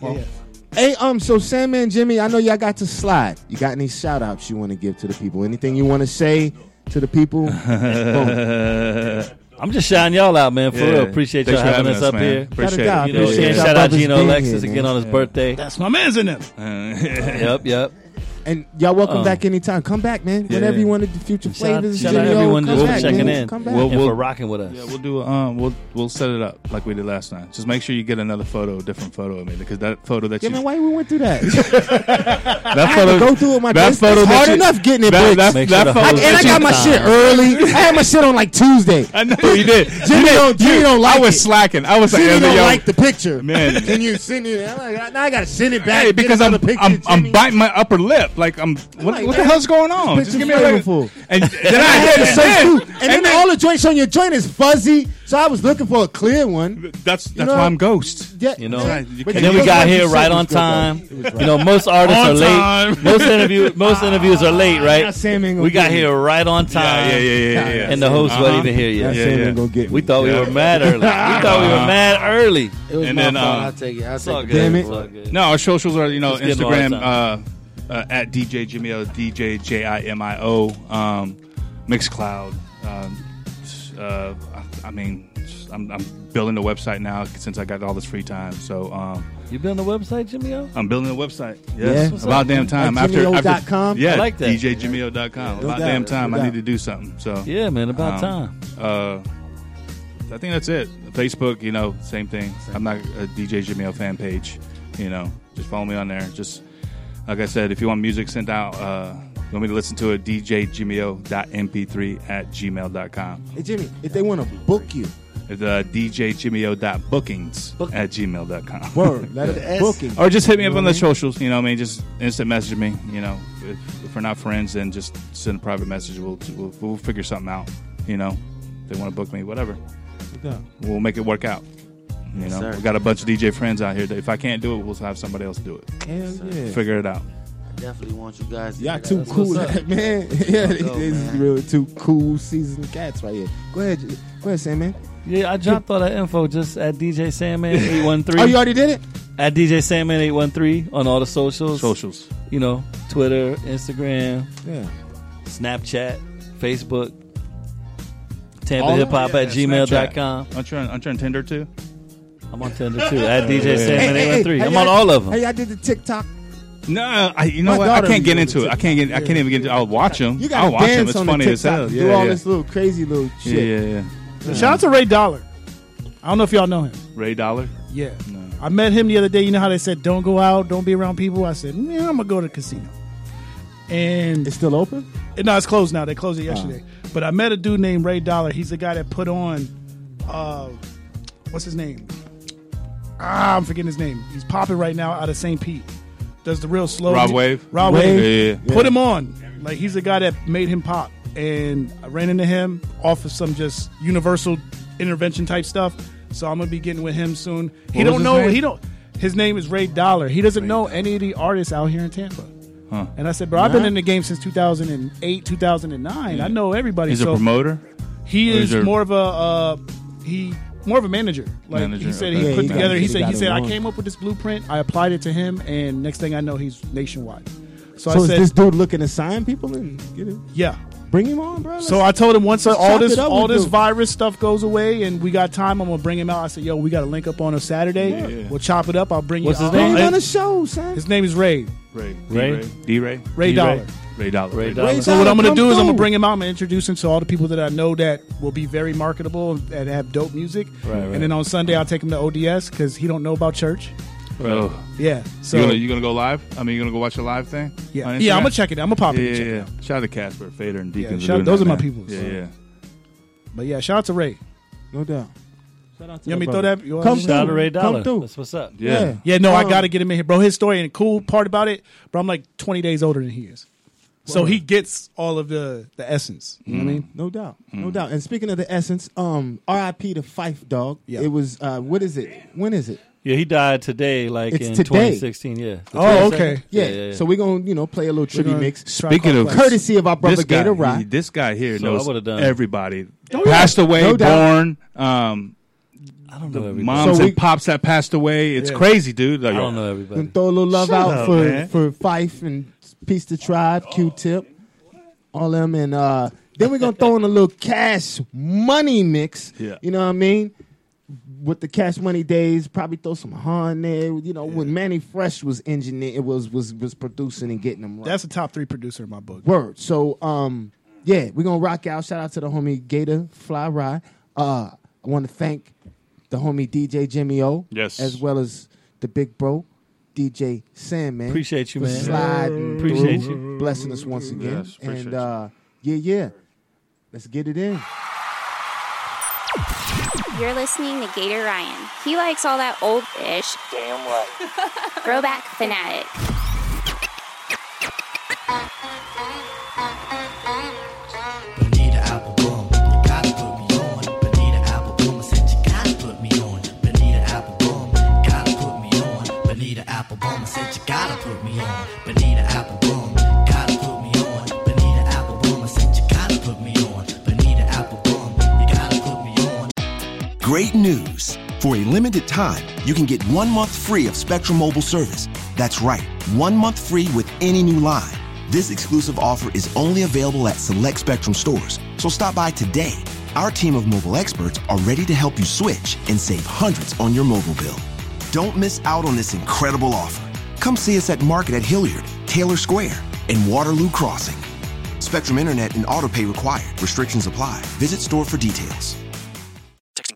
Speaker 3: Hey, um, so Sandman Jimmy, I know y'all got to slide. You got any shout outs you want to give to the people? Anything you want to say to the people? Boom.
Speaker 6: I'm just shouting y'all out, man. For
Speaker 5: Yeah.
Speaker 6: real, appreciate
Speaker 5: Thanks
Speaker 6: y'all
Speaker 5: for
Speaker 6: having,
Speaker 5: having
Speaker 6: us
Speaker 5: us,
Speaker 6: up
Speaker 5: man.
Speaker 6: here.
Speaker 5: Appreciate it.
Speaker 6: You know,
Speaker 5: Appreciate
Speaker 6: yeah,
Speaker 5: it.
Speaker 6: shout
Speaker 5: Y'all
Speaker 6: out
Speaker 5: brothers
Speaker 6: Gino
Speaker 5: being
Speaker 6: Alexis
Speaker 5: here,
Speaker 6: again
Speaker 5: man.
Speaker 6: on his
Speaker 5: Yeah.
Speaker 6: birthday.
Speaker 9: That's my man's in them.
Speaker 5: Uh,
Speaker 6: yep, yep.
Speaker 3: And y'all welcome
Speaker 6: Um,
Speaker 3: back anytime. Come back, man.
Speaker 6: yeah.
Speaker 3: Whenever you want to do future
Speaker 6: Shout,
Speaker 3: flavors.
Speaker 6: shout out
Speaker 3: Jimmy O,
Speaker 6: everyone
Speaker 3: come
Speaker 6: just for
Speaker 3: back,
Speaker 6: checking
Speaker 3: man.
Speaker 6: in
Speaker 3: Come back.
Speaker 5: We'll-
Speaker 6: and
Speaker 5: we'll-
Speaker 6: for rocking with us.
Speaker 5: Yeah, we'll do. Um, we'll we'll set it up like we did last night. Just make sure you get another photo, a different photo of me, because that photo that
Speaker 3: Yeah,
Speaker 5: you
Speaker 3: man, why we went through that? I
Speaker 5: that
Speaker 3: had to go through it my
Speaker 5: that
Speaker 3: it's- it's
Speaker 5: photo that
Speaker 3: hard
Speaker 5: you-
Speaker 3: enough getting it, bitch.
Speaker 5: that, that, that photo
Speaker 3: I, and I
Speaker 5: that
Speaker 3: got
Speaker 5: you-
Speaker 3: my shit early. I had my shit on like Tuesday.
Speaker 5: I know you did.
Speaker 3: Jimmy
Speaker 5: you did.
Speaker 3: don't- Jimmy
Speaker 5: you,
Speaker 3: don't
Speaker 5: I
Speaker 3: like
Speaker 5: was
Speaker 3: it.
Speaker 5: slacking. I was
Speaker 3: Jimmy
Speaker 5: like,
Speaker 3: don't
Speaker 5: yo,
Speaker 3: like the picture,
Speaker 5: man.
Speaker 3: Can you send it? I'm like, now I gotta send it back.
Speaker 5: Hey,
Speaker 3: Get
Speaker 5: because I'm,
Speaker 3: another picture,
Speaker 5: I'm I'm
Speaker 3: Jimmy.
Speaker 5: biting my upper lip. Like I'm. What,
Speaker 3: like,
Speaker 5: what the
Speaker 3: man,
Speaker 5: hell's going on?
Speaker 3: this
Speaker 5: Just give me
Speaker 3: picture's
Speaker 5: a regular.
Speaker 3: flavorful.
Speaker 5: And then
Speaker 3: And I had to
Speaker 5: I
Speaker 3: say too.
Speaker 5: hit
Speaker 3: And, then, all the joints on your joint is fuzzy, so I was looking for a clear one.
Speaker 5: That's that's
Speaker 3: know-
Speaker 5: why I'm ghost.
Speaker 3: Yeah,
Speaker 6: You know,
Speaker 3: man. But
Speaker 6: and then we
Speaker 3: you
Speaker 6: got
Speaker 3: know,
Speaker 6: here
Speaker 3: you
Speaker 6: right
Speaker 3: said it
Speaker 6: on
Speaker 3: was good, though.
Speaker 6: time.
Speaker 3: It was right.
Speaker 6: You know, most artists
Speaker 5: On
Speaker 6: are late.
Speaker 5: time.
Speaker 6: Most interview, most interviews are late,
Speaker 3: Now
Speaker 6: right?
Speaker 3: Sam ain't gonna
Speaker 6: We got
Speaker 3: get me.
Speaker 6: here right on time.
Speaker 5: Yeah, yeah, yeah, yeah, yeah.
Speaker 6: And the host
Speaker 5: Uh-huh.
Speaker 6: wasn't even here yet.
Speaker 3: Now
Speaker 5: Yeah,
Speaker 3: Sam
Speaker 5: yeah. Uh-huh.
Speaker 3: ain't gonna get me.
Speaker 6: We thought we were mad early. We thought we were mad early.
Speaker 3: It was
Speaker 5: And
Speaker 3: my
Speaker 5: then,
Speaker 3: fault.
Speaker 5: um,
Speaker 3: I'll take it. I'll
Speaker 6: It's all
Speaker 3: take
Speaker 6: good.
Speaker 3: it. Damn it.
Speaker 6: It's all good.
Speaker 5: No, our socials are you know
Speaker 6: Just getting
Speaker 5: Instagram
Speaker 6: a
Speaker 5: uh, uh, at DJ Jimmy O, DJ J I M I O, um, Mixcloud, um, s- much. Uh, I, I mean, I'm, I'm building a website now since I got all this free time. So um,
Speaker 6: You building a website, Jimmy O?
Speaker 5: I'm building a website.
Speaker 6: Yeah.
Speaker 5: Yes,
Speaker 6: What's
Speaker 5: about
Speaker 6: up?
Speaker 5: damn time.
Speaker 6: Like
Speaker 5: after, after
Speaker 6: JimmyO.com?
Speaker 5: yeah,
Speaker 6: I like that.
Speaker 5: DJJimmyO.com.
Speaker 6: No
Speaker 5: about
Speaker 6: doubt.
Speaker 5: damn
Speaker 6: No
Speaker 5: time. I
Speaker 6: doubt.
Speaker 5: need to do something. So um,
Speaker 6: Yeah, man, about time.
Speaker 5: Uh, I think that's it. Facebook, you know, same thing. I'm not a DJ Jamil fan page. You know, just follow me on there. Just like I said, if you want music sent out, uh, you want me to listen to it, djjimio.mp3 at gmail.com.
Speaker 3: Hey Jimmy, if they want to book you,
Speaker 5: It's uh, djjimio.bookings at gmail.com.
Speaker 3: Word, let it- bookings.
Speaker 5: Or just hit me
Speaker 3: You
Speaker 5: up
Speaker 3: know
Speaker 5: on
Speaker 3: what I
Speaker 5: the
Speaker 3: mean?
Speaker 5: socials. You know what I mean? Just instant message me. You know, if, if we're not friends, then just send a private message. We'll, we'll, we'll figure something out. You know, if they want to book me, whatever.
Speaker 9: Yeah.
Speaker 5: We'll make it work out. You
Speaker 9: Yes,
Speaker 5: know,
Speaker 9: sir.
Speaker 5: we got a bunch of DJ friends out here. That if I can't do it, we'll have somebody else do it.
Speaker 3: Hell yeah.
Speaker 5: Figure it out.
Speaker 8: I definitely want you guys. to
Speaker 3: Y'all
Speaker 8: get
Speaker 3: too
Speaker 8: out.
Speaker 3: cool, man. Yeah,
Speaker 8: Let's
Speaker 3: this
Speaker 8: go,
Speaker 3: is
Speaker 8: man.
Speaker 3: really two cool seasoned cats right here. Go ahead, J- go ahead, Sandman.
Speaker 6: Yeah, I dropped all that info just at DJ Sandman eight one three.
Speaker 3: Oh, you already did it?
Speaker 6: At DJ Sandman eight one three on all the socials.
Speaker 5: Socials.
Speaker 6: You know, Twitter, Instagram,
Speaker 3: Yeah.
Speaker 6: Snapchat, Facebook, Tampa
Speaker 5: All
Speaker 6: Hip Hop
Speaker 5: that?
Speaker 6: at
Speaker 5: Yeah,
Speaker 6: gmail
Speaker 5: Snapchat.
Speaker 6: dot com.
Speaker 5: Aren't you on, aren't you on Tinder too?
Speaker 6: I'm on Tinder too. At DJ
Speaker 5: Yeah.
Speaker 6: Sandman eight one three.
Speaker 3: how
Speaker 6: I'm
Speaker 3: y'all-
Speaker 6: on all of them.
Speaker 3: Hey, I did the TikTok.
Speaker 5: No, I, you know
Speaker 3: My
Speaker 5: what? I
Speaker 3: daughter
Speaker 5: can't get
Speaker 3: uses
Speaker 5: into it. I can't get. I can't even get. into I'll watch them.
Speaker 3: You got
Speaker 5: I'll watch
Speaker 3: to
Speaker 5: them.
Speaker 3: dance
Speaker 5: It's
Speaker 3: on the
Speaker 5: funny as
Speaker 3: TikTok.
Speaker 5: hell.
Speaker 3: Do all
Speaker 5: Yeah, yeah.
Speaker 3: this little crazy little
Speaker 5: Yeah,
Speaker 3: shit.
Speaker 5: yeah, yeah.
Speaker 9: Shout out to Ray Dollar. I don't know if y'all know him.
Speaker 5: Ray Dollar.
Speaker 9: Yeah. I met him the other day. You know how they said don't go out, don't be around people. I said, man, I'm gonna go to the casino. And
Speaker 3: it's still open. Ah.
Speaker 9: no, it's closed now. They closed it yesterday. But I met a dude named Ray Dollar. He's the guy that put on, uh, what's his name? Ah, I'm forgetting his name. He's popping right now out of St. Pete. Does the real slow
Speaker 5: Rob Wave?
Speaker 9: Rob
Speaker 5: Wave.
Speaker 9: Wave.
Speaker 5: Yeah, yeah.
Speaker 9: Put him on. Like he's the guy that made him pop. And I ran into him off of some just universal intervention type stuff. So I'm gonna be getting with him soon. he
Speaker 5: What was
Speaker 9: don't
Speaker 5: his
Speaker 9: know.
Speaker 5: name?
Speaker 9: He don't. His name is Ray Dollar. He doesn't know any of the artists out here in Tampa.
Speaker 5: Huh.
Speaker 9: And I said, bro, I've been
Speaker 5: Nah.
Speaker 9: in the game since 2008, 2009. I know everybody.
Speaker 5: He's
Speaker 9: so
Speaker 5: a promoter.
Speaker 9: He
Speaker 5: Or
Speaker 9: is
Speaker 5: there-
Speaker 9: more of a uh, he more of a manager. Like
Speaker 5: Manager,
Speaker 9: he said,
Speaker 5: okay.
Speaker 9: he
Speaker 5: Yeah,
Speaker 9: put
Speaker 5: he got-
Speaker 9: together.
Speaker 5: he
Speaker 9: He said,
Speaker 5: got
Speaker 9: he
Speaker 5: it
Speaker 9: said, I
Speaker 5: wrong.
Speaker 9: came up with this blueprint. I applied it to him, and next thing I know, he's nationwide.
Speaker 3: So,
Speaker 9: So, I
Speaker 3: is
Speaker 9: said,
Speaker 3: this dude looking to sign people and get it?
Speaker 9: yeah.
Speaker 3: Bring him on, bro.
Speaker 9: So I told him once
Speaker 3: Let's
Speaker 9: all
Speaker 3: chop
Speaker 9: this
Speaker 3: it up
Speaker 9: all
Speaker 3: with
Speaker 9: this
Speaker 3: dude.
Speaker 9: virus stuff goes away and we got time, I'm gonna bring him out. I said, yo, we got to link up on a Saturday.
Speaker 5: Yeah.
Speaker 9: We'll chop it up. I'll bring
Speaker 5: What's
Speaker 9: you.
Speaker 5: his
Speaker 9: I'll-
Speaker 5: name?
Speaker 9: I'll-
Speaker 5: Hey, on the
Speaker 3: show, son.
Speaker 9: His name is Ray.
Speaker 5: Ray.
Speaker 9: Ray?
Speaker 5: D Ray.
Speaker 9: Ray Dollar.
Speaker 5: Ray Dollar. Ray
Speaker 9: So what I'm going to do is I'm going
Speaker 5: to
Speaker 9: to bring him out. I'm going to introduce him to all the people that I know that will be very marketable and have dope music.
Speaker 5: Right, right.
Speaker 9: And then on Sunday I'll take him to ODS because he don't know about church.
Speaker 5: Oh.
Speaker 9: Yeah. So
Speaker 5: you gonna, you gonna go live? I mean, you gonna go watch a live thing?
Speaker 9: Yeah.
Speaker 5: on
Speaker 9: Yeah,
Speaker 5: Instagram?
Speaker 9: I'ma check it out. I'ma pop it
Speaker 5: Yeah,
Speaker 9: and check
Speaker 5: yeah,
Speaker 9: it
Speaker 5: yeah. Shout out to Casper, Fader, and Deacon.
Speaker 9: shout- those are my peoples.
Speaker 5: Yeah, yeah.
Speaker 9: but yeah, shout out to Ray.
Speaker 3: No doubt.
Speaker 9: You want me to throw
Speaker 6: brother.
Speaker 9: that? You want
Speaker 6: Come
Speaker 9: me to-
Speaker 6: through. Shout out to Ray Dollar. Come through. That's what's up.
Speaker 9: Yeah.
Speaker 6: Yeah.
Speaker 9: Yeah, no, I
Speaker 6: Um,
Speaker 9: got to get him in here, bro. His story and the cool part about it, bro, I'm like 20 days older than he is. So
Speaker 3: Word.
Speaker 9: he gets all of the, the essence. You know what I mean?
Speaker 3: No doubt. No doubt. And speaking of the essence, um, R.I.P. to Fife Dog. It was uh, what is it? When is it?
Speaker 6: Yeah, he died today, like
Speaker 3: It's
Speaker 6: in
Speaker 3: today.
Speaker 6: 2016. Yeah. The
Speaker 3: Oh,
Speaker 6: 22nd?
Speaker 3: okay. Yeah.
Speaker 6: yeah, yeah.
Speaker 3: So we're gonna, you know, play a little tribute
Speaker 5: gonna
Speaker 3: mix.
Speaker 5: Speaking of
Speaker 3: courtesy of our brother
Speaker 5: this guy,
Speaker 3: Gator Rock.
Speaker 5: he- this guy here
Speaker 6: So I
Speaker 5: knows
Speaker 6: would've done-
Speaker 5: everybody.
Speaker 3: Oh, yeah.
Speaker 5: Passed away,
Speaker 3: No doubt.
Speaker 5: born. Um, I
Speaker 6: don't
Speaker 5: know
Speaker 6: everybody.
Speaker 5: Moms
Speaker 3: So
Speaker 5: and
Speaker 3: we-
Speaker 5: pops that passed away. It's
Speaker 3: Yeah.
Speaker 5: crazy, dude. Like,
Speaker 6: I don't know everybody.
Speaker 3: And throw a little love
Speaker 5: Shut
Speaker 3: out
Speaker 5: up,
Speaker 3: for
Speaker 5: man.
Speaker 3: for Fife and Peace to Tribe, Q Tip, all them, and uh, then we're gonna throw in a little cash money mix.
Speaker 5: Yeah.
Speaker 3: You know what I mean? With the cash money days, probably throw some Han there. You know, when Manny Fresh was engineer was was was producing and getting them right.
Speaker 9: That's a top three producer in my book.
Speaker 3: Word. So um, yeah, we're gonna rock out. Shout out to the homie Gator Fly Rye. Uh, I want to thank the homie DJ Jimmy O.
Speaker 6: Yes.
Speaker 3: As well as the big bro, DJ Sandman.
Speaker 6: Appreciate you,
Speaker 3: for
Speaker 6: man.
Speaker 3: Sliding
Speaker 6: Appreciate
Speaker 3: through,
Speaker 6: you.
Speaker 3: Blessing us once again.
Speaker 6: Yes, appreciate
Speaker 3: and
Speaker 6: you.
Speaker 3: uh, yeah, yeah. Let's get it in.
Speaker 19: You're listening to Gator Ryan. He likes all that old ish. Damn right. Throwback fanatic.
Speaker 20: Benita Applebum, I said you gotta put me on. Benita Applebum, gotta put me on. Benita Applebum, I said you gotta put me on. Benita Applebum, you gotta put me on.
Speaker 11: Great news. For a limited time, you can get one month free of Spectrum Mobile service. That's right, one month free with any new line. This exclusive offer is only available at select Spectrum stores, so stop by today. Our team of mobile experts are ready to help you switch and save hundreds on your mobile bill. Don't miss out on this incredible offer. Come see us at Market at Hilliard, Taylor Square, and Waterloo Crossing. Spectrum Internet and auto pay required. Restrictions apply. Visit store for details.
Speaker 21: Texting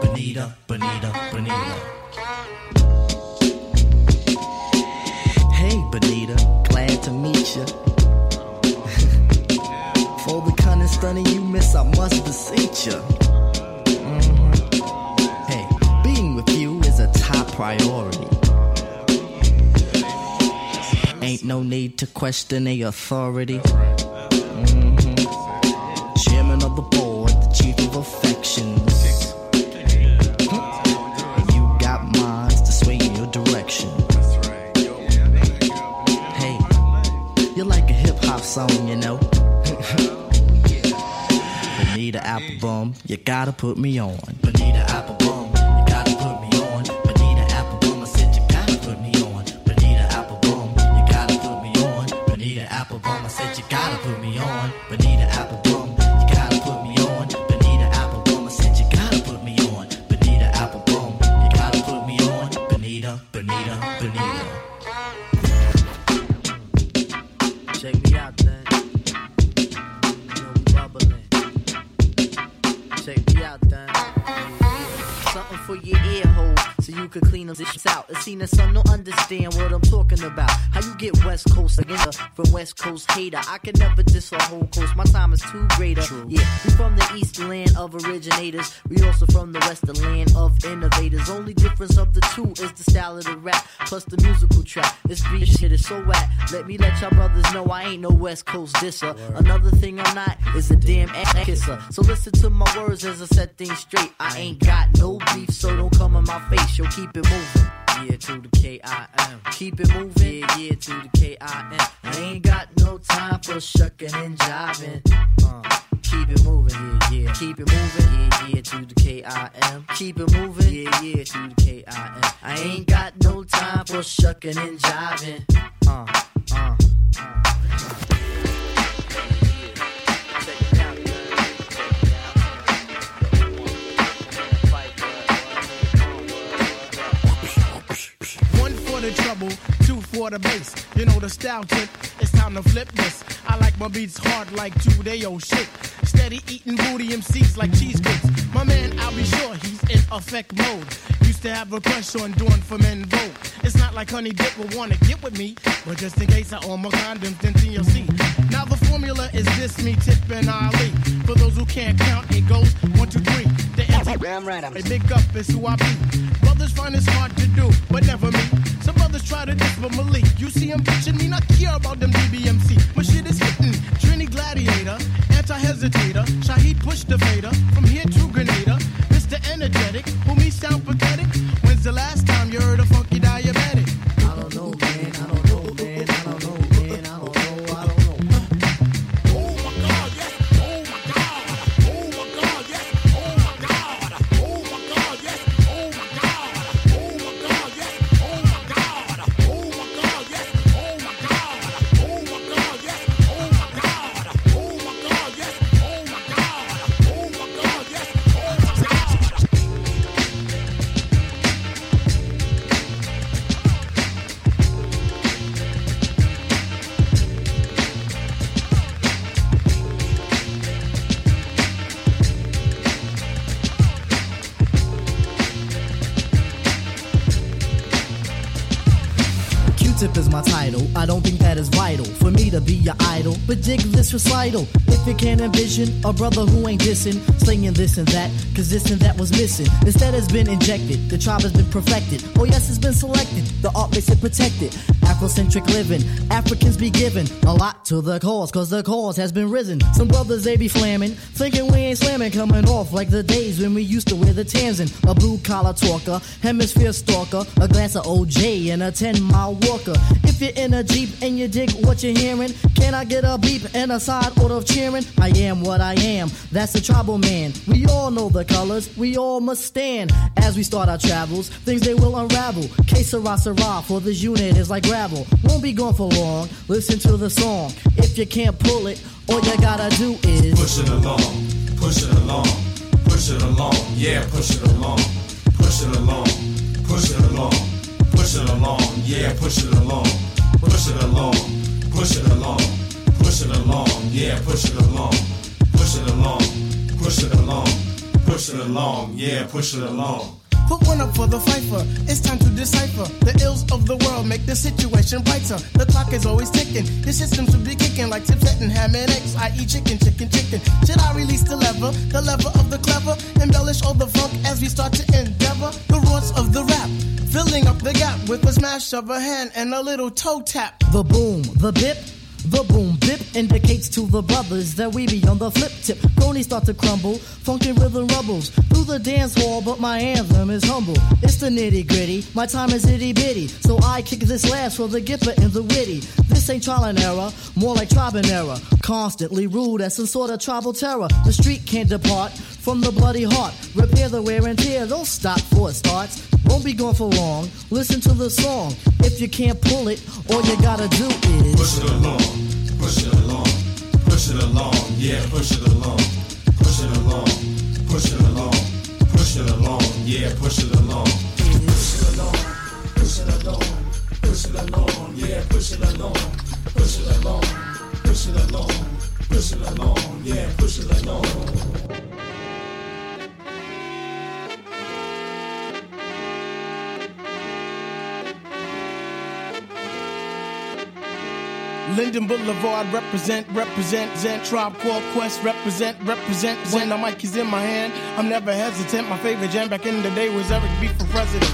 Speaker 20: Bonita, Bonita, Bonita.
Speaker 22: Hey, Bonita, glad to meet ya. For the cunning stunning you miss, I must beseech ya. Mhm. Hey, being with you is a top priority. Ain't no need to question the authority. Mhm. Chairman of the board, the chief of affections. You got minds to sway in your direction. Hey, you're like a hip hop song, you know. Bonita Applebum, you gotta put me on.
Speaker 20: Bonita Applebum, you gotta put me on. Bonita Applebum, I said you gotta put me on. Bonita Applebum, you gotta put me on. Bonita Applebum, I said you gotta put me on. Bonita Applebum, you gotta put me on. Bonita Applebum, I said you gotta put me on. Bonita Applebum, you gotta put me on. Bonita, Bonita, Bonita.
Speaker 22: Check me out, then. You know we bubbling. Check me out, then.
Speaker 23: Something for your ear hole so you can clean them this out. It's seen the sun don't understand what I'm talking about. How you get West Coast again uh, from West Coast hater? I can never diss a whole coast. My time is too greater. Yeah, we from the east land of originators. We also from the west, the land of innovators. Only difference of the two is the style of the rap plus the musical track. This beat shit is so whack. Let me let y'all brothers know I ain't no West Coast disser. Another thing I'm not is a damn ass kisser. So listen to my words as I set things straight. I ain't got no beef, so don't come in my face. Yo, keep it moving. Yeah, to the K-I-M. Keep it moving. Yeah, yeah, to the K-I-M. I ain't got no time for shucking and jiving. Uh, keep it moving. Yeah, yeah. Keep it moving. Yeah, yeah, to the K-I-M. Keep it moving. Yeah, yeah, to the K-I-M. I ain't got no time for shucking and jiving. Uh, uh.
Speaker 24: One for the trouble, two for the bass. You know the style tip, it's time to flip this. I like my beats hard like two day old shit. Steady eating booty MCs like cheesecakes. My man, I'll be sure he's in effect mode. Used to have a crush on doing for men vote. It's not like Honey Dip would wanna get with me, but just in case I own my condoms, then you'll see. Now the formula is this: me tipping Ali. For those who can't count, it goes one, two, three. The anti- I'm right. I'm big up is who I be. Brothers find it's hard to do, but never me. Some brothers try to diss, but Malik, you see him bitching me, not care about them DBMC. My shit is hitting. Trini Gladiator, anti-hesitator, Shahid push the fader from here to Grenada. Mr. Energetic, who me sound pathetic. When's the last time you heard a funky diabetic? I don't know, man. I don't know, man. I don't know, man. I don't know. I don't know.
Speaker 23: I don't think that is vital for me to be your idol. But dig this recital. If you can envision a brother who ain't dissing, slinging this and that, cause this and that was missing. Instead, has been injected. The tribe has been perfected. Oh, yes, it's been selected. The art makes it protected. Afrocentric living. Africans be given a lot to the cause, cause the cause has been risen. Some brothers, they be flamming, thinking we ain't slamming, coming off like the days when we used to wear the Tamsin. A blue collar talker, hemisphere stalker, a glass of OJ, and a 10 mile walker. If you're in a Jeep and you dig what you're hearing, can I get a beep and a side order of cheering? I am what I am. That's the tribal man. We all know the colors, we all must stand. As we start our travels, things they will unravel. Que sera, sera, for this unit is like gravel. Won't be gone for long. Listen to the song. If you can't pull it, all you gotta do is
Speaker 4: push it along, push it along, push it along, yeah, push it along, push it along, push it along, push it along, yeah, push it along, push it along, push it along, push it along, yeah, push it along, push it along, push it along, push it along, yeah, push it along.
Speaker 24: Put one up for the fifer. It's time to decipher the ills of the world. Make the situation brighter. The clock is always ticking. The system should be kicking like tips and ham and eggs. I eat chicken, chicken, chicken. Should I release the lever, the lever of the clever? Embellish all the funk as we start to endeavor the roots of the rap, filling up the gap with a smash of a hand and a little toe tap.
Speaker 23: The boom, the bip. The boom bip indicates to the brothers that we be on the flip tip. Cronies start to crumble, funky rhythm rumbles through the dance hall, but my anthem is humble. It's the nitty gritty, my time is itty bitty, so I kick this last for the gipper and the witty. This ain't trial and error, more like tribe and error. Constantly rude as some sort of tribal terror. The street can't depart from the bloody heart. Repair the wear and tear, don't stop for it starts. Won't be gone for long. Listen to the song. If you can't pull it, all you gotta do is
Speaker 4: push it along, push it along, push it along, yeah, push it along, push it along, push it along, push it along, yeah, push it along, push it along, push it along, push it along, yeah, push it along, push it along, push it along, push it along, yeah, push it along.
Speaker 24: Linden Boulevard represent, represent, Zen Tribe Called Quest represent, represent, Zen. The mic is in my hand. I'm never hesitant. My favorite jam back in the day was Eric B for president.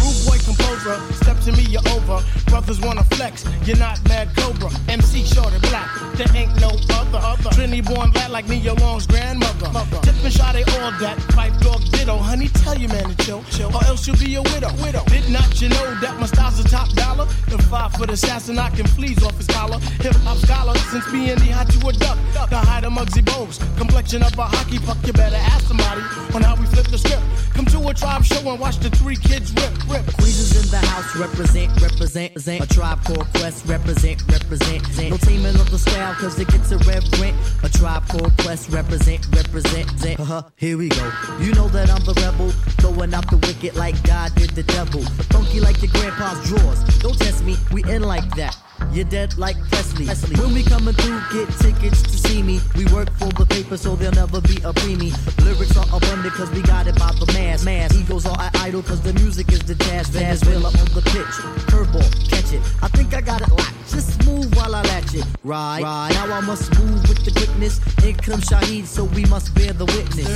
Speaker 24: Rude boy composer, step to me, you're over. Brothers wanna flex, you're not mad Cobra. MC short and black, there ain't no other. other. Trini born black like me, your long's grandmother. Mother. Tip and shot they all that, pipe dog ditto. Honey, tell your man to chill, chill, or else you'll be a widow. widow. Did not you know that my style's a top dollar? The five for the assassin, I can fleas off his collar. Hip hop scholar, since being the hot to a duck. The hide of Muggsy Bogues, complexion of a hockey puck. You better ask somebody on how we flip the script. Come to a tribe show and watch the three kids rip, rip.
Speaker 23: Queens in the house represent, represent, Zen. A tribe called Quest represent, represent, Zen. No teaming up the style cause it gets irreverent. A tribe called Quest represent, represent, Zen. Uh-huh, here we go. You know that I'm the rebel, throwing out the wicked like God did the devil. Funky like your grandpa's drawers. Don't test me, we in like that. You're dead like Presley. Presley. When we coming through, get tickets to see me. We work for the paper, so there'll never be a preemie. Lyrics are abundant, cause we got it by the mass. mass. Egos are our idol, cause the music is the jazz. Venezuela on the pitch. Curveball, catch it. I think I got it locked. Just move while I latch it. Right, right. Now I must move with the quickness. In comes Shahid, so we must bear the witness.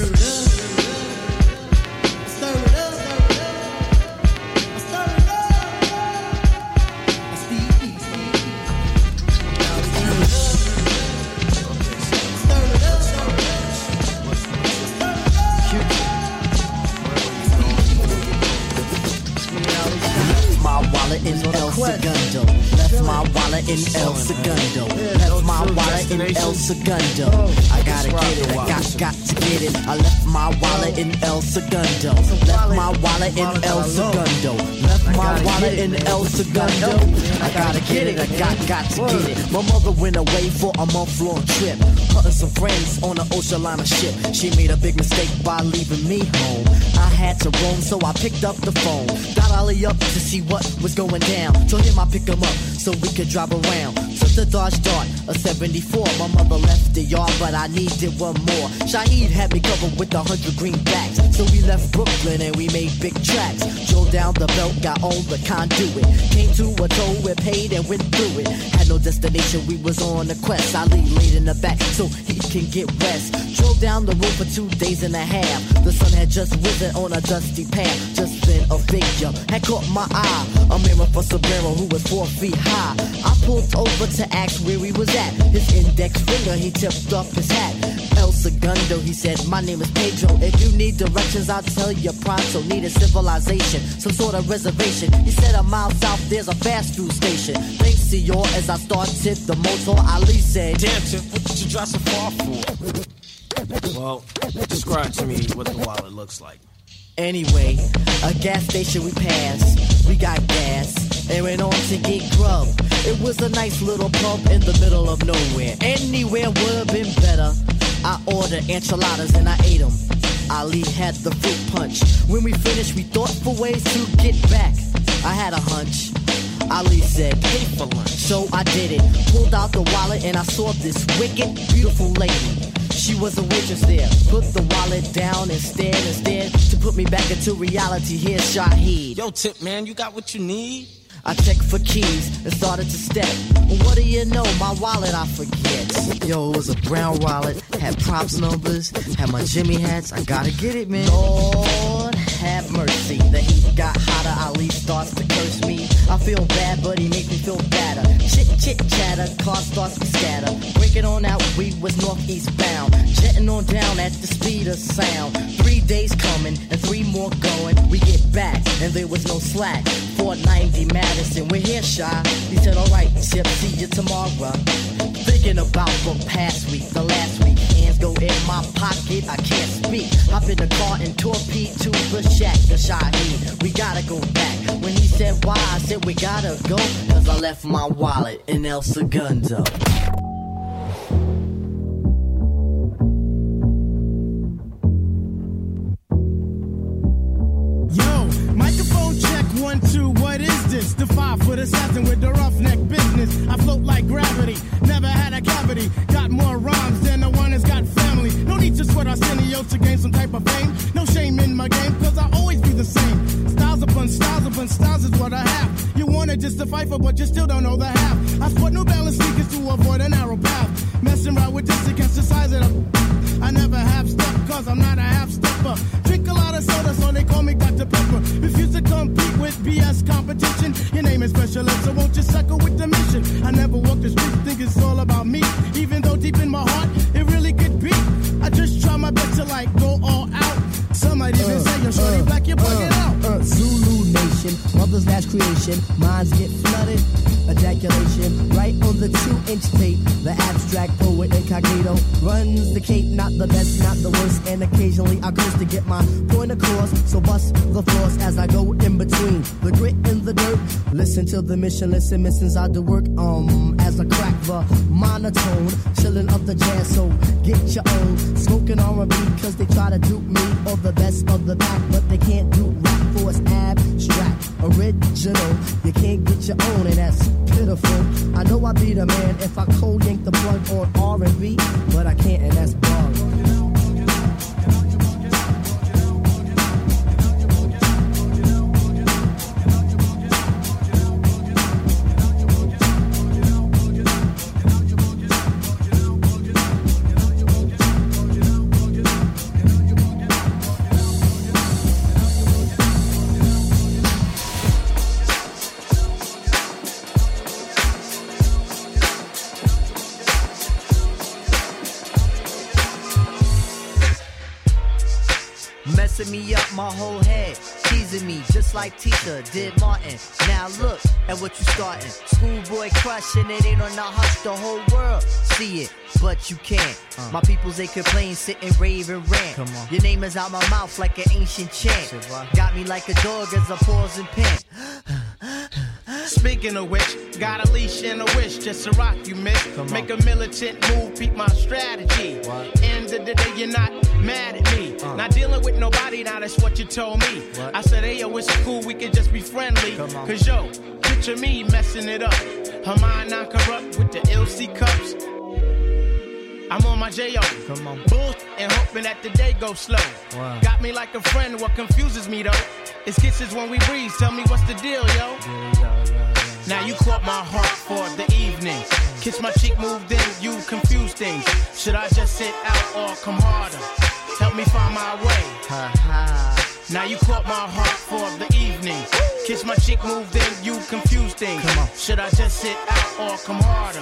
Speaker 24: Stir it up. Stir it up.
Speaker 23: My wallet in El Segundo. Left my wallet in El Segundo. Left my wallet in El Segundo. I gotta get it. I got got to get it. I left my wallet in El Segundo. Left my wallet in El Segundo. Left my wallet in El Segundo. I gotta get it. I got got to get it. My mother went away for a month long trip. Her and some friends on an ocean liner ship. She made a big mistake by leaving me home. I had to roam, so I picked up the phone. Got Ollie up to see what was going down. Told him I pick him up so we could drive around. Took the Dodge Dart, a 74. My mother left the yard, but I needed one more. Shaheed had me covered with a hundred greenbacks. So we left Brooklyn and we made big tracks. Drove down the belt, got on the conduit. Came to a toll and paid and went through it. Had no destination, we was on a quest. I lay laid in the back so he can get rest. Drove down the road for two days and a half. The sun had just risen on a dusty path. Just then a figure had caught my eye. A mirror for Sombrero who was four feet high. I pulled over to ask where he was at. His index finger, he tipped off his hat. El Segundo, he said, my name is Pedro. If you need directions, I'll tell you pronto. Need a civilization, some sort of reservation. He said a mile south, there's a fast food station. Thanks to y'all, as I started the motor, Ali said, Damn, what did you drive so far for?
Speaker 22: Well, describe to me what the wallet looks like.
Speaker 23: Anyway, a gas station we passed. We got gas and went on to get grub. It was a nice little pump in the middle of nowhere. Anywhere would have been better. I ordered enchiladas and I ate them. Ali had the fruit punch. When we finished, we thought for ways to get back. I had a hunch. Ali said, pay for lunch. So I did it. Pulled out the wallet and I saw this wicked, beautiful lady. She was a waitress there. Put the wallet down and stared and stared to put me back into reality. Here's Shaheed.
Speaker 22: Yo, Tip, man, you got what you need?
Speaker 23: I checked for keys and started to step. What do you know? My wallet I forget. Yo, it was a brown wallet, had props numbers, had my Jimmy hats. I gotta get it, man. Lord have mercy. The heat got hotter. Ali starts to curse me. I feel bad, but he make me feel better. Chit chit chatter, car starts to scatter. Breaking on out, we was northeast bound. Jetting on down at the speed of sound. Three days coming and three more going. We get back and there was no slack. 490 Madison, we're here, shy. He said, alright, Chip, see you tomorrow. Thinking about the past week, the last week. Hands go in my pocket, I can't speak. Hop in the car and torpedo to the shack, the Shaheed. We gotta go back. When he said why, I said we gotta go. Cause I left my wallet in El Segundo.
Speaker 24: Yo, microphone check one, two, what is this? The five foot assassin with the roughneck business. I float like gravity, never had a cavity. Got more rhymes than the one that's got family. No need to sweat Arsenio to gain some type of fame. No shame in my game, cause I always be the same. Styles upon styles upon styles is what I have. You wanna justify for, but you still don't know the half. I sport new balance sneakers to avoid a narrow path. Messing around with this against the size of the. I never have stuff, cause I'm not a half stepper. Drink a lot of soda, so they call me Dr. Pepper. Refuse to compete with BS competition. Your name is specialist, so won't you suckle with the mission? I never walk the streets, think it's all about me. Even though deep in my heart, it really could be. I just try my best to like go all out. Some might even say, yo, shorty black, you bug it out.
Speaker 23: Uh, Zulu Nation, mother's last creation. Minds get flooded, ejaculation. Right on the two inch tape, the abstract poet incognito runs the cape. Not the best, not the worst, and occasionally I curse to get my point across. So bust the floors as I go in between the grit and the dirt. Listen to the mission, listen, missions I do work. Um, as I crack the monotone, chilling up the jazz. So get your own smoking R&B, cause they try to dupe me or the best of the back, but they can't do rap for it's abstract, original. You can't get your own, and that's pitiful. I know I be the man if I cold yank the plug on R&B, but I can't, and that's bug. messing me up my whole head, teasing me just like Tita did Martin. Now look at what you starting, schoolboy crushing it ain't on the hush, the whole world see it, but you can't.
Speaker 21: Uh.
Speaker 23: My peoples they complain, sit and rave and rant.
Speaker 21: Come on.
Speaker 23: Your name is out my mouth like an ancient chant. Got me like a dog as I pause and pant.
Speaker 24: Speaking of which, got a leash and a wish just to rock you, miss. Make a militant move, peep my strategy. End of the day, you're not mad at me. Not dealing with nobody, now that's Uh. what you told me. I said, hey, yo, it's cool, we can just be friendly. Cause yo, picture me messing it up. Her mind not corrupt with the LC cups. I'm on my J.O. Come on. Bull and hoping that the day goes slow.
Speaker 22: Wow.
Speaker 24: Got me like a friend, what confuses me though. It's kisses when we breathe, tell me what's the deal, yo. Now you caught my heart for the evening. Kiss my cheek, moved in, you confuse things. Should I just sit out or come harder? Help me find my way. Now you caught my heart for the evening. Kiss my cheek, moved in, you confuse things. Should I just sit out or come harder?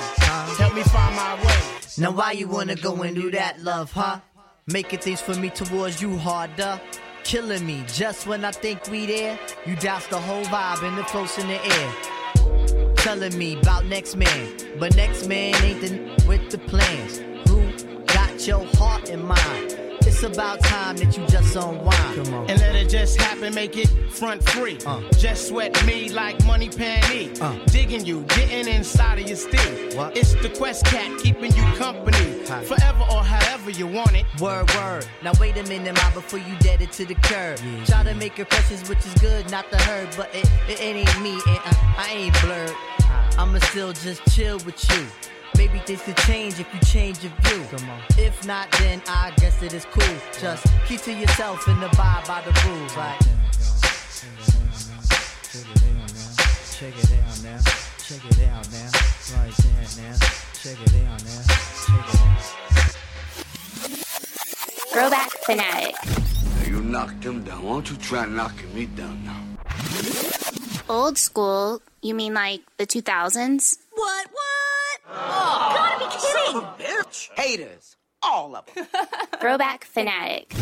Speaker 24: Help me find my way.
Speaker 23: Now why you wanna go and do that, love, huh? Making things for me towards you harder. Killing me just when I think we there. You douse the whole vibe and the close in the air. Telling me about next man, but next man ain't the n- with the plans. Who got your heart in mind? It's about time that you just unwind. Come
Speaker 24: And let it just happen, make it front free. Just sweat me like money panty.
Speaker 23: Uh.
Speaker 24: Digging you, getting inside of your steel. It's the Quest Cat keeping you company. Forever or however you want it.
Speaker 23: Word, word. Now wait a minute, ma, before you dead it to the curb. Try to make impressions, which is good, not the herd, but it, it, it ain't me, and I, I ain't blurred. I'ma still just chill with you. Maybe things could change if you change your view. If not, then I guess it is cool. Just keep to yourself and abide by the rules, like.
Speaker 22: Check it out now. Check it out now. Right there now. Check it out now. Check it out.
Speaker 19: Throwback fanatic.
Speaker 7: You knocked him down. Why don't you try knocking me down now?
Speaker 19: Old school, you mean like the 2000s?
Speaker 2: What? What? Oh, you gotta be kidding! bitch! Haters, all of them.
Speaker 19: Throwback fanatic.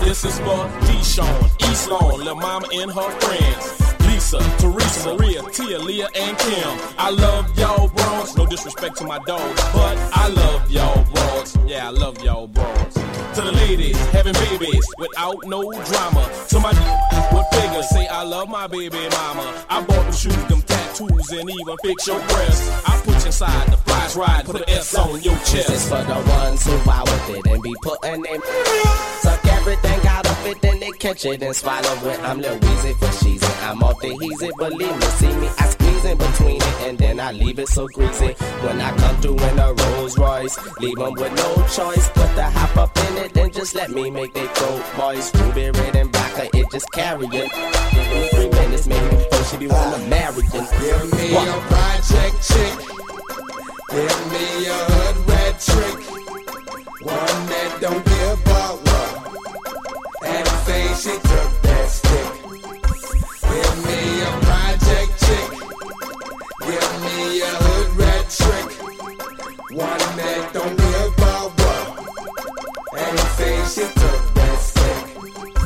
Speaker 14: This is for Deshawn, East Lawn, La Mama and her friends. Lisa, Teresa, Maria, Tia, Leah, and Kim. I love y'all bros. No disrespect to my dogs, but I love y'all bros. Yeah, I love y'all bros. To the ladies, having babies without no drama. To my d- with figures, say I love my baby mama. I bought them shoes, them tattoos, and even fix your breasts. I put you inside the flies ride, put an S on your chest.
Speaker 25: This is for the ones who are with it and be putting in. Suck everything out of it, then they catch it and swallow it. I'm Lil Weezy for she's it. I'm off the he's it, believe me. See me, I squeeze in between it and then I leave it so greasy. When I come through in a Rolls Royce, leave 'em with no choice but to hop up in it and just let me make they throat moist. Ruby red and vodka, it just carry it. Give me three minutes, maybe before she be wanna marry it. Give me
Speaker 7: a project chick. Give me a hood rat trick. One that don't give a what. And say she took that stick. Give me a project chick. Give me a hood rat trick. One that don't give a what. And say she took that stick.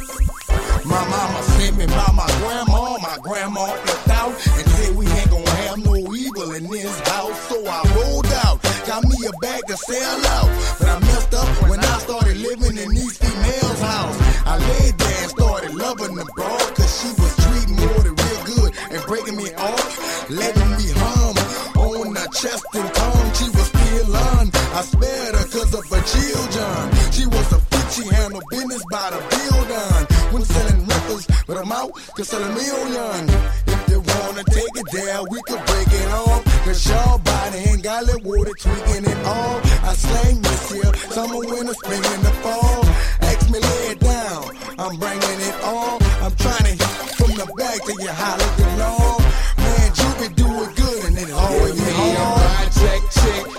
Speaker 26: My mama sent me by my grandma, my grandma flipped out and said we ain't gonna have no evil in this house. So I rolled out, got me a bag to sell out. But I messed up when I started living in these females' house. I laid there and started loving the broad, cause she was treating Morty real good and breaking me off, letting me hum on her chest and tongue. She was still on. I spared her cause of her children. She was a bitch, she handled business by the building. When selling records, but I'm out, could sell a million. If they wanna take it down, we could break it off. Cause y'all body ain't got that water tweaking it all. I slang this year, summer, winter, spring, and the fall. Ask me, lay it down. I'm bringing it all. I'm trying to hit from the back to your holly long. Man, you can do it good and it always be hard.
Speaker 7: Project chick.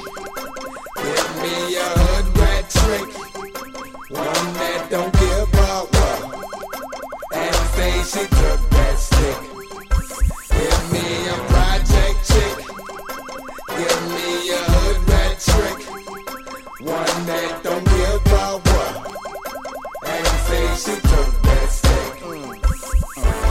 Speaker 7: Give me a hood rat trick. One that don't give a what. And say she took that stick. Give me a project chick. Give me a hood rat trick. One that don't give a what. And say she took that stick.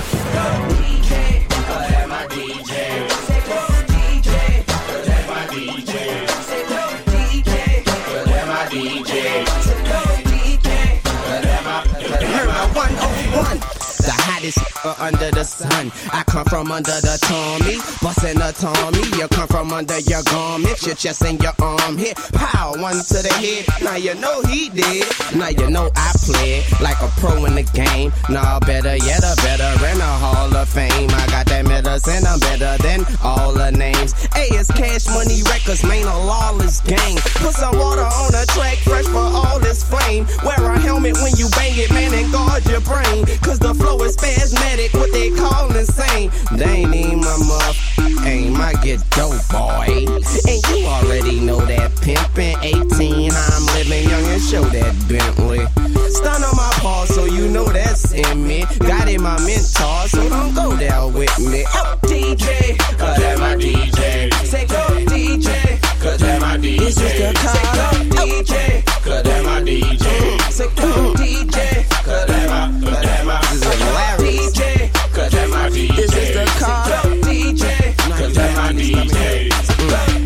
Speaker 25: hottest uh, under the sun. I come from under the Tommy, bustin' a Tommy. You come from under your garments, your chest and your arm here. Pow, one to the head. Now you know he did. Now you know I play like a pro in the game. Nah, better yet, a better in a Hall of Fame. I got that medicine, I'm better than all the names. Hey, it's Cash Money Records, man, a lawless gang. Put some water on a track, fresh for all this flame. Wear a helmet when you bang it, man, and guard your brain. Cause the flow is spasmodic, what they call insane. They ain't even my muff, ain't my get dope, boy. And you already know that pimpin' 18, I'm living young and show that Bentley. Stun on my paw, so you know that's in me. Got in my mentor, so don't go there with me. Oh, DJ, cause that my DJ. Say go
Speaker 8: Oh,
Speaker 25: DJ, cause that my DJ. This is the call. Say go DJ, cause that my DJ. Oh, Say go DJ, cause that my, cause that my. This is hilarious. DJ, cause that my DJ. This is the call. DJ, cause that my DJ.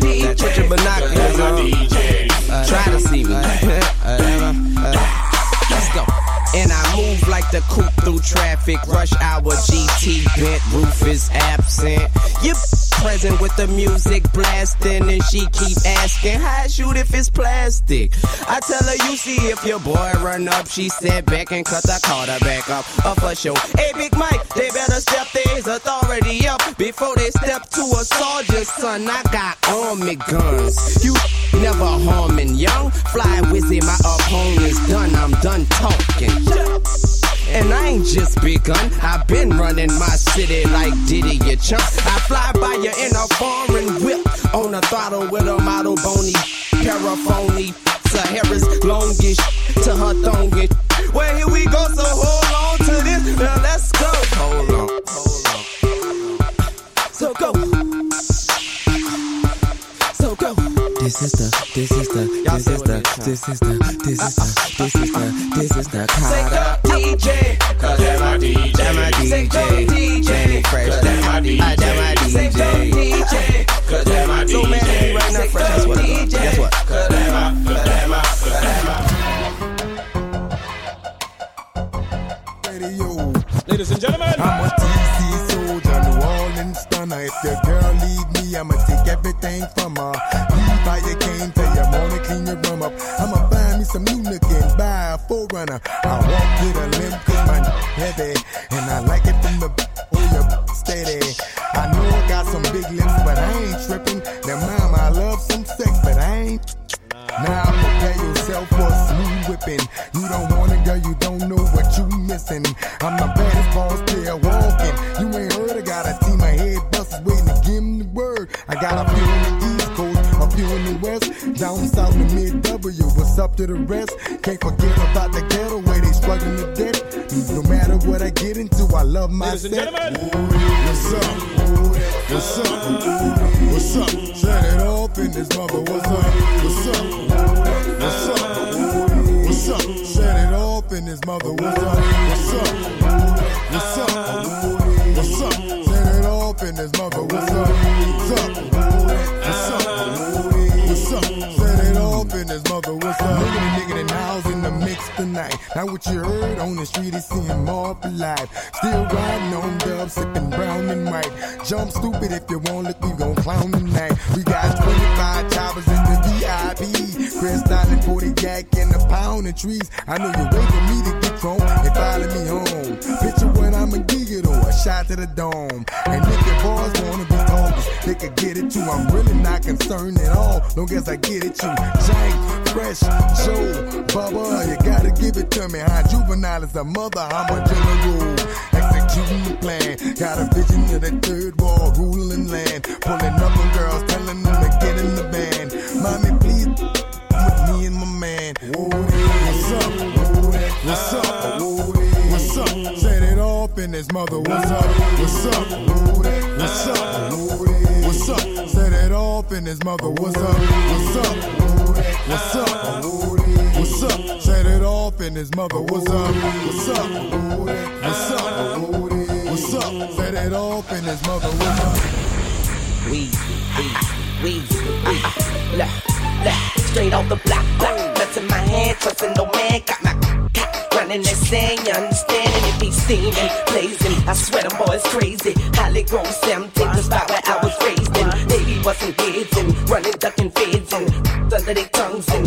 Speaker 25: DJ, put your binoculars on. Try to see me. Let's go. And I move like the coupe through traffic. Rush hour GT bent, roof is absent. You present with the music blasting, and she keep asking, "How I shoot if it's plastic?" I tell her, "You see if your boy run up." She said, "Back and cut the quarterback up, up for show." Hey, Big Mike, they better step their authority up before they step to a soldier's son. I got army guns. You never harming young fly wizzy. My opponent's done. I'm done talking. And I ain't just begun. I've been running my city like Diddy, you chump. I fly by you in a foreign whip on a throttle with a model bony, paraphony. Sahara's longish to her thongish. Well, here we go, so hold on to this. Now let's go. Hold on, hold on. So go. So go. This is the, this is the, this is the, this is the, this is the, this is the, this is the Say kind go DJ, Cause that my DJ. That my DJ. Danny Fresh. That my DJ. Uh, that my DJ. Say go DJ. Cause that my DJ. So mad at me right now, Fresh. Guess what? Guess what? Cause that my, cause that my, cause that my.
Speaker 26: Ladies and gentlemen, I'm a TC soldier, New Orleans stunner. If your girl leave me, I'ma take everything from her. Leave out your cane, tell your mom to clean your room up. I'ma find me some new nook and buy a forerunner. I walk with a limp 'cause my n- heavy, and I like it from the b- oh your b- steady. I know I got some big lips, but I ain't tripping. Now, mom, I love some sex, but I ain't. Now prepare yourself for a smooth whipping. You don't want it, girl, you don't know what you missing. I'm the baddest boss player walking. You ain't heard, I got a team of head busters waiting to give 'em the word. I got a few in the East Coast, a few in the West, down south in mid W. What's up to the rest? Can't forget about the ghetto where they struggling to death. No matter what I get into, I love my set. What's up? What's up? What's up? Set it off in this mother. What's up? What's up? What's up? What's up? Set it off in this mother. What's up? What's up? What's up? What's up? Set it off in this mother. What's up? What's up? What's up? What's up? Set it off in this mother. What's up? Look at the nigga that now's in the mix tonight. Now what you heard on the street is seeing more for life. Still riding on dubs, sipping brown and white. Jump stupid if you want, look, we gon' clown tonight. We got 25 choppers in the VIP. Chris Island, 40 jack and a pound of trees. I know you're waiting for me to get drunk and follow me home. Picture what I'ma give you though, a shot to the dome. And if your boys wanna be homies, they could get it too. I'm really not concerned at all, long as I get it you. Jank, Fresh, Joe, Bubba, you gotta give it to me. How juvenile is a mother, I'm a general. Executing the plan, got a vision of the third wall, ruling land. Pulling up on girls, telling them to get in the band. Mommy, please, with me and my man. What's up? What's up? What's up? Set it off in this mother. What's up? What's up? What's up? What's up? Set it off in this mother. What's up? What's up? What's up? What's up? Set it off in this mother. What's up? What's up? What's up? What's up? Set it off in this mother. What's up?
Speaker 25: We,
Speaker 26: we,
Speaker 25: Ah, we, look, look, straight off the block, block. Nuts in my hand, trusting no man. Got my got, shining. Next thing you understand, and it be steaming, blazing. I swear them boys crazy. Holly grown Sam, take the spot where I was raised in. Baby wasn't kids and running, ducking feds and under their tongues and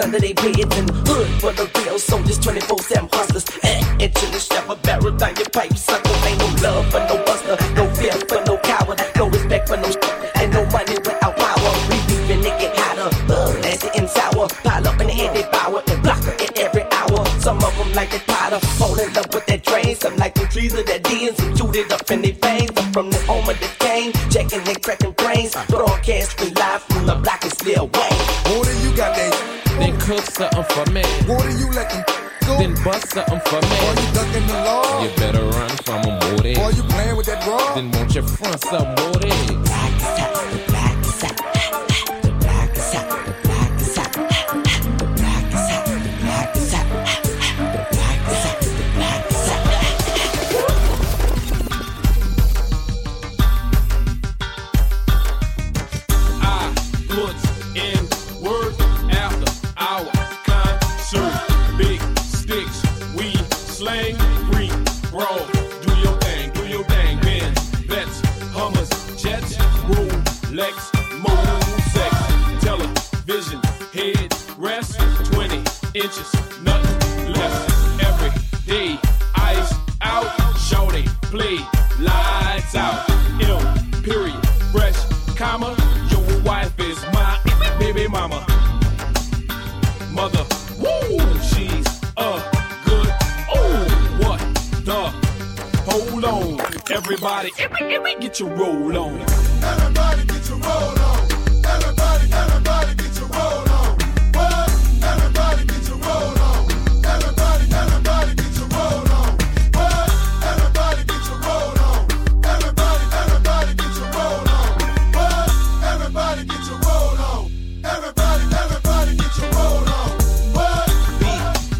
Speaker 25: under their beds and hood for the real soldiers, 24 7 hustlers. Eh, into the shower, barrel down your pipe, sucker. Ain't no love for no buster, no fear for no coward, no respect for no shit, and no money without power. We beefing it get hotter, uh, nasty and sour. Pile up in the head, they power and block her at every hour. Some of them like that powder, fall in love with that drain. Some like them trees with that D's and shoot it up in their veins. I'm from the home of the game, checking and cracking brains. Broadcasting live from the block is Lil Wayne.
Speaker 26: What do you got that?
Speaker 2: Then cook something for me.
Speaker 26: What do you let them go?
Speaker 2: Then bust something for me.
Speaker 26: Boy, you ducking the law.
Speaker 2: You better run from them, Woody.
Speaker 26: Boy, you playing with that raw.
Speaker 2: Then won't you front some, Woody?
Speaker 27: I puts in work after our concert. Big sticks, we slang, free roll. Do your thing, do your thing. Benz, vets, Hummers, jets, Rolex, motor sex, television, head rest, 20 inches, nothing less. Every day, ice out, shorty, play, lights out. M, period, fresh, comma, your wife is my baby mama. Mother, woo, she's a good, oh, what the, hold on. Everybody, every, every, get your roll on. Everybody get your roll on. Everybody, everybody get your roll on. What? Everybody get your roll on. Everybody, everybody get your roll on. What? Everybody get your roll on. Everybody, everybody get your roll on. What? Everybody get your roll on. Everybody, everybody get your roll on. What? Be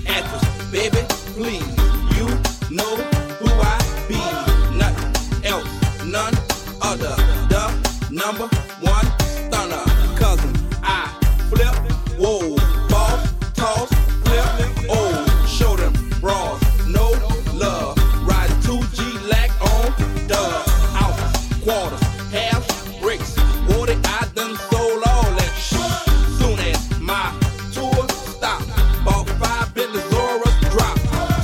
Speaker 27: actors, baby, please. You know who I be. Nothing else, none other. The number one stunner. Cousin, I flip, whoa, ball, toss, flip, oh, show them bras, no love. Ride 2G lack on the ounce, quarters, half, bricks. What it, I done sold all that shit. Soon as my tour stop, bought five business Zoras drop.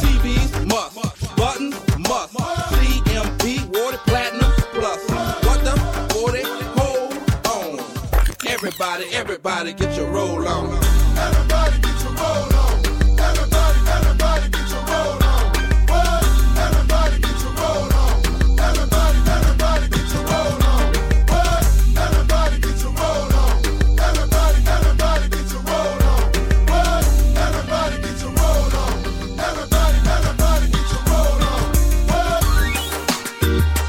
Speaker 27: TVs must, buttons must, CMP, water platinum plus. What the, what it, hold on. Everybody, everybody, get your roll on. Everybody, get your roll on. Everybody, everybody, get your roll on. What? Everybody, get your roll on. Everybody, everybody, get your roll on. What? Everybody, get your roll on. Everybody, everybody, get your roll on. What? Everybody, get your roll on. Everybody, everybody, get your roll on. What?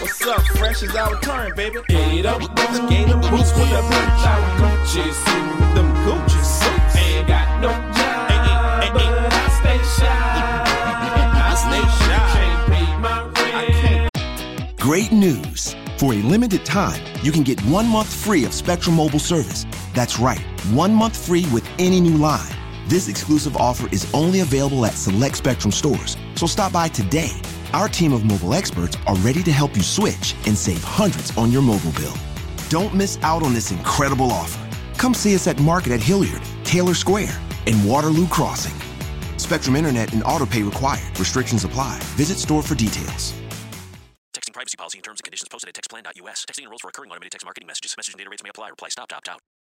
Speaker 27: What's up? Fresh is our turn, baby. Eight up, skate up, boots with the boots out. Gucci suit, them Gucci suits. Ain't got no job. Ain't, ain't, ain't, ain't. I stay shy. I stay shy. Can't pay my rent. I can't
Speaker 11: Great news. For a limited time, you can get one month free of Spectrum Mobile service. That's right, one month free with any new line. This exclusive offer is only available at select Spectrum stores, so stop by today. Our team of mobile experts are ready to help you switch and save hundreds on your mobile bill. Don't miss out on this incredible offer. Come see us at Market at Hilliard, Taylor Square, and Waterloo Crossing. Spectrum Internet and auto pay required. Restrictions apply. Visit store for details.
Speaker 21: Texting privacy policy and terms and conditions posted at textplan.us. Texting enrolls for recurring automated text marketing messages. Message and data rates may apply. Reply stop, opt out.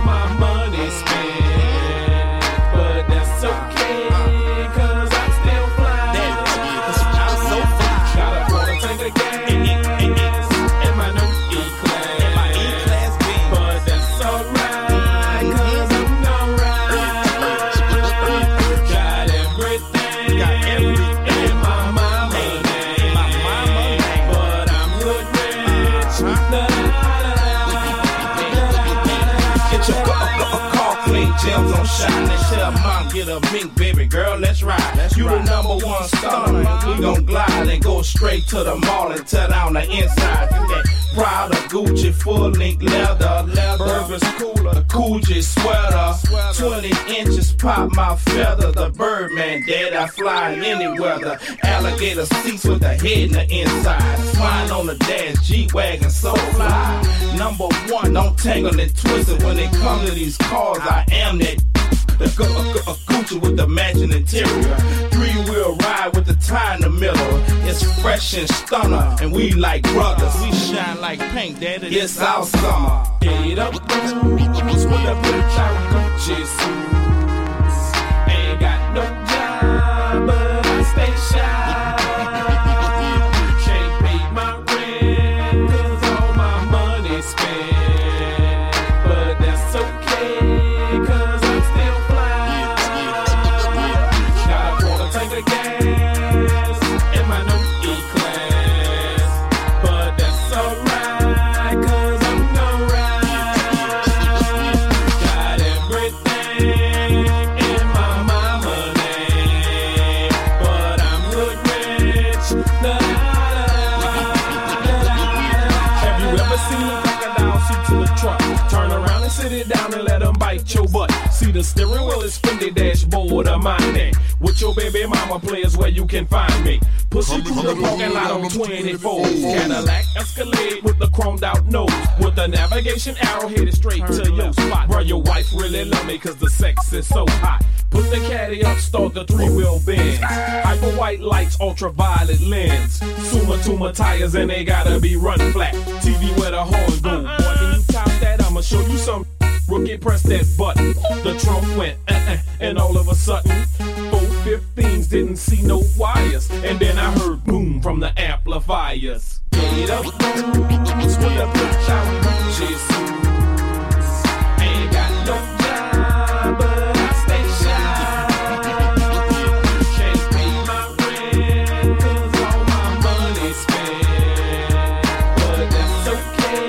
Speaker 14: my money spent, but that's okay. Cause I'm still fly. I'm so fly. E, Got a quarter tank of gas. And my new E-Class. But that's alright, 'cause I'm alright. Got everything. And my mama name. But I'm hood rich.
Speaker 27: Get your car, car, car clean, gems on shine. And tell mom, get a mink, baby girl, let's ride. you the number one star, we gon' glide and go straight to the mall and tear down the inside. You that proud of Gucci, full link leather, leather. Bourbon's cooler, Gucci sweater. 20 inches pop my feather, the Birdman dead, I fly in any weather. Alligator seats with a head in the inside. Flying on the dash, G-Wagon, so fly. Number one, don't tangle and twist it. When it comes to these cars, I am that. The gu- a gu- a Gucci with the matching interior. Three wheel ride with the tie in the middle. It's fresh and stunner, and we like brothers. We shine like pink, daddy. It's our summer. Get up, with a blue
Speaker 14: Gucci suits. Ain't got no job, but I stay shy. Can't pay my rent, 'cause all my money's spent. But that's okay, 'cause I'm still fly. Got a quarter tank of gas in my new E-Class. But that's alright, 'cause I'm alright. Got everything in my mama name, but I'm hood rich. La, la, la, la, la. Have you ever seen a crocodile shoot to the truck? Turn around and sit it down and let 'em bite your butt. See the steering wheel is spinning dashboard of mine. eh? With your baby mama players where you can find me. Pussy through the parking lot on 24. Cadillac Escalade with the chromed out nose. With the navigation arrow headed straight to your spot. Bro, your wife really love me cause the sex is so hot. Put the caddy up, start the three wheel bend. Hyper white lights, ultraviolet lens. Suma Tuma tires and they gotta be run flat. TV where the horn go. Boy, can you top that? I'ma show you some. Rookie press that button. The trunk went uh-uh, and all of a sudden, four fifteens didn't see no wires. And then I heard boom from the amplifiers. Get up, boom, with a bitch out, Jesus. Ain't got no job, but I stay shy. Can't pay my rent, 'cause all my money's spent. But that's okay,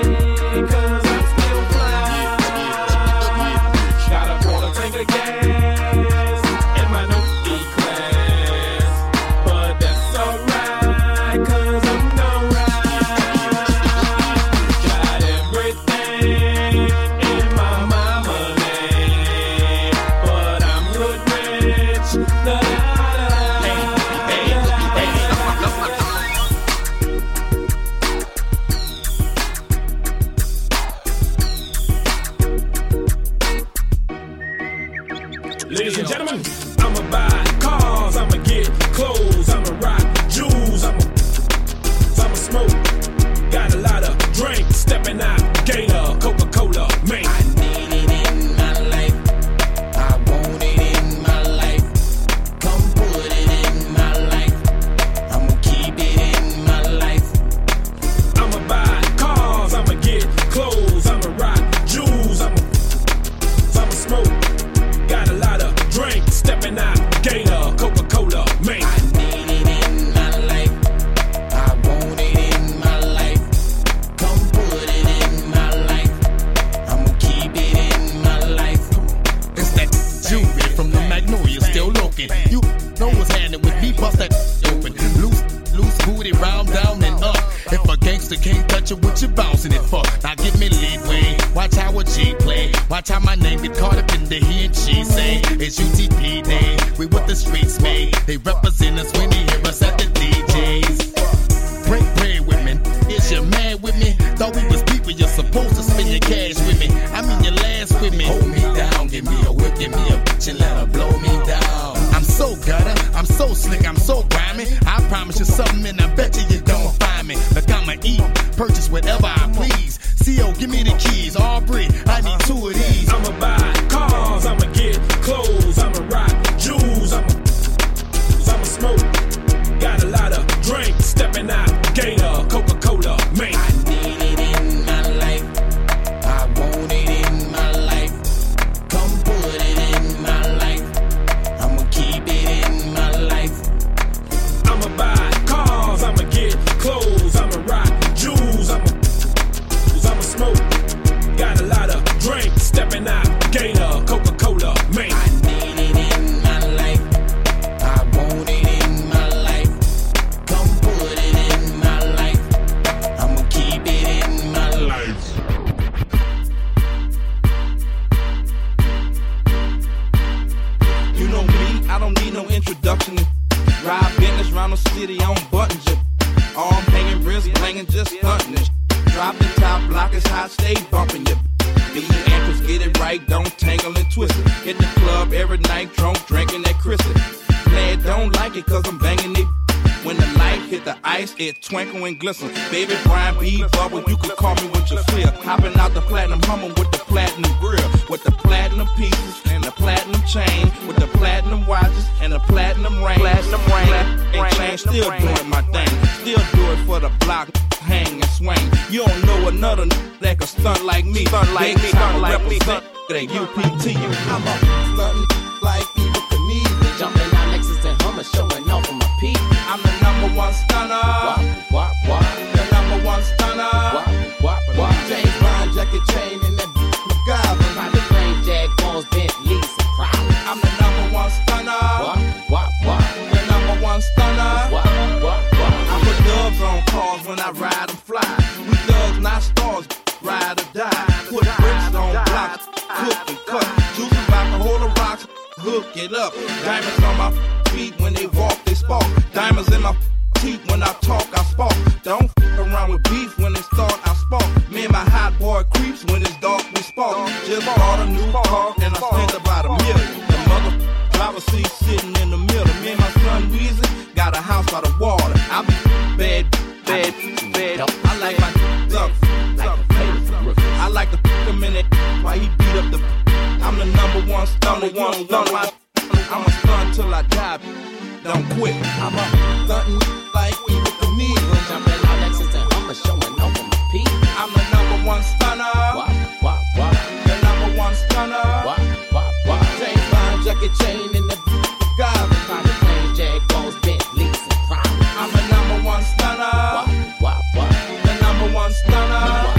Speaker 14: 'cause I'm still fly. Got a quarter tank of gas in my new E-Class. But that's alright, 'cause I'm alright. Got everything in my mama name, but I'm good rich. La, la, la, la, la, la, la. Ladies and gentlemen, I'ma buy cars, I'ma get clothes, I'ma rock jewels, I'ma I'ma smoke. Got a lot of drink, stepping out, Gator, Coca Cola, man. I need it in my life. I want it in my life. Come put it in my life. I'ma keep it in my life. I'ma buy cars, I'ma get clothes, I'ma rock jewels, I'ma I'ma smoke. Got a lot of drink, stepping out, Gator, Coca Cola, man. I need it in my life. I want it in my life. Come put it in my life. I'ma keep it in my life.
Speaker 26: It's that jewelry from the Magnolia still looking. You know what's happening with me, bust that open. Loose, loose booty, round, down, and up. If a gangster can't touch it, what you bouncing it for? Now give me leeway. Watch how a G play. Watch how my name get caught up in the he and she say. It's UTP day. We with the
Speaker 2: the streets made. They represent us when they hear us at the DJs. Break bread with me. Is your man with me? Thought we was people, you're supposed to spend your cash with me. I mean your last with me. Hold me down, give me a whip, give me a bitch and let her blow me down. I'm so gutter, I'm so slick, I'm so grimy. I promise you something and I bet you you don't find me. Look, I'ma eat, purchase whatever I please. CO, give me the keys, Aubrey, I need two of these.
Speaker 14: I'ma buy cars, I'ma get clothes, I'ma rock jewels, I'ma, I'ma smoke. Got a lot of drinks, stepping out, Gator, Coca Cola, mate. I need it in my life. I want it in my life. Come put it in my life. I'ma keep it in my life. I'ma buy cars, I'ma get clothes, I'ma rock jewels, I'ma, I'ma smoke. Got a lot of drinks, stepping out, Gator, Coca Cola, man. I need it in my life. I want it in my life. Come put it in my life. I'ma keep it in my life.
Speaker 27: You know me, I don't need no introduction. Ride business round the city on buttons. Arm hanging, wrist blinging, just stunting. Drop the top block is hot, stay bumping you. Be actress, get it right, don't tangle and twist it. Hit the club every night, drunk, drinking that crispy. Glad don't like it, cause I'm banging it. When the light hit the ice, it twinkle and glisten. Baby Brian B. Bubble, you can call me with your fear. Hopping out the platinum Hummer with the platinum grill. With the platinum pieces and the platinum chain. With the platinum watches and the platinum ring. Platinum ring. And chain still doing my thing. Still do it for the block. Hang and swing. You don't know another n- that can stunt like me. Stunt
Speaker 28: like me,
Speaker 27: Stunt
Speaker 28: stunt like
Speaker 27: like
Speaker 28: me.
Speaker 27: It ain't UPT. I'm a
Speaker 28: Stuntin' like Eva Knievel. Jumping on Lexus and Hummer, showing off on my peak.
Speaker 27: I'm the number one stunner.
Speaker 28: Wop, wop, wop.
Speaker 27: The number one stunner.
Speaker 28: Wop, wop, wop. James Bond jacket chain and that MacGyver. By the frame, Jaguars, Bentleys, and Prowlers.
Speaker 27: I'm the number one stunner.
Speaker 28: Wop, wop, wop.
Speaker 27: The number one stunner.
Speaker 28: Wop, wop, wop.
Speaker 27: I put dubs on cars when I ride and fly. We thugs, not stars, ride or die. Put bricks on blocks, cook and cut. Juices about to hold the rocks, hook it up. Diamonds on my feet when they walk, they spark. Diamonds in my teeth when I talk, I spark. Don't f- around with beef when it's thought I spark. Me and my hot boy creeps when it's dark, we spark. Just bought a new car and I spent about a million. The mother Flower seed sitting in the middle. Me and my son Weezy got a house by the water. I be bad, bad, bad. I like my duck, duck, I like to fuck him in that while he beat up the. I'm the number one stunner, one stunner. I'm a stun till I die. Don't quit. I'm a stuntin' like we with the needle. Jumping on Lexus and Hummer, showing off on my peak. I'm the number one stunner. Wop, wop, wop. The number one stunner. Wop, wop, wop. James Bond jacket chain in the guy. Private planes, Jaguars, Bentleys, and Prowlers. I'm the number one stunner. Wop, wop, wop. The number one stunner.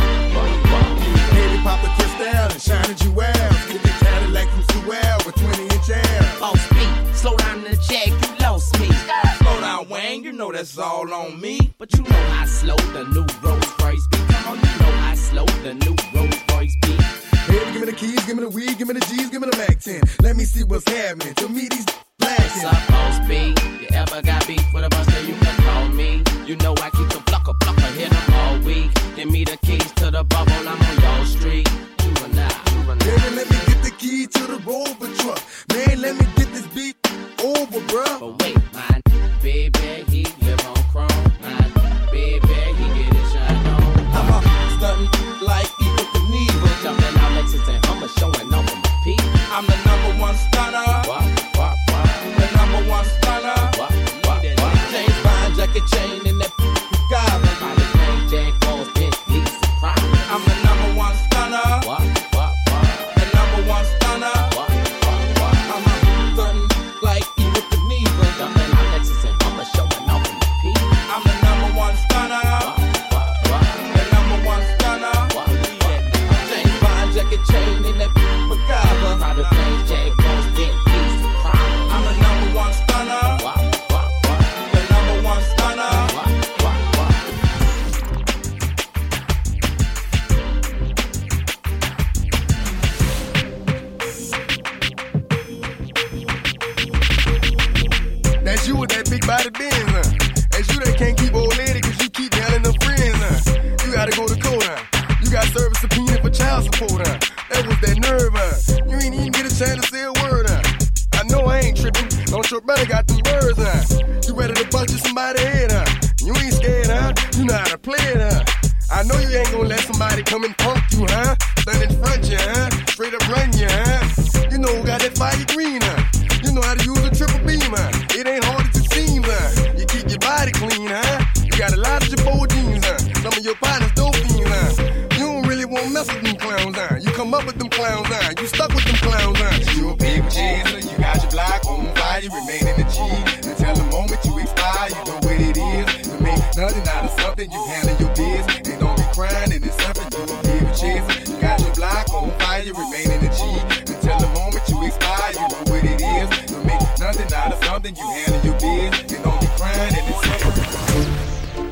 Speaker 26: Baby Papa Cristal and shining jewels. Get the Cadillac from Sewell with 20 inch air. Oh,
Speaker 27: Lost me. Slow down in the check, you lost me. Slow down, Wayne, you know that's all on me. But you know I slowed the new Rolls Royce beat. Come on, you know I slowed the new Rolls Royce beat.
Speaker 26: Baby, give me the keys, give me the weed, give me the G's, give me the Mac 10. Let me see what's happening. To me, these
Speaker 25: What's up, boss B? You ever got beef with a buster? You can call me. You know I keep the plucker, plucker, hit 'em all week. Give me the keys to the bubble, I'm on your street. You and
Speaker 26: Baby, let me get the key to the rover truck. Man, let me get this beat over, bruh.
Speaker 25: But wait, my baby, he live on chrome. My baby, he get his shine on. I'm a stuntin' like Eva Knievel. Jumping out Lexus and Hummer, showing off on my peak.
Speaker 27: I'm the number one stunner. Wop, wop, wop. The number one stunner. Wop, wop, wop. James Bond jacket chain in that
Speaker 3: was that nerve, huh? You ain't even get a chance to say a word, huh? I know I ain't tripping. Don't your brother got them birds, huh? You ready to punch you somebody head, huh? You ain't scared, huh? You know how to play it, huh? I know you ain't gonna let somebody come and punk you, huh? Stand in front you, huh? Straight up run you, huh? You know who got that fire green, huh? You know how to use a triple beam, huh? It ain't hard as it seems, huh? You keep your body clean, huh? You got a lot of your boy jeans, huh? Some of your partners dope fiends, huh? You don't really want to mess with them clowns, huh? You come up with them clowns, huh? You stuck with them clowns, huh? You a big cheeser, you got your block on fire, you remain in the G. Until the moment you expire, you know what it is. You make nothing out of something, you handle your biz. And don't be crying, and it's something you a big cheeser. You got your block on fire, you remain in the G. Until the moment you expire, you know what it is. You make nothing out of something, you handle your biz. And don't be crying, and it's something.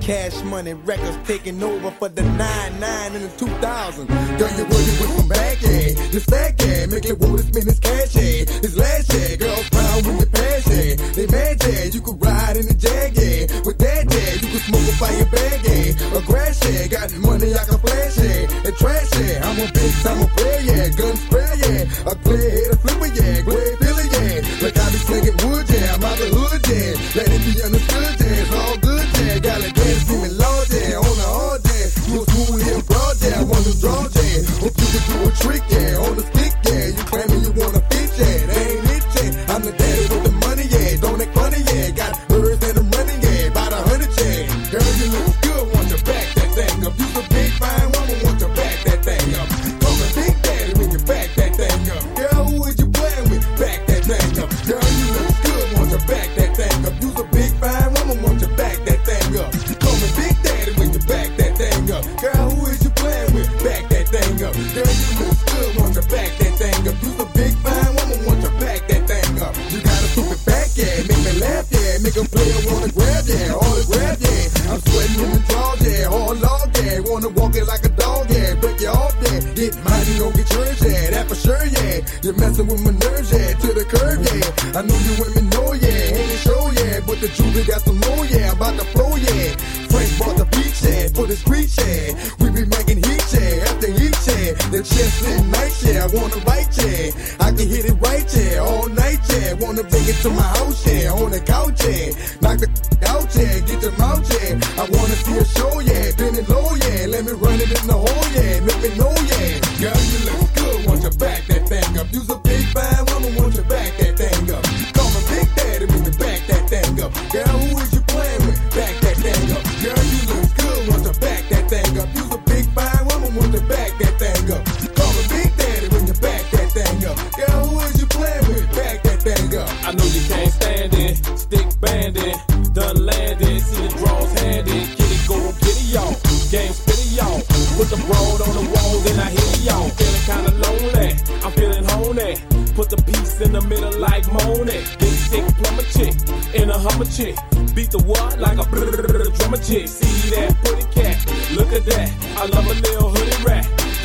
Speaker 26: Cash money records taking over for the 9-9 in the 2000. Girl, you really went from back, yeah. This stack, yeah. Make it want to spend this cash, yeah. This last, yeah. Girls proud with the past, yeah. They mad, yeah. You could ride in the Jag, yeah. With that, yeah. You could smoke a fire bag, yeah. A grass, yeah. Got money, I can flash, yeah. And trash, yeah. I'm a bitch, I'm a player, yeah. Gun spray, yeah. A clear head, a flipper, yeah. Grey Billy, yeah. Like I be slinging wood, yeah. I'm out the hood, yeah. Let it be understood, yeah. It's all good, yeah. Got a dance, give me low, yeah. On the hard, yeah. You a school here broad, yeah. I wanna draw, yeah. Hope you can do a trick, yeah. On the stick, yeah. You claiming you wanna fit, yeah. That ain't it, yeah. I'm the daddy with the money, yeah. Don't act funny, yeah. Got birds and I'm running, yeah. About a hundred, yeah. Girl, you look good, want your back that thing up. You a big fine woman, want your back that thing up. Come a big daddy when you back that thing up. Girl, who is you playing with? Back that thing up. Girl, you look good, want your back that thing up. You a big fine woman, want your back that thing up. Come a big daddy when you back that thing up. Girl, who is you playing with? Back that thing up. Girl, you look good, want your back that thing up. You a big fine woman, want your back that thing up. You got a stupid back, yeah, make me laugh, yeah, make 'em play, I wanna grab, yeah, all the grab, yeah. I'm sweating in the drawers, yeah, all log, yeah, wanna walk it like a dog, yeah, break you off, yeah, get money, don't get yours, yeah, that for sure, yeah. You're messing with my nerves, yeah, to the curb, yeah. I know you women know, yeah, ain't it show, yeah, but the jewelry got some more, yeah, about the flow, yeah. Frank bought the beach, yeah, for the street, yeah. We be making heat, yeah, after heat, yeah. The chest and night, yeah, I wanna write, yeah. I can hit it right, yeah, all night, yeah. Wanna take it to my house, yeah, on the couch, yeah. Knock the out, yeah, get them out, yeah. I wanna see a show, yeah, bend it low, yeah. Let me run it in the hole, yeah, make me know, yeah. Girl, you look good, want your back that thing up. You's a big fine woman, want your back that thing up. Call me Big Daddy when you back that thing up. Girl, who is you playing with? Back that thing up. Girl, you look good, want your back that thing up. You's a big fine woman, want your back that thing up. Call me Big Daddy when you back that thing up. Girl, who is you playing with? Back that thing up.
Speaker 14: I know you can't stand it. Stick bandit, done landed. See the draws handed. Kitty go kitty y'all. Game spitty y'all. Put the broad on the wall, then I hit y'all. Feeling kinda lonely. I'm feeling horny. Put the piece in the middle like Monet. Big stick plumber chick in a hummer chick. Beat the what like a brrrr drummer chick. See that pretty cat? Look at that. I love a little hoodie rat.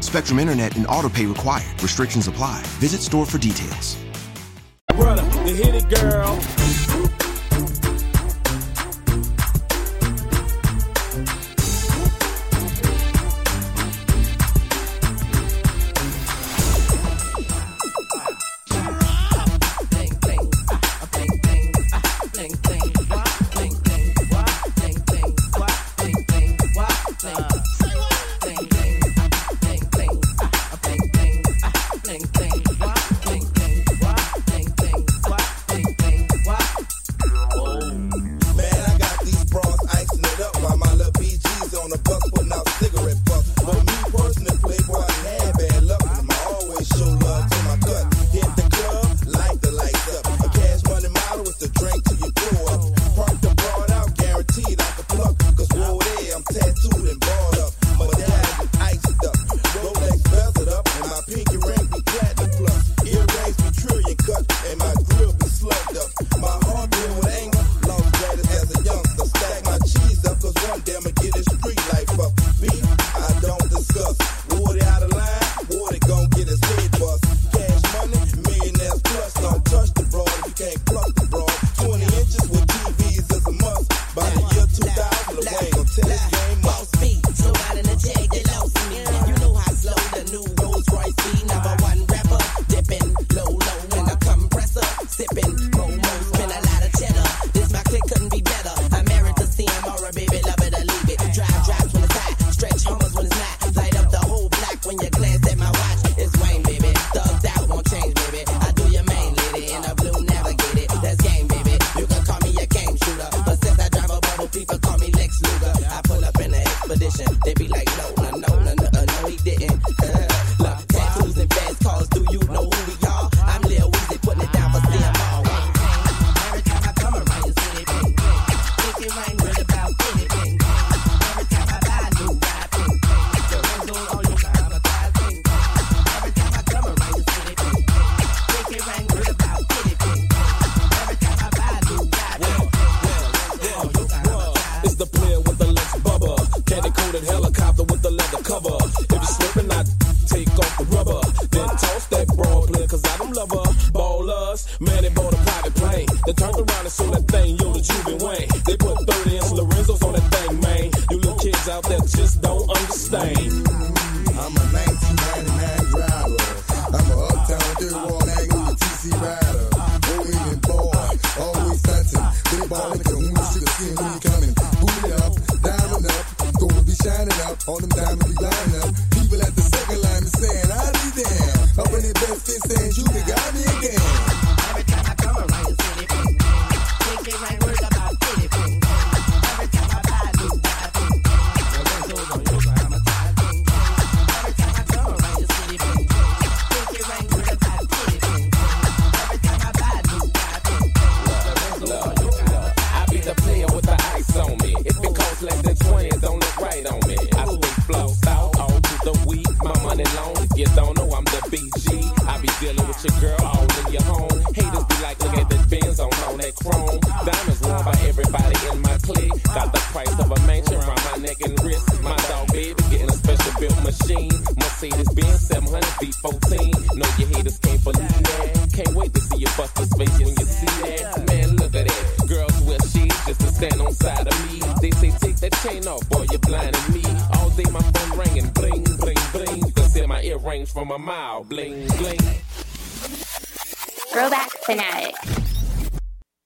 Speaker 11: Spectrum Internet and auto pay required. Restrictions apply. Visit store for details.
Speaker 14: brother, the hit it girl.
Speaker 26: Man, I got these bras ice lit up while my little BG's on the bus putting out cigarette butts. For me personally, playboy, I had bad luck. and I always show love to my cut. Hit the club, light the lights up. A cash money model with the drink to your throat. doors. Park the broad out, guaranteed I can pluck. Cause whoa there, I'm tattooed and barred up. My diamond iced it up. Rolex bells it up, and my pinky ring be platinum plus. Earrings be trillion cut, and my grill be slugged up. My heart be with anger, lost status as a youngster. Stack my cheese up, cause one day I'ma get this street life up. Beef, I don't discuss. Woody out of line, Woody gon' get his head bust. Cash money, millionaires plus. Don't touch the broad if you can't pluck the broad. 20 inches with TVs is a must. By the year 2000, the way gon' tell this game must.
Speaker 2: So out in the jag, they lost me. You know how slow the new Rolls Royce be. Number one rapper, dipping low, low in the compressor, sipping Romo, spin a lot of cheddar. This my clique couldn't be better. I'm married to CM or a baby, love it or leave it. Drive drives when it's hot, stretch homers when it's not. Light up the whole block when you glance at my watch. It's Wayne, baby. Thugged out won't change, baby. I do your main lady in a blue navigated. That's game, baby. You can call me a game shooter, but since I drive a bubble, people call me Lex Luger. I pull up in an expedition. They be like, no, no, no, no, no, uh, no, he didn't. Look, tattoos and fast calls. Do you know who we are? I'm Lil Weezy, putting it down for them all. Every time I come around your city, bang, bang. Think it ain't real about anything, bang. Every time I buy a new ride, bang, bang. The Rolls on all your mama thighs, bang, bang. Every time I come around your city, bang, bang. Think it ain't real about anything, bang. Every time I buy a new ride, bang, bang. All your mama thighs.
Speaker 29: It's the player with the Lex Bubba. Candy coated helicopter with the leather cover. If you slipping, I take off the rubber. Then toss that broad player, cause I don't love her. Ballers, man, they bought a private plane. They turned around and sold that thing, yo, the Juven Wayne. They put 30 inch Lorenzo's on that thing, man. You little kids out there just don't understand.
Speaker 26: I'm a 1999 driver. I'm a uptown third wall angle with TC rider. Go in and boy, always hunting. Big ball in the moon, should have seen me coming. Boot it up, diamond up, gold be shining up. All them diamonds be lining up. People at the second line be saying, I be damn. Up in their best fit saying, you be got me again.
Speaker 2: Every time I come around your city, bang, bang. Think it ain't real about anything, bang. Every time I buy a new ride, bang, bang. The Rolls on your mama thighs, bang, bang. Every time I come around your city, bang, bang. Think it ain't real about anything, bang. Every time I buy a new ride, bang, bang. The Rolls on your
Speaker 14: I be the player with the ice on me. If it costs less than 20, it don't look right on me. I speak flow south all through the week. My money long. If you don't know, I'm the BG. I be dealing with your girl all in your home. Haters be like, look at the Benz on, on that chrome. Diamonds worn by everybody in my clique. Got the price of a mansion around my neck and wrist. My dog baby getting a special built machine. Mercedes Benz 700 V14. No, your haters can't believe that. Can't wait to see your buster's face when you see that. Man, look at that. Girls wear shades just to stand on side of me. They say take that chain off, boy, you're blinding me. All day my phone ringing, bling, bling, bling. You can see my earrings from a mile, bling, bling.
Speaker 30: Throwback Fanatic.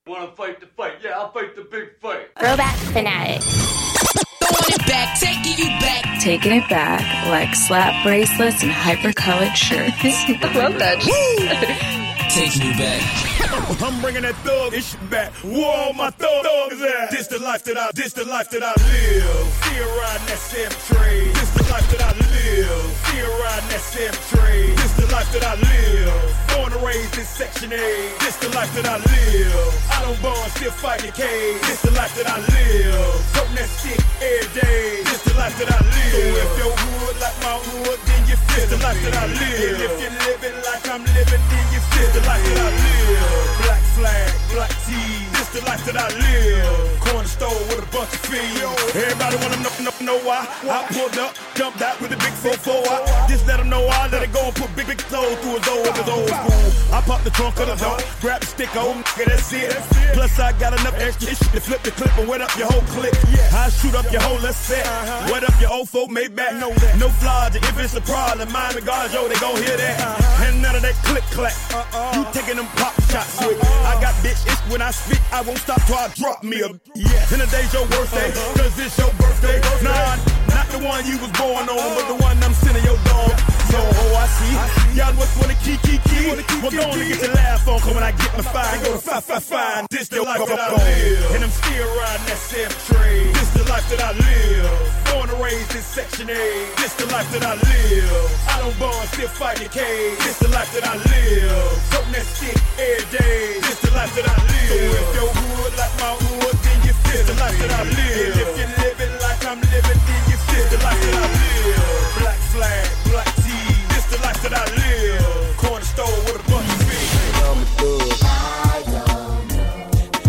Speaker 31: Wanna fight the fight? Yeah, I'll fight the big fight.
Speaker 30: Throwback Fanatic.
Speaker 32: Throwing it back, taking you back.
Speaker 17: Taking it back, like slap bracelets and hyper-colored shirts. I love that
Speaker 32: Taking you back.
Speaker 12: I'm bringing that thug ish back. Whoa, my thug, thug is at. This the life that I, this the life that I live. Still riding that Sam trade. This the life that I live. Still riding that Sam trade. This the life that I live. Born and raised in Section 8. This the life that I live. I don't bond, still fighting cage. This the life that I live. Something that stick every day. This the life that I live. So if your hood like my hood, then you feel the life that I live. And if you living like I'm living, then you feel the life that I live. Black flag, black tee. This the life that I live. Corner store with a bunch of fiends. Everybody wanna know, know, know why. I pulled up, jumped out with a big 4 I just let them know I let it go and put big, big soul through his old, his old school. I pop the trunk of the door, grab the stick, oh, nigga, that's it. Plus, I got enough extra shit to flip the clip and wet up your whole clip. I shoot up your whole let's set. Wet up your old folk, made back. No, no flaws, and if it's a problem, mind the guards, yo, they gon' hear that. Uh-huh. And none of that click clack. You taking them pop shots with. I got bitch itch when I spit, I won't stop till I drop me a. Yeah. And today's your birthday, cause it's Uh-huh. your birthday. Nah, not the one you was born on, but the one I'm sending your dog. So, oh, I see. Y'all just wanna key, key, key. We're gonna get your laugh on, cause when I get my fire, go to five, five, five. This the life that I live. And I'm still riding that same trade. This the life that I live. Born and raised in Section 8. This the life that I live. I don't bond, still fight your cage. This the life that I live. Soaking that shit every day. This the life that I live. So if your hood like my hood, then you feel the life that I live. And if you live it like I'm living, then you feel the life that I live. Black flag, black tee. This the life that I live. Corner store with a bunch of feet. I'm a thug. I don't know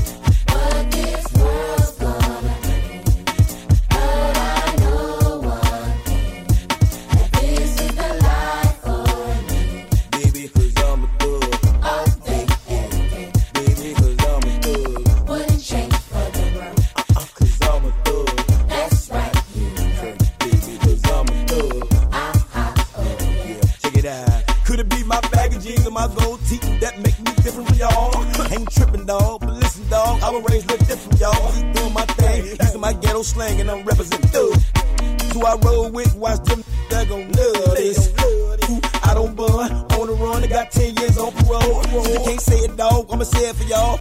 Speaker 12: what this world's gonna
Speaker 2: Check it out. Could it be my bag of jeans and my gold teeth that make me different from y'all? Ain't tripping, dog, but listen, dog, I was raised a little different from y'all. Just doing my thing, using my ghetto slang, and I'm representing thug. Who I roll with, watch them that gon' love this. Who I don't bun, on the run, I got 10 years on parole. Since you can't say it, dog, I'ma say it for y'all.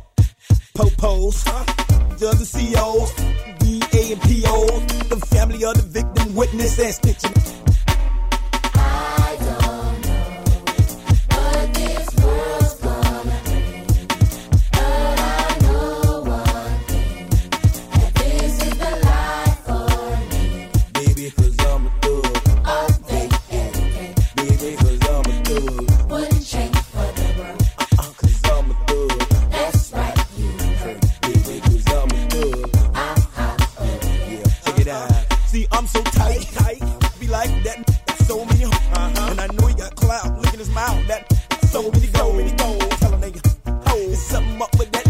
Speaker 2: Popos, judge and COs, DA and POs, the family of the victim, witness, and stitching. I don't Check it out. See, I'm so tight, tight. Be like that. that So many, uh-huh. and I know he got clout. Look at his mouth. That so many go, many go. Tell a nigga, oh, it's something up with that.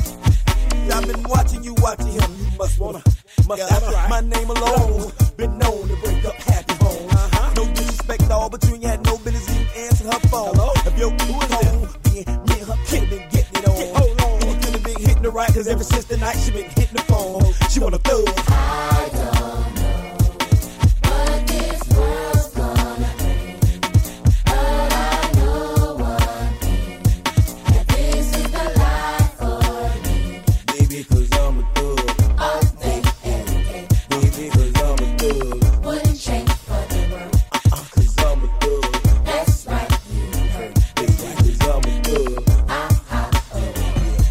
Speaker 2: I've been watching you, watching him. You must wanna, must have my name alone. Been known to break up happy homes. Uh-huh. No disrespect at all, but you ain't had no business even answering her phone. If your crew is home, then me and her kid been getting it on. Get oh, hold on. And you could have been hitting the right, cause ever since the night she been hitting the phone. She wanna thug. I don't know.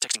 Speaker 21: Texting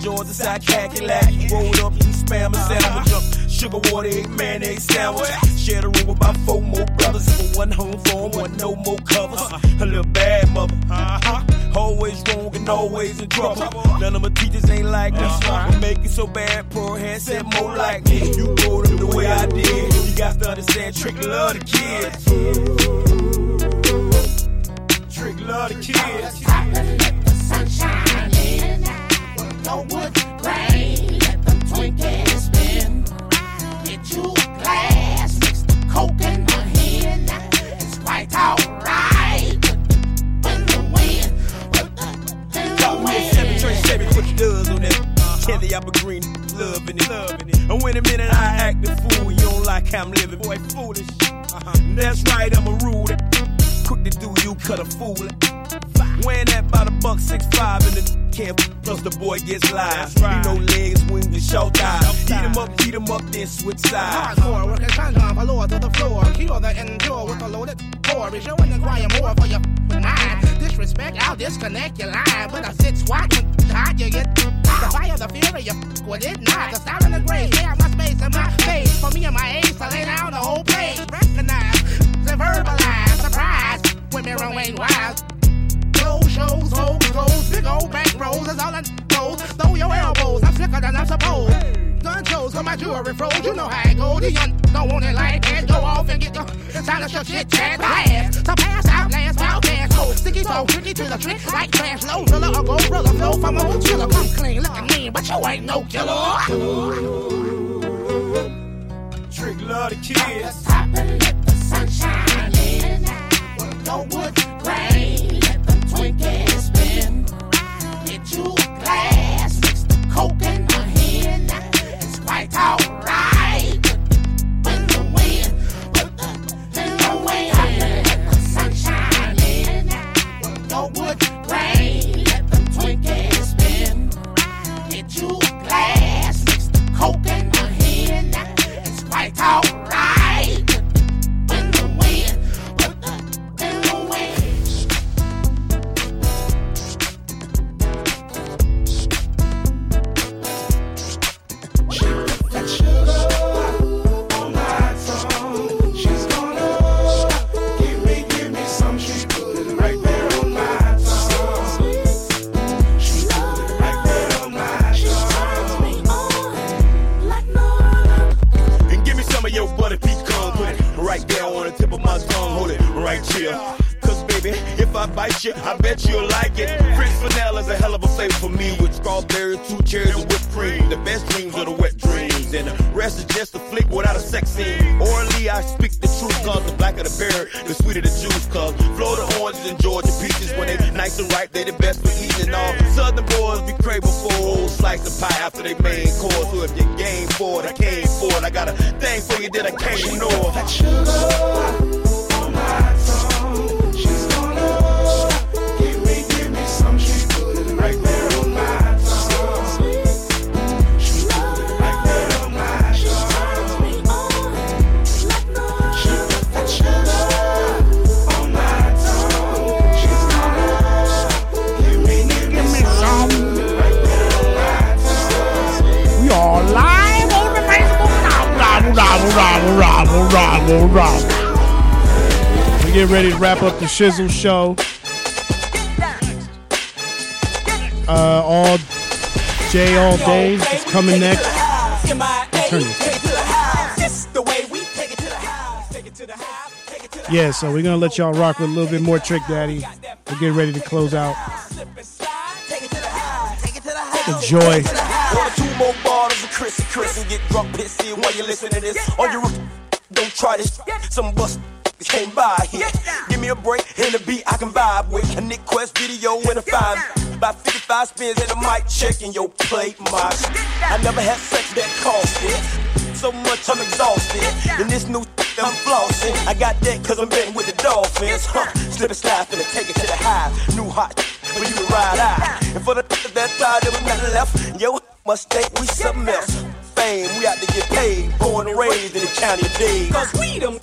Speaker 33: Georgia side khaki lack. Rolled up in spam and sandwich up. Sugar water, egg, mayonnaise sandwich. Share the room with about four more brothers. If a one home for 'em, one no more covers. A little bad mother. Uh-huh. Always wrong and always in trouble. None of my teachers ain't like us. We make it so bad, poor head said more like me. You brought them the way I did. You got to understand, trick love the kids. Trick love the kids.
Speaker 34: Coke in my hand, it's quite alright.
Speaker 12: how I'm living, boy, foolish. Uh-huh. That's right, I'm a rude. Quick to do you, cut a fool. Weighing that about a buck six five in the camp. Plus the boy gets live. He no legs, wings, short thighs. Eat him up, eat him up, then switch sides.
Speaker 27: Hardcore with his hand on lower to the floor. Kill the endure with a loaded core. Is you in the crying more for your nine? Disrespect, I'll disconnect your line. With a six watt, hot you get the fire, the fury, you f- with it not. The style and the grace, yeah, my space and my face. For me and my ace, I lay down the whole place. Recognize, and verbalize, surprise. Women wrong ain't wise. Clothes, shows, hoes, goes, big old bank rolls, that's all I knows. Throw your elbows, I'm slicker than I'm supposed. Gun shows, got my jewelry froze, you know how it goes. The young don't want it like that, go off and get your silence your chit chat blast. So pass out, last out, dance, go. Sticky toe, tricky to the trick, like trash, low, thriller, or go, brother, flow from a chiller. Come clean, look at me, but you ain't no killer.
Speaker 12: Trick love the kids.
Speaker 2: Alright, when the wind, when the, when the wind.
Speaker 12: And give me some of your butter pecan. Put it right there on the tip of my tongue. Hold it right here. Cause baby, if I bite you, I bet you'll like it. French vanilla is a hell of a flavor for me. With strawberries, two cherries, and whipped cream. The best dreams are the wet dreams. And the rest is just a flick without a sex scene. Orally, I speak the truth. Cause the blacker the berry, the sweeter the juice. Cause Florida oranges and Georgia peaches. When they nice and ripe, they the best for eating. All southern boys be craving for a whole slice of pie after they main course. So if you're game for it, I came for it. I got a thing for you that I can't ignore.
Speaker 27: We are live on the Facebook now.
Speaker 9: Robble, robble, robble, robble. We get ready to wrap up the Shizzle show. Uh, all J all days is coming next. Turn this. Yeah, so we're gonna let y'all rock with a little bit more Trick Daddy. We'll get ready to close out. Enjoy.
Speaker 22: Order two more bottles of Chris and Chris and get drunk pissy while you listen to this. On your roof, don't try this. Some bus came by here. Give me a break and a beat I can vibe with. A Nick Quest video in a five. By 55 spins and a mic check and yo plate my shit. I never had sex that cost it. So much I'm exhausted. And this new I'm flossing. I got that cause I'm betting with the dolphins. Huh. Slip and slide, finna take it to the high. New hot when you ride high. And for the that thought there was nothing left. Yo, mistake, we something else. Fame, we out to get paid. Born and raised in the county of Dade.
Speaker 35: Cause we them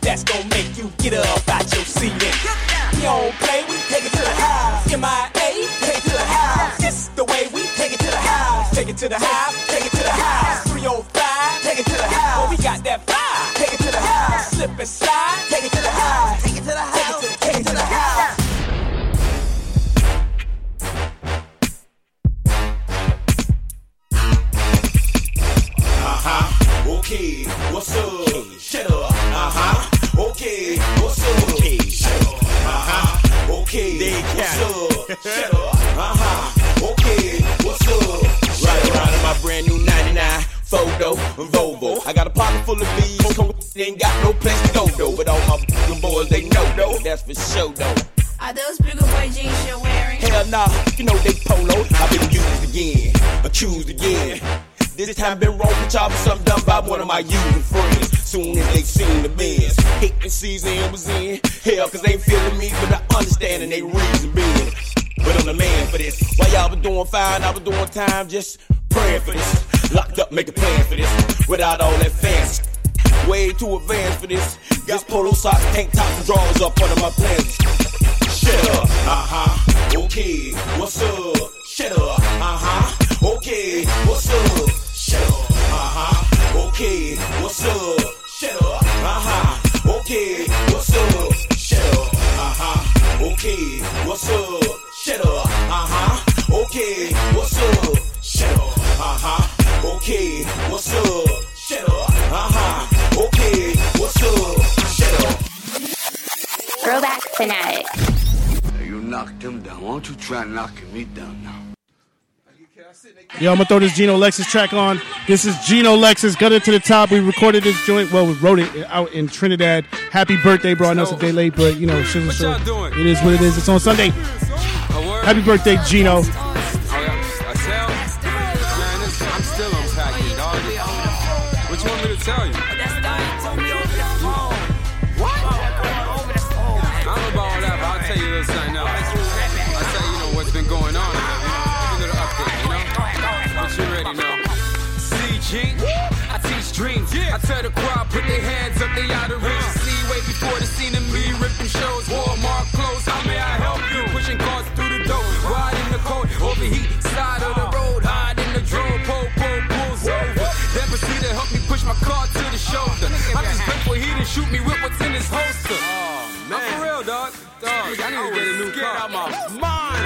Speaker 35: that's gonna make you get up out your seat. and-
Speaker 22: We don't play, we take it to the house. MIA, take it to the house. This the way we take it to the house. Take it to the house, take it to the house. 305, take it to the house. Well, we got that fire. Take it to the house. Slip and slide, take it to the house. Take it to the house, take it to the house.
Speaker 12: Uh-huh. Okay, what's up? Shut up. Uh-huh. Okay, what's up? Okay, shut up. Uh-huh. Okay, they what's up? Shut up. Uh-huh. Okay, what's up? Right around in my brand new 99 photo Volvo. I got a pocket full of bees. Come, ain't got no place to go though. But all my them boys, they know though. That's for sure though.
Speaker 18: Are those bigger boy jeans you're wearing?
Speaker 12: Hell nah, you know they polo. I've been used again, accused again. This time been wrong with y'all, but something done by one of my usual friends. Soon as they seen the best, hating season was in. Hell, cause they feeling me, but I understand and they reason being. But I'm the man for this. While y'all was doing fine, I was doing time, just praying for this. Locked up, make a plan for this. Without all that fancy. Way too advanced for this. Got polo socks, tank tops, and drawers up under my plans. Shut up, uh-huh, okay, what's up? Shut up, uh-huh, okay, what's up? Shut up, uh-huh, okay, what's up? Shut up, uh-huh, okay, what's up? Shut up, uh-huh, okay, what's up? Shut up, uh-huh, okay, what's up? Shut up, uh-huh, okay, what's up? Shut up, uh-huh, okay, what's up? Shut up.
Speaker 18: Throwback fanatic.
Speaker 2: You knocked him down. Why don't you try knocking me down now?
Speaker 9: Yo, I'm gonna throw this Geno Lexus track on. This is Geno Lexus, Gutter to the Top. We recorded this joint, well, we wrote it out in Trinidad. Happy birthday, bro. I know it's a day late, but you know, shit was
Speaker 8: y'all
Speaker 9: so-
Speaker 8: doing?
Speaker 9: It is what it is. It's on
Speaker 8: A
Speaker 9: Sunday.
Speaker 8: word.
Speaker 9: Happy birthday, Gino.
Speaker 8: I tell? Man, this, I'm still unpacking, dog. What you want me to tell you? I don't know about all that, but I'll tell you a little something else. I'll tell you, you know, what's been going on. Give you a little update, you know? But you already know. CG, I teach dreams. I tell the crowd, put their hands up, they out of reach. See way before the scene of me ripping shows. Walmart clothes, how may I help you? Pushing cars through the door, ride in the cold, overheat, side of the road, hide in the drone, pull, pull, pulls over. Then proceed to help me push my car to the shoulder. I'm just grateful he didn't shoot me with what's in his holster. Oh, man. for real, dog. Dog, I need to get a new car. out my mind,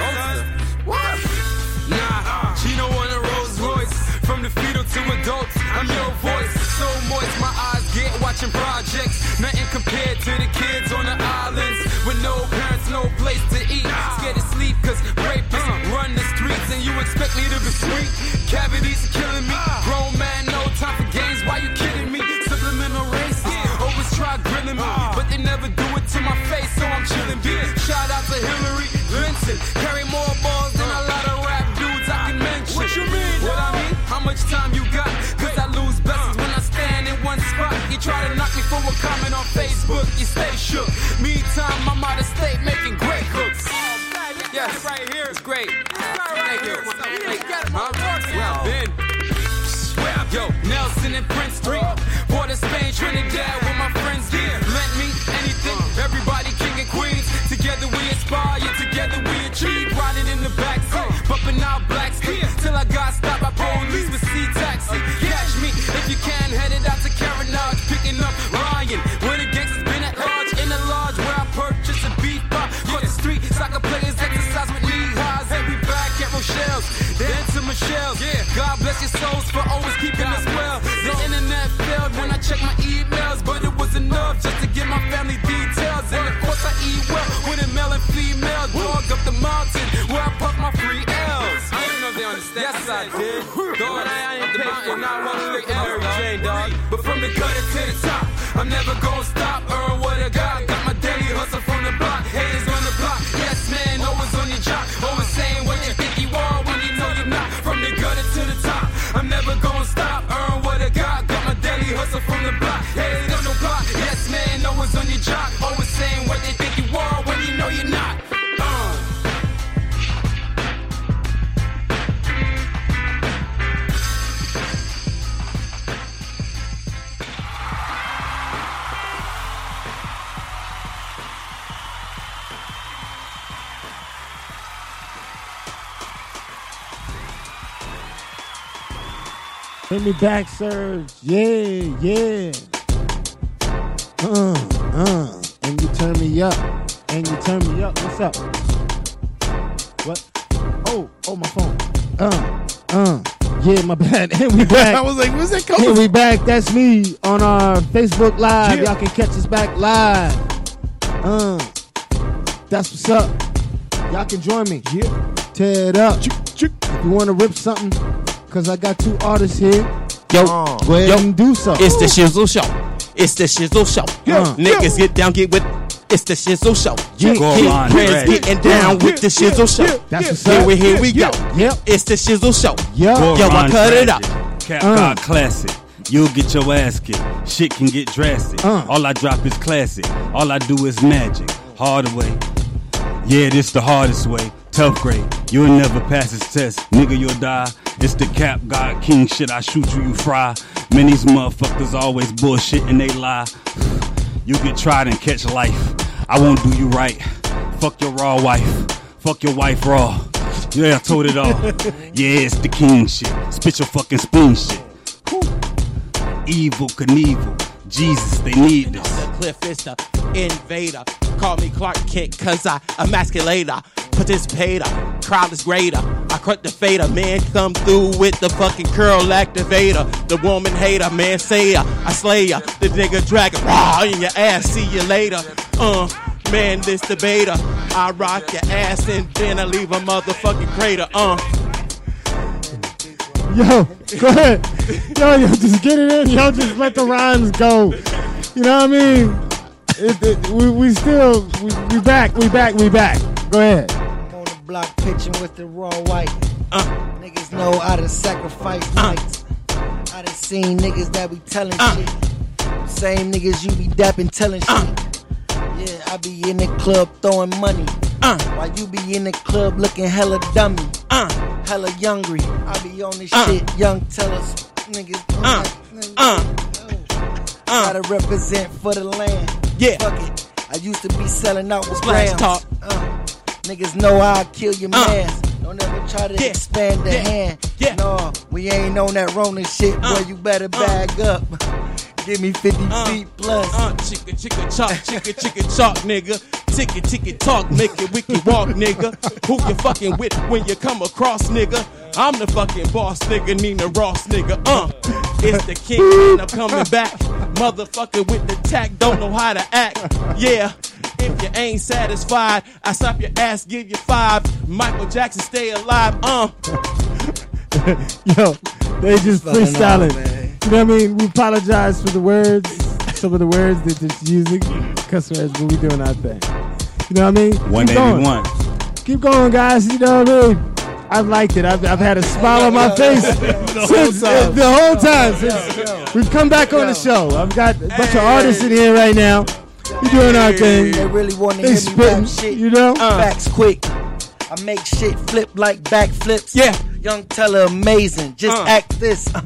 Speaker 8: Nah, Gino on a Rolls Royce. From the fetal to adults, I'm your voice. So moist, my eyes get watching projects. Nothing compared to the kids on the islands. With no parents, no place to eat. Scared to sleep, cause rapists run the streets. And you expect me to be sweet? Cavities are killing me. Grown man, no time for games. Why you kidding me? Subliminal racist. Always try grilling me, but they never do it to my face, so I'm chilling. Be shout out to Hillary Clinton. Carry more balls than a lot of rap dudes I can mention. What you mean? What I mean? How much time you got? Cause I lose blessings when I stand in one spot. You try to knock me for a comment on Facebook, you stay shook. Meantime, I'm out of state making great hooks. Yes, right here is great. Thank you. Huh? Where I've been. Where I've- Yo, Nelson and Prince Street. Border Spain, Trinidad, with my friends here. Lent me anything. Everybody king and queens. Together we inspire, together we achieve. Riding in the backseat, bumping out black street. Till I got stopped by police with C-Taxi. Catch me if you can, headed out to Carinage. Picking up Ryan. Where the gangsters been at large. In the lodge where I purchased a beef bar. Caught the street, soccer players exercise with knee highs. And we back at Rochelle's. Then to Michelle's. Yeah. God bless your souls for always keeping us well. The internet failed when I checked my emails, but it was enough just to get my family details. And of course I eat well with a male and female dog up the mountain where I puff my free L's. I didn't know they understand. Yes, I did. Dog, I ain't the mountain, I want to lick Mary Jane, dog. But from the gutter to the top, I'm never gonna stop. Earn what I got. Got my daily hustle from the block. Haters on the block. Yes, man, always on your job. Always saying what you think you are when you know you're not. From the gutter to the top, I'm never gonna stop. Earn what I got. Got my daily hustle from the block. Haters on the block. uh, Yes, man, always on your job. Always saying what they think you are when you know you're not. Uh.
Speaker 3: Bring me back, Surge. Yeah, yeah. Uh, uh. And you turn me up. And you turn me up. What's up? What? Oh, oh, my phone. Uh, uh. Yeah, my bad. And we back.
Speaker 9: I was like, where's that
Speaker 3: And
Speaker 9: coming
Speaker 3: we back. That's me on our Facebook Live.
Speaker 9: Yeah.
Speaker 3: Y'all can catch us back live. Uh, that's what's up. Y'all can join me. Yeah. Tear it up. If you want to rip something, because I got two artists here.
Speaker 22: Yo,
Speaker 3: Go ahead
Speaker 22: yo,
Speaker 3: and Uh, do so.
Speaker 22: It's the Shizzle Show. It's the Shizzle Show. Uh,
Speaker 3: Yo,
Speaker 22: Niggas get down, get with. It's the Shizzle Show.
Speaker 3: Yeah, Go
Speaker 22: Get
Speaker 3: on,
Speaker 22: friends
Speaker 3: Ray.
Speaker 22: getting down
Speaker 3: Yeah,
Speaker 22: with the
Speaker 3: yeah,
Speaker 22: Shizzle Show.
Speaker 3: yeah, That's yeah, what's
Speaker 22: here
Speaker 3: up.
Speaker 22: we here we
Speaker 3: Yeah,
Speaker 22: go. It's the Shizzle Show.
Speaker 3: Yep. Go
Speaker 22: Yo, I
Speaker 3: on,
Speaker 22: cut it
Speaker 3: Ray.
Speaker 22: up.
Speaker 4: Cap
Speaker 3: Uh.
Speaker 4: God classic. You'll get your ass kicked. Shit can get drastic. All I drop is classic. All I do is magic. Hardaway. Yeah, this the hardest way. Tough grade. You'll never pass this test. Nigga, you'll die. It's the cap, God, king shit. I shoot you, you fry. Man, these motherfuckers always bullshit and they lie. You get tried and catch life. I won't do you right. Fuck your raw wife. Fuck your wife raw. Yeah, I told it all. yeah, it's the king shit. Spit your fucking spoon shit. Whew. Evil Knievel. Jesus, they need this.
Speaker 22: the cliff is the invader. Call me Clark Kent, cause I emasculator, participator, crowd is greater. I crush the fader, man, come through with the fucking curl activator. The woman hater, man, say ya, I slay ya, the nigga dragon, raw in your ass, see you later. Uh, man, this debater, I rock your ass and then I leave a motherfucking crater, uh.
Speaker 3: Yo, go ahead. Yo, yo, just get it in. Yo, just let the rhymes go. You know what I mean? It, it- we, we still, we, we back, we back, we back. Go ahead.
Speaker 7: block pitching with the raw white. Niggas know I done sacrificed nights. I done seen niggas that be telling shit. Same niggas you be dapping telling shit. Yeah, I be in the club throwing money. While you be in the club looking hella dummy. Hella youngry. I be on this
Speaker 2: Uh.
Speaker 7: shit. Young tellers, niggas. I'm like, Gotta represent for the land. Yeah. Fuck it. I used to be selling out with
Speaker 2: Splash
Speaker 7: grams.
Speaker 2: talk.
Speaker 7: Uh, niggas know I'll kill your man. Don't ever try to expand the hand. No, we ain't on that Rona shit, boy. You better bag up. Give me 50 feet plus.
Speaker 22: Uh, chicka chicka chop, chicka chicka chop, nigga. Ticket ticket talk, make it wicked walk, nigga. Who you fucking with when you come across, nigga? I'm the fucking boss, nigga. Nina Ross, nigga. Uh, it's the king, and I'm coming back. Motherfucker with the tack, don't know how to act. Yeah. If you ain't satisfied, I slap your ass, give you five. Michael Jackson, stay alive. Uh,
Speaker 3: Yo, they just
Speaker 22: Fucking
Speaker 3: freestyling.
Speaker 22: up, man.
Speaker 3: You know what I mean? We apologize for the words, some of the words that this music, cuss words, but we doing our thing. You know what I mean? Keep going.
Speaker 4: 181.
Speaker 3: Keep going, guys. You know what I mean? I've liked it. I've, I've had a smile on my face
Speaker 2: The
Speaker 3: since uh,
Speaker 2: whole time.
Speaker 3: the whole time. Since we've come back on the show. I've got a bunch of artists in here right now. We're doing our thing.
Speaker 7: They really want to
Speaker 3: They
Speaker 7: hear me
Speaker 3: spitting,
Speaker 7: rap shit.
Speaker 3: You know?
Speaker 7: Facts quick. I make shit flip like backflips. Yeah. Young teller amazing. Just act this. Uh,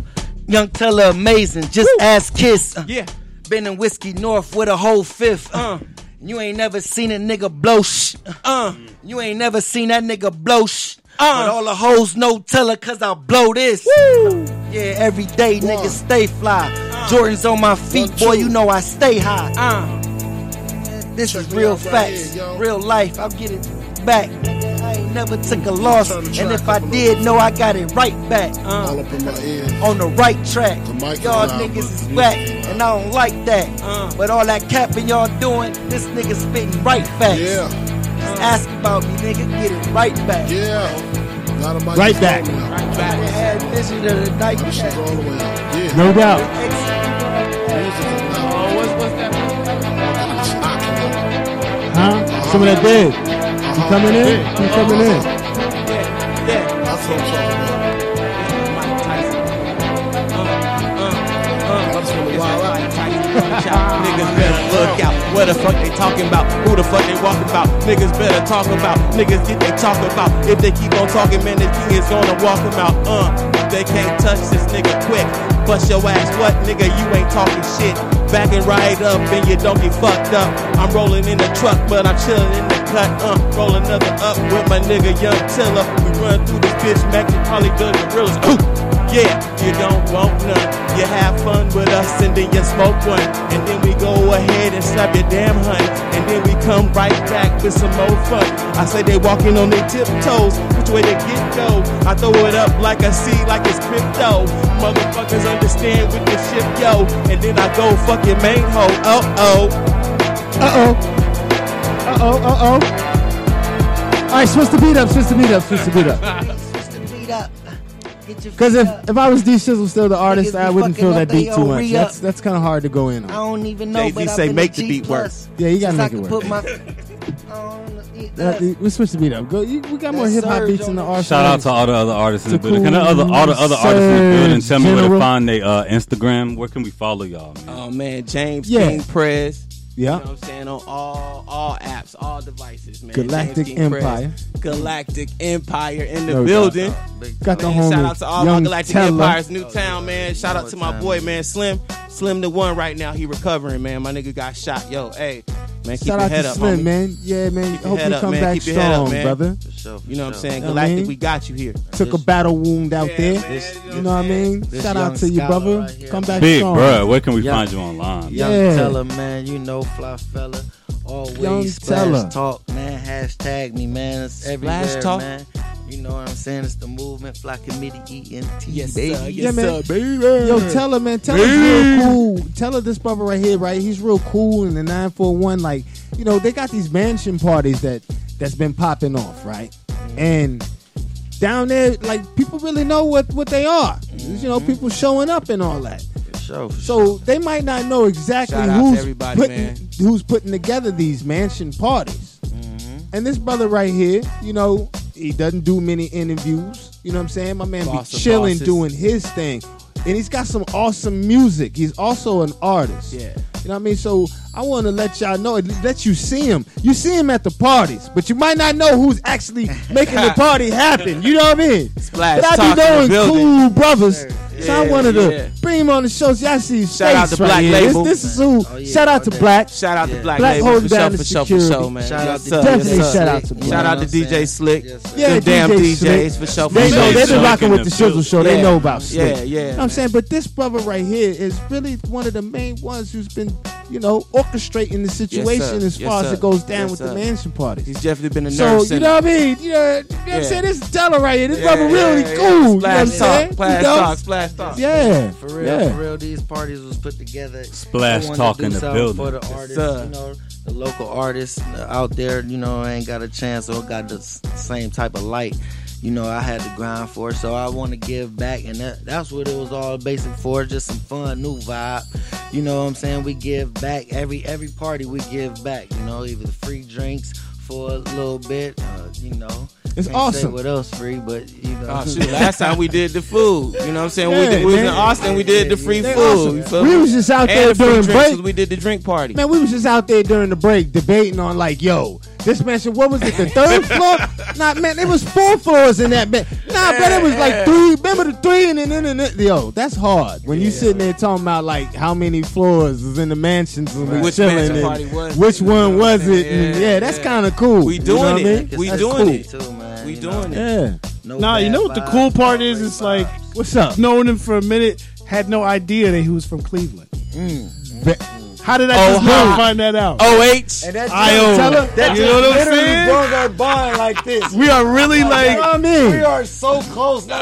Speaker 7: young teller amazing. Just ass kiss. yeah. Been in Whiskey North with a whole fifth. Uh. You ain't never seen a nigga blow sh. Uh. You ain't never seen that nigga blow sh. Uh. But all the hoes no teller cause I blow this. Yeah, every day niggas stay fly. Jordan's on my feet, boy, you know I stay high. This is real facts, real life. I'll get it back. I ain't never took a loss, and if I did, know I got it right back. All up in my On the right track. Y'all niggas is whack, and I don't like that. But all that capping y'all doing, this nigga spitting right facts. Yeah. Just ask about me, nigga. Get it right back. Yeah. Not about
Speaker 3: Right back.
Speaker 7: Right back. Had vision of the night. all the way out. Yeah.
Speaker 3: No doubt. Huh? Some of that did. You coming in? You coming in?
Speaker 36: That's what I'm talking about.
Speaker 22: Niggas better look out. What the fuck they talking about? Who the fuck they walking about? Niggas better talk about. Niggas get they talk about. If they keep on talking, man, the king is gonna walk them out. Uh, they can't touch this nigga quick. Bust your ass, what nigga? You ain't talking shit. Backing right up and you don't get fucked up. I'm rolling in the truck, but I'm chilling in the cut. Uh, roll another up with my nigga Young Tiller. We run through this bitch, Mac and Polly Gun Gorillas. Ooh. Yeah, you don't want none. You have fun with us and then you smoke one. And then we go ahead and slap your damn hunt. And then we come right back with some more fun. I say they walking on their tiptoes. Which way they get go? I throw it up like a sea, like it's crypto. Motherfuckers understand with the ship, yo. And then I go fuck your main hoe. Uh oh.
Speaker 3: Uh oh. Uh oh. Uh oh. All right, switch the beat up. Switch the beat up. Switch the beat up.
Speaker 7: Beat up. Get your
Speaker 3: Because if, if I was D Shizzle still the artist,
Speaker 7: Niggas be
Speaker 3: I wouldn't
Speaker 7: fucking
Speaker 3: feel
Speaker 7: up
Speaker 3: that
Speaker 7: they
Speaker 3: beat too
Speaker 7: own
Speaker 3: much.
Speaker 7: re-up.
Speaker 3: That's that's kind of hard to go in
Speaker 7: I
Speaker 3: on.
Speaker 7: don't even know.
Speaker 3: Jay-Z
Speaker 7: but
Speaker 3: say
Speaker 7: I'm
Speaker 3: make the beat work. Yeah, you gotta make it work.
Speaker 7: Put my, I don't know, eat
Speaker 3: That-
Speaker 7: up.
Speaker 3: we're supposed to beat up. Go. You, we got more
Speaker 7: That
Speaker 3: hip hop
Speaker 7: surge
Speaker 3: beats in
Speaker 7: on
Speaker 3: the arsenal.
Speaker 4: Shout out to all the other artists in the
Speaker 3: Cool
Speaker 4: building. Can the other all the other artists in the building tell me where to
Speaker 3: General.
Speaker 4: find their uh, Instagram? Where can we follow y'all? Man?
Speaker 20: Oh man, James
Speaker 4: Yeah.
Speaker 20: King Press.
Speaker 4: Yeah.
Speaker 20: You know what I'm saying? On all all apps, all devices, man.
Speaker 3: Galactic
Speaker 20: James King Press.
Speaker 3: Empire.
Speaker 20: Galactic Empire in the
Speaker 3: There we go.
Speaker 20: building.
Speaker 3: Got the
Speaker 20: man, shout
Speaker 3: homie
Speaker 20: out to all my
Speaker 3: Young
Speaker 20: Galactic
Speaker 3: Teller.
Speaker 20: Empire's new town, man. Shout out to my boy, man, Slim. Slim the one right now. He recovering, man. My nigga got shot. Yo, hey. Man, keep
Speaker 3: Shout
Speaker 20: your
Speaker 3: out
Speaker 20: head
Speaker 3: to
Speaker 20: up,
Speaker 3: Slim,
Speaker 20: homie.
Speaker 3: man. Yeah, man.
Speaker 20: Keep your
Speaker 3: Hope
Speaker 20: head
Speaker 3: you
Speaker 20: up,
Speaker 3: come
Speaker 20: man.
Speaker 3: back
Speaker 20: Keep your head up,
Speaker 3: strong,
Speaker 20: man.
Speaker 3: brother.
Speaker 20: You know what I'm saying?
Speaker 3: You know what I
Speaker 20: Galactic,
Speaker 3: mean?
Speaker 20: we got you here.
Speaker 3: Took a battle wound out there. you know what I mean? Shout out to you, brother. come back
Speaker 4: Big
Speaker 3: strong.
Speaker 4: bruh, where can we find you online?
Speaker 3: Yeah.
Speaker 7: Young Teller, man, you know, fly fella. Always
Speaker 3: Young
Speaker 7: splash
Speaker 3: Teller.
Speaker 7: talk, man. Hashtag me, man. It's everywhere,
Speaker 20: Talk.
Speaker 7: man. You know what I'm saying? It's the movement, fly committee, ENT,
Speaker 20: Yes,
Speaker 7: baby.
Speaker 20: sir. Yes,
Speaker 3: Yeah, man.
Speaker 20: sir, baby.
Speaker 3: Yo, tell her, man. Tell her
Speaker 20: Baby.
Speaker 3: he's real cool. Tell her this brother right here, right? He's real cool in the 941. Like, you know, they got these mansion parties that that's been popping off, right? And down there, like people really know what what they are. You know, people showing up and all that.
Speaker 7: Show.
Speaker 3: So they might not know exactly
Speaker 20: Shout out to
Speaker 3: who's
Speaker 20: everybody,
Speaker 3: putting
Speaker 20: man.
Speaker 3: who's putting together these mansion parties.
Speaker 20: Mm-hmm.
Speaker 3: And this brother right here, you know, he doesn't do many interviews. You know what I'm saying? My man
Speaker 20: Boss
Speaker 3: be
Speaker 20: of
Speaker 3: chilling,
Speaker 20: bosses.
Speaker 3: doing his thing, and he's got some awesome music. He's also an artist.
Speaker 20: Yeah.
Speaker 3: You know what I mean? So I want to let y'all know, let you see him. You see him at the parties, but you might not know who's actually making the party happen. You know what I mean?
Speaker 20: Splash
Speaker 3: but I
Speaker 20: talk
Speaker 3: be
Speaker 20: in the
Speaker 3: knowing
Speaker 20: building.
Speaker 3: cool brothers. so I
Speaker 20: Yeah,
Speaker 3: wanted
Speaker 20: yeah.
Speaker 3: to bring him on the show. So y'all see his
Speaker 20: Shout out
Speaker 3: face
Speaker 20: to
Speaker 3: right
Speaker 20: Black
Speaker 3: here. This-
Speaker 20: Label. Oh,
Speaker 3: This, is who. shout out to Black.
Speaker 20: Shout out to Black,
Speaker 3: Black
Speaker 20: Label.
Speaker 3: holding
Speaker 20: for
Speaker 3: down
Speaker 20: sure,
Speaker 3: the
Speaker 20: for sure,
Speaker 3: security.
Speaker 20: For sure, man.
Speaker 3: Shout
Speaker 20: Yes,
Speaker 3: out to
Speaker 20: sir.
Speaker 3: Definitely
Speaker 20: Yes, sir.
Speaker 3: shout out to Black.
Speaker 20: Shout out to DJ Slick.
Speaker 3: Yeah,
Speaker 20: Them damn
Speaker 3: DJ Slick.
Speaker 20: DJs for sure. for
Speaker 3: They
Speaker 20: sure.
Speaker 3: know they've been
Speaker 20: Slick
Speaker 3: rocking
Speaker 20: in
Speaker 3: with the Shizzle
Speaker 20: building.
Speaker 3: Show. They
Speaker 20: Yeah.
Speaker 3: know about Slick.
Speaker 20: Yeah,
Speaker 3: You know
Speaker 20: yeah.
Speaker 3: what I'm saying, but this brother right here is really one of the main ones who's been, you know, orchestrating the situation as
Speaker 20: Yes,
Speaker 3: far
Speaker 20: sir.
Speaker 3: as it goes down
Speaker 20: Yes,
Speaker 3: with
Speaker 20: sir.
Speaker 3: the mansion parties.
Speaker 20: He's definitely been a
Speaker 3: So
Speaker 20: nurse.
Speaker 3: you know what I mean? You know, you know what I'm
Speaker 20: Yeah.
Speaker 3: saying? This is Della right here. This
Speaker 20: Yeah,
Speaker 3: brother really
Speaker 20: yeah, yeah. Splash
Speaker 3: cool. you know what
Speaker 20: talk,
Speaker 3: I'm saying?
Speaker 20: splash
Speaker 3: you know?
Speaker 20: talk, splash talk.
Speaker 3: Yeah.
Speaker 7: For real,
Speaker 3: yeah.
Speaker 7: for real, these parties was put together.
Speaker 4: Splash
Speaker 7: Someone to
Speaker 4: talk
Speaker 7: do
Speaker 4: in the
Speaker 7: something
Speaker 4: building.
Speaker 7: for the
Speaker 4: Yes,
Speaker 7: artists.
Speaker 4: sir.
Speaker 7: you know, the local artists out there, you know, ain't got a chance or got the s- same type of light. You know, I had to grind for it, so I want to give back, and that, that's what it was all basic for. Just some fun, new vibe. You know what I'm saying? We give back every every party. We give back. You know, even free drinks for a little bit. Uh, you know,
Speaker 3: It's
Speaker 7: Can't say
Speaker 3: awesome.
Speaker 7: what else free? But you know,
Speaker 20: Oh, shoot, last time we did the food, you know what I'm saying? we,
Speaker 3: Yeah,
Speaker 20: did, we was in
Speaker 3: man.
Speaker 20: Austin, we did the free
Speaker 3: They
Speaker 20: food.
Speaker 3: awesome.
Speaker 20: you feel
Speaker 3: We
Speaker 20: me?
Speaker 3: was just out
Speaker 20: And
Speaker 3: there
Speaker 20: the free
Speaker 3: during
Speaker 20: drinks,
Speaker 3: break.
Speaker 20: 'cause We did the drink party.
Speaker 3: Man, we was just out there during the break debating on like, yo, this mansion, what was it, the third floor? Nah, man, it was four floors in that bed. Nah, but it was like three. Remember the three and then and then and then- yo, that's hard. When you sitting there talking about like how many floors is in the mansions and we
Speaker 20: Which
Speaker 3: chilling
Speaker 20: mansion
Speaker 3: and
Speaker 20: party was it,
Speaker 3: which one was it? and yeah, that's kind of cool.
Speaker 20: We
Speaker 3: You know
Speaker 20: doing
Speaker 3: what I
Speaker 20: it.
Speaker 3: mean?
Speaker 20: We
Speaker 3: That's
Speaker 20: doing
Speaker 3: cool.
Speaker 20: it. We doing
Speaker 3: Yeah.
Speaker 20: it.
Speaker 9: nah, you know what the cool part is? It's like,
Speaker 3: what's up?
Speaker 9: Knowing him for a minute, had no idea that he was from Cleveland. How did I
Speaker 3: Mm. Oh,
Speaker 9: just now
Speaker 3: huh.
Speaker 9: find that out?
Speaker 3: Oh, H. And that
Speaker 9: IO.
Speaker 3: tell her- that
Speaker 9: you
Speaker 3: just
Speaker 9: know what I'm
Speaker 3: literally
Speaker 9: saying?
Speaker 3: broke
Speaker 7: our bond like this.
Speaker 9: We are really like.
Speaker 7: we are so close. Now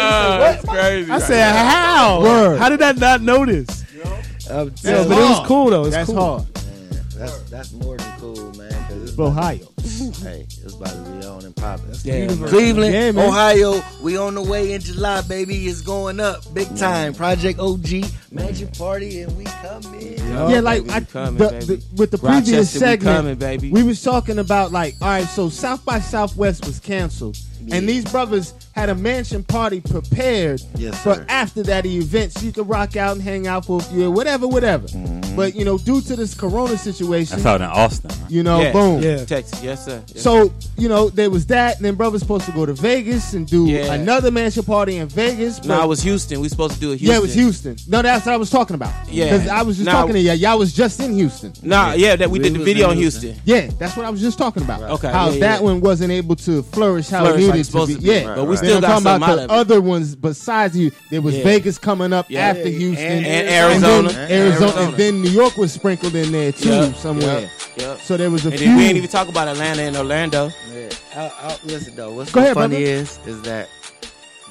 Speaker 7: you say, what?
Speaker 9: I said, how?
Speaker 3: Word.
Speaker 9: How did I not notice?
Speaker 7: Um,
Speaker 9: Yeah, but it was cool though. It's cool.
Speaker 7: That's that's more than cool, man. 'cause It's
Speaker 3: Ohio.
Speaker 7: Hey, it's about to be on and popping.
Speaker 3: Yeah, beautiful.
Speaker 7: Cleveland,
Speaker 3: Yeah, man.
Speaker 7: Ohio. We on the way in July, baby. It's going up big time. Project OG, Magic Party, and we coming.
Speaker 3: yeah, like I, the, the- with the previous
Speaker 20: Rochester, we
Speaker 3: segment,
Speaker 20: coming, baby.
Speaker 3: we was talking about like, all right, so South by Southwest was canceled, and these brothers had a mansion party prepared
Speaker 7: Yes,
Speaker 3: for
Speaker 7: sir.
Speaker 3: after that event, so you could rock out and hang out for a few, whatever, whatever.
Speaker 20: Mm-hmm.
Speaker 3: But you know, due to this Corona situation,
Speaker 4: That's out in Austin. Right?
Speaker 3: you know,
Speaker 20: Yeah,
Speaker 3: boom.
Speaker 20: Yeah. Texas, yes, sir. Yes, sir.
Speaker 3: So you know there was that, and then brothers supposed to go to Vegas and do
Speaker 20: Yeah.
Speaker 3: another mansion party in Vegas. but-
Speaker 20: Nah, it was Houston. We supposed to do it Houston.
Speaker 3: yeah, it was Houston. No, that's what I was talking about.
Speaker 20: Yeah.
Speaker 3: because I was just
Speaker 20: Nah.
Speaker 3: talking to y'all. Y'all was just in Houston.
Speaker 20: Nah, yeah, that we, did the video in Houston.
Speaker 3: Yeah, that's what I was just talking about.
Speaker 20: Okay,
Speaker 3: how
Speaker 20: yeah,
Speaker 3: that
Speaker 20: yeah.
Speaker 3: one wasn't able to flourish how
Speaker 20: Flourish like
Speaker 3: it needed
Speaker 20: it's
Speaker 3: to,
Speaker 20: supposed
Speaker 3: be.
Speaker 20: to be.
Speaker 3: Yeah,
Speaker 20: Right, But we right, still
Speaker 3: I'm
Speaker 20: got
Speaker 3: talking
Speaker 20: something
Speaker 3: about
Speaker 20: out
Speaker 3: the
Speaker 20: of it.
Speaker 3: other ones besides you. There was
Speaker 20: Yeah.
Speaker 3: Vegas coming up
Speaker 20: Yeah.
Speaker 3: after
Speaker 20: And-
Speaker 3: Houston
Speaker 20: and Arizona.
Speaker 3: then
Speaker 20: And
Speaker 3: Arizona,
Speaker 20: Arizona.
Speaker 3: and then New York was sprinkled in there too
Speaker 20: Yup,
Speaker 3: somewhere.
Speaker 20: yup, yup.
Speaker 3: So there was a
Speaker 20: and
Speaker 3: few.
Speaker 20: then we ain't even talk about Atlanta and Orlando.
Speaker 7: Yeah. I, I, listen though, what's
Speaker 3: Go
Speaker 7: so
Speaker 3: ahead,
Speaker 7: funny
Speaker 3: brother.
Speaker 7: is is that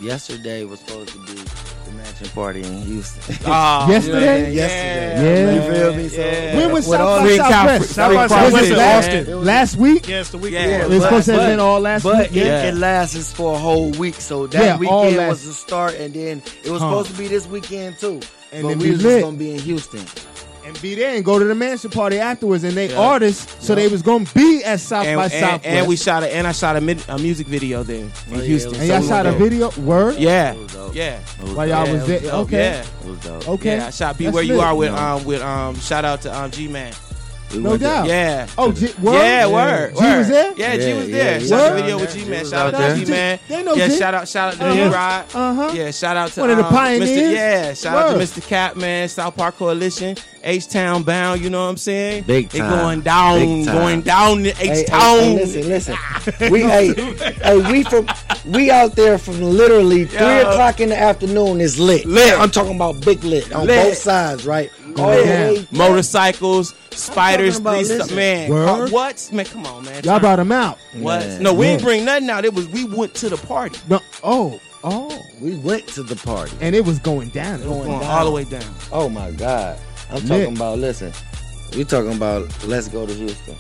Speaker 7: yesterday was supposed to be the mansion party in Houston.
Speaker 20: Ah,
Speaker 3: Yesterday?
Speaker 7: yeah,
Speaker 3: Yeah.
Speaker 7: yesterday. You feel me? So,
Speaker 20: Yeah.
Speaker 3: When was
Speaker 7: with
Speaker 3: South
Speaker 7: all
Speaker 3: by
Speaker 7: the-
Speaker 3: Southwest?
Speaker 7: South by
Speaker 3: Was it
Speaker 7: Southwest in
Speaker 3: last-
Speaker 7: Austin.
Speaker 3: Last week?
Speaker 9: Yes, the week.
Speaker 7: Yeah,
Speaker 3: It's supposed to have been all last
Speaker 7: but
Speaker 3: week,
Speaker 7: It,
Speaker 3: yeah.
Speaker 7: it lasts for a whole week, so that
Speaker 3: Yeah, all
Speaker 7: weekend
Speaker 3: last-
Speaker 7: was the start, and then it was
Speaker 3: Huh.
Speaker 7: supposed to be this weekend too.
Speaker 3: And
Speaker 7: but
Speaker 3: then
Speaker 7: we
Speaker 3: be
Speaker 7: was
Speaker 3: lit.
Speaker 7: just gonna be in Houston.
Speaker 3: and be there and go to the mansion party afterwards. And they
Speaker 20: Yeah.
Speaker 3: artists, so
Speaker 20: Yeah.
Speaker 3: they was gonna be at South
Speaker 20: and,
Speaker 3: by
Speaker 20: and-
Speaker 3: Southwest.
Speaker 20: and we shot a, and I shot a, mid, a music video there in
Speaker 3: Oh, yeah,
Speaker 20: Houston.
Speaker 3: and y'all
Speaker 20: So we
Speaker 3: shot a
Speaker 20: went there.
Speaker 3: video. Word.
Speaker 20: Yeah, yeah.
Speaker 3: While y'all
Speaker 20: Yeah,
Speaker 3: was there.
Speaker 20: it dope.
Speaker 3: okay.
Speaker 20: Yeah.
Speaker 3: Okay.
Speaker 20: Yeah, I shot "Be
Speaker 3: That's
Speaker 20: Where You
Speaker 3: lit.
Speaker 20: Are" with um with um shout out to um G Man.
Speaker 3: No doubt.
Speaker 20: Yeah.
Speaker 3: Oh, G, word?
Speaker 20: Yeah, word.
Speaker 3: G was
Speaker 20: word.
Speaker 3: there?
Speaker 20: Yeah, G was
Speaker 3: yeah,
Speaker 20: there.
Speaker 3: yeah.
Speaker 20: Shot
Speaker 3: Word?
Speaker 20: the video with G Man.
Speaker 3: was
Speaker 20: Shout
Speaker 3: out
Speaker 20: out
Speaker 3: there.
Speaker 20: to G Man.
Speaker 3: They know
Speaker 20: Yeah,
Speaker 3: G.
Speaker 20: shout out, shout out to
Speaker 3: Uh-huh.
Speaker 20: G Rod.
Speaker 3: Uh-huh.
Speaker 20: Yeah, shout out to
Speaker 3: One of the
Speaker 20: um, Mr.
Speaker 3: pioneers.
Speaker 20: Yeah, shout out
Speaker 3: Word.
Speaker 20: to Mr. Cap Man, South Park Coalition, H Town Bound. You know what I'm saying?
Speaker 7: Big
Speaker 20: They
Speaker 7: time.
Speaker 20: going down,
Speaker 7: Big time.
Speaker 20: going down to
Speaker 7: Hey,
Speaker 20: H
Speaker 7: hey,
Speaker 20: Town.
Speaker 7: hey, listen, listen. We hey, hey, we from we out there from literally three
Speaker 20: Yeah.
Speaker 7: o'clock in the afternoon is lit.
Speaker 20: Lit.
Speaker 7: I'm talking about big lit on
Speaker 20: Lit.
Speaker 7: both sides, right?
Speaker 3: Oh,
Speaker 7: All the
Speaker 20: yeah.
Speaker 7: way-
Speaker 20: Motorcycles, spiders,
Speaker 7: talking about
Speaker 20: these
Speaker 7: listen.
Speaker 20: man.
Speaker 3: Word?
Speaker 20: Uh, what? Man, come on, man.
Speaker 3: Y'all brought them out.
Speaker 20: What?
Speaker 3: Yeah.
Speaker 20: No, we
Speaker 3: Yeah.
Speaker 20: ain't bring nothing out. It was we went to the party.
Speaker 3: No. Oh. Oh.
Speaker 7: We went to the party.
Speaker 3: And it was going down.
Speaker 20: Going all the way down.
Speaker 7: Oh my God. I'm
Speaker 3: Lit.
Speaker 7: talking about listen. We talking about let's go to Houston.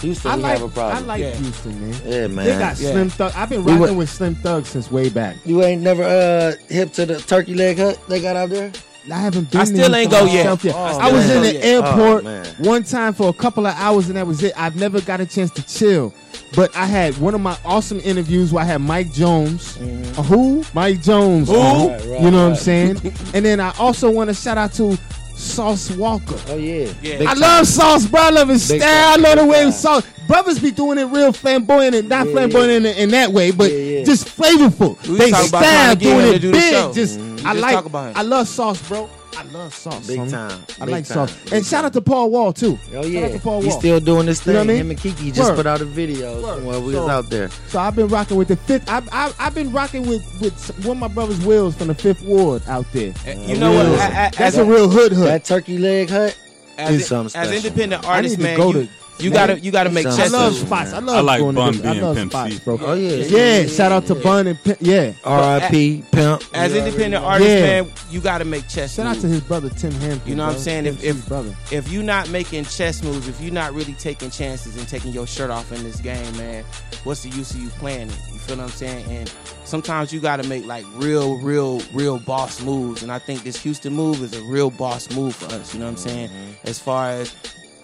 Speaker 7: Houston,
Speaker 3: I
Speaker 7: we
Speaker 3: like,
Speaker 7: have a problem.
Speaker 3: I like
Speaker 7: yeah.
Speaker 3: Houston, man.
Speaker 7: Yeah, man.
Speaker 3: They got
Speaker 7: Yeah.
Speaker 3: Slim Thug. I've been
Speaker 7: We
Speaker 3: rocking
Speaker 7: went-
Speaker 3: with Slim Thug since way back.
Speaker 7: You ain't never uh hip to the turkey leg hut they got out there?
Speaker 3: I haven't been
Speaker 7: I
Speaker 3: there
Speaker 7: still ain't
Speaker 3: for
Speaker 7: go yet.
Speaker 3: myself
Speaker 7: Oh,
Speaker 3: I was
Speaker 7: man.
Speaker 3: in the
Speaker 7: Oh,
Speaker 3: airport
Speaker 7: man.
Speaker 3: one time for a couple of hours, and that was it. I've never got a chance to chill. But I had one of my awesome interviews where I had Mike Jones. Uh, Who? Mike Jones.
Speaker 20: Who?
Speaker 3: on.
Speaker 20: Right, right,
Speaker 3: you know what I'm
Speaker 20: right.
Speaker 3: saying? and then I also want to shout out to Sauce Walker.
Speaker 7: Oh yeah.
Speaker 20: Yeah.
Speaker 3: I love Sauce, bro. I love his
Speaker 7: Big
Speaker 3: style. I love the way Sauce. Brothers be doing it real flamboyant and not flamboyant In, in that way, but just flavorful.
Speaker 20: We
Speaker 3: they
Speaker 20: talk about trying
Speaker 3: style
Speaker 20: to get him
Speaker 3: doing
Speaker 20: to
Speaker 3: it
Speaker 20: do the show.
Speaker 3: big. Mm-hmm. Just I
Speaker 2: Mm-hmm.
Speaker 20: just
Speaker 3: like.
Speaker 20: talk about him.
Speaker 3: I love Sauce, bro. I love Sauce.
Speaker 7: Big
Speaker 3: homie.
Speaker 7: time.
Speaker 3: I
Speaker 7: Big
Speaker 3: like
Speaker 7: time.
Speaker 3: Sauce. And shout out to Paul Wall too.
Speaker 7: Oh
Speaker 3: Shout
Speaker 7: yeah,
Speaker 3: out to Paul Wall.
Speaker 7: he's still doing this
Speaker 3: You
Speaker 7: thing.
Speaker 3: know what I mean?
Speaker 7: Him and Kiki just
Speaker 3: Word.
Speaker 7: put out a video while we
Speaker 3: So-
Speaker 7: was out there.
Speaker 3: So I've been rocking with the fifth. I've I've, I've been rocking with with some- one of my brothers, Wills from the Fifth Ward out there.
Speaker 20: Eh, you know what?
Speaker 3: Wills.
Speaker 20: I- I-
Speaker 3: That's
Speaker 20: as-
Speaker 3: a real hood hood.
Speaker 7: That turkey leg hut
Speaker 20: As,
Speaker 7: is
Speaker 20: in-
Speaker 7: something
Speaker 20: as
Speaker 7: special.
Speaker 20: independent
Speaker 3: I
Speaker 20: artists,
Speaker 3: need to
Speaker 20: man,
Speaker 3: go
Speaker 20: you,
Speaker 3: to-
Speaker 20: you gotta you gotta make
Speaker 3: I
Speaker 20: chess.
Speaker 3: love spots. I love
Speaker 4: I like
Speaker 3: going to
Speaker 4: Bun
Speaker 3: different-
Speaker 4: B
Speaker 3: I
Speaker 4: and
Speaker 3: love
Speaker 4: Pimp C.
Speaker 3: spots, bro.
Speaker 7: Oh, yeah.
Speaker 3: yeah. Shout out to Bun and Pimp. Yeah,
Speaker 7: R.I.P. Pimp.
Speaker 20: As
Speaker 3: You
Speaker 20: independent
Speaker 3: already
Speaker 20: artists,
Speaker 3: know. Yeah.
Speaker 20: man, you gotta make chess.
Speaker 3: Shout out
Speaker 20: moves.
Speaker 3: to his brother Tim Hampton.
Speaker 20: You know what I'm
Speaker 3: bro.
Speaker 20: saying? If
Speaker 3: Pimp C's
Speaker 20: if
Speaker 3: brother.
Speaker 20: if you're not making chess moves, if you're not really taking chances and taking your shirt off in this game, man, what's the use of you playing it? You feel what I'm saying? And sometimes you gotta make like real, real, real boss moves. And I think this Houston move is a real boss move for us. You know what I'm saying?
Speaker 3: Mm-hmm.
Speaker 20: As far as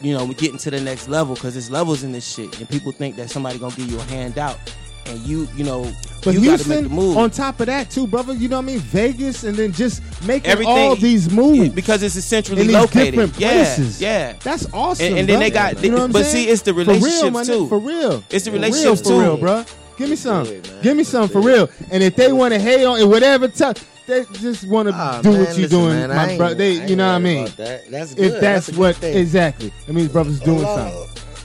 Speaker 20: you know, we getting to the next level because there's levels in this shit, and people think that somebody gonna give you a handout, and you, you know,
Speaker 3: But
Speaker 20: you gotta make
Speaker 3: Houston,
Speaker 20: the move.
Speaker 3: on top of that too, brother. You know what I mean? Vegas, and then just making
Speaker 20: Everything-
Speaker 3: all these moves
Speaker 20: because it's essentially
Speaker 3: in these
Speaker 20: located.
Speaker 3: different
Speaker 20: yeah,
Speaker 3: places.
Speaker 20: yeah.
Speaker 3: That's awesome.
Speaker 20: And, and then they
Speaker 3: brother.
Speaker 20: got,
Speaker 3: You know what I'm
Speaker 20: but
Speaker 3: saying?
Speaker 20: see, it's the
Speaker 3: For real,
Speaker 20: relationships
Speaker 3: my nigga,
Speaker 20: too.
Speaker 3: For real,
Speaker 20: it's the
Speaker 3: For real,
Speaker 20: relationships
Speaker 3: for real,
Speaker 20: too.
Speaker 3: bro. Give me some. Give me some for real. And if they want to hate on and whatever, tell they just want to
Speaker 7: Ah,
Speaker 3: do
Speaker 7: man,
Speaker 3: what you're
Speaker 7: listen,
Speaker 3: doing,
Speaker 7: man, I
Speaker 3: my
Speaker 7: ain't-
Speaker 3: brother.
Speaker 7: I
Speaker 3: They, you
Speaker 7: ain't
Speaker 3: know what I
Speaker 7: worried
Speaker 3: mean?
Speaker 7: about that. That's
Speaker 3: If
Speaker 7: good.
Speaker 3: that's,
Speaker 7: That's a good
Speaker 3: what
Speaker 7: thing.
Speaker 3: exactly, that means brothers doing something.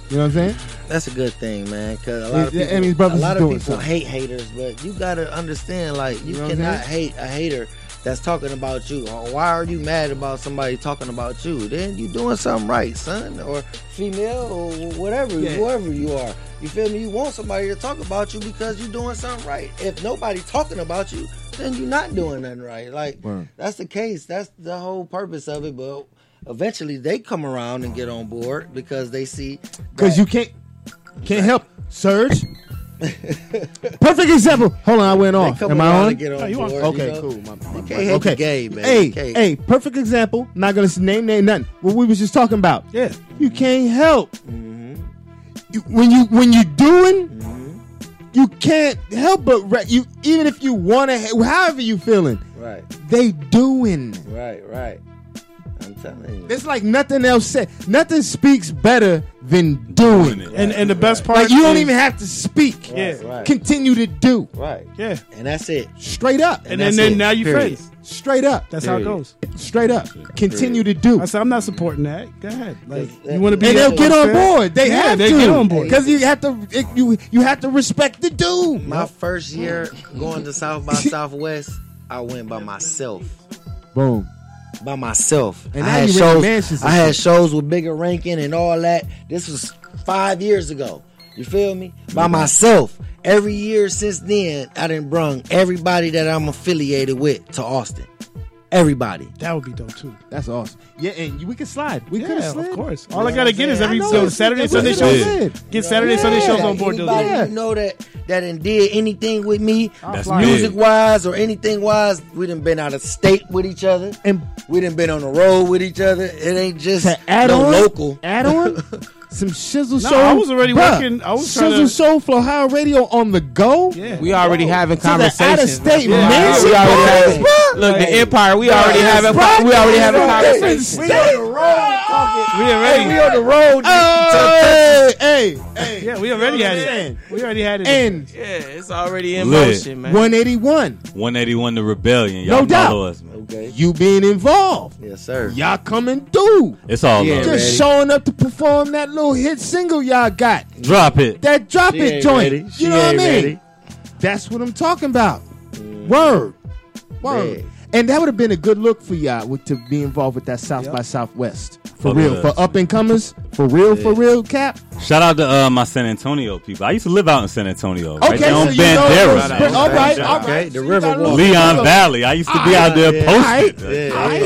Speaker 3: You know what I'm saying?
Speaker 7: That's a good thing, man. Because a lot of
Speaker 3: Yeah,
Speaker 7: people,
Speaker 3: that means brothers
Speaker 7: a lot
Speaker 3: is
Speaker 7: of
Speaker 3: doing
Speaker 7: people
Speaker 3: something.
Speaker 7: hate haters, but you gotta understand, like, you,
Speaker 3: know what I'm
Speaker 7: cannot
Speaker 3: saying?
Speaker 7: hate a hater that's talking about you. Or why are you mad about somebody talking about you? Then you doing something right, son, or female, or whatever,
Speaker 3: Yeah.
Speaker 7: whoever you are. You feel me? You want somebody to talk about you because you doing something right. If nobody talking about you, then you're not doing nothing right. Like
Speaker 3: Word.
Speaker 7: that's the case. That's the whole purpose of it. But eventually, they come around and get on board because they see
Speaker 3: Because you can't can't help Surge. Perfect example. Hold on, I went
Speaker 7: They
Speaker 3: off.
Speaker 7: come
Speaker 3: Am I
Speaker 7: around
Speaker 3: on?
Speaker 7: to get on No, you on. board,
Speaker 3: okay,
Speaker 7: you know?
Speaker 3: cool. My, my,
Speaker 7: can't hit the
Speaker 3: okay.
Speaker 7: gay, man.
Speaker 3: Hey,
Speaker 7: You can't.
Speaker 3: hey, perfect example. Not gonna s- name name nothing. What we was just talking about. Yeah. You can't help.
Speaker 7: Mm-hmm.
Speaker 3: You, when you when you doing, you can't help but re- you even if you wanna however you feeling,
Speaker 7: right,
Speaker 3: they doing.
Speaker 7: right, right. I'm telling you.
Speaker 3: It's like nothing else said. Nothing speaks better than doing it.
Speaker 9: And and the best part
Speaker 3: Like you don't
Speaker 9: is-
Speaker 3: even have to speak.
Speaker 9: Yeah. Right.
Speaker 3: Continue to do.
Speaker 7: Right.
Speaker 9: Yeah.
Speaker 7: And that's it.
Speaker 3: Straight up.
Speaker 9: And, then, then now you friends.
Speaker 3: Straight up.
Speaker 9: That's how it goes.
Speaker 3: Straight up. Continue to do.
Speaker 9: I said I'm not supporting that. Go ahead. Like
Speaker 7: that-
Speaker 9: you want to be
Speaker 3: and they'll get on board. They
Speaker 9: yeah,
Speaker 3: have
Speaker 9: they
Speaker 3: to.
Speaker 9: get on board.
Speaker 3: because you have to. it- you you have to respect the dude.
Speaker 7: My first year going to South by Southwest, I went by myself.
Speaker 3: Boom.
Speaker 7: By
Speaker 20: Oh.
Speaker 7: myself.
Speaker 3: And
Speaker 7: I
Speaker 3: now
Speaker 7: had
Speaker 3: you renting
Speaker 7: shows.
Speaker 3: mansions and
Speaker 7: I had
Speaker 3: shit.
Speaker 7: shows with bigger ranking and all that. This was five years ago. You feel me? By myself. Every year since then, I done brung everybody that I'm affiliated with to Austin. Everybody.
Speaker 9: That would be dope too.
Speaker 3: That's awesome. Yeah, and you- we can slide. We
Speaker 9: Yeah,
Speaker 3: could
Speaker 9: of
Speaker 3: slid.
Speaker 9: course. All I gotta get is
Speaker 3: I
Speaker 9: every
Speaker 3: know
Speaker 9: so
Speaker 3: it's-
Speaker 9: Saturday
Speaker 3: it's-
Speaker 9: Sunday
Speaker 3: it's
Speaker 9: shows.
Speaker 3: good.
Speaker 9: Get Saturday
Speaker 3: Yeah.
Speaker 9: Sunday shows
Speaker 7: Like,
Speaker 9: on board.
Speaker 7: Anybody
Speaker 9: Those
Speaker 7: you know that that done did anything with me,
Speaker 4: That's big.
Speaker 7: music wise or anything wise. We done been out of state with each other, and we done been on the road with each other. It ain't just
Speaker 3: add
Speaker 7: no
Speaker 3: on,
Speaker 7: local.
Speaker 3: Add on some shizzle
Speaker 9: No,
Speaker 3: soul.
Speaker 9: I was already working- I was trying
Speaker 3: shizzle
Speaker 9: to-
Speaker 3: soul flow high radio on the go. Yeah,
Speaker 20: We already having
Speaker 3: To the
Speaker 20: conversations.
Speaker 3: out-of-state
Speaker 20: Yeah.
Speaker 3: mansion
Speaker 20: We already
Speaker 3: boys,
Speaker 20: having- Look, the empire. We already having. We already having conversations.
Speaker 3: We on the road talking.
Speaker 9: We already-
Speaker 3: Hey, we on the road.
Speaker 20: Oh,
Speaker 3: hey, hey, hey.
Speaker 9: Yeah, we already had it. We already had it.
Speaker 3: And-
Speaker 20: Yeah, it's already in
Speaker 4: Lit.
Speaker 20: motion, man.
Speaker 3: 181.
Speaker 4: 181 The Rebellion.
Speaker 3: No
Speaker 4: Y'all
Speaker 3: doubt.
Speaker 4: follow us, man.
Speaker 3: You being involved.
Speaker 7: Yes, sir.
Speaker 3: Y'all coming through.
Speaker 4: It's all
Speaker 3: Just
Speaker 4: love.
Speaker 3: showing up to perform that little hit single y'all got.
Speaker 4: Drop it.
Speaker 3: That drop
Speaker 4: She
Speaker 3: it
Speaker 4: ain't
Speaker 3: joint.
Speaker 4: ready. She
Speaker 3: You know what I
Speaker 4: ain't
Speaker 3: mean?
Speaker 4: ready. Mm-hmm.
Speaker 3: That's what I'm talking about. Word. Word.
Speaker 4: Man.
Speaker 3: And that would have been a good look for y'all with, to be involved with that South by Southwest. For
Speaker 4: Fuck
Speaker 3: real.
Speaker 4: with
Speaker 3: For
Speaker 4: us.
Speaker 3: up and comers. For real, for real, Cap.
Speaker 4: Shout out to uh, my San Antonio people. I used to live out in San Antonio.
Speaker 3: Okay,
Speaker 4: right there
Speaker 3: so
Speaker 4: on
Speaker 3: you know
Speaker 4: Bandera.
Speaker 3: those- all right, all right.
Speaker 7: Okay, the river walk.
Speaker 4: Leon Valley. I used to be out there
Speaker 7: Yeah,
Speaker 4: posting.
Speaker 7: yeah, yeah, yeah, yeah.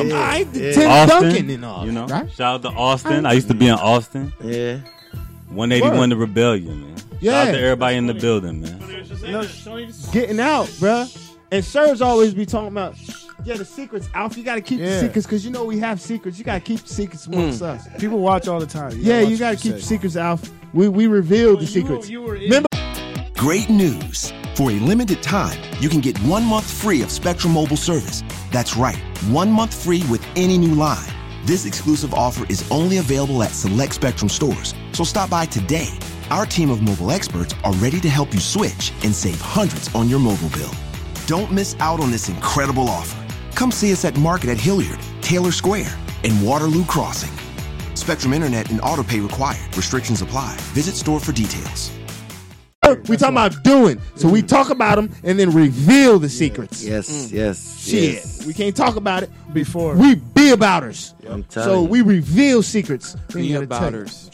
Speaker 4: Austin,
Speaker 3: all
Speaker 4: you know.
Speaker 3: right?
Speaker 4: Shout out to Austin. I used to be in Austin.
Speaker 7: Yeah.
Speaker 4: 181
Speaker 3: Word.
Speaker 4: The Rebellion, man. Shout
Speaker 3: Yeah.
Speaker 4: out to everybody in the building, man.
Speaker 3: Getting out, bruh. And Serge always be talking about, yeah, the secrets. Alf, you got to keep
Speaker 9: Yeah.
Speaker 3: the secrets because you know we have secrets. You got to keep the secrets
Speaker 4: Mm.
Speaker 3: amongst us.
Speaker 9: People watch all the time.
Speaker 3: Mm. Yeah, you got to keep secrets, Alf. We we revealed the
Speaker 9: secrets.
Speaker 3: Remember,
Speaker 11: Great news. For a limited time, you can get one month free of Spectrum Mobile service. That's right, one month free with any new line. This exclusive offer is only available at select Spectrum stores, so stop by today. Our team of mobile experts are ready to help you switch and save hundreds on your mobile bill. Don't miss out on this incredible offer. Come see us at Market at Hilliard, Taylor Square, and Waterloo Crossing. Spectrum Internet and auto pay required. Restrictions apply. Visit store for details.
Speaker 3: we talking about doing, so we talk about them and then reveal the secrets.
Speaker 7: Yes, Mm. yes,
Speaker 3: Shit,
Speaker 7: yes.
Speaker 3: we can't talk about it
Speaker 9: before.
Speaker 3: We be abouters.
Speaker 7: I'm telling
Speaker 3: So
Speaker 7: you.
Speaker 3: we reveal secrets. We
Speaker 20: Be
Speaker 3: ain't gotta tell you.
Speaker 20: abouters.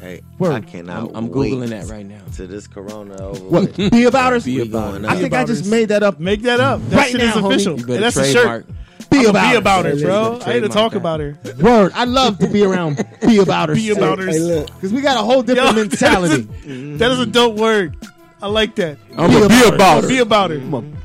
Speaker 7: Hey,
Speaker 3: Word.
Speaker 7: I cannot.
Speaker 20: I'm- I'm
Speaker 7: wait
Speaker 20: Googling that right now.
Speaker 7: To this corona over.
Speaker 3: What?
Speaker 7: with.
Speaker 3: Be abouters.
Speaker 7: Be abouters.
Speaker 3: I think I just made that up.
Speaker 9: Make that up. That
Speaker 3: right
Speaker 9: shit
Speaker 3: now,
Speaker 9: is official.
Speaker 3: Homie.
Speaker 9: And that's the shirt.
Speaker 3: Be
Speaker 9: I'm a
Speaker 3: about,
Speaker 9: be about her, bro. I ain't to talk about her.
Speaker 3: Word, I love to be around be abouters.
Speaker 9: Be abouters. Hey, look.
Speaker 3: because we got a whole different
Speaker 9: Yo,
Speaker 3: mentality.
Speaker 9: That is, a, that is a dope word. I like that.
Speaker 3: I'm a be about her.
Speaker 9: Be about her.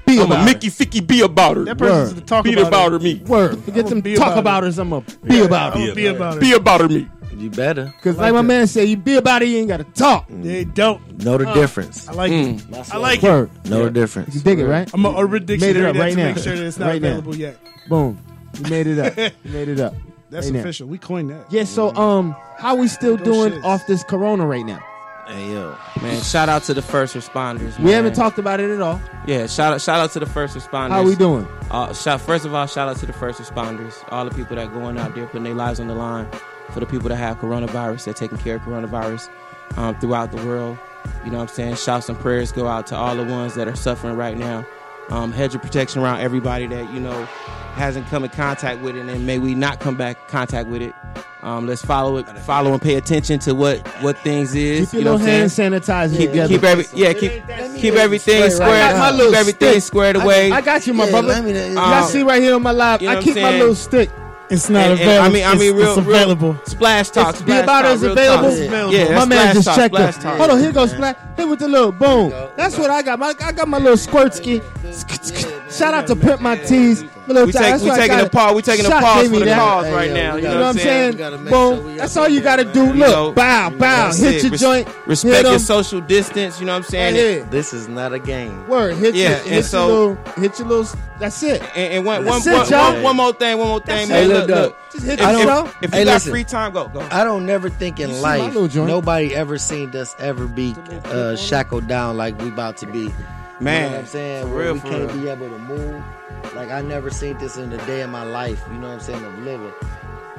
Speaker 3: Be about
Speaker 20: Mickey Sicky be about her.
Speaker 9: That person's
Speaker 3: Word.
Speaker 9: the talk
Speaker 20: Be
Speaker 9: about,
Speaker 20: about
Speaker 9: her.
Speaker 20: her me.
Speaker 3: Word, forget them
Speaker 9: be
Speaker 3: talk
Speaker 9: about
Speaker 3: abouters. I'm a be about
Speaker 9: I'm
Speaker 3: it.
Speaker 9: a be about her.
Speaker 20: Be about her me.
Speaker 7: You better
Speaker 3: Because like my man said, you be about it, you ain't got to talk. Mm.
Speaker 9: They don't.
Speaker 7: know the
Speaker 9: Huh.
Speaker 7: difference.
Speaker 9: I like it. I like it.
Speaker 3: Word,
Speaker 7: Know the difference.
Speaker 3: you dig it, right?
Speaker 9: I'm a urban dictionary
Speaker 3: up
Speaker 9: that
Speaker 3: right
Speaker 9: to
Speaker 3: now.
Speaker 9: make sure that it's not
Speaker 3: Right now.
Speaker 9: available yet.
Speaker 3: Boom, you made it up. You made it up.
Speaker 9: That's
Speaker 3: Right now.
Speaker 9: official. We coined that. Mm-hmm.
Speaker 3: Yeah. So, um, how we still
Speaker 9: Those
Speaker 3: doing
Speaker 9: shits.
Speaker 3: off this corona right now?
Speaker 7: Hey yo.
Speaker 20: Man, shout out to the first responders.
Speaker 3: We haven't
Speaker 20: man.
Speaker 3: talked about it at all.
Speaker 20: Yeah, shout out, shout out to the first responders.
Speaker 3: How we doing?
Speaker 20: Uh, shout, first of all, shout out to the first responders, all the people that going out there putting their lives on the line for the people that have coronavirus, that taking care of coronavirus um, throughout the world. You know what I'm saying? Shouts and prayers go out to all the ones that are suffering right now. Um, hedge of protection around everybody that you know hasn't come in contact with it, and may we not come back in contact with it. Um, let's follow it, follow and pay attention to what what things is.
Speaker 3: Keep your
Speaker 20: you know
Speaker 3: little
Speaker 20: what I'm saying?
Speaker 3: hand sanitizer
Speaker 20: keep,
Speaker 3: together.
Speaker 20: keep every yeah keep keep everything
Speaker 3: Straight right
Speaker 20: squared
Speaker 3: now. I got my
Speaker 20: keep
Speaker 3: little
Speaker 20: everything
Speaker 3: stick.
Speaker 20: squared
Speaker 3: I-
Speaker 20: away.
Speaker 3: I, got you, my
Speaker 7: Yeah,
Speaker 3: brother.
Speaker 7: let me know.
Speaker 3: Y'all
Speaker 20: Um,
Speaker 3: see right here on my live.
Speaker 20: you know
Speaker 3: I
Speaker 20: what
Speaker 3: keep
Speaker 20: I'm
Speaker 3: my
Speaker 20: saying?
Speaker 3: little stick.
Speaker 9: It's not
Speaker 20: And- and
Speaker 9: available.
Speaker 20: I mean, I
Speaker 9: It's-
Speaker 20: mean, real,
Speaker 9: it's
Speaker 20: real-
Speaker 9: available.
Speaker 20: Splash talk.
Speaker 3: Be
Speaker 20: Splash
Speaker 3: about
Speaker 20: talk,
Speaker 3: is
Speaker 20: real
Speaker 3: available.
Speaker 20: talk. Yeah,
Speaker 3: my
Speaker 20: that's
Speaker 3: man
Speaker 20: splash
Speaker 3: just
Speaker 20: talk,
Speaker 3: checked
Speaker 20: splash
Speaker 3: up.
Speaker 20: talk.
Speaker 3: Hold on, here goes splash. Hey, with the little boom. That's what I got. My, I got my little squirt ski. Shout out to Pimp My Tees. My little
Speaker 20: We
Speaker 3: tie.
Speaker 20: take-
Speaker 3: That's
Speaker 20: we
Speaker 3: what I
Speaker 20: taking
Speaker 3: got.
Speaker 20: a pause- we taking a
Speaker 3: Shot
Speaker 20: pause
Speaker 3: gave
Speaker 20: for
Speaker 3: me
Speaker 20: the
Speaker 3: that.
Speaker 20: cause right now, you
Speaker 3: You know what I'm saying? Boom. That's all you gotta do.
Speaker 20: You know,
Speaker 3: Look, bow, bow,
Speaker 20: that's
Speaker 3: hit
Speaker 20: it.
Speaker 3: your
Speaker 20: Res-
Speaker 3: joint.
Speaker 20: Respect
Speaker 3: hit 'em.
Speaker 20: your social distance. You know what I'm saying?
Speaker 3: Right
Speaker 20: And-
Speaker 3: here.
Speaker 7: This is not a game.
Speaker 3: Word. Hit
Speaker 20: Yeah,
Speaker 3: your,
Speaker 20: and
Speaker 3: hit
Speaker 20: so-
Speaker 3: your little. Hit your little. That's it.
Speaker 20: And, and one, one,
Speaker 3: That's it,
Speaker 20: one-
Speaker 3: y'all.
Speaker 20: one- one more thing, one more thing,
Speaker 3: That's
Speaker 20: man.
Speaker 3: it.
Speaker 20: Look,
Speaker 7: Hey,
Speaker 20: look.
Speaker 3: Just hit
Speaker 20: If,
Speaker 3: your
Speaker 20: if-
Speaker 3: bro.
Speaker 20: if
Speaker 7: Hey,
Speaker 20: you got
Speaker 7: listen.
Speaker 20: free time, go go.
Speaker 7: I don't never think in
Speaker 3: see my
Speaker 7: life
Speaker 3: little joint?
Speaker 7: nobody ever seen us ever be uh, shackled down like we about to be. you know
Speaker 20: Man,
Speaker 7: what I'm saying
Speaker 20: for
Speaker 7: Where
Speaker 20: real,
Speaker 7: we
Speaker 20: for
Speaker 7: can't
Speaker 20: real.
Speaker 7: be able to move. Like I never seen this in the day of my life. You know what I'm saying of living.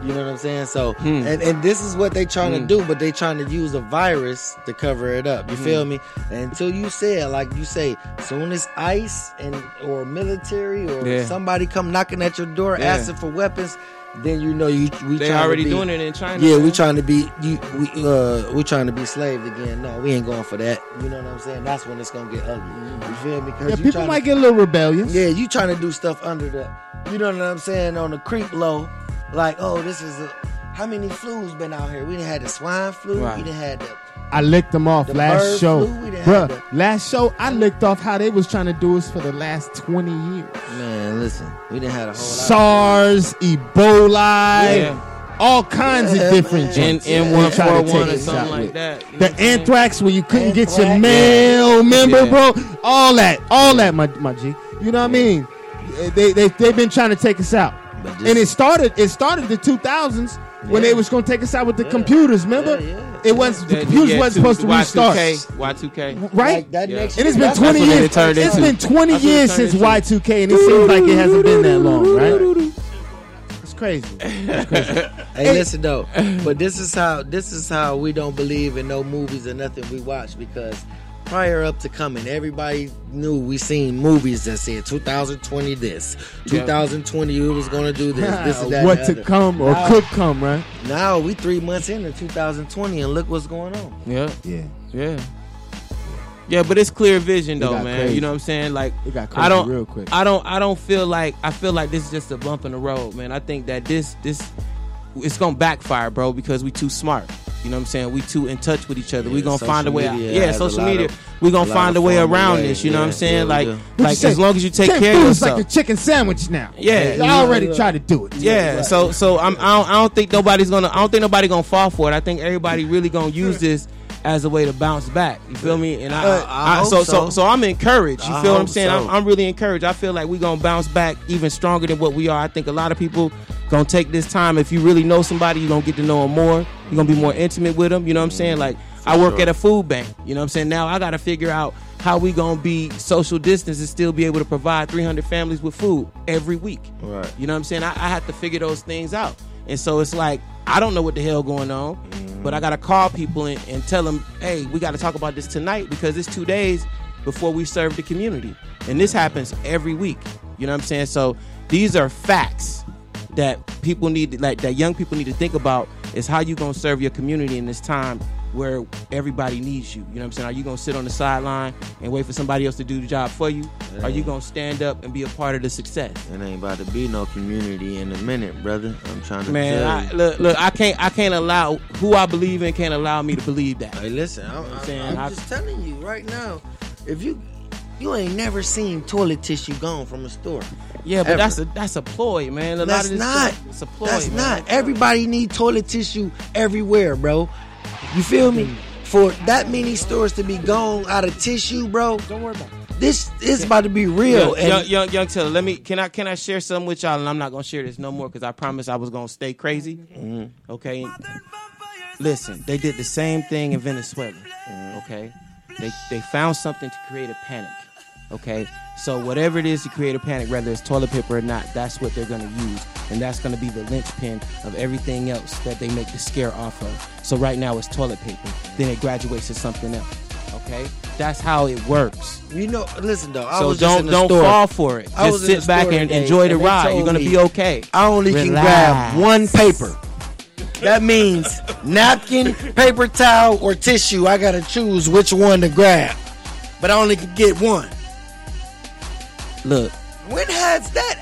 Speaker 7: You know what I'm saying? So,
Speaker 20: Hmm.
Speaker 7: and, and this is what they trying to do, but they trying to use a virus to cover it up. You
Speaker 20: Hmm.
Speaker 7: feel me? Until you say it, like you say, soon as ICE and or military or
Speaker 20: Yeah.
Speaker 7: somebody come knocking at your door
Speaker 20: Yeah.
Speaker 7: asking for weapons, then you know you we
Speaker 20: They
Speaker 7: trying to
Speaker 20: already
Speaker 7: be-
Speaker 20: doing it in China.
Speaker 7: yeah,
Speaker 20: man.
Speaker 7: we trying to be you, we uh we trying to be slaved again. No, we ain't going for that. You know what I'm saying? That's when it's gonna get ugly. You feel me? 'Cause
Speaker 3: Yeah,
Speaker 7: you
Speaker 3: people
Speaker 7: tryna-
Speaker 3: might get a little rebellious.
Speaker 7: yeah, you trying to do stuff under the, you know what I'm saying, on the creep low, like oh this is a, how many flus been out here? We done had the swine flu,
Speaker 20: Right.
Speaker 7: we done had the
Speaker 14: I licked them off
Speaker 7: The bird
Speaker 14: last show.
Speaker 7: flew, we done had
Speaker 14: Bruh, last show I licked off how they was trying to do us for the last 20 years.
Speaker 7: Man, listen, we didn't have a whole
Speaker 14: SARS, Ebola,
Speaker 7: Yeah.
Speaker 14: all kinds
Speaker 7: Yeah,
Speaker 14: of different
Speaker 7: man.
Speaker 14: jokes.
Speaker 7: N-
Speaker 14: they try to
Speaker 7: N141
Speaker 14: take
Speaker 7: or
Speaker 14: us
Speaker 7: something
Speaker 14: out
Speaker 7: like
Speaker 14: with.
Speaker 7: that, you know
Speaker 14: The anthrax where you couldn't get your mail, remember,
Speaker 7: Yeah.
Speaker 14: bro? All that, all that, my, my G. You know what I mean? They, they, they've been trying to take us out.
Speaker 7: But
Speaker 14: and it started, it started the 2000s when
Speaker 20: Yeah.
Speaker 14: they was going to take us out with the computers, remember? It was, the computers
Speaker 20: Yeah,
Speaker 14: wasn't supposed to restart.
Speaker 20: Y2K. Y2K.
Speaker 14: Right?
Speaker 20: Yeah.
Speaker 14: and it's been 20
Speaker 20: That's what
Speaker 14: years.
Speaker 20: it turned
Speaker 14: It's
Speaker 20: into.
Speaker 14: been 20
Speaker 20: That's what it
Speaker 14: years
Speaker 20: turned
Speaker 14: since Y2K, and it seems like it hasn't been that long, right? It's crazy. It's crazy.
Speaker 7: hey, listen though, but this is how this is how we don't believe in no movies or nothing we watch because prior up to coming, everybody knew we seen movies that said 2020 this,
Speaker 14: Yeah.
Speaker 7: 2020 it was gonna do this, this and that.
Speaker 14: what
Speaker 7: and
Speaker 14: to
Speaker 7: the other.
Speaker 14: come or
Speaker 7: Now-
Speaker 14: could come, right?
Speaker 7: Now we three months into 2020 and look what's going on.
Speaker 20: Yeah.
Speaker 14: Yeah.
Speaker 20: Yeah. Yeah, but it's clear vision
Speaker 7: It
Speaker 20: though,
Speaker 7: got
Speaker 20: man.
Speaker 7: crazy.
Speaker 20: You know what I'm saying? Like
Speaker 14: It got
Speaker 20: I don't
Speaker 14: crazy real quick.
Speaker 20: I don't I don't feel like I feel like this is just a bump in the road, man. I think that this this it's gonna backfire, bro, because we too smart. You know what I'm saying? We too in touch with each other. we
Speaker 7: Yeah,
Speaker 20: gonna find a
Speaker 7: social
Speaker 20: way out.
Speaker 7: media
Speaker 20: Yeah,
Speaker 7: has a
Speaker 20: social
Speaker 7: lot
Speaker 20: media.
Speaker 7: of-
Speaker 20: we
Speaker 7: a
Speaker 20: gonna
Speaker 7: lot
Speaker 20: find a
Speaker 7: of
Speaker 20: way
Speaker 7: formal
Speaker 20: around
Speaker 7: ways.
Speaker 20: this, you know what I'm
Speaker 7: Yeah,
Speaker 20: saying?
Speaker 7: yeah, we
Speaker 20: like
Speaker 7: do.
Speaker 14: What you
Speaker 20: like
Speaker 14: say?
Speaker 20: as long as you take
Speaker 14: Can't
Speaker 20: care of
Speaker 14: do
Speaker 20: yourself.
Speaker 14: It's like a chicken sandwich now.
Speaker 20: Yeah,
Speaker 14: They already tried to do it.
Speaker 20: Yeah, so so I'm, I, don't, I don't think nobody's gonna I don't think nobody gonna fall for it. I think everybody really gonna use this as a way to bounce back. You feel me? And I,
Speaker 7: Uh, I
Speaker 20: I,
Speaker 7: hope
Speaker 20: so, so
Speaker 7: so.
Speaker 20: so I'm encouraged. You
Speaker 7: I
Speaker 20: feel what I'm
Speaker 7: hope
Speaker 20: saying?
Speaker 7: so.
Speaker 20: I'm, I'm really encouraged. I feel like we gonna bounce back even stronger than what we are. I think a lot of people gonna take this time. If you really know somebody, you gonna get to know them more. you gonna be more intimate with them. You know what I'm saying? Like I work
Speaker 7: sure.
Speaker 20: at a food bank. You know what I'm saying? Now I gotta figure out how we gonna be social distance and still be able to provide 300 families with food every week.
Speaker 7: Right.
Speaker 20: You know what I'm saying? I, I had to figure those things out. And so it's like, I don't know what the hell going on,
Speaker 7: Mm-hmm.
Speaker 20: but I got to call people and, and tell them, hey, we got to talk about this tonight because it's two days before we serve the community. And this happens every week. You know what I'm saying? So these are facts that people need, like that young people need to think about is how you going to serve your community in this time where everybody needs you. You know what I'm saying? Are you going to sit on the sideline and wait for somebody else to do the job for you? Are you
Speaker 7: Yeah.
Speaker 20: going to stand up and be a part of the success?
Speaker 7: It ain't about to be no community in a minute, brother. I'm trying to
Speaker 20: Man,
Speaker 7: tell
Speaker 20: I,
Speaker 7: you.
Speaker 20: look, look, I can't, I can't allow who I believe in can't allow me to believe that.
Speaker 7: Hey, listen, I'm,
Speaker 20: I'm
Speaker 7: I'm,
Speaker 20: saying?
Speaker 7: I'm
Speaker 20: I-
Speaker 7: just telling you right now. If you you ain't never seen toilet tissue gone from a store.
Speaker 20: Yeah, but
Speaker 7: Ever.
Speaker 20: that's a that's a ploy, man. A lot
Speaker 7: That's
Speaker 20: of this
Speaker 7: not.
Speaker 20: stuff, it's a ploy.
Speaker 7: That's
Speaker 20: man.
Speaker 7: not. Everybody need toilet tissue everywhere, bro. You feel me? For that many stores to be gone out of tissue, bro. Don't worry about it. This is about to be real.
Speaker 20: Young, young,
Speaker 7: and
Speaker 20: young, young Taylor, let me. Can I can I share something with y'all? And I'm not gonna share this no more because I promised I was gonna stay crazy. Okay. Listen, they did the same thing in Venezuela. Okay. They they found something to create a panic. Okay. So whatever it is to create a panic, whether it's toilet paper or not, that's what they're gonna use, and that's gonna be the linchpin of everything else that they make the scare off of. So right now it's toilet paper. Then it graduates to something else. Okay. That's how it works
Speaker 7: you know, listen though. I
Speaker 20: so
Speaker 7: was just
Speaker 20: don't
Speaker 7: in the
Speaker 20: don't
Speaker 7: store.
Speaker 20: fall for it.
Speaker 7: I
Speaker 20: Just
Speaker 7: was in
Speaker 20: sit
Speaker 7: the
Speaker 20: back
Speaker 7: store
Speaker 20: and
Speaker 7: today,
Speaker 20: enjoy the
Speaker 7: and they
Speaker 20: ride.
Speaker 7: told
Speaker 20: You're gonna
Speaker 7: me
Speaker 20: be okay.
Speaker 7: I only can
Speaker 20: Relax.
Speaker 7: grab one paper. That means napkin, paper towel, or tissue. I gotta choose which one to grab, but I only can get one.
Speaker 20: Look,
Speaker 7: When has that?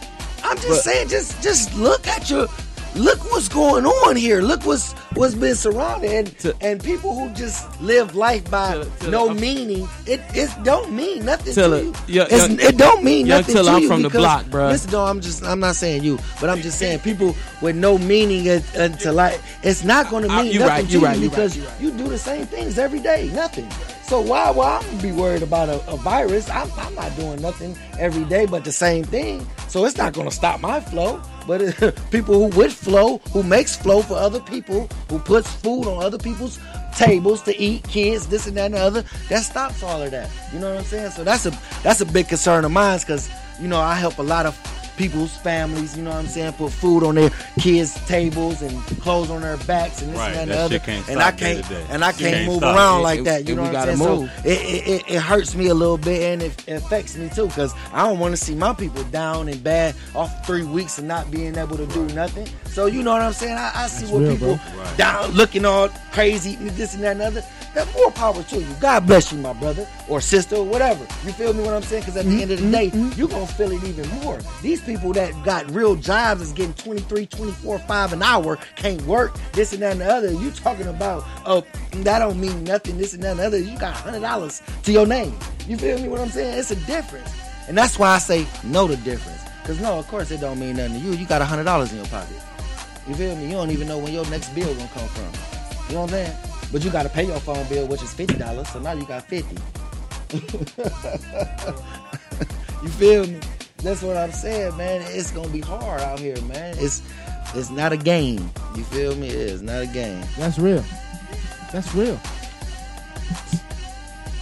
Speaker 7: ep- I'm just saying, just just look at your, look what's going on here. Look what's what's been surrounded, and, and people who just live life by no meaning. It it don't mean nothing
Speaker 20: Tilla,
Speaker 7: to you.
Speaker 20: yo-
Speaker 7: It's-
Speaker 20: yo-
Speaker 7: it don't mean
Speaker 20: yo,
Speaker 7: nothing
Speaker 20: Tilla,
Speaker 7: to
Speaker 20: I'm
Speaker 7: you
Speaker 20: from the
Speaker 7: because-
Speaker 20: block, bruh.
Speaker 7: Listen, no, I'm just I'm not saying you, but I'm just saying people with no meaning in- into life. It's not going to
Speaker 20: I-
Speaker 7: mean
Speaker 20: you
Speaker 7: nothing
Speaker 20: right,
Speaker 7: to
Speaker 20: you
Speaker 7: you
Speaker 20: right, you right,
Speaker 7: because
Speaker 20: you
Speaker 7: you do the same things every day. Nothing. So why why I'm gonna be worried about a, a virus? I'm, I'm not doing nothing every day but the same thing. So it's not gonna stop my flow. But it, people who with flow, who makes flow for other people, who puts food on other people's tables to eat, kids, this and that and the other, that stops all of that. You know what I'm saying? So that's a that's a big concern of mine because you know I help a lot of people's families, you know what I'm saying, put food on their kids' tables and clothes on their backs and this
Speaker 4: Right,
Speaker 7: and
Speaker 4: that
Speaker 7: that,
Speaker 4: shit
Speaker 7: and
Speaker 4: can't
Speaker 7: the other. And I
Speaker 4: stop day to
Speaker 7: can't
Speaker 4: day.
Speaker 7: and I
Speaker 4: It
Speaker 7: can't
Speaker 4: can't
Speaker 7: move
Speaker 4: stop.
Speaker 7: around
Speaker 4: It-
Speaker 7: like
Speaker 4: it-
Speaker 7: that. You
Speaker 4: it-
Speaker 7: know
Speaker 4: we
Speaker 7: what
Speaker 4: gotta
Speaker 7: I'm saying?
Speaker 4: move.
Speaker 7: So it, it, it, it hurts me a little bit and it, it affects me too because I don't want to see my people down and bad off three weeks and not being able to do nothing. So you know what I'm saying? I, I see what
Speaker 3: real,
Speaker 7: people
Speaker 3: bro. Right.
Speaker 7: down looking all crazy, this and that and other. That more power to you. God bless you, my brother or sister or whatever. You feel me? What I'm saying? Because at the end of the day, you're gonna feel it even more. These people that got real jobs is getting 23, 24, five an hour, can't work this and that and the other. You talking about oh that don't mean nothing. This and that and the other. You got hundred dollars to your name. You feel me? What I'm saying? It's a difference, and that's why I say know the difference. Cause no, of course it don't mean nothing to you. You got hundred dollars in your pocket. You feel me? You don't even know when your next bill gonna come from. You know what I'm saying? But you gotta pay your phone bill, which is fifty dollars. So now you got fifty. you feel me? That's what I'm saying, man. It's gonna be hard out here, man. It's it's not a game. You feel me? It's not a game.
Speaker 3: That's real. That's real.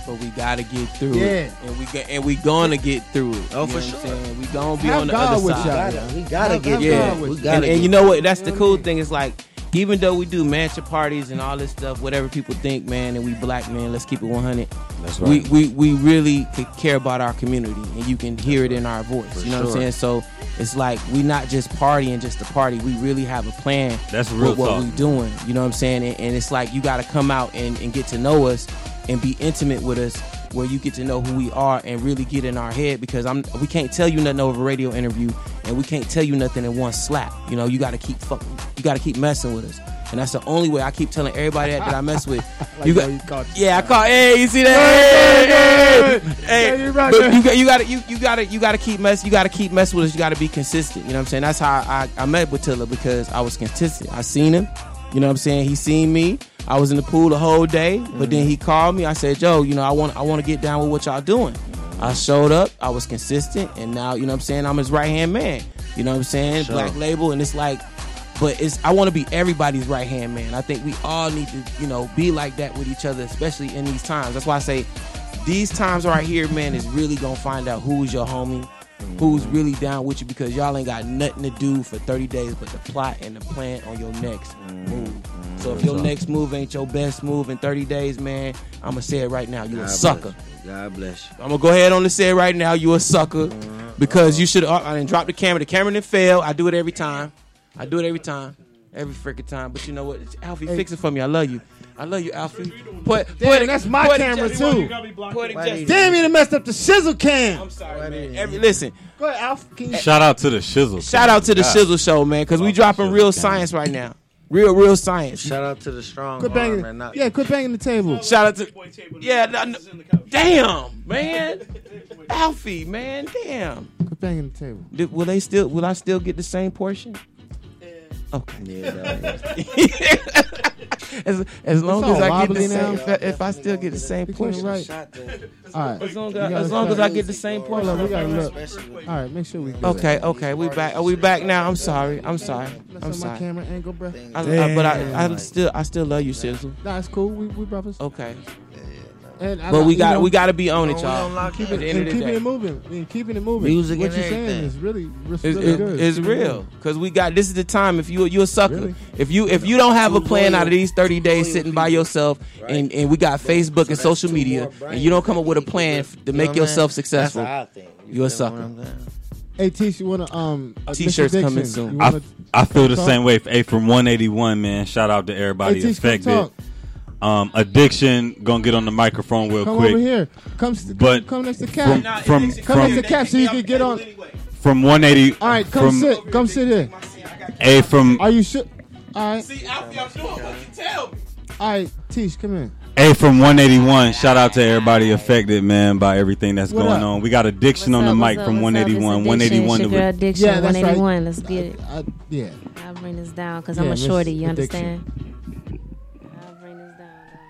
Speaker 20: But we gotta get through it,
Speaker 3: Yeah.
Speaker 20: and we ga- and we gonna get through it.
Speaker 7: Oh, for
Speaker 20: You know what I'm
Speaker 7: sure.
Speaker 20: saying? We gonna be
Speaker 7: Have
Speaker 20: on the
Speaker 7: God
Speaker 20: other
Speaker 7: with
Speaker 20: side.
Speaker 7: y'all. We gotta Have- get have through God it. with We you. gotta
Speaker 20: and, and
Speaker 7: get
Speaker 20: you know
Speaker 7: through
Speaker 20: what?
Speaker 7: it.
Speaker 20: That's the cool thing. Is like even though we do mansion parties and all this stuff, whatever people think, man, and we black man, let's keep it 100.
Speaker 22: That's
Speaker 20: We
Speaker 22: right.
Speaker 20: we we really could care about our community, and you can hear it in our voice.
Speaker 22: For
Speaker 20: you know what
Speaker 22: sure.
Speaker 20: I'm saying? So it's like we not just partying, just to party. We really have a plan.
Speaker 4: That's real
Speaker 20: with what
Speaker 4: talk.
Speaker 20: we doing. You know what I'm saying? And, and it's like you got to come out and, and get to know us and be intimate with us, where you get to know who we are and really get in our head. Because I'm we can't tell you nothing over a radio interview, and we can't tell you nothing in one slap. You know, you got to keep fuck, you got to keep messing with us. And that's the only way I keep telling everybody that, that I mess with. you got, yeah, I call. Hey, you see that? Hey, hey, hey. But you got, you got to, you, you got to, you got to keep mess. You got to keep messing with us. You got to be consistent. You know what I'm saying? That's how I, I met Batilla because I was consistent. I seen him. You know what I'm saying? He seen me. I was in the pool the whole day, but then he called me. I said, "Joe, you know, I want, I want to get down with what y'all doing." I showed up. I was consistent, and now you know what I'm saying. I'm his right hand man. You know what I'm saying?
Speaker 22: Sure.
Speaker 20: Black label, and it's like but it's I want to be everybody's right hand man. I think we all need to, you know, be like that with each other, especially in these times. That's why I say these times right here, man, is really gonna find out who's your homie, who's really down with you, because y'all ain't got nothing to do for 30 days but to plot and to plan on your next move. So if your
Speaker 7: Sure.
Speaker 20: next move ain't your best move in 30 days, man, I'ma say it right now, you a
Speaker 7: God bless
Speaker 20: sucker.
Speaker 7: you. God bless you.
Speaker 20: I'm gonna go ahead on and say it right now. You a sucker because you should. I didn't drop the camera. The camera didn't fail. I do it every time. I do it every time, every freaking time. But you know what, It's Alfie,
Speaker 22: Hey.
Speaker 20: fix it for me. I love you. I love you, Alfie. Put, put
Speaker 3: Damn,
Speaker 20: it-
Speaker 3: that's my
Speaker 20: put it
Speaker 3: camera
Speaker 20: just-
Speaker 3: too.
Speaker 20: Put it just-
Speaker 3: Damn, you done messed up the shizzle cam. I'm
Speaker 20: sorry, man. Every, listen,
Speaker 3: Go ahead, Alf. Can you-
Speaker 4: Shout out to the Shizzle.
Speaker 20: shout out to the
Speaker 4: God.
Speaker 20: Shizzle Show, man, because we dropping real science right now. Real, real science.
Speaker 7: Shout out to the strong
Speaker 3: Quit
Speaker 7: arm
Speaker 3: banging.
Speaker 7: and not
Speaker 3: yeah, quit banging the table.
Speaker 20: Shout out to yeah. no, no- damn, man, Alfie, man, damn.
Speaker 3: Quit banging the table.
Speaker 20: Did- will they still? Will I still get the same portion? Okay. as, as long
Speaker 3: It's
Speaker 20: as
Speaker 3: all
Speaker 20: I get the
Speaker 3: wobbly now.
Speaker 20: same, if I, if I still get the same portion,
Speaker 3: right. All right.
Speaker 20: As long as,
Speaker 3: You gotta
Speaker 20: as, long as I
Speaker 3: start-
Speaker 20: get the same
Speaker 3: Hold
Speaker 20: portion,
Speaker 3: on, we gotta look. All right, make sure we. do
Speaker 20: Okay,
Speaker 3: that.
Speaker 20: okay, we back. Are we back now? I'm sorry. I'm sorry.
Speaker 3: Mess
Speaker 20: I'm
Speaker 3: up my
Speaker 20: sorry.
Speaker 3: camera angle, bro.
Speaker 20: I, I, but I, I still, I still love you, Sizzle.
Speaker 3: That's cool. We, we brothers.
Speaker 20: Okay.
Speaker 3: And I
Speaker 20: But
Speaker 3: like-
Speaker 20: we
Speaker 3: you
Speaker 20: got,
Speaker 3: know-
Speaker 20: we got to be on it,
Speaker 3: And
Speaker 20: y'all.
Speaker 3: Keep
Speaker 20: At
Speaker 3: it,
Speaker 20: the end
Speaker 3: and
Speaker 20: of the
Speaker 3: keeping
Speaker 20: day.
Speaker 3: it moving. And keeping it moving.
Speaker 20: Music
Speaker 3: what
Speaker 20: and
Speaker 3: you're saying
Speaker 20: everything.
Speaker 3: is really, it's
Speaker 20: It's,
Speaker 3: really
Speaker 20: it-
Speaker 3: good.
Speaker 20: it's real because we got this is the time. If you you a sucker, if you if you don't have a plan out of these thirty days sitting by yourself, and and we got Facebook and social media, and you don't come up with a plan f- to
Speaker 7: know
Speaker 20: make
Speaker 7: what I'm
Speaker 20: yourself
Speaker 7: saying?
Speaker 20: successful,
Speaker 7: That's how I think.
Speaker 20: you a sucker.
Speaker 3: Hey, Tish, you wanna um? uh, Mr.
Speaker 20: T-shirts coming
Speaker 3: Dixon,
Speaker 20: soon.
Speaker 3: you
Speaker 4: I,
Speaker 3: wanna-
Speaker 4: I feel the
Speaker 3: talk?
Speaker 4: same way. Hey, from 181, man. Shout out to everybody
Speaker 3: Hey, T, come
Speaker 4: affected.
Speaker 3: talk.
Speaker 4: Um, addiction gonna get on the microphone real
Speaker 3: Come
Speaker 4: quick.
Speaker 3: over here. Come, s-
Speaker 4: But
Speaker 3: come next to
Speaker 4: from- from-
Speaker 3: Cap. come next to
Speaker 4: from-
Speaker 3: Cap so you can get on.
Speaker 4: From 180.
Speaker 3: All right, come
Speaker 4: from,
Speaker 3: sit. Come sit here.
Speaker 4: Hey, from
Speaker 3: Are you sure? All right. See, Alfie, I'm doing what you tell me. All right, Tish, come in.
Speaker 4: Hey, from 181, shout out to everybody affected, man, by everything that's
Speaker 3: What
Speaker 4: going
Speaker 3: up?
Speaker 4: on. We got addiction on the mic from 181. 181
Speaker 18: Sugar
Speaker 4: to
Speaker 18: addiction.
Speaker 3: Yeah, that's right.
Speaker 18: 181. Let's get it.
Speaker 3: I, yeah.
Speaker 18: I'll bring this down because
Speaker 3: Yeah,
Speaker 18: I'm a
Speaker 3: Miss
Speaker 18: shorty. You
Speaker 3: Addiction.
Speaker 18: understand?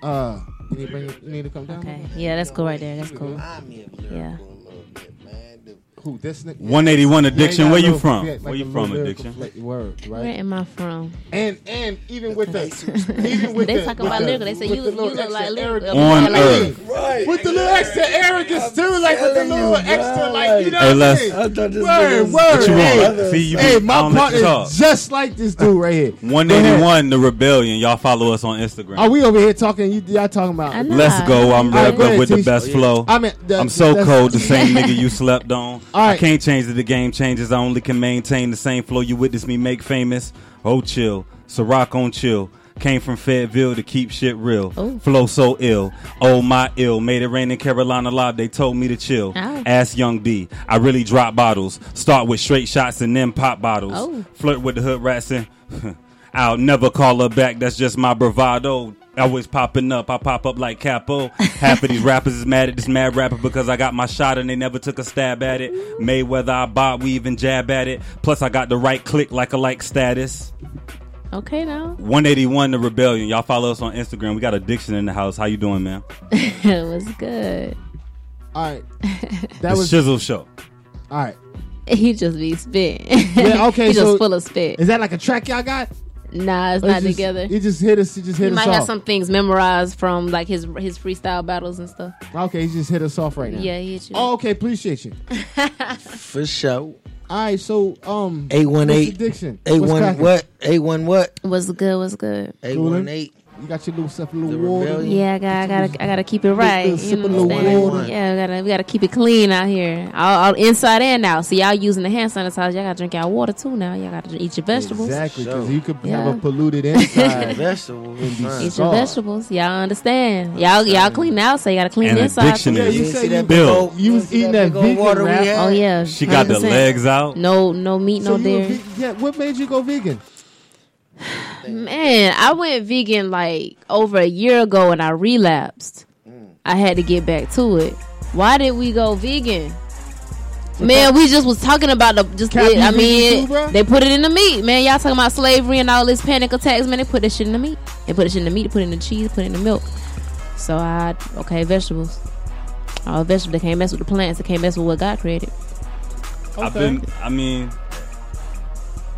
Speaker 3: Uh, you need, to bring, you need to come down. Okay.
Speaker 18: Yeah, that's cool right there. That's cool. Yeah.
Speaker 3: Who this nigga?
Speaker 4: 181 Addiction,
Speaker 3: Yeah,
Speaker 4: where
Speaker 3: got
Speaker 4: you
Speaker 3: no-
Speaker 4: from?
Speaker 3: yeah, like
Speaker 4: Where
Speaker 3: a
Speaker 4: you
Speaker 3: little
Speaker 4: from,
Speaker 3: bit of
Speaker 4: Addiction?
Speaker 3: conflict Word, right?
Speaker 18: Where am I from?
Speaker 3: And and even with the even with
Speaker 18: They
Speaker 3: the,
Speaker 18: talking
Speaker 3: with
Speaker 18: about
Speaker 3: the-
Speaker 18: lyrical. They say
Speaker 3: with
Speaker 18: you-
Speaker 3: the little
Speaker 18: you look
Speaker 3: extra
Speaker 18: like lyrical.
Speaker 3: arrogance.
Speaker 4: On
Speaker 3: Like,
Speaker 4: Earth.
Speaker 3: right. With the little extra arrogance too, like with the little extra, like you know.
Speaker 4: Hey,
Speaker 3: what I'm
Speaker 4: Les.
Speaker 3: saying?
Speaker 4: I
Speaker 3: Word,
Speaker 4: nigga
Speaker 3: word.
Speaker 4: was- What you want?
Speaker 3: Hey,
Speaker 4: See, you
Speaker 3: hey,
Speaker 4: be
Speaker 3: my
Speaker 4: on the
Speaker 3: partner
Speaker 4: talk.
Speaker 3: is just like this dude right here.
Speaker 4: 181 The Rebellion. Y'all follow us on Instagram.
Speaker 3: Are we over here talking? You y'all talking about?
Speaker 4: Let's go. I'm
Speaker 3: All right,
Speaker 4: wrapped
Speaker 3: go
Speaker 4: up
Speaker 3: ahead,
Speaker 4: with the
Speaker 3: Tish.
Speaker 4: best flow.
Speaker 3: I mean, the-
Speaker 4: I'm so
Speaker 3: that's-
Speaker 4: cold. The same nigga you slept on. I can't change that the game changes. I only can maintain the same flow you witnessed me make famous. Oh, chill. Ciroc on chill. Came from Fayetteville to keep shit real.
Speaker 21: Oh.
Speaker 4: Flow so ill. Oh, my ill. Made it rain in Carolina live. They told me to chill.
Speaker 21: Ow.
Speaker 4: Ask Young D. I really drop bottles. Start with straight shots and then pop bottles.
Speaker 21: Oh.
Speaker 4: Flirt with the hood rats and I'll never call her back. That's just my bravado. Always popping up. I pop up like Capo. Half of these rappers is mad at this mad rapper because I got my shot and they never took a stab at it. Mayweather, I bot weave and jab at it. Plus, I got the right click like a like status.
Speaker 18: Okay now.
Speaker 4: 181 The Rebellion. Y'all follow us on Instagram. We got addiction in the house. How you doing, man?
Speaker 18: it was good.
Speaker 3: All right.
Speaker 4: the Shizzle Show.
Speaker 3: All right.
Speaker 18: He just be spit.
Speaker 3: Yeah, okay,
Speaker 18: he
Speaker 3: so
Speaker 18: just full of spit.
Speaker 3: Is that like a track y'all got?
Speaker 18: Nah, it's
Speaker 3: Or
Speaker 18: not
Speaker 3: just-
Speaker 18: together.
Speaker 3: It just hit us. It just hit
Speaker 18: he
Speaker 3: us
Speaker 18: might
Speaker 3: off.
Speaker 18: have some things memorized from like his his freestyle battles and stuff.
Speaker 3: Okay, he just hit us off right now.
Speaker 18: Yeah, he hit you.
Speaker 3: Oh, okay. Appreciate you.
Speaker 7: For sure.
Speaker 3: All right. So, um, what's
Speaker 7: 818.
Speaker 3: the diction? What's
Speaker 7: 81
Speaker 3: cracking?
Speaker 7: what? 81 what?
Speaker 18: What's good? What's good?
Speaker 3: Coolin'?
Speaker 7: 818.
Speaker 3: You got your little stuff, a little water.
Speaker 18: Yeah, I got, I gotta, I gotta keep it right.
Speaker 3: Little
Speaker 18: You
Speaker 3: sip
Speaker 18: know
Speaker 3: of
Speaker 18: what I'm
Speaker 3: little
Speaker 18: saying?
Speaker 3: water.
Speaker 18: Yeah, we gotta, we gotta keep it clean out here, all, all inside and out. So y'all using the hand sanitizer, y'all gotta drink y'all water too. Now y'all gotta eat your vegetables.
Speaker 3: Exactly, because you could
Speaker 18: Yeah.
Speaker 3: have a polluted inside.
Speaker 7: Vegetables.
Speaker 3: And be
Speaker 18: Eat your
Speaker 3: scarred.
Speaker 18: vegetables. Y'all understand. Y'all, y'all clean the outside. You gotta clean
Speaker 4: And
Speaker 18: the inside.
Speaker 4: addiction
Speaker 18: too.
Speaker 4: is Yeah, you say you- Bill.
Speaker 3: You was eating that vegan
Speaker 18: water we
Speaker 3: wrap.
Speaker 18: had. Oh, yeah.
Speaker 4: She got the
Speaker 18: 100%.
Speaker 4: legs out.
Speaker 18: No, no meat,
Speaker 3: So
Speaker 18: no
Speaker 3: you a
Speaker 18: dairy.
Speaker 3: ve- yeah, what made you go vegan?
Speaker 18: Man, I went vegan like over a year ago and I relapsed. I had to get back to it. Why did we go vegan? Man, we just was talking about the just.
Speaker 19: Cap, you
Speaker 18: I
Speaker 19: vegan
Speaker 18: mean,
Speaker 19: too, bruh?
Speaker 18: they put it in the meat, man. Y'all talking about slavery and all this panic attacks, man. They put that shit in the meat. They put it in the meat. They put it in the cheese. Put it in the milk. So I okay, vegetables. All vegetables. They can't mess with the plants. They can't mess with what God created.
Speaker 4: I've been, I mean,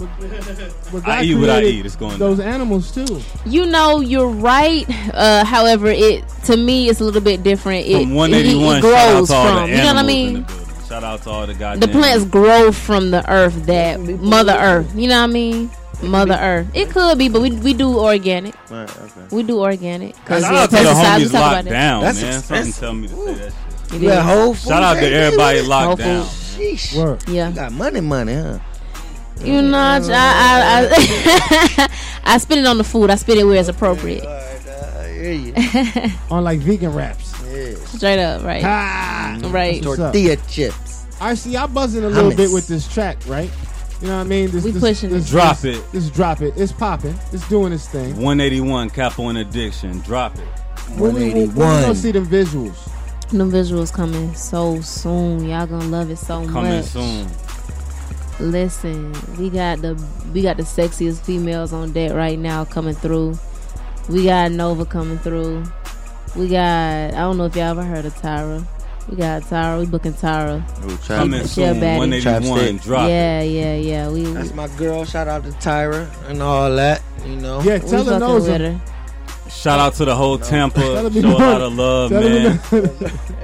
Speaker 3: Well,
Speaker 4: I
Speaker 3: God
Speaker 4: eat what I
Speaker 3: created
Speaker 4: eat. It's going
Speaker 3: Those animals too.
Speaker 18: You know, you're right. Uh, however, it to me it's a little bit different. It,
Speaker 4: from 181.
Speaker 18: it
Speaker 4: shout out
Speaker 18: grows
Speaker 4: to all
Speaker 18: from.
Speaker 4: the
Speaker 18: You know what I
Speaker 4: animals in
Speaker 18: mean?
Speaker 4: the building. Shout out to all the
Speaker 18: The,
Speaker 4: goddamn.
Speaker 18: plants grow from the earth that Mother Earth. You know what I mean? Mother Earth. It could be, but we we do organic.
Speaker 7: Right, okay.
Speaker 18: We do organic because
Speaker 4: Shout out to the homies locked down,
Speaker 7: That's
Speaker 4: man. Something
Speaker 7: expensive.
Speaker 4: tell me to say that shit.
Speaker 7: You got Whole Foods.
Speaker 4: Shout out to
Speaker 7: every day
Speaker 4: everybody
Speaker 7: with it?
Speaker 4: locked
Speaker 7: Whole
Speaker 4: down.
Speaker 7: Foods. Sheesh.
Speaker 18: Yeah.
Speaker 7: You got money, money, huh?
Speaker 18: You know, I I, I, I spend it on the food. I spend it where it's appropriate.
Speaker 7: I hear you.
Speaker 3: On like vegan wraps.
Speaker 18: Straight up, right?
Speaker 3: Ah,
Speaker 18: right.
Speaker 3: What's up?
Speaker 7: Tortilla chips.
Speaker 3: I see. I buzzing a little
Speaker 7: Hummus.
Speaker 3: bit with this track, right? You know what I mean? This, we this, pushing this,
Speaker 4: Drop
Speaker 3: this-
Speaker 4: it.
Speaker 3: This drop it. It's popping. It's doing its thing.
Speaker 4: 181 Capo and Addiction. Drop it.
Speaker 3: When we- when we gonna see them visuals.
Speaker 18: Them visuals coming so soon. Y'all gonna love it so
Speaker 4: Coming
Speaker 18: much.
Speaker 4: soon.
Speaker 18: Listen, we got the we got the sexiest females on deck right now coming through. We got Nova coming through. We got I don't know if y'all ever heard of Tyra. We got Tyra. We booking Tyra.
Speaker 7: Ooh,
Speaker 18: She-
Speaker 7: Coming
Speaker 18: she a
Speaker 7: soon,
Speaker 18: baddie.
Speaker 7: 181, drop it.
Speaker 18: Yeah, yeah, yeah. We
Speaker 7: That's my girl. Shout out to Tyra and all that. You know.
Speaker 3: Yeah,
Speaker 18: tell her fucking those with are-
Speaker 4: Shout out to the whole Tampa.
Speaker 7: Tell
Speaker 4: Show
Speaker 7: them you
Speaker 4: a
Speaker 7: know.
Speaker 4: lot of love,
Speaker 7: Tell them you
Speaker 4: man.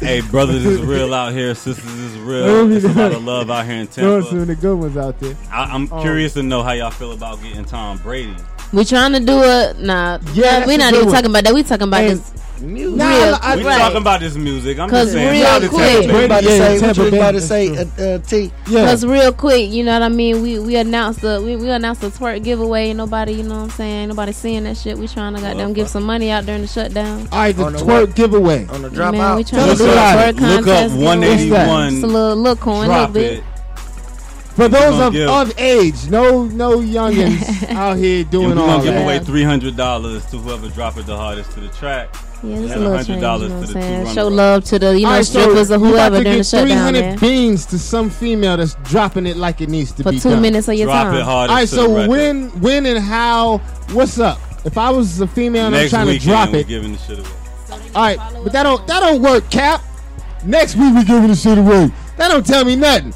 Speaker 4: hey, brothers is real out here. Sisters is
Speaker 3: Tell them
Speaker 4: real.
Speaker 3: you
Speaker 4: It's a
Speaker 3: know.
Speaker 4: lot of love out here in
Speaker 3: Throwing
Speaker 4: Tampa.
Speaker 3: some of the good ones out there.
Speaker 4: I, I'm
Speaker 3: Oh.
Speaker 4: curious to know how y'all feel about getting Tom Brady.
Speaker 18: we trying to do a nah.
Speaker 4: Yeah, that's
Speaker 18: we not
Speaker 4: a
Speaker 18: even
Speaker 4: good one.
Speaker 18: talking about that. We talking about this.
Speaker 7: Music.
Speaker 18: Real
Speaker 4: we
Speaker 18: quick. Right.
Speaker 4: talking about this music. I'm just
Speaker 18: Cause
Speaker 4: saying.
Speaker 18: real
Speaker 4: shout out to
Speaker 18: quick-
Speaker 4: Tampa Brady.
Speaker 7: About to say, what you
Speaker 3: Tampa
Speaker 7: was about to
Speaker 3: Bay.
Speaker 7: say, uh, uh, T.
Speaker 18: Cause real quick, you know what I mean. We we announced the we, we announced the twerk giveaway. and Nobody, you know what I'm saying. Nobody seeing that shit. We trying to goddamn
Speaker 3: uh,
Speaker 18: give some money out during the shutdown.
Speaker 3: All right, the twerk giveaway. On
Speaker 7: the
Speaker 18: Man, we trying
Speaker 3: Tell
Speaker 18: to
Speaker 3: us
Speaker 18: do a
Speaker 3: about it.
Speaker 18: twerk contest. It's a little little coin, little
Speaker 3: Drop
Speaker 18: bit.
Speaker 3: it. For those
Speaker 4: gonna
Speaker 3: of,
Speaker 4: give-
Speaker 3: of age, no no youngins out here
Speaker 4: And
Speaker 3: doing
Speaker 4: we're
Speaker 3: all
Speaker 4: gonna give
Speaker 3: that.
Speaker 4: away three hundred dollars to whoever dropped it the hardest to the track.
Speaker 18: Yeah, it's a
Speaker 4: and
Speaker 18: little change. You
Speaker 4: hundred
Speaker 18: know
Speaker 4: dollars
Speaker 18: what I'm
Speaker 4: to the
Speaker 18: saying?
Speaker 4: two
Speaker 18: Show
Speaker 4: runners.
Speaker 18: love to the you know
Speaker 3: Alright, so
Speaker 18: strippers or
Speaker 3: you about
Speaker 18: whoever
Speaker 3: to
Speaker 18: during the
Speaker 3: get
Speaker 18: shutdown.
Speaker 3: 300
Speaker 18: Man.
Speaker 3: beans to some female that's dropping it like it needs to
Speaker 18: For
Speaker 3: be
Speaker 18: two
Speaker 3: done.
Speaker 18: minutes of your Drop time. it hard
Speaker 3: All right,
Speaker 18: into the
Speaker 3: so
Speaker 18: record.
Speaker 3: when, when and how? What's up? If I was a female and
Speaker 4: Next
Speaker 3: I'm trying to
Speaker 4: weekend,
Speaker 3: drop
Speaker 4: we
Speaker 3: it,
Speaker 4: giving the shit away.
Speaker 3: all right, but that don't that don't work, Cap. Next week we giving the shit away. That don't tell me nothing.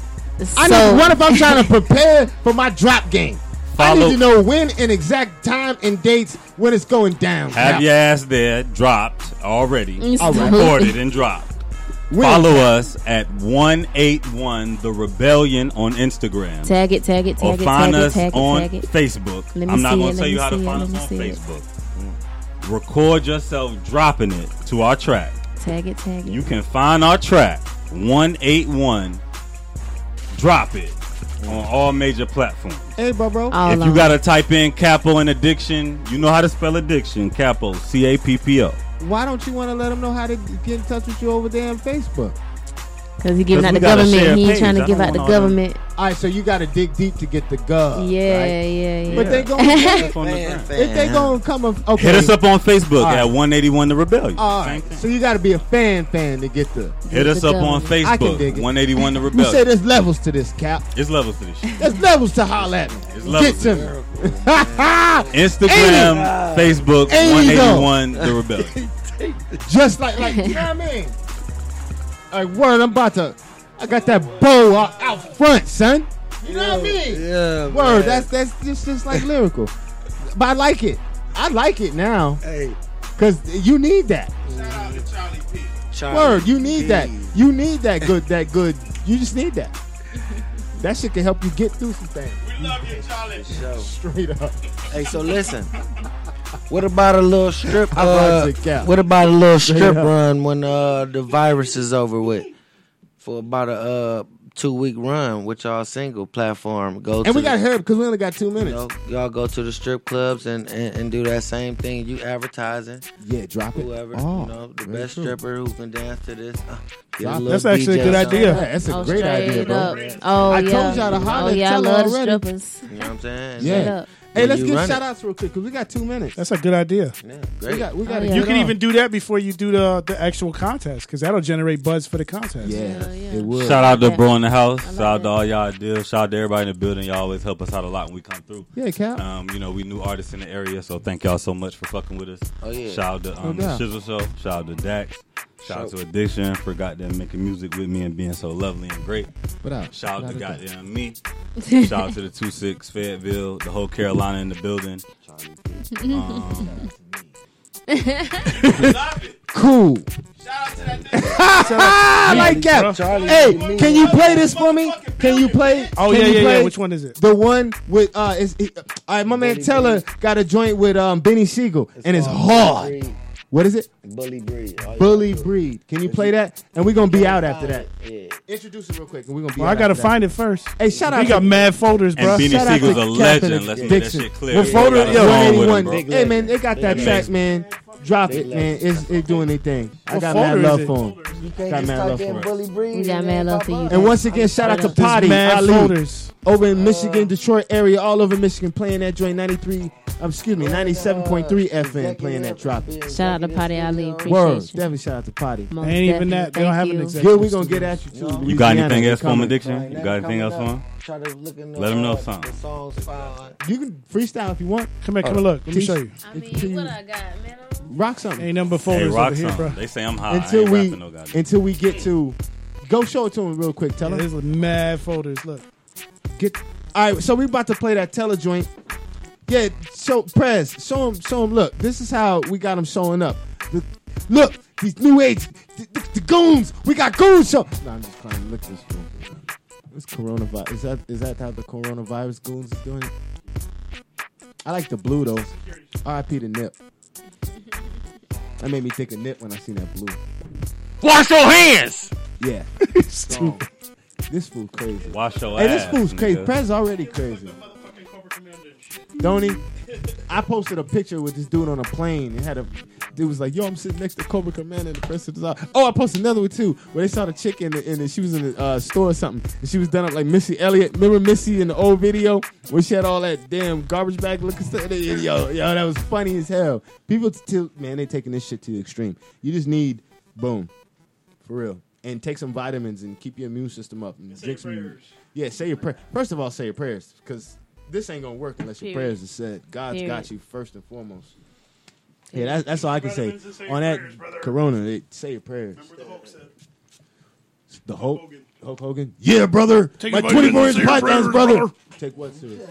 Speaker 3: I
Speaker 18: So-
Speaker 3: need what if I'm trying to prepare for my drop game. I
Speaker 4: Follow-
Speaker 3: need to know when and exact time and dates when it's going down.
Speaker 4: Have
Speaker 3: Cap.
Speaker 4: your ass there, dropped already,
Speaker 3: It's All right.
Speaker 4: recorded and dropped.
Speaker 3: When?
Speaker 4: Follow us at one eight one the rebellion on Instagram.
Speaker 18: Tag it, tag it,
Speaker 4: or
Speaker 18: tag it,
Speaker 4: find
Speaker 18: tag it,
Speaker 4: us
Speaker 18: tag it,
Speaker 4: on
Speaker 18: tag it.
Speaker 4: Facebook.
Speaker 18: Let me
Speaker 4: I'm not
Speaker 18: see
Speaker 4: gonna
Speaker 18: it,
Speaker 4: tell
Speaker 18: let
Speaker 4: you
Speaker 18: me
Speaker 4: how to
Speaker 18: see it,
Speaker 4: find
Speaker 18: let
Speaker 4: us
Speaker 18: me
Speaker 4: on
Speaker 18: see it.
Speaker 4: Facebook. Record yourself dropping it to our track.
Speaker 18: Tag it, tag it.
Speaker 4: You can find our track 181 Drop It on all major platforms.
Speaker 3: Hey, bro, bro.
Speaker 4: if you gotta type in Capo in addiction, you know how to spell addiction. Capo, C A P P O.
Speaker 3: Why don't you want to let them know how to get in touch with you over there on Facebook?
Speaker 18: Because he giving out the government. He ain't trying to give out the government.
Speaker 3: All right, so you got to dig deep to get the gov.
Speaker 18: Yeah,
Speaker 3: right?
Speaker 18: yeah, yeah.
Speaker 3: But they going if they going to come a, okay.
Speaker 4: Hit us up on Facebook
Speaker 3: All right.
Speaker 4: at 181 The Rebellion.
Speaker 3: All right, so you got to be a fan fan to get the.
Speaker 4: Hit us up on
Speaker 3: I can dig
Speaker 4: Facebook,
Speaker 3: it.
Speaker 4: 181 The
Speaker 3: You said
Speaker 4: Rebellion.
Speaker 3: there's levels to this cap.
Speaker 4: It's levels to this shit.
Speaker 3: There's levels to holler at me.
Speaker 4: It's levels to
Speaker 3: Get to me. Ain't it?
Speaker 4: Instagram, Facebook,
Speaker 3: Ain't it though?
Speaker 4: 181 The Rebellion.
Speaker 3: Just like, like, you know what I mean? Like, word, I'm about to. I got that bow out, out front, son. You know what I mean?
Speaker 7: Yeah, man.
Speaker 3: Word, that's that's just just like lyrical, but I like it. I like it now. Hey, cause you need that.
Speaker 7: Charlie
Speaker 3: Word, you need
Speaker 7: P.
Speaker 3: that. You need that good. That good. You just need that. That shit can help you get through some things. We love you, Charlie. Straight up.
Speaker 7: Hey, so listen. What about a little strip?
Speaker 3: I run
Speaker 7: uh,
Speaker 3: to the cap.
Speaker 7: what about a little
Speaker 3: Straight
Speaker 7: strip
Speaker 3: up.
Speaker 7: run when uh, the virus is over with? For about a uh, two week run with y'all single platform, go to
Speaker 3: And we
Speaker 7: the-
Speaker 3: got to hurry because we only got two
Speaker 7: you
Speaker 3: minutes.
Speaker 7: know, y'all go to the strip clubs and, and, and do that same thing. You advertising,
Speaker 3: yeah, drop
Speaker 7: it. Whoever,
Speaker 3: Oh,
Speaker 7: you know, the
Speaker 3: very
Speaker 7: best
Speaker 3: true.
Speaker 7: stripper who can dance to this. Uh, get a
Speaker 3: Drop it.
Speaker 7: little
Speaker 3: That's actually
Speaker 7: DJ
Speaker 3: a good
Speaker 7: song.
Speaker 3: idea. Yeah, that's a Oh, great straight idea, bro. up. Oh, I yeah. told y'all to holler
Speaker 18: Oh,
Speaker 3: and
Speaker 18: yeah, I
Speaker 3: tell her
Speaker 18: love
Speaker 3: already.
Speaker 18: strippers.
Speaker 7: You know what I'm saying?
Speaker 3: Yeah. Hey,
Speaker 7: Then
Speaker 3: let's
Speaker 7: you
Speaker 3: give
Speaker 7: run it.
Speaker 3: shout outs real quick because we got two minutes.
Speaker 9: That's a good idea.
Speaker 3: We got,
Speaker 18: Oh,
Speaker 3: we got to
Speaker 9: You can even do that before you do the the actual contest because that'll generate buzz for the contest.
Speaker 3: Yeah, it would.
Speaker 4: Shout out to
Speaker 3: Bro.
Speaker 4: Bro in the house. Shout out to all y'all deals. Shout out to everybody in the building. Y'all always help us out a lot when we come through.
Speaker 3: Yeah, Cap.
Speaker 4: Um, you know, we new artists in the area, so thank y'all so much for fucking with us.
Speaker 7: Oh, yeah.
Speaker 4: Shout out to um,
Speaker 7: No doubt.
Speaker 4: Shizzle Show. Shout out to Dax. Shout out to Addiction for goddamn making music with me and being so lovely and great.
Speaker 3: What up?
Speaker 4: Shout out to
Speaker 3: Shout out to
Speaker 4: goddamn me. Shout out to the two six Fayetteville, the whole Carolina in the building. Um,
Speaker 3: Cool. I like that. Hey, can you play this for me? Can you play?
Speaker 9: Oh,
Speaker 3: can
Speaker 9: yeah,
Speaker 3: you
Speaker 9: yeah, yeah.
Speaker 3: play
Speaker 9: Which one is it?
Speaker 3: The one with uh, is he- all right. My man Teller got a joint with um Benny Siegel, and it's hard. What is it?
Speaker 7: Bully Breed. Oh, All
Speaker 3: Bully Breed. Can you play that? And we're gonna be out after that.
Speaker 7: Yeah.
Speaker 3: Introduce it real quick, and we're gonna be.
Speaker 9: Well, I
Speaker 3: out
Speaker 9: gotta
Speaker 3: after that.
Speaker 9: find it first.
Speaker 3: Hey, shout out
Speaker 9: We
Speaker 3: to-
Speaker 9: got mad folders, bro.
Speaker 4: And Beanie
Speaker 9: Shout out
Speaker 4: Siegel's
Speaker 9: to
Speaker 4: a
Speaker 9: Captain
Speaker 4: legend. Let's make that
Speaker 3: Dixon.
Speaker 4: shit clear.
Speaker 3: What folder?
Speaker 4: Everybody
Speaker 3: Yo,
Speaker 4: along with him,
Speaker 3: 181.
Speaker 4: bro.
Speaker 3: Hey man, they got that
Speaker 4: Big
Speaker 3: track,
Speaker 4: legend.
Speaker 3: man. Drop it, man. It's it doing their thing. I got mad love for him.
Speaker 7: You can't
Speaker 3: Got
Speaker 7: just
Speaker 3: mad
Speaker 7: type
Speaker 3: love
Speaker 7: in
Speaker 3: for him.
Speaker 7: Bully Breed.
Speaker 18: We got mad love for you.
Speaker 3: And once again, shout out to
Speaker 9: Just
Speaker 3: Potty
Speaker 9: mad
Speaker 3: Ali
Speaker 9: folders.
Speaker 3: over in Michigan, Detroit area, all over Michigan, playing that joint 93. Um, excuse me, 97.3 FM playing that drop. it.
Speaker 18: Shout out to Potty Ali. Appreciate
Speaker 3: Word,
Speaker 18: you.
Speaker 3: definitely shout out to Potty.
Speaker 18: Most Ain't even definitely. that. They don't Thank have an you. executive
Speaker 3: Yeah, we gonna get at you too.
Speaker 4: You got
Speaker 3: Oh, Louisiana.
Speaker 4: anything
Speaker 3: We
Speaker 4: else for him,
Speaker 3: coming.
Speaker 4: Addiction? You got anything else for him?
Speaker 7: Try to look in the,
Speaker 4: Let him know
Speaker 7: uh,
Speaker 4: something.
Speaker 7: The songs file.
Speaker 3: You can freestyle if you want.
Speaker 9: Come here, come here, look. Let me show you.
Speaker 3: I mean, what I got, man. Rock something.
Speaker 9: Ain't nothing but
Speaker 4: Hey,
Speaker 9: folders
Speaker 4: rock
Speaker 9: over here,
Speaker 4: something.
Speaker 9: bro.
Speaker 4: They say I'm high. I
Speaker 3: Until
Speaker 4: ain't
Speaker 3: we
Speaker 4: rapping no goddamn.
Speaker 3: until we get to, go show it to him real quick. Tell
Speaker 9: Yeah,
Speaker 3: him.
Speaker 9: there's mad folders. Look.
Speaker 3: Get all right. So we about to play that teller joint. Yeah. So Prez, show him. Show him. Look, this is how we got him showing up. The- look, these new age, the, the- the goons. We got goons. Show. No, I'm just trying to look this. fool. It's coronavirus. Is that is that how the coronavirus goons is doing? it? I like the blue though. R.I.P. the nip. That made me think of nip when I seen that blue.
Speaker 10: Wash your hands.
Speaker 3: Yeah. Stupid. This fool crazy.
Speaker 4: Wash your
Speaker 3: Hey, this
Speaker 4: ass,
Speaker 3: fool's crazy.
Speaker 4: nigga.
Speaker 3: Prez already crazy. Don't he? I posted a picture with this dude on a plane. It had a. It was like, yo, I'm sitting next to Cobra Commander. And the person was like, oh, I posted another one too, where they saw the chick in the, and then she was in the uh, store or something, and she was done up like Missy Elliott. Remember Missy in the old video where she had all that damn garbage bag looking stuff? They- Yo, yo, that was funny as hell. People, t- man, they taking this shit to the extreme. You just need, boom, for real. And take some vitamins and keep your immune system up. And drink some, Yeah, say your prayer. First of all, say your prayers because this ain't gonna work unless your
Speaker 4: Period.
Speaker 3: prayers are said. God's
Speaker 4: Period.
Speaker 3: got you first and foremost. Yeah, that's, that's all I can say
Speaker 4: Vitamins and say
Speaker 3: on
Speaker 4: your
Speaker 3: that Corona. They, say your prayers. The Hulk, Hogan. Hulk Hogan. Yeah, brother.
Speaker 10: Take
Speaker 3: My
Speaker 10: your vitamins
Speaker 3: 24
Speaker 10: and
Speaker 3: inch
Speaker 10: say your
Speaker 3: pythons,
Speaker 10: prayers,
Speaker 3: brother.
Speaker 10: brother.
Speaker 3: Take what serious?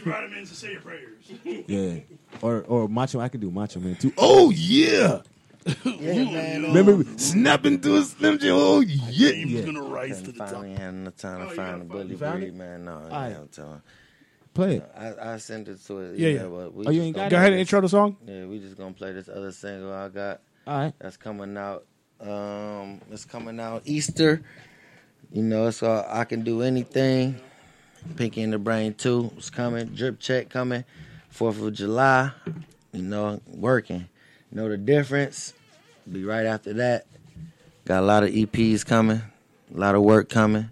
Speaker 10: vitamins and say your prayers.
Speaker 3: Yeah. Or or Macho. I can do Macho Man too. Oh yeah. Remember snapping to a Slim Jim. Oh yeah. yeah. Oh,
Speaker 7: Couldn't Finally had enough time to find a Bully
Speaker 3: found
Speaker 7: Breed, man. No,
Speaker 3: All
Speaker 7: I
Speaker 3: right.
Speaker 7: am telling.
Speaker 3: Play it.
Speaker 7: I, I send it to it.
Speaker 3: Yeah, yeah.
Speaker 7: But we
Speaker 3: Oh, you
Speaker 7: just gonna
Speaker 3: ain't got it? Go ahead
Speaker 7: play
Speaker 3: and
Speaker 7: this-
Speaker 3: intro the song?
Speaker 7: Yeah, we just gonna play this other single I got.
Speaker 3: All right.
Speaker 7: That's coming out. Um, it's coming out Easter.
Speaker 37: You know, it's all I can do anything. Pinky in the Brain 2 is coming. Drip Check coming. 4th of July. You know, working. Know the difference. Be right after that. Got a lot of EPs coming. A lot of work coming.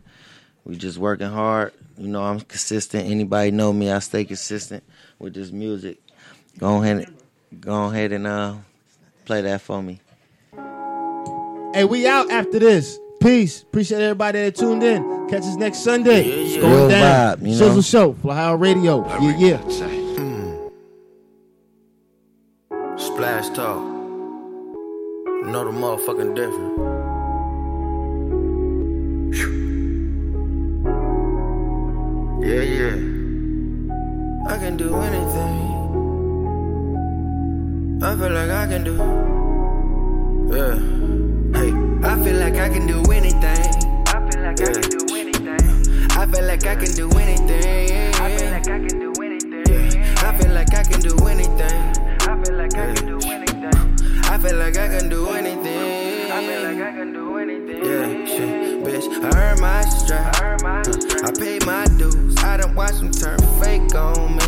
Speaker 37: We just working hard. You know, I'm consistent. Anybody know me, I stay consistent with this music. Go ahead, go ahead and uh, play that for me.
Speaker 3: Hey, we out after this. Peace. Appreciate everybody that tuned in. Catch us next Sunday. It's going
Speaker 37: Real
Speaker 3: down.
Speaker 37: vibe, you
Speaker 3: Sizzle
Speaker 37: know?
Speaker 3: Show, Fly High Radio. Yeah, yeah.
Speaker 38: Splash talk. Know the motherfucking difference. Phew. Yeah, yeah.
Speaker 7: I can do anything. I feel like I can do. Yeah. Hey, I feel like I can do anything. I feel like I can do anything. I feel like I can do anything. I feel like I can do anything. I feel like I can do anything. I feel like I can do anything. I feel like I can do anything. I feel like I can do anything. Yeah, shit, bitch. I earn my strap. I earn my I paid my dues. I done watched them turn fake on me.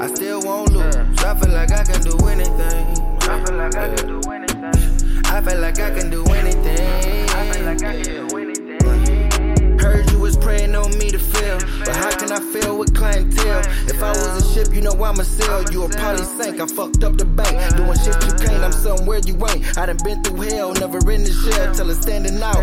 Speaker 7: I still won't lose. I feel like I can do anything. I feel like I can do anything. I feel like I can do anything. I feel like I can do anything. Heard you was praying on me to fail, but how can I fail with clientele? If I was a ship, you know I'ma sail. You a probably sank. I fucked up the bank, doing shit you can't. I'm somewhere you ain't. I done been through hell, never in the shell till it's standing out.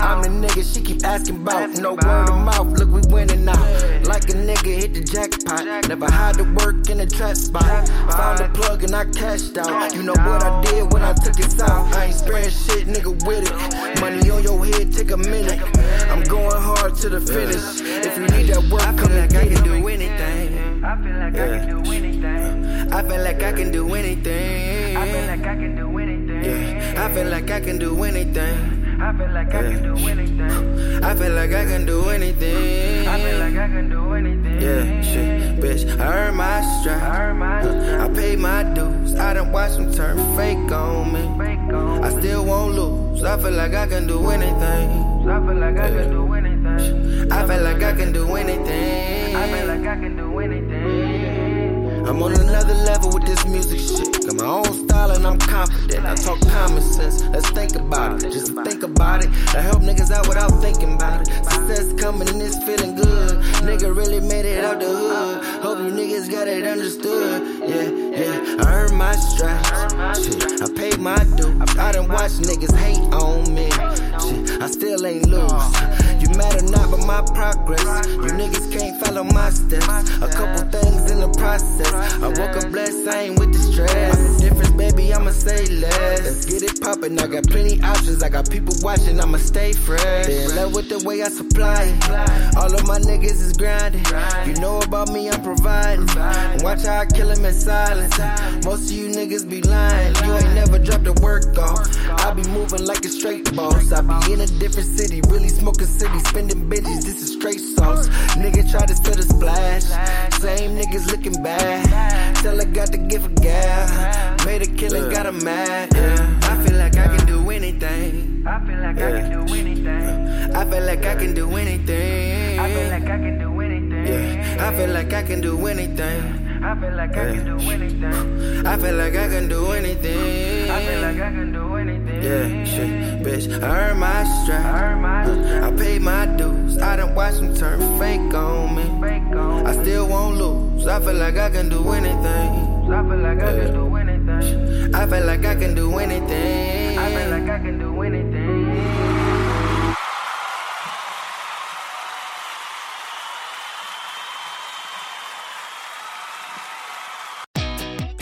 Speaker 7: I'm the nigga she keep asking about. No word of mouth, look we winning out. Like a nigga hit the jackpot, never hide the work in the trap spot. Found a plug and I cashed out. You know what I did when I took it south. I ain't sparing shit, nigga with it. Money on your head, take a minute. I'm going hard to the finish. If you need that work, come and get it. I feel like I can do anything. I feel like I can do anything. I feel like I can do anything. I feel like I can do anything. Yeah. I feel like I can do anything. I feel like I can do anything. I feel like I can do anything. I feel like I can do anything. Yeah, shit, bitch. I earn my strap. I earn my I pay my dues. I done watched them turn fake on me. I still won't lose. I feel like I can do anything. I feel like I can do anything. I feel like I can do anything. I feel like I can do anything. I'm on another level with this music shit. Got my own style and I'm confident. I talk common sense. Let's think about it. Just think about it. I help niggas out without thinking about it. Success coming and it's feeling good. Nigga really made it out the hood. Hope you niggas got it understood. Yeah, yeah. I earned my stripes. Shit, I paid my dues. I done watched niggas hate on me. Shit, I still ain't loose. You mad or not, but my progress. You niggas can't follow my steps. A couple things in the process. I woke up blessed, I ain't with the stress. I'm the difference, baby, I'ma say less. Let's get it poppin'. I got plenty options. I got people watching, I'ma stay fresh. They in love with the way I supply it. All of my niggas is grinding. You know about me, I'm providing. And watch how I kill 'em in silence. Most of you niggas be lying. You ain't never dropped a work off. I be moving like a straight boss. I be in a different city, really smoking city, spending bitches. This is straight sauce. Nigga try to sell the splash. Same niggas looking bad. Tell I got to give a gal. Made a killing, got a mad. Yeah. I feel like I can do anything. I feel like I can do anything. I feel like I can do anything. I feel like I can do anything. Yeah. I feel like I can do anything. I feel like I can do anything. I feel like I can do anything. I feel like I can do anything. Yeah, shit, bitch. I earn my strap. I earn my I pay my dues. I done watched them turn fake on me. I still won't lose. I feel like I can do anything. I feel like I can do anything. I feel like I can do anything. I feel like I can do anything.